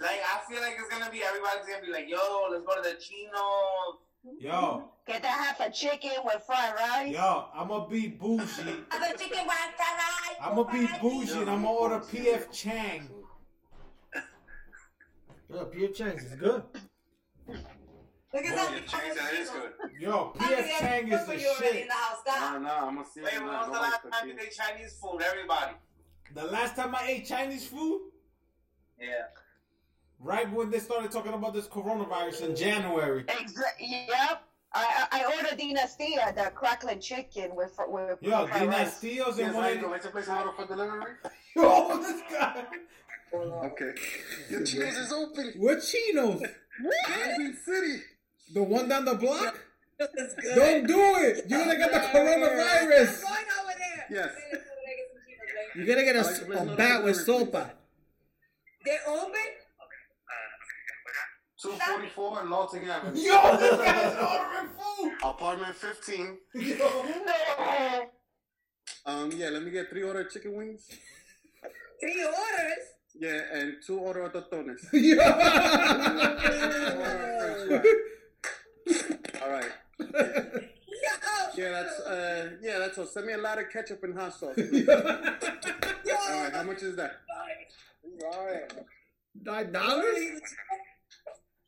Speaker 3: I feel like it's gonna be everybody's gonna be like, yo, let's go to the Chino.
Speaker 1: Yo,
Speaker 2: Get that half a chicken with fried rice.
Speaker 1: yo, I'ma be bougie.
Speaker 7: Have a chicken with fried rice.
Speaker 1: I'ma be bougie and I'ma order PF Chang.
Speaker 5: Yo, PF Chang's is good.
Speaker 7: Look at
Speaker 26: Yeah, Chang, that Oh, is good. Um,
Speaker 1: Yo,
Speaker 7: PF Chang is the shit.
Speaker 3: Nah,
Speaker 6: nah, I'm gonna see.
Speaker 3: Wait, when was the last time you ate Chinese food? Everybody.
Speaker 1: The last time I ate Chinese food,
Speaker 3: Yeah.
Speaker 1: right when they started talking about this coronavirus in January.
Speaker 2: Exactly. Yep. I, I I ordered dinastia, the crackling chicken with fr- with
Speaker 1: Yo,
Speaker 2: fried rice.
Speaker 1: Dinastios and one.
Speaker 6: It's a place I order for delivery.
Speaker 1: *laughs* Yo, this guy.
Speaker 6: Okay. Your cheese is open.
Speaker 1: What chinos?
Speaker 6: Caribbean City.
Speaker 1: The one down the block?
Speaker 7: That's good.
Speaker 1: Don't do it. You're gonna get the coronavirus.
Speaker 7: Going over there.
Speaker 6: Yes.
Speaker 5: You're gonna get a, a bat with
Speaker 7: *laughs*
Speaker 5: sopa.
Speaker 7: They open?
Speaker 6: 244 and Lawton Avenue.
Speaker 1: Yo, this guy's ordering food.
Speaker 6: Apartment 15. Um, yeah, let me get three order chicken wings.
Speaker 7: *laughs* Three orders.
Speaker 6: Yeah, and two order totones. *laughs* All right. Yeah, that's uh, yeah, that's all. Send me a lot of ketchup and hot sauce. please. All right, how much is that? All right.
Speaker 5: Nine dollars?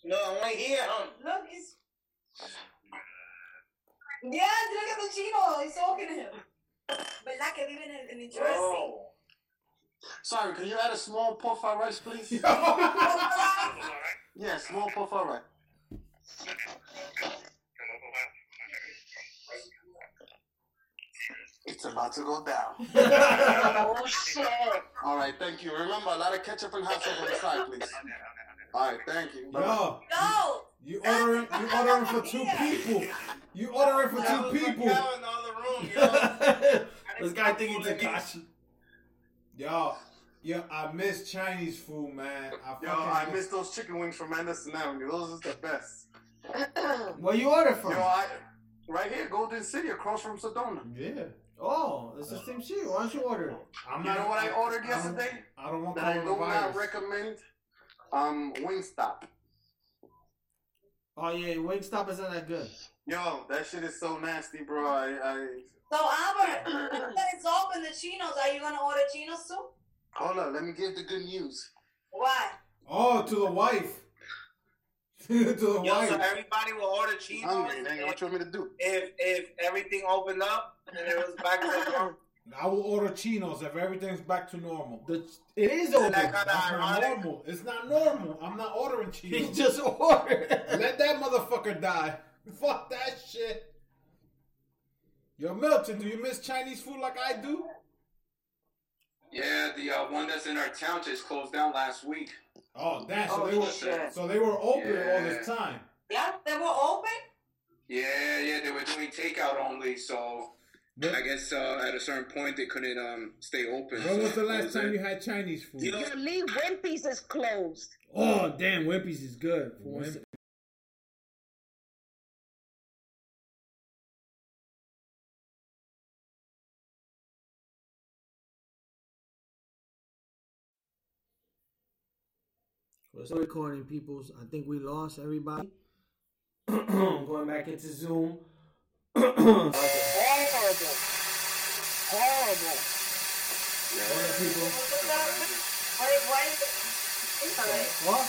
Speaker 3: No, I want to hear. Um,
Speaker 7: Look, it's. Yeah, look at the Chino. He's talking to him. ¿Verdad que viven en en New Jersey?
Speaker 6: Sorry, can you add a small pork fried rice, please? yeah, small pork fried rice. It's about to go down.
Speaker 2: Oh shit!
Speaker 6: All right, thank you. Remember, a lot of ketchup and hot sauce on the side, please. All right, thank you. Bye-bye.
Speaker 1: Yo,
Speaker 7: No.
Speaker 1: you ordering? You ordering for two people? You ordering for two
Speaker 3: that was
Speaker 1: people?
Speaker 3: Raquel in the other room, you know?
Speaker 27: this guy thinking Takashi.
Speaker 1: Yo, yo, I miss Chinese food, man. I fucking
Speaker 6: Yo, I miss those chicken wings from Anderson Avenue. Those is the best.
Speaker 5: What you order
Speaker 6: Yo,
Speaker 5: from?
Speaker 6: I, right here, Golden City, across from Sedona.
Speaker 1: Yeah,
Speaker 5: Oh, it's the same shit. Why don't you order it?
Speaker 1: I'm
Speaker 6: You know what I ordered yesterday?
Speaker 1: I don't want
Speaker 6: That I do not
Speaker 1: coronavirus.
Speaker 6: recommend. Um, Wingstop.
Speaker 5: Oh yeah, Wingstop isn't that good.
Speaker 6: Yo, that shit is so nasty, bro. I, I
Speaker 7: So, Albert, now that it's open, the Chinos, are you going to order Chinos too?
Speaker 6: hold on. Let me give the good news.
Speaker 7: Why?
Speaker 1: Oh, to the wife. to the
Speaker 3: Yo,
Speaker 1: wife.
Speaker 3: so everybody will order
Speaker 6: I'm hungry,
Speaker 3: Cheetos
Speaker 6: nigga. What you want me to do?
Speaker 3: if if everything opened up and it was back
Speaker 1: *laughs*
Speaker 3: to normal.
Speaker 1: I will order chinos if everything's back to normal.
Speaker 5: The it is
Speaker 3: Isn't that
Speaker 5: open.
Speaker 3: kind
Speaker 1: That's not
Speaker 3: of ironic?
Speaker 1: normal. It's not normal. I'm not ordering
Speaker 2: *laughs*
Speaker 5: He
Speaker 1: chinos.
Speaker 5: just ordered.
Speaker 1: Let that motherfucker die. Fuck that shit. Yo, Milton, do you miss Chinese food like I do?
Speaker 26: Yeah, the uh, one that's in our town just closed down last week.
Speaker 1: Oh, damn. So
Speaker 2: Oh,
Speaker 1: they were
Speaker 2: shit.
Speaker 1: so they were open all
Speaker 26: Yeah.
Speaker 1: this time.
Speaker 7: Yeah, they were open?
Speaker 26: Yeah, yeah, they were doing takeout only, so I guess uh, at a certain point they couldn't um, stay open.
Speaker 1: When was the
Speaker 26: So
Speaker 1: last time
Speaker 26: it-
Speaker 1: you had Chinese food?
Speaker 2: Your Lee Wimpy's is closed.
Speaker 5: Oh damn, Wimpy's is good. For once.
Speaker 1: Wimpy.
Speaker 5: We're still recording, peoples. I think we lost *clears throat* everybody. Going back into Zoom. *clears throat* Horrible.
Speaker 2: Horrible.
Speaker 5: people.
Speaker 7: What's up? What is, what is It's all right.
Speaker 5: What?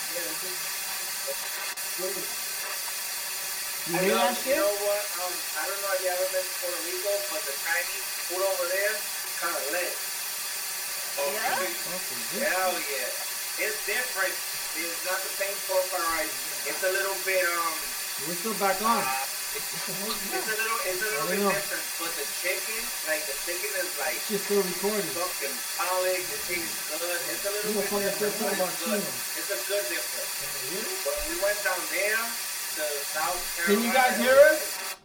Speaker 5: You
Speaker 3: I
Speaker 5: hear that
Speaker 3: know, you know
Speaker 5: shit?
Speaker 3: what? Um, I don't know if you ever been to Puerto Rico, but the Chinese food over there kind of lit.
Speaker 26: Oh,
Speaker 2: Yeah?
Speaker 3: Hell yeah. It's different. It's not the same pork fried rice. It's a little bit um.
Speaker 5: We're still back
Speaker 1: Oh.
Speaker 5: on.
Speaker 3: It's a little. It's a
Speaker 5: I don't know.
Speaker 3: little bit different. But the chicken, like the chicken is like
Speaker 5: Shit's still recording.
Speaker 3: fucking polished. It tastes good. It's a
Speaker 5: You
Speaker 3: little
Speaker 5: were fucking
Speaker 3: bit
Speaker 5: talking
Speaker 3: different. but
Speaker 5: about
Speaker 3: It's good.
Speaker 5: Chino.
Speaker 3: It's a good difference. When we went down there to South
Speaker 5: Can
Speaker 3: Carolina.
Speaker 5: you guys hear us?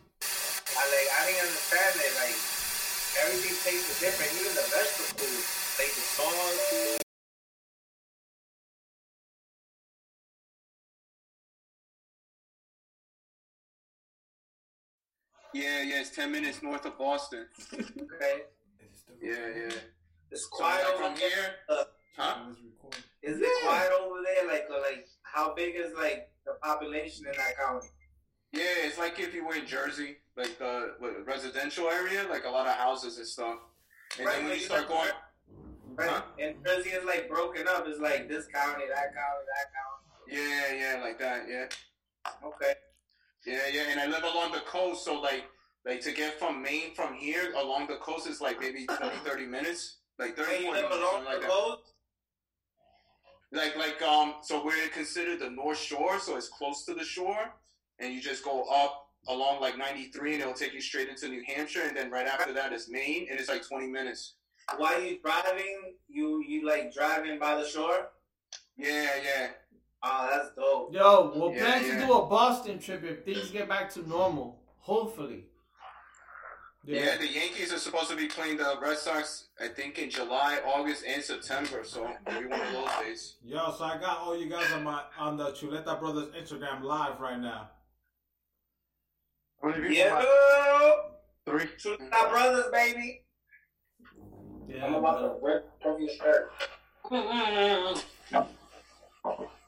Speaker 3: I like I didn't understand it. Like everything tasted different, even the vegetables, like the sauce.
Speaker 4: Yeah, yeah, it's 10 minutes north of Boston.
Speaker 3: okay.
Speaker 4: Yeah, yeah.
Speaker 3: It's quiet
Speaker 4: like
Speaker 3: over
Speaker 4: from
Speaker 3: here.
Speaker 4: Huh?
Speaker 3: Is it quiet over there? Like, uh, like how big is like the population in that county?
Speaker 4: Yeah, it's like if you were in Jersey, like the what, residential area, like a lot of houses and stuff. And
Speaker 3: Right,
Speaker 4: then when
Speaker 3: like
Speaker 4: you
Speaker 3: you
Speaker 4: start
Speaker 3: know-
Speaker 4: going,
Speaker 3: Right. And Jersey is like broken up. It's like this county, that county, that county.
Speaker 4: yeah, yeah, like that, yeah.
Speaker 3: Okay.
Speaker 4: Yeah, yeah, and I live along the coast, so like, like to get from Maine from here along the coast is
Speaker 3: *laughs*
Speaker 4: like maybe 20, 30 minutes, like 30
Speaker 3: And you
Speaker 4: 40
Speaker 3: live
Speaker 4: minutes,
Speaker 3: along
Speaker 4: something like
Speaker 3: the
Speaker 4: that.
Speaker 3: coast?
Speaker 4: Like, like, um, so we're considered the North Shore, so it's close to the shore, and you just go up along like 93, and it'll take you straight into New Hampshire, and then right after that is Maine, and it's like 20 minutes.
Speaker 3: While you driving, you you like driving by the shore?
Speaker 4: Yeah, yeah.
Speaker 3: Oh, that's dope.
Speaker 1: Yo, we'll plan
Speaker 3: yeah.
Speaker 1: to do a Boston trip if things get back to normal. Hopefully.
Speaker 4: Yeah. the Yankees are supposed to be playing the Red Sox, I think, in July, August, and September. So maybe one of those days.
Speaker 14: Yo, so I got all you guys on my on the Chuleta Brothers Instagram live right now.
Speaker 3: Yeah.
Speaker 14: Three.
Speaker 4: Mm-hmm.
Speaker 3: My brothers, baby. I'm about to rip off your shirt.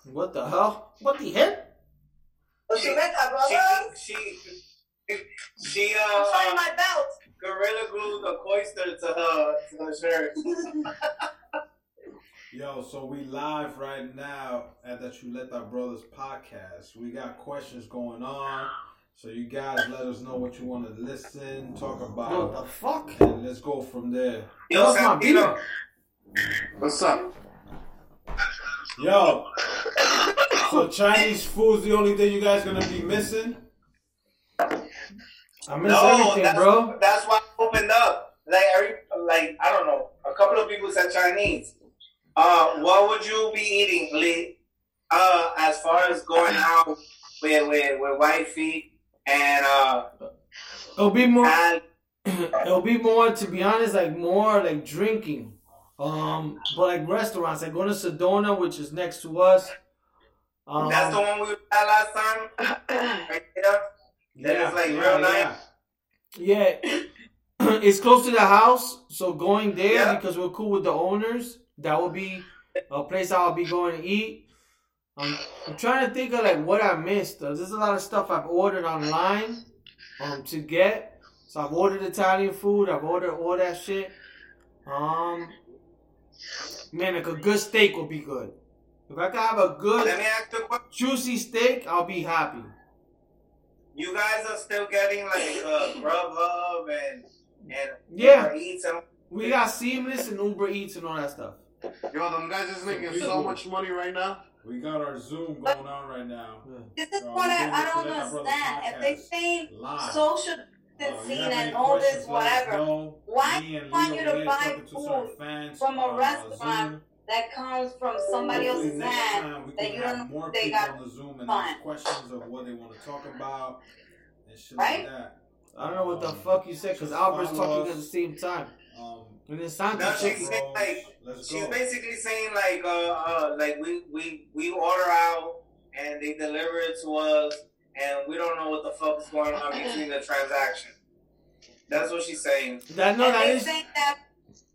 Speaker 1: What the hell? What the hell?
Speaker 3: She, she, she, she, uh,
Speaker 1: Sorry,
Speaker 2: my belt.
Speaker 3: Gorilla glued a coaster to her, to her shirt.
Speaker 14: Yo, so we live right now at the Chuleta Brothers podcast. We got questions going on. So you guys let us know what you want to listen, talk about.
Speaker 1: What the fuck?
Speaker 14: And let's go from there.
Speaker 1: Yo, What's my Santino.
Speaker 14: What's up? Yo. So Chinese food's the only thing you guys gonna be missing? I
Speaker 1: miss everything,
Speaker 3: that's,
Speaker 1: bro.
Speaker 3: That's why I opened up. Like every, like I don't know. A couple of people said Chinese. Uh, what would you be eating, Lee? Uh, as far as going out with with, with wifey and uh,
Speaker 1: It'll be more. it'll be more. To be honest, like more like drinking. Um, but like restaurants, like going to Sedona, which is next to us. Um,
Speaker 3: that's the one we had last time. Right there. That is like real nice.
Speaker 1: Yeah, *clears throat* it's close to the house, so going there because we're cool with the owners. That would be a place I'll be going to eat. Um, I'm trying to think of like what I missed. Uh, There's a lot of stuff I've ordered online um, to get. So I've ordered Italian food. I've ordered all that shit. Um, man, like a good steak would be good. If I could have a good juicy steak, I'll be happy.
Speaker 3: You guys are still getting like uh, Grubhub and and
Speaker 1: Yeah.
Speaker 3: Uber Eats and
Speaker 1: We got Seamless and Uber Eats and all that stuff.
Speaker 6: Yo, them guys is making so much money right now.
Speaker 14: We got our Zoom going on right now.
Speaker 2: This is what I, I don't understand. If they say
Speaker 14: Live.
Speaker 5: Uh,
Speaker 2: social
Speaker 14: you
Speaker 2: distancing
Speaker 14: have any
Speaker 2: and all this
Speaker 14: questions, let us
Speaker 2: whatever,
Speaker 14: know.
Speaker 2: why
Speaker 14: Me and
Speaker 2: want
Speaker 14: Leo
Speaker 2: you to
Speaker 14: Ed
Speaker 2: buy
Speaker 14: talking to certain
Speaker 2: food
Speaker 14: fans
Speaker 2: from
Speaker 14: on,
Speaker 2: a
Speaker 14: uh,
Speaker 2: restaurant that comes from somebody
Speaker 14: Hopefully
Speaker 2: else's
Speaker 14: next
Speaker 2: hand
Speaker 14: time we
Speaker 2: that
Speaker 14: can
Speaker 2: you
Speaker 14: have
Speaker 2: don't know
Speaker 14: more
Speaker 2: if they
Speaker 14: people
Speaker 2: got
Speaker 14: on the Zoom and
Speaker 2: fun?
Speaker 14: ask questions of what they want to talk about and shit
Speaker 2: Right?
Speaker 14: like that.
Speaker 1: I don't know what
Speaker 6: Um,
Speaker 1: the fuck you said because Albert's
Speaker 14: follow
Speaker 1: talking
Speaker 14: us.
Speaker 1: at the same time. and then Santa's
Speaker 3: No, she's
Speaker 1: talking.
Speaker 3: saying like she's
Speaker 1: go.
Speaker 3: basically saying like uh, uh like we, we we order out and they deliver it to us and we don't know what the fuck is going on between the transaction. That's what she's saying.
Speaker 2: and
Speaker 1: That
Speaker 2: they think that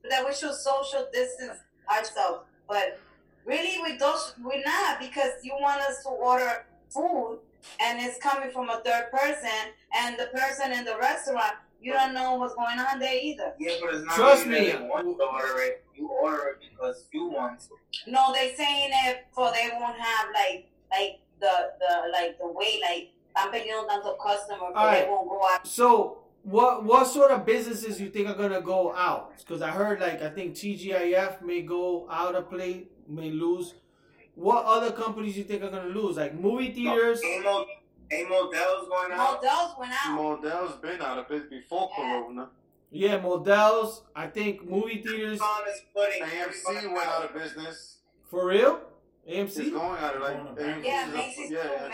Speaker 2: that we should social distance ourselves, but really we don't. We're not because you want us to order food and it's coming from a third person, and the person in the restaurant you don't know what's going on there either.
Speaker 3: Yeah, but it's not
Speaker 1: Trust
Speaker 3: really that
Speaker 1: me.
Speaker 3: you want to order it. You order it because you want to.
Speaker 2: No, they saying it so they won't have like like the the like the way like I'm paying them the customer, but
Speaker 1: Alright.
Speaker 2: they won't go out.
Speaker 1: So, what what sort of businesses you think are gonna go out? Because I heard like I think TGIF may go out of play, may lose. What other companies you think are gonna lose? Like movie theaters.
Speaker 3: Amo, Model's going
Speaker 2: out. Model's went out.
Speaker 6: Model's been out of business before Corona.
Speaker 1: Yeah, Models. I think movie theaters.
Speaker 6: AMC went out of business.
Speaker 1: For real?
Speaker 6: It's going
Speaker 1: AMC.
Speaker 6: out of like AMC.
Speaker 2: Yeah, Macy's
Speaker 6: yeah,
Speaker 2: too.
Speaker 6: yeah.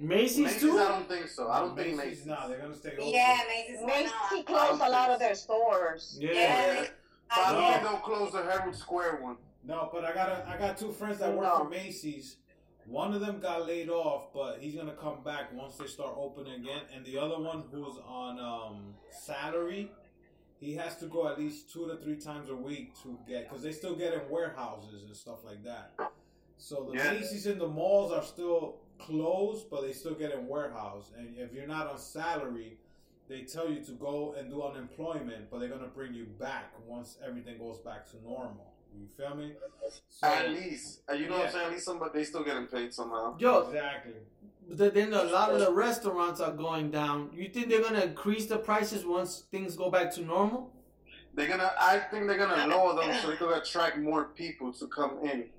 Speaker 2: Ma-
Speaker 1: Macy's too.
Speaker 6: I don't think so. I don't think Macy's.
Speaker 14: Nah, they're gonna stay open.
Speaker 2: Yeah, Macy's went out.
Speaker 7: Macy closed a lot of their stores.
Speaker 14: Yeah.
Speaker 6: But I
Speaker 14: No.
Speaker 6: don't think they'll close the Herald Square one.
Speaker 14: No, but I got a, I got two friends that work for Macy's.
Speaker 1: One of them got laid off, but he's gonna come back once they start opening again. And the other one, who's on um, salary, he has to go at least two to three times a week to get because they still get in warehouses and stuff like that. So the
Speaker 28: Yeah.
Speaker 1: Macy's and the malls are still closed, but they still get in warehouse. And if you're not on salary, they tell you to go and do unemployment, but they're gonna bring you back once everything goes back to normal. You feel me? So-
Speaker 3: At least, uh, you know what I'm
Speaker 1: Yeah.
Speaker 3: saying? At least somebody they still getting paid somehow.
Speaker 9: Yo.
Speaker 1: Exactly.
Speaker 9: But then a lot of the restaurants are going down. You think they're gonna increase the prices once things go back to normal?
Speaker 29: They're gonna. I think they're gonna lower them so they could attract more people to come in.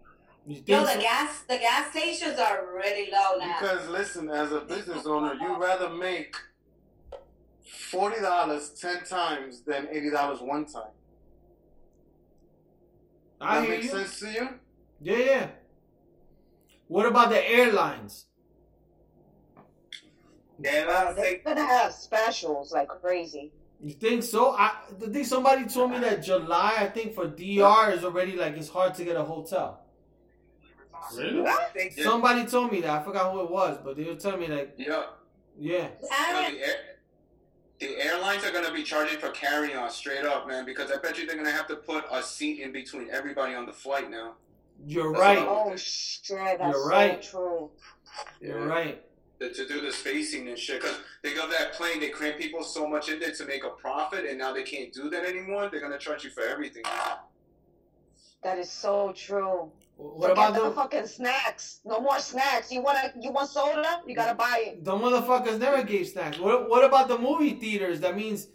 Speaker 30: Yo, the gas, the gas stations are really low now.
Speaker 29: Because listen, as a business owner, you rather make forty dollars ten times than eighty dollars one time.
Speaker 9: I
Speaker 29: that
Speaker 9: hear
Speaker 29: makes
Speaker 9: you.
Speaker 29: sense to you?
Speaker 9: Yeah, yeah. What about the airlines?
Speaker 3: Yeah,
Speaker 2: They're gonna have specials like crazy.
Speaker 9: You think so? I, I think somebody told me that July, I think for DR is already like it's hard to get a hotel.
Speaker 1: Really?
Speaker 9: Somebody told me that. I forgot who it was, but they were telling me like,
Speaker 6: Yeah.
Speaker 9: yeah,
Speaker 6: No, the, air, the airlines are going to be charging for carry-on straight up, man, because I bet you they're going to have to put a seat in between everybody on the flight now.
Speaker 9: you're
Speaker 6: That's
Speaker 9: right.
Speaker 6: all.
Speaker 2: Oh shit, that's
Speaker 9: You're
Speaker 2: so
Speaker 9: right.
Speaker 2: true.
Speaker 9: You're right.
Speaker 6: To, to do the spacing and shit, because they got that plane, they cram people so much in there to make a profit, and now they can't do that anymore. They're going to charge you for everything.
Speaker 2: That is so true.
Speaker 9: What
Speaker 2: Forget
Speaker 9: about
Speaker 2: the
Speaker 9: them?
Speaker 2: fucking snacks? No more snacks. You wanna you want soda? You gotta buy it.
Speaker 9: The motherfuckers never gave snacks. What, what about the movie theaters? That means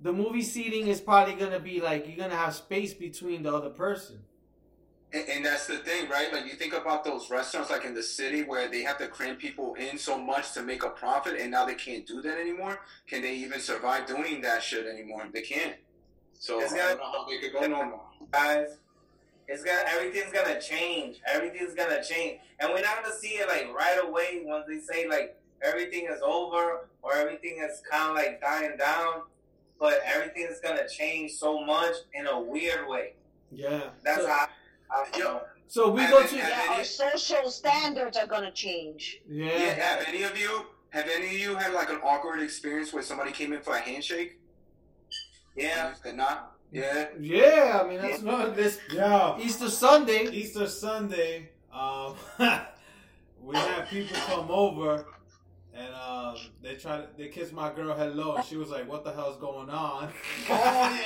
Speaker 9: the movie seating is probably gonna be like you're gonna have space between the other person.
Speaker 6: And, and that's the thing, right? Like you think about those restaurants, like in the city, where they have to cram people in so much to make a profit, and now they can't do that anymore. Can they even survive doing that shit anymore? They can't. So
Speaker 3: It's
Speaker 6: I
Speaker 3: gotta-
Speaker 6: don't know how they could go no more.
Speaker 3: guys. It's gonna everything's gonna change. Everything's gonna change, and we're not gonna see it like right away once they say like everything is over or everything is kind of like dying down. But everything is gonna change so much in a weird way.
Speaker 9: Yeah.
Speaker 3: That's
Speaker 9: so,
Speaker 3: how. I, I know.
Speaker 9: so we go to
Speaker 2: Yeah, our social standards are gonna change.
Speaker 6: Yeah.
Speaker 9: yeah.
Speaker 6: Have any of you? Have any of you had like an awkward experience where somebody came in for a handshake? Yeah. Did not. Yeah.
Speaker 9: Yeah, I mean that's not this
Speaker 1: Yeah.
Speaker 9: Easter Sunday.
Speaker 1: Easter Sunday, um, *laughs* we had people come over, and um, they tried. To, they kissed my girl hello, and she was like, "What the hell's going
Speaker 9: *laughs*
Speaker 1: on?"
Speaker 9: Oh,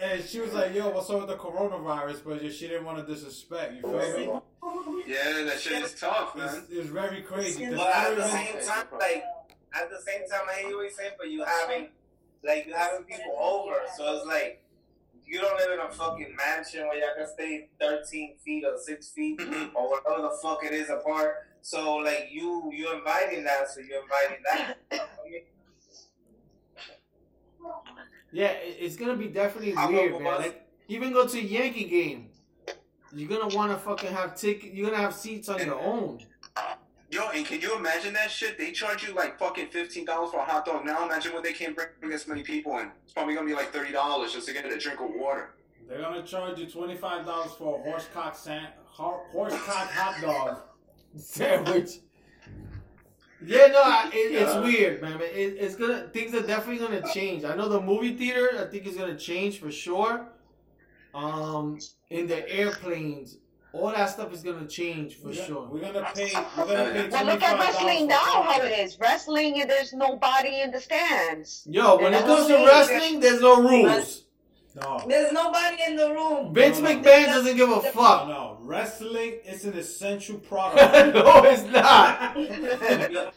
Speaker 1: and she was like, "Yo, what's up with the coronavirus?" But she didn't want to disrespect. You feel me?
Speaker 6: Yeah, that shit is tough, man.
Speaker 1: It's, it's very crazy. 'cause
Speaker 3: But
Speaker 1: I
Speaker 3: at
Speaker 1: don't
Speaker 3: the
Speaker 1: even-
Speaker 3: same time, like at the same time, I hear what you're saying, but you having like you having people over, so it's like you don't live in a fucking mansion where y'all can stay 13 feet or six feet
Speaker 6: Mm-hmm.
Speaker 3: or whatever the fuck it is apart. So like you you inviting that, so you're inviting that.
Speaker 9: Yeah, it- it's gonna be definitely
Speaker 3: I
Speaker 9: weird,
Speaker 3: love
Speaker 9: man.
Speaker 3: us.
Speaker 9: Like, even go to a Yankee game, you're gonna want to fucking have ticket. You're gonna have seats on your own.
Speaker 6: Yo, and can you imagine that shit? They charge you like fucking fifteen dollars for a hot dog. Now imagine when they can't bring as many people in. It's probably gonna be like thirty dollars just to get a drink of water.
Speaker 1: They're gonna charge you twenty five dollars for a horse cock san- ho- horse cock hot dog
Speaker 9: *laughs* sandwich. Yeah, no, I- it,
Speaker 1: Yeah.
Speaker 9: it's weird, man. It, it's gonna things are definitely gonna change. I know the movie theater, I think is gonna change for sure. Um, in the airplanes, all that stuff is gonna change for sure.
Speaker 1: We're gonna pay. We're gonna pay
Speaker 2: But look at wrestling now, how it is. Wrestling, there's nobody in the stands.
Speaker 9: Yo, when
Speaker 2: There's
Speaker 9: it comes to
Speaker 2: no-
Speaker 9: wrestling, there's no rules.
Speaker 1: No.
Speaker 30: There's nobody in the room.
Speaker 9: Vince McMahon doesn't give a fuck.
Speaker 1: No, wrestling is an essential product.
Speaker 9: *laughs* no,
Speaker 1: *laughs*
Speaker 9: it's not.
Speaker 6: In Florida,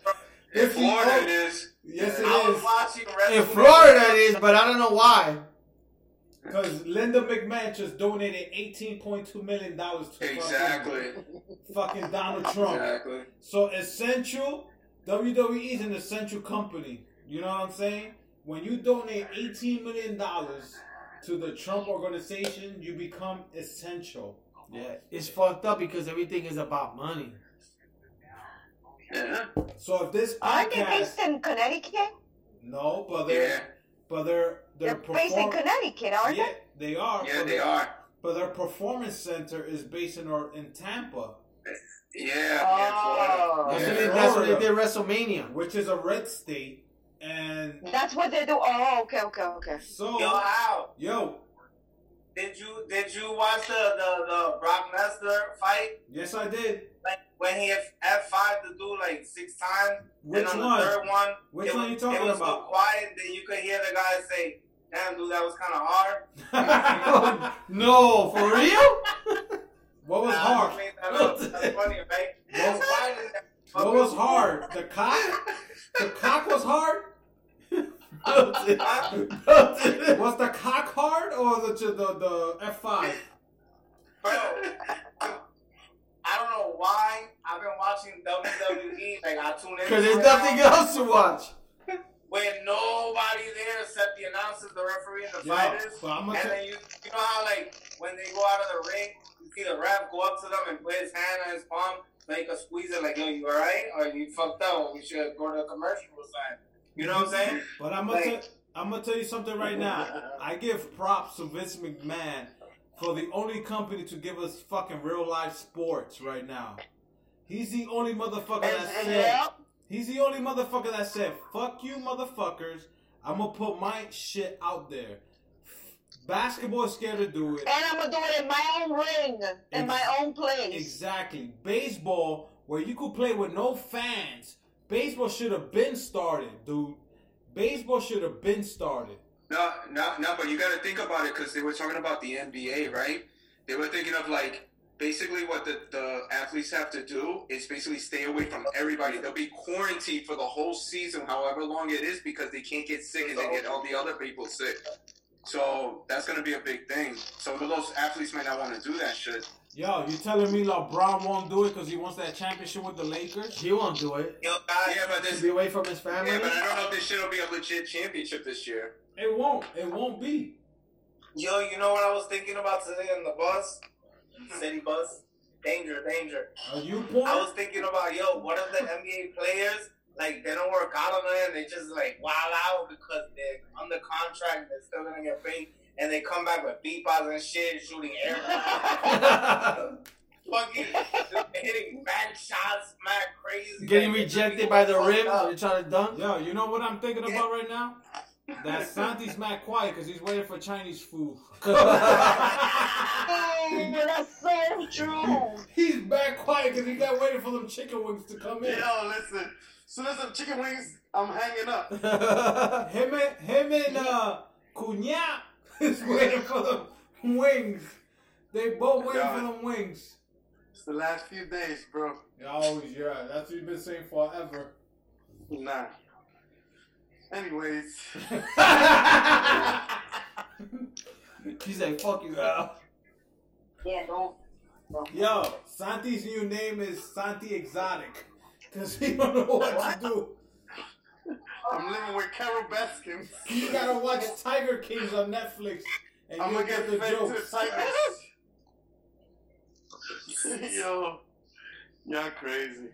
Speaker 6: it is.
Speaker 1: Yes, it
Speaker 3: I was
Speaker 1: is.
Speaker 3: watching
Speaker 9: In
Speaker 3: wrestling.
Speaker 9: Florida, it is, but I don't know why.
Speaker 1: Because Linda McMahon just donated eighteen point two million dollars to fucking-
Speaker 6: Exactly.
Speaker 1: fucking, Donald Trump.
Speaker 6: Exactly.
Speaker 1: So essential WWE is an essential company. You know what I'm saying? When you donate eighteen million dollars to the Trump organization, you become essential.
Speaker 9: Yeah, it's fucked up because everything is about money.
Speaker 1: So if this
Speaker 2: Aren't Oh, they based
Speaker 1: podcast,
Speaker 2: in Connecticut?
Speaker 1: no, but they're but they're they're,
Speaker 2: Based in
Speaker 1: perform-
Speaker 2: Connecticut, aren't
Speaker 1: Yeah, they are.
Speaker 6: Yeah,
Speaker 1: but
Speaker 6: they
Speaker 1: their-
Speaker 6: are.
Speaker 1: But their performance center is based in or in Tampa.
Speaker 5: Yeah,
Speaker 6: Oh.
Speaker 2: Oh,
Speaker 9: That's, what they, that's what they did WrestleMania,
Speaker 1: which is a red state, and
Speaker 2: That's what they do. Oh, okay, okay, okay.
Speaker 1: So
Speaker 3: Yo, how?
Speaker 1: yo,
Speaker 3: Did you did you watch the the, the Brock Lesnar fight?
Speaker 1: yes, I did.
Speaker 3: Like when he F five to do like six times.
Speaker 1: Which
Speaker 3: then on
Speaker 1: one?
Speaker 3: the third one,
Speaker 1: Which
Speaker 3: it
Speaker 1: one
Speaker 3: was,
Speaker 1: you talking
Speaker 3: it was so
Speaker 1: about?
Speaker 3: quiet that you could hear the guy say, "Damn, dude, that was kind of hard."
Speaker 9: No, for real?
Speaker 1: *laughs* what was
Speaker 3: Nah,
Speaker 1: hard?
Speaker 3: I mean, that was-
Speaker 1: *laughs*
Speaker 3: That's funny, right? It's quiet in there.
Speaker 1: What was hard? The cock? The cock was
Speaker 9: *laughs*
Speaker 1: hard? was the cock hard or the the, the, F five?
Speaker 3: I don't know why I've been watching WWE. Like I tune in
Speaker 9: because there's
Speaker 3: right
Speaker 9: nothing
Speaker 3: now
Speaker 9: else to watch.
Speaker 3: with nobody there except the announcers, the referee, and the
Speaker 9: Yeah,
Speaker 3: fighters.
Speaker 9: but I'm gonna
Speaker 3: and
Speaker 9: tell-
Speaker 3: then you, you know how like when they go out of the ring, you see the ref go up to them and put his hand on his palm, like a squeeze it, like yo, you all right, or you fucked up, we should go to a commercial sign. You know what I'm saying?
Speaker 1: But I'm gonna, tell- I'm gonna tell you something right now. I give props to Vince McMahon for the only company to give us fucking real life sports right now. He's the only motherfucker that said. He's the only motherfucker that said, "Fuck you, motherfuckers. I'm gonna put my shit out there." Basketball is scared to do it.
Speaker 2: And I'm gonna do it in my own ring, in my own place.
Speaker 1: Exactly. Baseball, where you could play with no fans. Baseball should have been started, dude. Baseball should have been started.
Speaker 5: No, no, no, but you got to think about it because they were talking about the NBA, right? They were thinking of like basically what the, the athletes have to do is basically stay away from everybody. They'll be quarantined for the whole season, however long it is, because they can't get sick and they get all the other people sick. So that's going to be a big thing. Some of those athletes might not want to do that shit.
Speaker 1: Yo, you telling me LeBron won't do it because he wants that championship with the Lakers?
Speaker 9: He won't do it.
Speaker 5: yeah, but this,
Speaker 9: To be away from his family.
Speaker 5: yeah, but I don't know if this shit will be a legit championship this year.
Speaker 1: It won't. It won't be.
Speaker 3: Yo, you know what I was thinking about today on the bus? City bus? Danger, danger.
Speaker 1: Are you born?
Speaker 3: I was thinking about, yo, what if the NBA players, like, they don't work out on it and they just, like, wild out because they're under contract and they're still gonna get paid and they come back with beatbox and shit, shooting
Speaker 9: *laughs*
Speaker 3: air. *laughs* Fucking hitting mad shots, mad crazy.
Speaker 9: Getting
Speaker 3: like,
Speaker 9: rejected by the rim. You're trying to dunk.
Speaker 1: Yo, you know what I'm thinking about right now? That Santi's mad quiet because he's waiting for Chinese *laughs* food.
Speaker 2: Oh, that's so
Speaker 1: *laughs*
Speaker 2: true.
Speaker 1: he's mad quiet because he got waiting for them chicken wings to come in.
Speaker 6: Yo, listen. Soon as the chicken wings, I'm hanging up.
Speaker 1: him and him and uh, Cunha *laughs* is waiting for the wings. They both waiting for them wings.
Speaker 6: It's the last few days, bro.
Speaker 1: Oh yeah, that's what you've been saying *laughs* forever.
Speaker 6: Nah.
Speaker 1: *laughs*
Speaker 6: Anyways.
Speaker 9: He's like, fuck you, girl.
Speaker 31: Yeah, don't.
Speaker 1: Yo, Santi's new name is Santi Exotic because he don't know what to do.
Speaker 6: I'm living with Carol Baskins.
Speaker 1: You gotta watch Tiger Kings on Netflix, and
Speaker 6: I'm
Speaker 1: you'll
Speaker 6: gonna
Speaker 1: get the
Speaker 6: get fed to the
Speaker 1: jokes. *laughs*
Speaker 6: tigers. *laughs* Yo, y'all crazy.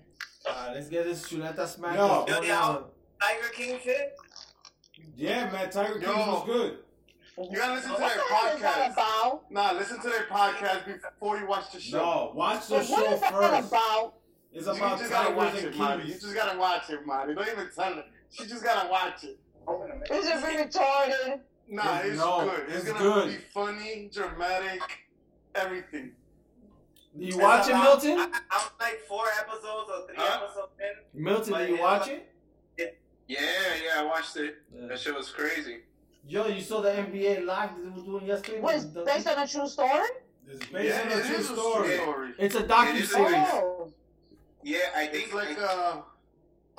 Speaker 9: Alright, let's get this chuleta smack.
Speaker 1: Yo.
Speaker 9: What's going
Speaker 3: Yo, yo.
Speaker 9: on?
Speaker 3: Tiger King shit?
Speaker 1: Yeah, man, Tiger Kings
Speaker 6: Yo.
Speaker 1: was good.
Speaker 6: You gotta listen to
Speaker 2: What
Speaker 6: their
Speaker 2: the hell is that
Speaker 6: podcast.
Speaker 2: about?
Speaker 6: Nah, listen to their podcast before you watch the show.
Speaker 1: No, watch the
Speaker 2: But what
Speaker 1: show
Speaker 2: is that
Speaker 1: first.
Speaker 2: about?
Speaker 1: It's
Speaker 6: you
Speaker 1: about
Speaker 6: just gotta watch
Speaker 1: Tigers
Speaker 6: it,
Speaker 1: and
Speaker 6: Marty. You
Speaker 1: Kings.
Speaker 6: just gotta watch it, Marty. Don't even tell her. She just gotta watch it.
Speaker 2: Is it really retarded?
Speaker 6: Nah,
Speaker 1: It's-
Speaker 6: it's,
Speaker 1: no,
Speaker 6: good. It's,
Speaker 1: it's
Speaker 6: gonna
Speaker 1: good.
Speaker 6: be funny, dramatic, everything.
Speaker 9: Do you watch it, Milton?
Speaker 3: I, I'm like four episodes or three
Speaker 5: Huh?
Speaker 3: episodes in.
Speaker 9: Milton, do you watch it?
Speaker 5: Yeah, yeah, I watched it.
Speaker 9: Yeah.
Speaker 5: That shit was crazy.
Speaker 9: Yo, you saw the NBA live that they were doing yesterday?
Speaker 2: Was
Speaker 9: The-
Speaker 2: based on a true story?
Speaker 1: It's based
Speaker 5: Yeah,
Speaker 1: on
Speaker 5: it
Speaker 1: a true
Speaker 6: is a
Speaker 1: story.
Speaker 6: story.
Speaker 9: It's a docu series.
Speaker 2: Oh.
Speaker 5: Yeah, I think
Speaker 6: It's like a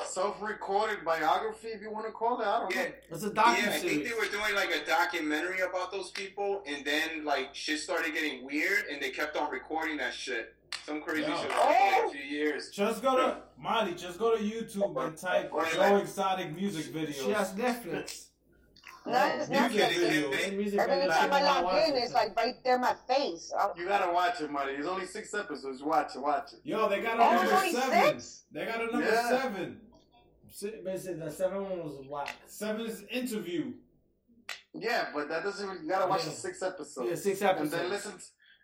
Speaker 6: self-recorded biography, if you want to call it. I don't
Speaker 5: yeah,
Speaker 6: know.
Speaker 9: It's a
Speaker 5: Yeah,
Speaker 9: docu
Speaker 5: I think
Speaker 9: series.
Speaker 5: they were doing like a documentary about those people, and then like shit started getting weird, and they kept on recording that shit. Some crazy
Speaker 1: Yeah.
Speaker 5: shit
Speaker 6: Oh!
Speaker 5: was happening in a few years.
Speaker 1: Just go to Molly. Just go to YouTube and type Joe Exotic music videos.
Speaker 9: She has Netflix.
Speaker 2: That is
Speaker 1: Yeah,
Speaker 2: not
Speaker 1: you can
Speaker 2: good.
Speaker 1: do it.
Speaker 9: Any music
Speaker 2: Every
Speaker 9: video she
Speaker 2: time I
Speaker 9: wanna
Speaker 2: log
Speaker 9: watch
Speaker 2: in,
Speaker 9: it.
Speaker 2: it's like right there in my face. Uh, I-
Speaker 6: You gotta watch it, Marty. It's only six episodes. Watch it, watch it.
Speaker 1: Yo, they got a
Speaker 2: Oh,
Speaker 1: number
Speaker 2: only
Speaker 1: seven.
Speaker 2: six?
Speaker 1: They got a number
Speaker 6: Yeah.
Speaker 1: seven.
Speaker 9: Si- Basically, the seven one was whack.
Speaker 1: Seven is interview.
Speaker 6: Yeah, but that doesn't. Even, you gotta watch
Speaker 9: Yeah.
Speaker 6: the six episodes.
Speaker 9: Yeah, six
Speaker 6: And
Speaker 9: episodes.
Speaker 6: then listen,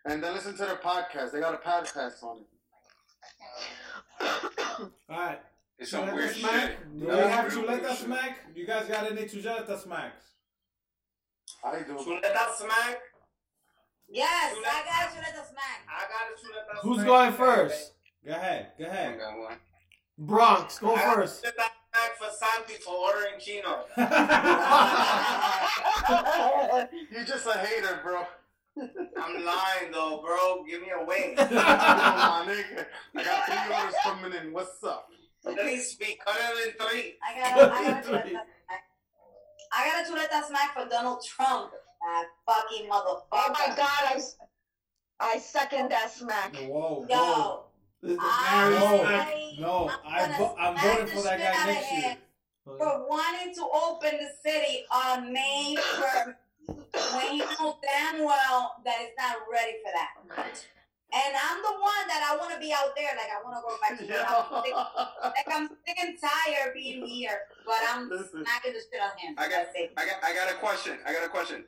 Speaker 6: and then listen to their podcast. They got a podcast on it.
Speaker 32: All right.
Speaker 5: It's some weird
Speaker 1: smack?
Speaker 5: shit.
Speaker 1: Do we
Speaker 5: That's
Speaker 1: have
Speaker 5: real
Speaker 1: chuleta
Speaker 5: weird shit.
Speaker 1: smack? You guys got any chuleta smacks?
Speaker 6: I do.
Speaker 3: Chuleta smack?
Speaker 2: Yes, I got you. Let us smack.
Speaker 3: I got a chuleta smack.
Speaker 9: Who's going first?
Speaker 1: Go ahead. Go ahead.
Speaker 9: Bronx, go
Speaker 3: I got
Speaker 5: *laughs*
Speaker 3: a
Speaker 9: first.
Speaker 3: Chuleta smack for Santi for ordering Chino.
Speaker 5: *laughs*
Speaker 6: You're just a hater, bro.
Speaker 3: I'm lying though, bro. Give me a wing.
Speaker 6: my nigga. I got three orders coming in. What's up?
Speaker 3: Three speak. Other than three.
Speaker 2: I got a, I got
Speaker 1: *laughs*
Speaker 2: a chuleta smack. I got a chuleta smack for Donald Trump. That fucking motherfucker.
Speaker 33: Oh my God, I, s- I second that smack.
Speaker 1: Whoa,
Speaker 2: Yo.
Speaker 1: whoa.
Speaker 2: I-
Speaker 1: no, no, I vo- I'm
Speaker 2: smack
Speaker 1: voting for
Speaker 2: the
Speaker 1: that
Speaker 2: shit
Speaker 1: guy
Speaker 2: outta
Speaker 1: next year.
Speaker 2: him For wanting to open the city on May 1st when you know damn well that it's not ready for that. And I'm the one that I want to be out there. Like, I want to go back to
Speaker 33: *laughs*
Speaker 2: the house. Like, I'm sick and tired of being here, but I'm smacking the shit on him.
Speaker 5: I got, I got, I got a question. I got a question.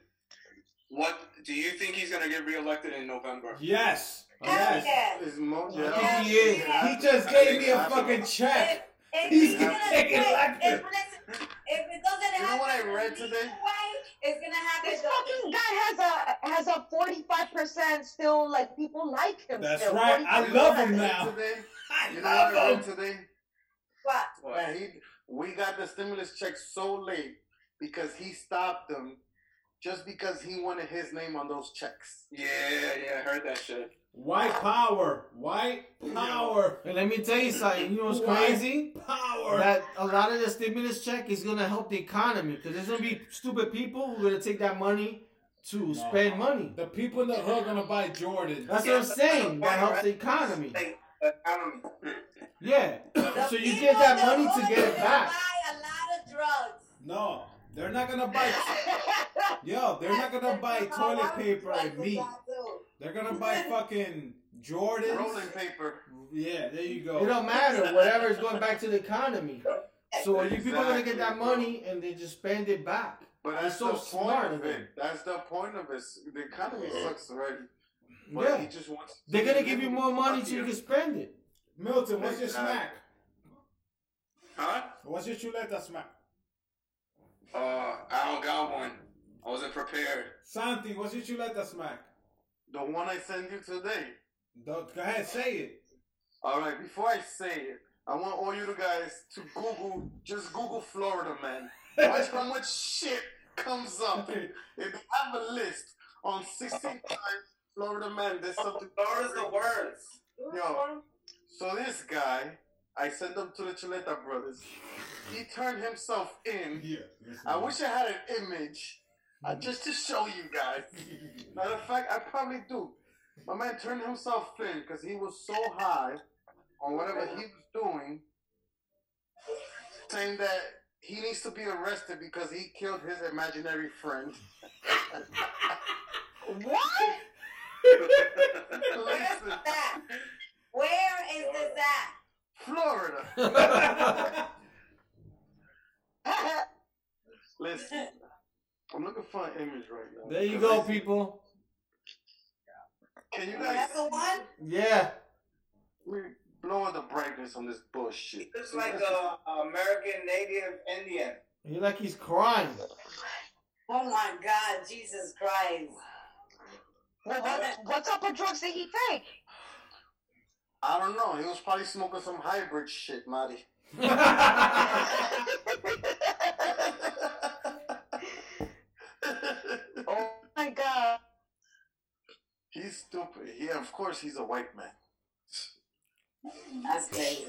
Speaker 5: What do you think he's gonna get reelected in November?
Speaker 1: Yes.
Speaker 33: Oh,
Speaker 2: Hell yeah.
Speaker 6: It's mo-
Speaker 1: I
Speaker 6: yeah.
Speaker 1: think he is. He just gave me a fucking check.
Speaker 2: If
Speaker 1: He's
Speaker 2: it's gonna-
Speaker 1: taking
Speaker 2: if-
Speaker 1: like
Speaker 2: if it's- if it doesn't
Speaker 6: You know
Speaker 2: happen
Speaker 6: what I read
Speaker 2: the
Speaker 6: today?
Speaker 2: way, it's gonna happen.
Speaker 33: This
Speaker 2: the-
Speaker 33: fucking guy has a has a forty five percent still like people like him.
Speaker 1: That's
Speaker 33: still.
Speaker 1: right. I
Speaker 33: 45%.
Speaker 1: love him now.
Speaker 6: Today,
Speaker 1: I
Speaker 6: you know
Speaker 1: love
Speaker 6: what I
Speaker 1: him.
Speaker 6: read today?
Speaker 2: What?
Speaker 6: That he, we got the stimulus check so late because he stopped them just because he wanted his name on those checks.
Speaker 5: Yeah, yeah, I heard that shit.
Speaker 1: White power. White power.
Speaker 9: And let me tell you something. You know what's
Speaker 1: White
Speaker 9: crazy?
Speaker 1: Power.
Speaker 9: That a lot of the stimulus check is gonna help the economy because there's gonna be stupid people who are gonna take that money to spend money.
Speaker 1: the people in the hood gonna buy Jordan.
Speaker 9: That's what I'm saying. That helps the economy.
Speaker 6: uh,
Speaker 9: Yeah. So you get that money to get it back.
Speaker 2: Buy a lot of drugs.
Speaker 1: No, they're not gonna buy. Yo, they're not gonna buy toilet paper and meat. They're gonna buy fucking Jordans.
Speaker 6: Rolling paper.
Speaker 1: Yeah, there you go.
Speaker 9: It don't matter. Whatever is going back to the economy. So you people are gonna get that
Speaker 6: Exactly.
Speaker 9: money and they just spend it back.
Speaker 6: But
Speaker 9: That's
Speaker 6: that's
Speaker 9: so
Speaker 6: the
Speaker 9: smart
Speaker 6: point
Speaker 9: of
Speaker 6: of
Speaker 9: him.
Speaker 6: it. That's the point of it. The economy sucks already. But
Speaker 9: Yeah.
Speaker 6: he just wants.
Speaker 9: They're gonna give you more money so you can spend it.
Speaker 1: Milton, what's your
Speaker 5: Exactly.
Speaker 1: smack?
Speaker 5: Huh?
Speaker 1: What's your chuleta smack?
Speaker 5: Uh, I don't got one. I wasn't prepared.
Speaker 1: Santi, what's your chuleta smack?
Speaker 6: The one I send you today.
Speaker 1: Don't- Go ahead, say it.
Speaker 6: All right. Before I say it, I want all you guys to Google. Just Google Florida man. Watch how much shit comes
Speaker 9: *laughs*
Speaker 6: up. If they have a list on 16 times Florida man, there's something.
Speaker 3: Florida's the worst.
Speaker 6: Yo, so this guy, I sent him to the Chuleta brothers. He turned himself in.
Speaker 1: Yeah.
Speaker 6: I wish I had an image uh, just to show you guys. Matter of fact, I probably do. My man turned himself in because he was so high on whatever he was doing, saying that he needs to be arrested because he killed his imaginary friend.
Speaker 33: What?
Speaker 6: *laughs* Listen,
Speaker 2: That. Where is this at?
Speaker 9: *laughs*
Speaker 6: Florida. Listen, I'm looking for an image right now.
Speaker 9: There you
Speaker 6: 'cause
Speaker 9: go,
Speaker 6: I-
Speaker 9: people.
Speaker 6: Can you guys
Speaker 2: That's the one.
Speaker 9: Yeah.
Speaker 6: we're blowing the brightness on this bullshit?
Speaker 3: It's like a American Native Indian.
Speaker 9: He like he's crying.
Speaker 2: Oh my God, Jesus Christ!
Speaker 33: Well, what, what type of drugs did he take?
Speaker 6: I don't know. He was probably smoking some hybrid shit,
Speaker 9: *laughs*
Speaker 6: Marty.
Speaker 33: Oh my God.
Speaker 6: He's stupid. Yeah, of course he's a white man.
Speaker 2: That's crazy.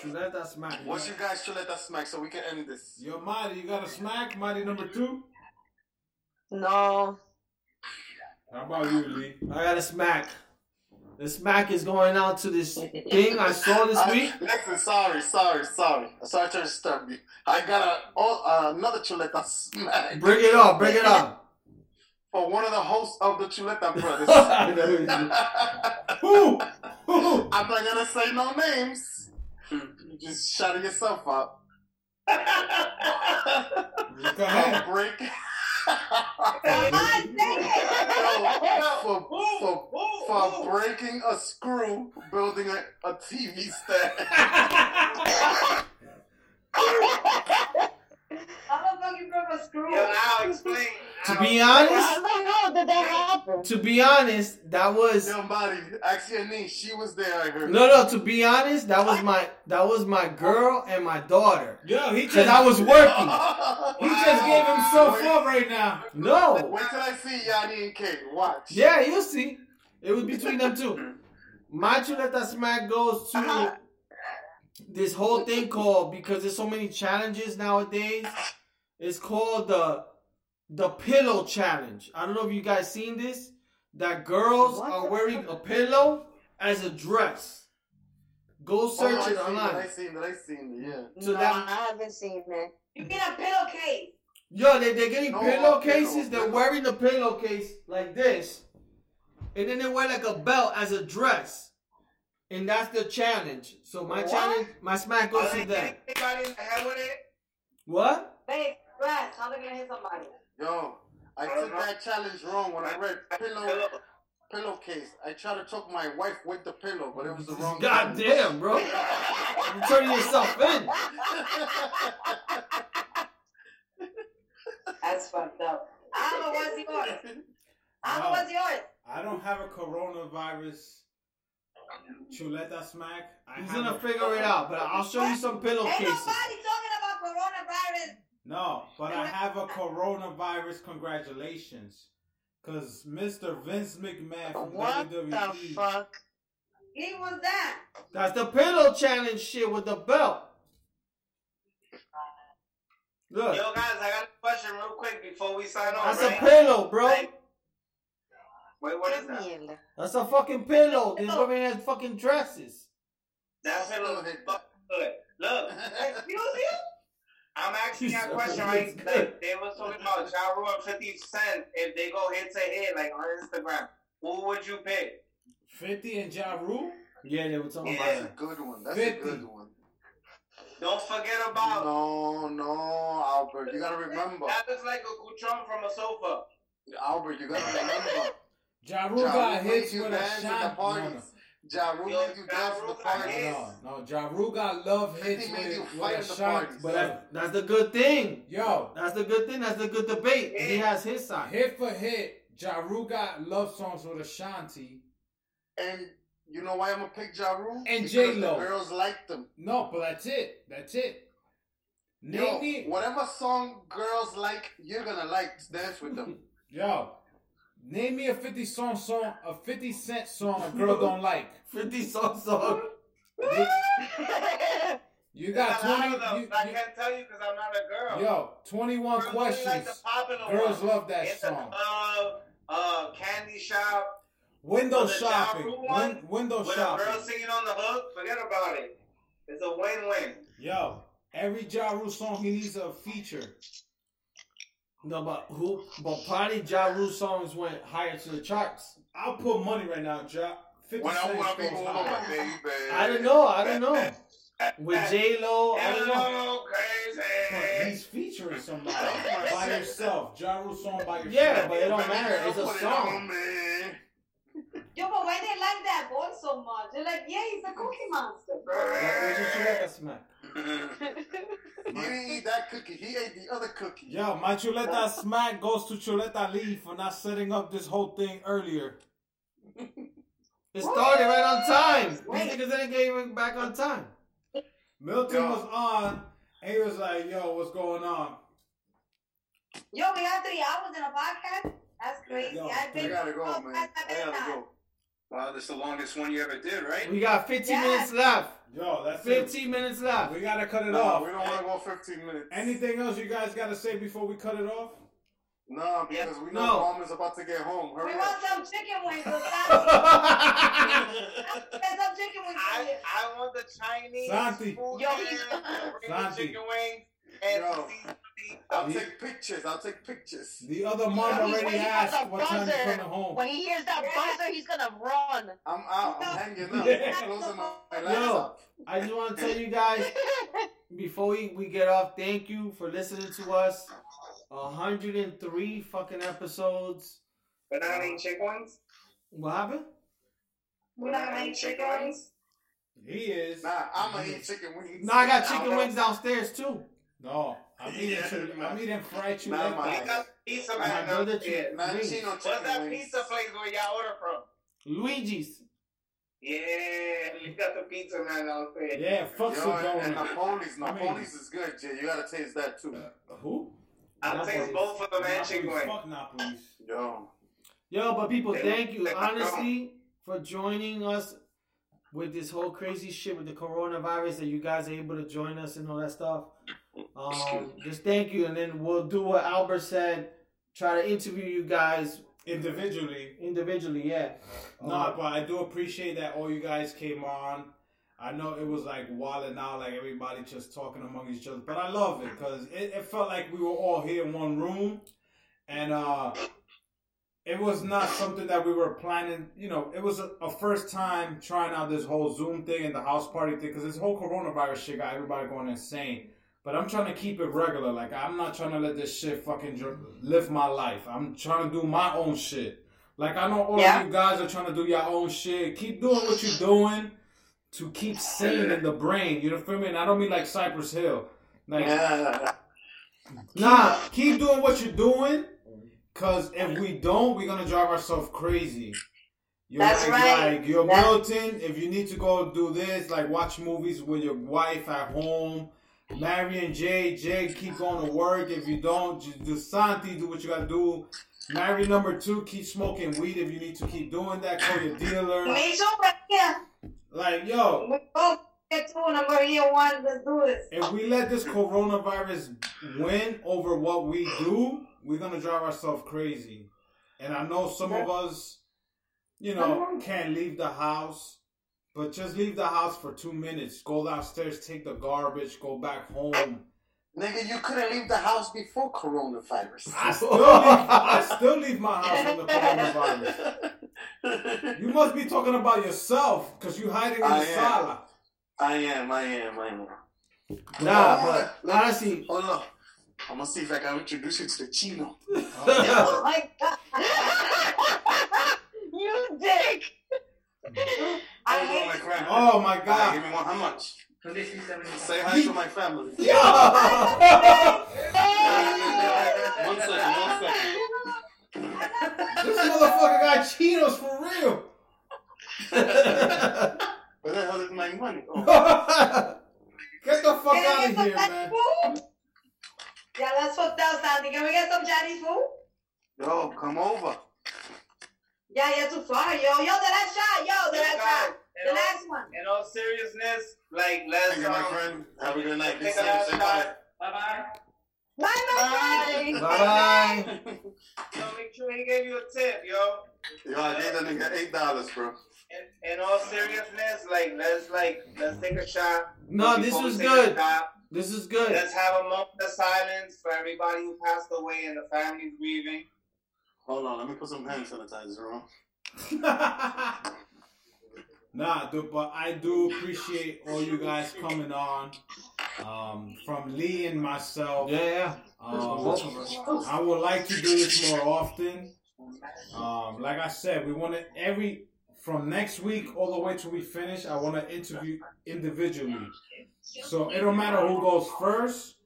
Speaker 9: Chuleta smack.
Speaker 6: What's you guys should let us smack so we can end this.
Speaker 1: Yo, Marty, you got a smack? Marty number two?
Speaker 33: No.
Speaker 1: How about you, Lee?
Speaker 9: I got a smack. The smack is going out to this thing I saw this
Speaker 6: I- *laughs*
Speaker 9: week.
Speaker 6: Uh, listen, sorry, sorry, sorry. Sorry to disturb you. I got a, oh, another Chuleta smack
Speaker 9: Bring it up, bring it up.
Speaker 6: for one of the hosts of the
Speaker 9: *laughs*
Speaker 6: Chuleta Brothers.
Speaker 1: Who? Who?
Speaker 6: I'm not gonna say no names. You just shouting yourself up. *laughs*
Speaker 1: Go ahead.
Speaker 6: Come break.
Speaker 2: Come on, say it.
Speaker 6: *laughs* Yo, for, for, for breaking a screw building a, a TV stand.
Speaker 2: How the fuck you broke a screw?
Speaker 3: I'll explain.
Speaker 1: To be honest,
Speaker 34: I don't know. Did that happen?
Speaker 1: to be honest, that was
Speaker 6: Somebody, actually, your niece, she was there. I heard. *laughs*
Speaker 1: no, no. To be honest, that was my that was my girl and my daughter.
Speaker 14: Yo, he
Speaker 1: Cause
Speaker 14: just
Speaker 1: I was working.
Speaker 14: he just gave himself up right now.
Speaker 1: No,
Speaker 6: Wait till I see Yanni and Kate. Watch.
Speaker 1: yeah, you see, it was between them
Speaker 6: *laughs*
Speaker 1: two. My chuleta smack goes
Speaker 6: Uh-huh.
Speaker 1: to this whole thing called because there's so many challenges nowadays. It's called the the pillow challenge. I don't know if you guys seen this. That girls are wearing a pillow as a dress. Go search
Speaker 6: oh,
Speaker 1: it
Speaker 6: I
Speaker 1: online.
Speaker 6: seen that. I seen that. I seen that.
Speaker 1: So
Speaker 7: no,
Speaker 1: that-
Speaker 7: I haven't seen it.
Speaker 2: You get a pillowcase.
Speaker 1: Yo, they, they're getting
Speaker 6: No,
Speaker 1: pillowcases.
Speaker 6: pillow,
Speaker 1: They're wearing the pillowcase like this. And then they wear like a belt as a dress. And that's the challenge. So my challenge, my smack goes to that.
Speaker 3: Anybody in the hell with it?
Speaker 1: What?
Speaker 2: Babe, rest. How they gonna hit somebody?
Speaker 6: Yeah. Yo, I took that challenge wrong when I read pillow pillowcase. I tried to choke my wife with the pillow, but it was the wrong.
Speaker 1: God damn, bro. You're turning yourself in.
Speaker 2: That's fucked up. Alma, what's yours? Alma,
Speaker 14: No.
Speaker 2: what's yours?
Speaker 14: I don't have a coronavirus chuleta smack. I
Speaker 1: He's
Speaker 14: have
Speaker 1: gonna
Speaker 14: a-
Speaker 1: figure it out, but I'll show you some
Speaker 2: Ain't
Speaker 1: pillowcases.
Speaker 2: nobody talking about coronavirus.
Speaker 14: No, but I have a coronavirus congratulations. Cause Mr. Vince McMahon from E
Speaker 7: What the
Speaker 14: WWE.
Speaker 7: fuck?
Speaker 2: He was that.
Speaker 1: That's the pillow challenge shit with the belt. Look,
Speaker 3: Yo, guys, I got a question real quick before we sign off.
Speaker 1: that's a
Speaker 3: right?
Speaker 1: pillow, bro.
Speaker 3: Wait, what is that?
Speaker 7: Mierda.
Speaker 1: That's a fucking pillow. These women have fucking dresses.
Speaker 3: That pillow is fucking good. Look,
Speaker 2: Excuse you?
Speaker 3: I'm asking you a
Speaker 1: Jesus,
Speaker 3: question,
Speaker 1: it's
Speaker 3: right?
Speaker 1: good.
Speaker 3: Like, they was talking about Ja Rule and 50 Cent. If they go head to head, like on Instagram, who would you pick?
Speaker 14: 50 and Ja Rule?
Speaker 1: Yeah, they were talking about
Speaker 6: That's
Speaker 1: that.
Speaker 6: a good one. That's a
Speaker 14: Fifty.
Speaker 6: good one.
Speaker 3: Don't forget about.
Speaker 6: No, no, Albert. You gotta remember.
Speaker 3: That looks like a guchon from a sofa.
Speaker 6: Albert, you gotta remember.
Speaker 14: Ja Rule
Speaker 6: Ja
Speaker 14: got
Speaker 6: Rule made
Speaker 14: hits
Speaker 6: you
Speaker 14: with a
Speaker 6: dance at the
Speaker 14: shot. No, no.
Speaker 6: parties. Ja Rule
Speaker 3: Yo,
Speaker 6: made you
Speaker 3: Ja
Speaker 6: dance at
Speaker 3: Rule
Speaker 6: the
Speaker 3: got
Speaker 6: parties.
Speaker 3: hits.
Speaker 14: No, no, Ja Rule got love hits
Speaker 6: Fifty made
Speaker 14: with,
Speaker 6: you
Speaker 14: with
Speaker 6: fight
Speaker 14: a
Speaker 6: at the
Speaker 14: shot.
Speaker 6: parties.
Speaker 14: But
Speaker 1: That- that's the good thing.
Speaker 14: yo,
Speaker 1: That's the good thing. That's the good debate. He has his side.
Speaker 14: hit for hit, Ja Rule got love songs with Ashanti.
Speaker 6: And you know why I'm gonna pick Ja Rule? Because
Speaker 14: J-Lo.
Speaker 6: The girls liked them.
Speaker 14: No, but that's it. That's it.
Speaker 6: Yo,
Speaker 14: Navy.
Speaker 6: whatever song girls like, you're gonna like to dance with them.
Speaker 14: Yo, name me a fifty song song, a fifty cent song a
Speaker 3: *laughs*
Speaker 14: girl don't like.
Speaker 1: 50 song song.
Speaker 14: You
Speaker 3: There's
Speaker 14: got
Speaker 3: a lot
Speaker 14: twenty.
Speaker 3: of them.
Speaker 14: you-
Speaker 3: I
Speaker 14: you-
Speaker 3: can't tell you because I'm not a girl.
Speaker 14: yo, twenty-one
Speaker 3: Girls only like
Speaker 14: questions.
Speaker 3: the popular
Speaker 14: Girls
Speaker 3: ones.
Speaker 14: love that
Speaker 3: It's
Speaker 14: song.
Speaker 3: a club, uh, candy shop.
Speaker 14: Window
Speaker 3: Well, the Ja
Speaker 14: shopping.
Speaker 3: Rule one,
Speaker 14: Win- window
Speaker 3: With a girl
Speaker 14: shopping.
Speaker 3: singing on the hook, forget about it. It's a win-win.
Speaker 14: Yo, every Ja Rule song he needs a feature.
Speaker 1: No, but who? But probably Ja Rule songs went higher to the charts.
Speaker 14: I'll put money right now, Ja. Fifty
Speaker 4: When I
Speaker 14: cent
Speaker 4: want to be
Speaker 14: goes
Speaker 4: home,
Speaker 14: high.
Speaker 4: baby.
Speaker 1: I don't know. I don't know. With J Lo, I don't know.
Speaker 3: Hello,
Speaker 14: But
Speaker 3: crazy.
Speaker 14: He's featuring somebody by yourself. Ja Rule song by yourself.
Speaker 1: Yeah, but it don't
Speaker 4: Baby
Speaker 1: matter.
Speaker 4: girl,
Speaker 1: It's a
Speaker 4: put it
Speaker 1: song.
Speaker 4: on me.
Speaker 2: Yo, but why they like that boy so much? They're like, yeah, he's a cookie monster, bro.
Speaker 1: Like, what you should let us smack?
Speaker 6: *laughs* he didn't eat that cookie. He ate the other cookie.
Speaker 14: Yo, my Chuleta smack goes to Chuleta Lee for not setting up this whole thing earlier.
Speaker 1: It started right on time.
Speaker 2: Wait.
Speaker 1: These niggas ain't getting back on time.
Speaker 14: Milton
Speaker 4: Yo.
Speaker 14: was on, and he was like, "Yo, what's going on?"
Speaker 2: Yo, we have three hours in a podcast? That's crazy.
Speaker 14: Yo,
Speaker 2: I've
Speaker 6: I
Speaker 2: been
Speaker 6: gotta go, man. I gotta go.
Speaker 4: Wow, that's the longest one you ever did, right?
Speaker 1: We got 15
Speaker 2: Yeah.
Speaker 1: minutes left.
Speaker 14: Yo, that's it.
Speaker 1: 15 minutes left.
Speaker 14: We gotta cut it
Speaker 6: No,
Speaker 14: off.
Speaker 6: we don't want to go 15 minutes.
Speaker 14: Anything else you guys gotta say before we cut it off?
Speaker 6: No, because we know
Speaker 1: No.
Speaker 6: mom is about to get home.
Speaker 2: We
Speaker 6: Hurry
Speaker 2: want
Speaker 6: up.
Speaker 2: some chicken wings.
Speaker 1: *laughs*
Speaker 2: Let's get some chicken wings.
Speaker 3: I, I want the Chinese
Speaker 14: Santi.
Speaker 3: food
Speaker 7: Yo.
Speaker 3: and bring the
Speaker 14: Santi.
Speaker 3: chicken wings and
Speaker 6: Yo.
Speaker 3: seasoning.
Speaker 6: I'll take pictures. I'll take pictures.
Speaker 14: The other mom
Speaker 7: Yo, he's
Speaker 14: already
Speaker 7: waiting for
Speaker 14: asked
Speaker 7: the
Speaker 14: what time you're
Speaker 7: buzzer.
Speaker 14: coming home.
Speaker 7: When he hears that buzzer, he's gonna run.
Speaker 6: I'm out. I'm hanging up.
Speaker 14: Yeah.
Speaker 6: I'm closing my, my
Speaker 1: Yo.
Speaker 6: laptop.
Speaker 1: I just want to tell you guys before we, we get off, thank you for listening to us. 103 fucking episodes.
Speaker 3: Banana and chicken wings.
Speaker 1: What happened?
Speaker 35: We're not gonna eat chicken wings.
Speaker 1: He is.
Speaker 6: Nah, I'm
Speaker 1: Mm-hmm.
Speaker 6: gonna eat chicken wings.
Speaker 9: No, I got chicken wings downstairs too.
Speaker 1: No, I'm eating. chicken- I'm eating fried chicken.
Speaker 6: Nah, my-
Speaker 3: Pizza
Speaker 9: My
Speaker 3: man.
Speaker 9: brother
Speaker 3: yeah,
Speaker 9: chicken
Speaker 3: man,
Speaker 9: wings.
Speaker 3: Chino What's that pizza place where y'all order from?
Speaker 9: Luigi's.
Speaker 3: Yeah, you got the pizza man out there.
Speaker 1: Yeah, fuck
Speaker 6: Yo,
Speaker 1: Sedona.
Speaker 6: and Napoli's.
Speaker 1: I mean-
Speaker 6: Napoli's is good, Jay. You gotta taste that too.
Speaker 1: who?
Speaker 3: I'll taste both of them and chicken wings.
Speaker 1: Fuck Napoli's.
Speaker 6: Yo.
Speaker 9: Yo, but people,
Speaker 3: They-
Speaker 9: thank you
Speaker 3: they-
Speaker 9: honestly for joining us with this whole crazy shit with the coronavirus that you guys are able to join us and all that stuff. Um, just thank you, and then we'll do what Albert said. Try to interview you guys
Speaker 1: Individually.
Speaker 9: Individually, yeah. Um,
Speaker 1: No, but I do appreciate that all you guys came on. I know it was like wild and out, like everybody just talking among each other, but I love it because it, it felt like we were all here in one room, and uh, it was not something that we were planning. You know, it was a, a first time trying out this whole Zoom thing and the house party thing because this whole coronavirus shit got everybody going insane. But I'm trying to keep it regular. Like I'm not trying to let this shit fucking dr- live my life. I'm trying to do my own shit. Like I know all
Speaker 36: Yeah.
Speaker 1: of you guys are trying to do your own shit. Keep doing what you're doing to keep sane in the brain. You know feel me? And I don't mean like Cypress Hill. Like Nah, keep doing what you're doing. Cause if we don't, we're gonna drive ourselves crazy. You're
Speaker 36: That's
Speaker 1: like,
Speaker 36: right.
Speaker 1: like you're
Speaker 36: That's-
Speaker 1: Milton. If you need to go do this, like watch movies with your wife at home. Mary and Jay, Jay, keep going to work. If you don't, just do Santi, do what you gotta do. Mary number two, keep smoking weed if you need to keep doing that. Call your dealer.
Speaker 2: Me too, but yeah.
Speaker 1: Like, yo.
Speaker 2: We both get two number here one. Let's do this.
Speaker 1: If we let this coronavirus win over what we do, we're gonna drive ourselves crazy. And I know some of us, you know, can't leave the house, but just leave the house for two minutes. Go downstairs, take the garbage, go back home.
Speaker 6: Nigga, you couldn't leave the house before coronavirus.
Speaker 1: I still leave, I still leave my house when the coronavirus. You must be talking about yourself because you hiding in
Speaker 6: I
Speaker 1: the
Speaker 6: am.
Speaker 1: sala.
Speaker 6: *laughs* I am, I am, I am.
Speaker 9: Nah,
Speaker 6: Hold on,
Speaker 9: but honestly,
Speaker 6: hold on. I'm gonna see if I can introduce you to Chino.
Speaker 35: oh my
Speaker 1: *laughs*
Speaker 35: god. you dick. I hate
Speaker 6: my grandma.
Speaker 1: Oh my god.
Speaker 6: Give me one. How much? Say hi to my
Speaker 1: *laughs*
Speaker 6: family. *laughs* one second, one second.
Speaker 1: This motherfucker got Cheetos for real.
Speaker 6: Where the hell is my money? Oh.
Speaker 1: *laughs* Get the fuck
Speaker 2: Can I
Speaker 1: out
Speaker 2: get
Speaker 1: of
Speaker 2: some
Speaker 1: here,
Speaker 2: Chinese
Speaker 1: man.
Speaker 2: food? Yeah, that's fucked up, Sandy. Can we get some Chinese food?
Speaker 6: Yo, come over.
Speaker 2: Yeah, you're too far, yo. Yo, the last shot, yo, the last shot. The last one.
Speaker 3: In all seriousness, like let's
Speaker 6: Thank you, my
Speaker 3: um,
Speaker 6: friend. Have a good night. Be
Speaker 3: take
Speaker 6: safe.
Speaker 3: a last
Speaker 6: Say
Speaker 3: shot.
Speaker 6: bye.
Speaker 3: Bye-bye.
Speaker 2: Bye, my friend.
Speaker 9: Bye
Speaker 6: bye.
Speaker 3: Yo, make sure he gave you a tip, yo.
Speaker 6: Yo, I gave that nigga eight dollars, bro.
Speaker 3: In all seriousness, like let's like let's take a shot.
Speaker 9: No, this
Speaker 3: Before we
Speaker 9: was
Speaker 3: take
Speaker 9: good.
Speaker 3: a shot,
Speaker 9: This is good.
Speaker 3: Let's have a moment of silence for everybody who passed away and the families grieving.
Speaker 6: Hold on, let me put some hand sanitizer
Speaker 3: *laughs*
Speaker 6: on.
Speaker 1: Nah, dude, but I do appreciate all you guys coming on. Um, from Lee and myself.
Speaker 9: Yeah.
Speaker 1: Um, I
Speaker 9: *laughs*
Speaker 1: would like to do this more often. Um, like I said, we want to every from next week all the way till we finish. I want to interview individually, so it don't matter who goes first.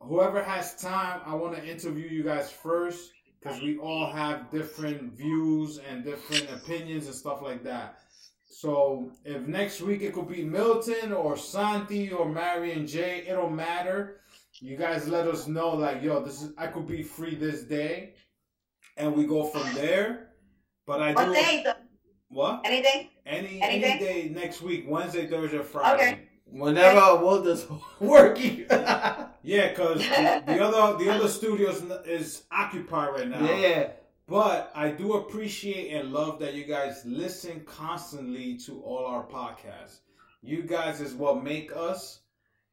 Speaker 1: Whoever has time, I want to interview you guys first because we all have different views and different opinions and stuff like that. So if next week it could be Milton or Santi or Marion Jay, it don't matter. You guys let us know like, yo, this is I could be free this day, and we go from there. But I
Speaker 2: What
Speaker 1: do
Speaker 2: day, though?
Speaker 1: what
Speaker 2: Any day?
Speaker 1: any
Speaker 2: Any day?
Speaker 1: any day? next week, Wednesday, Thursday, Friday.
Speaker 2: Okay.
Speaker 9: Whenever I want this *laughs* working.
Speaker 1: Yeah, because the, the other the other studios n- is occupied right now.
Speaker 9: Yeah.
Speaker 1: But I do appreciate and love that you guys listen constantly to all our podcasts. You guys is what make us.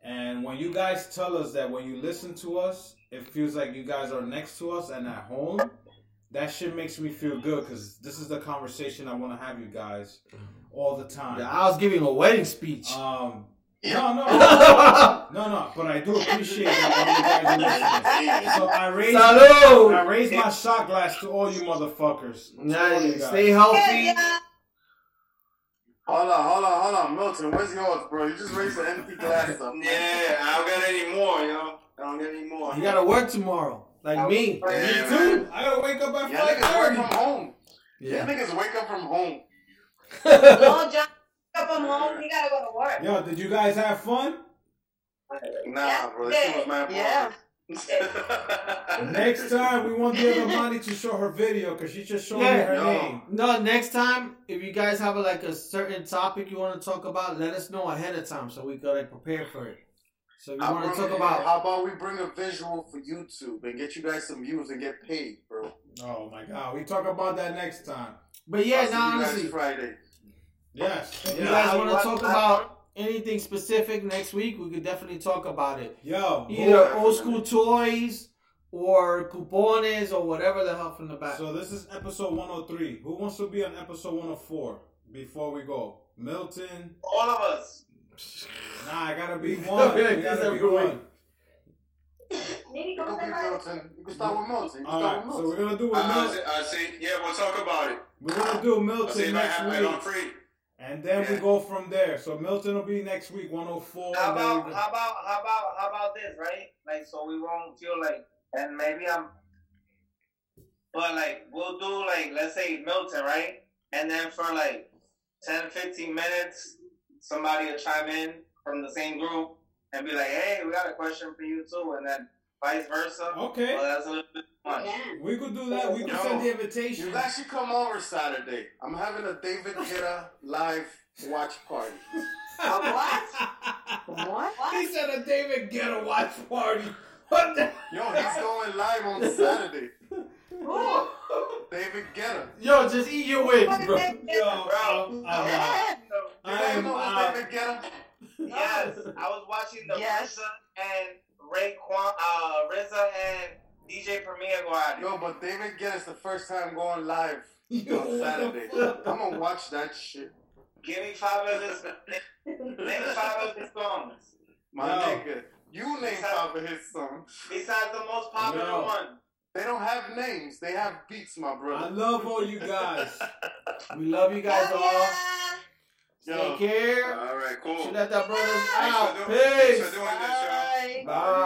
Speaker 1: And when you guys tell us that when you listen to us, it feels like you guys are next to us and at home. That shit makes me feel good because this is the conversation I want to have you guys all the time.
Speaker 9: Yeah, I was giving a wedding speech.
Speaker 1: Um, no, no, no, no. But I do appreciate that when you guys are listening. So I raise,
Speaker 9: Salud.
Speaker 1: I raise my shot glass to all you motherfuckers. To all you
Speaker 9: Nice.
Speaker 1: guys.
Speaker 9: Stay healthy.
Speaker 6: Hold on, hold on, hold on, Milton. Where's yours, bro? You just raised an empty glass up.
Speaker 3: Yeah, I don't got any more, yo. I don't got any more.
Speaker 9: You gotta work tomorrow, like me.
Speaker 3: Yeah,
Speaker 9: me too.
Speaker 6: I gotta wake up at
Speaker 9: five
Speaker 6: Work from home. Yeah, niggas wake up from home.
Speaker 2: Long John, up from home. He gotta go to work.
Speaker 1: Yo, did you guys have fun?
Speaker 3: Nah, bro. This was my *laughs*
Speaker 2: Yeah.
Speaker 1: Next time we want the other money to show her video because she just showed me her name.
Speaker 9: No, next time if you guys have like a certain topic you want to talk about, let us know ahead of time so we can like prepare for it. So if you
Speaker 6: I
Speaker 9: want to
Speaker 6: bring-
Speaker 9: talk about
Speaker 6: How about we bring a visual for YouTube and get you guys some views and get paid, bro?
Speaker 1: Oh my god, we talk about that next time.
Speaker 9: But yeah,
Speaker 6: I'll
Speaker 9: no,
Speaker 6: see you guys
Speaker 9: honestly.
Speaker 6: Friday.
Speaker 1: Yes.
Speaker 9: If
Speaker 1: Yeah.
Speaker 9: you guys
Speaker 1: I-
Speaker 9: want to
Speaker 1: I-
Speaker 9: talk
Speaker 1: I-
Speaker 9: about anything specific next week, we could definitely talk about it.
Speaker 1: Yo,
Speaker 6: Oh,
Speaker 9: Either old school toys or cupones or whatever the hell from the back.
Speaker 1: So this is episode 103. Who wants to be on episode 104 before we go? Milton.
Speaker 3: All of us.
Speaker 1: Nah, I gotta
Speaker 9: *laughs*
Speaker 1: be one.
Speaker 6: Yeah,
Speaker 1: We gotta
Speaker 6: every
Speaker 1: be one.
Speaker 6: You can be Milton. You can start with Milton. You can
Speaker 1: All
Speaker 6: start
Speaker 1: right,
Speaker 6: with
Speaker 1: so
Speaker 6: Milton.
Speaker 1: we're gonna do with
Speaker 37: I,
Speaker 1: Milton.
Speaker 37: I, I see. Yeah, we'll talk about it.
Speaker 1: We're gonna do
Speaker 37: I'll Uh, see
Speaker 1: Milton
Speaker 37: if I
Speaker 1: next
Speaker 37: have it
Speaker 1: week,
Speaker 37: on free.
Speaker 1: and then we go from there. So Milton will be next week, 104.
Speaker 3: How
Speaker 1: and then we
Speaker 3: about
Speaker 1: go-
Speaker 3: how about how about how about this, right? Like so we won't feel like and maybe I'm but like we'll do like let's say Milton, right? And then for like 10, 15 minutes, somebody will chime in from the same group and be like, Hey, we got a question for you too and then vice versa.
Speaker 1: Okay.
Speaker 3: Well, that's a little bit much.
Speaker 1: We could do that. We could send the invitation.
Speaker 6: You guys should come over Saturday. I'm having a David Guetta live watch party.
Speaker 7: What?
Speaker 1: He said a David Guetta watch party. What the?
Speaker 6: Yo, he's going live on Saturday. David Guetta.
Speaker 9: Yo, just eat your wings, bro.
Speaker 1: Yo, uh,
Speaker 3: *laughs*
Speaker 1: I'm- I'm out.
Speaker 6: You
Speaker 1: I
Speaker 6: guys
Speaker 1: am
Speaker 6: know
Speaker 1: out.
Speaker 6: what's David Guetta?
Speaker 3: Yes, I was watching the
Speaker 7: Yes.
Speaker 3: RZA and Ray Quan, uh, RZA and DJ Premier go at it.
Speaker 6: Yo, but David Guetta's the first time going live on *laughs* Saturday.
Speaker 9: *laughs*
Speaker 6: I'm gonna watch that shit.
Speaker 3: Give me five of his. name five of his songs.
Speaker 6: My
Speaker 1: Yo.
Speaker 6: nigga, you name five of his songs.
Speaker 3: Besides the most popular
Speaker 1: Yo.
Speaker 3: one.
Speaker 6: They don't have names, they have beats, my brother.
Speaker 1: I love all you
Speaker 37: *laughs*
Speaker 1: guys.
Speaker 9: We love you guys all.
Speaker 6: Yo.
Speaker 9: Take care.
Speaker 37: All right, cool.
Speaker 9: Shoot at that brothers
Speaker 37: Thanks for
Speaker 9: out.
Speaker 37: doing-
Speaker 9: Peace.
Speaker 37: Thanks for doing this, y'all.
Speaker 9: Bye.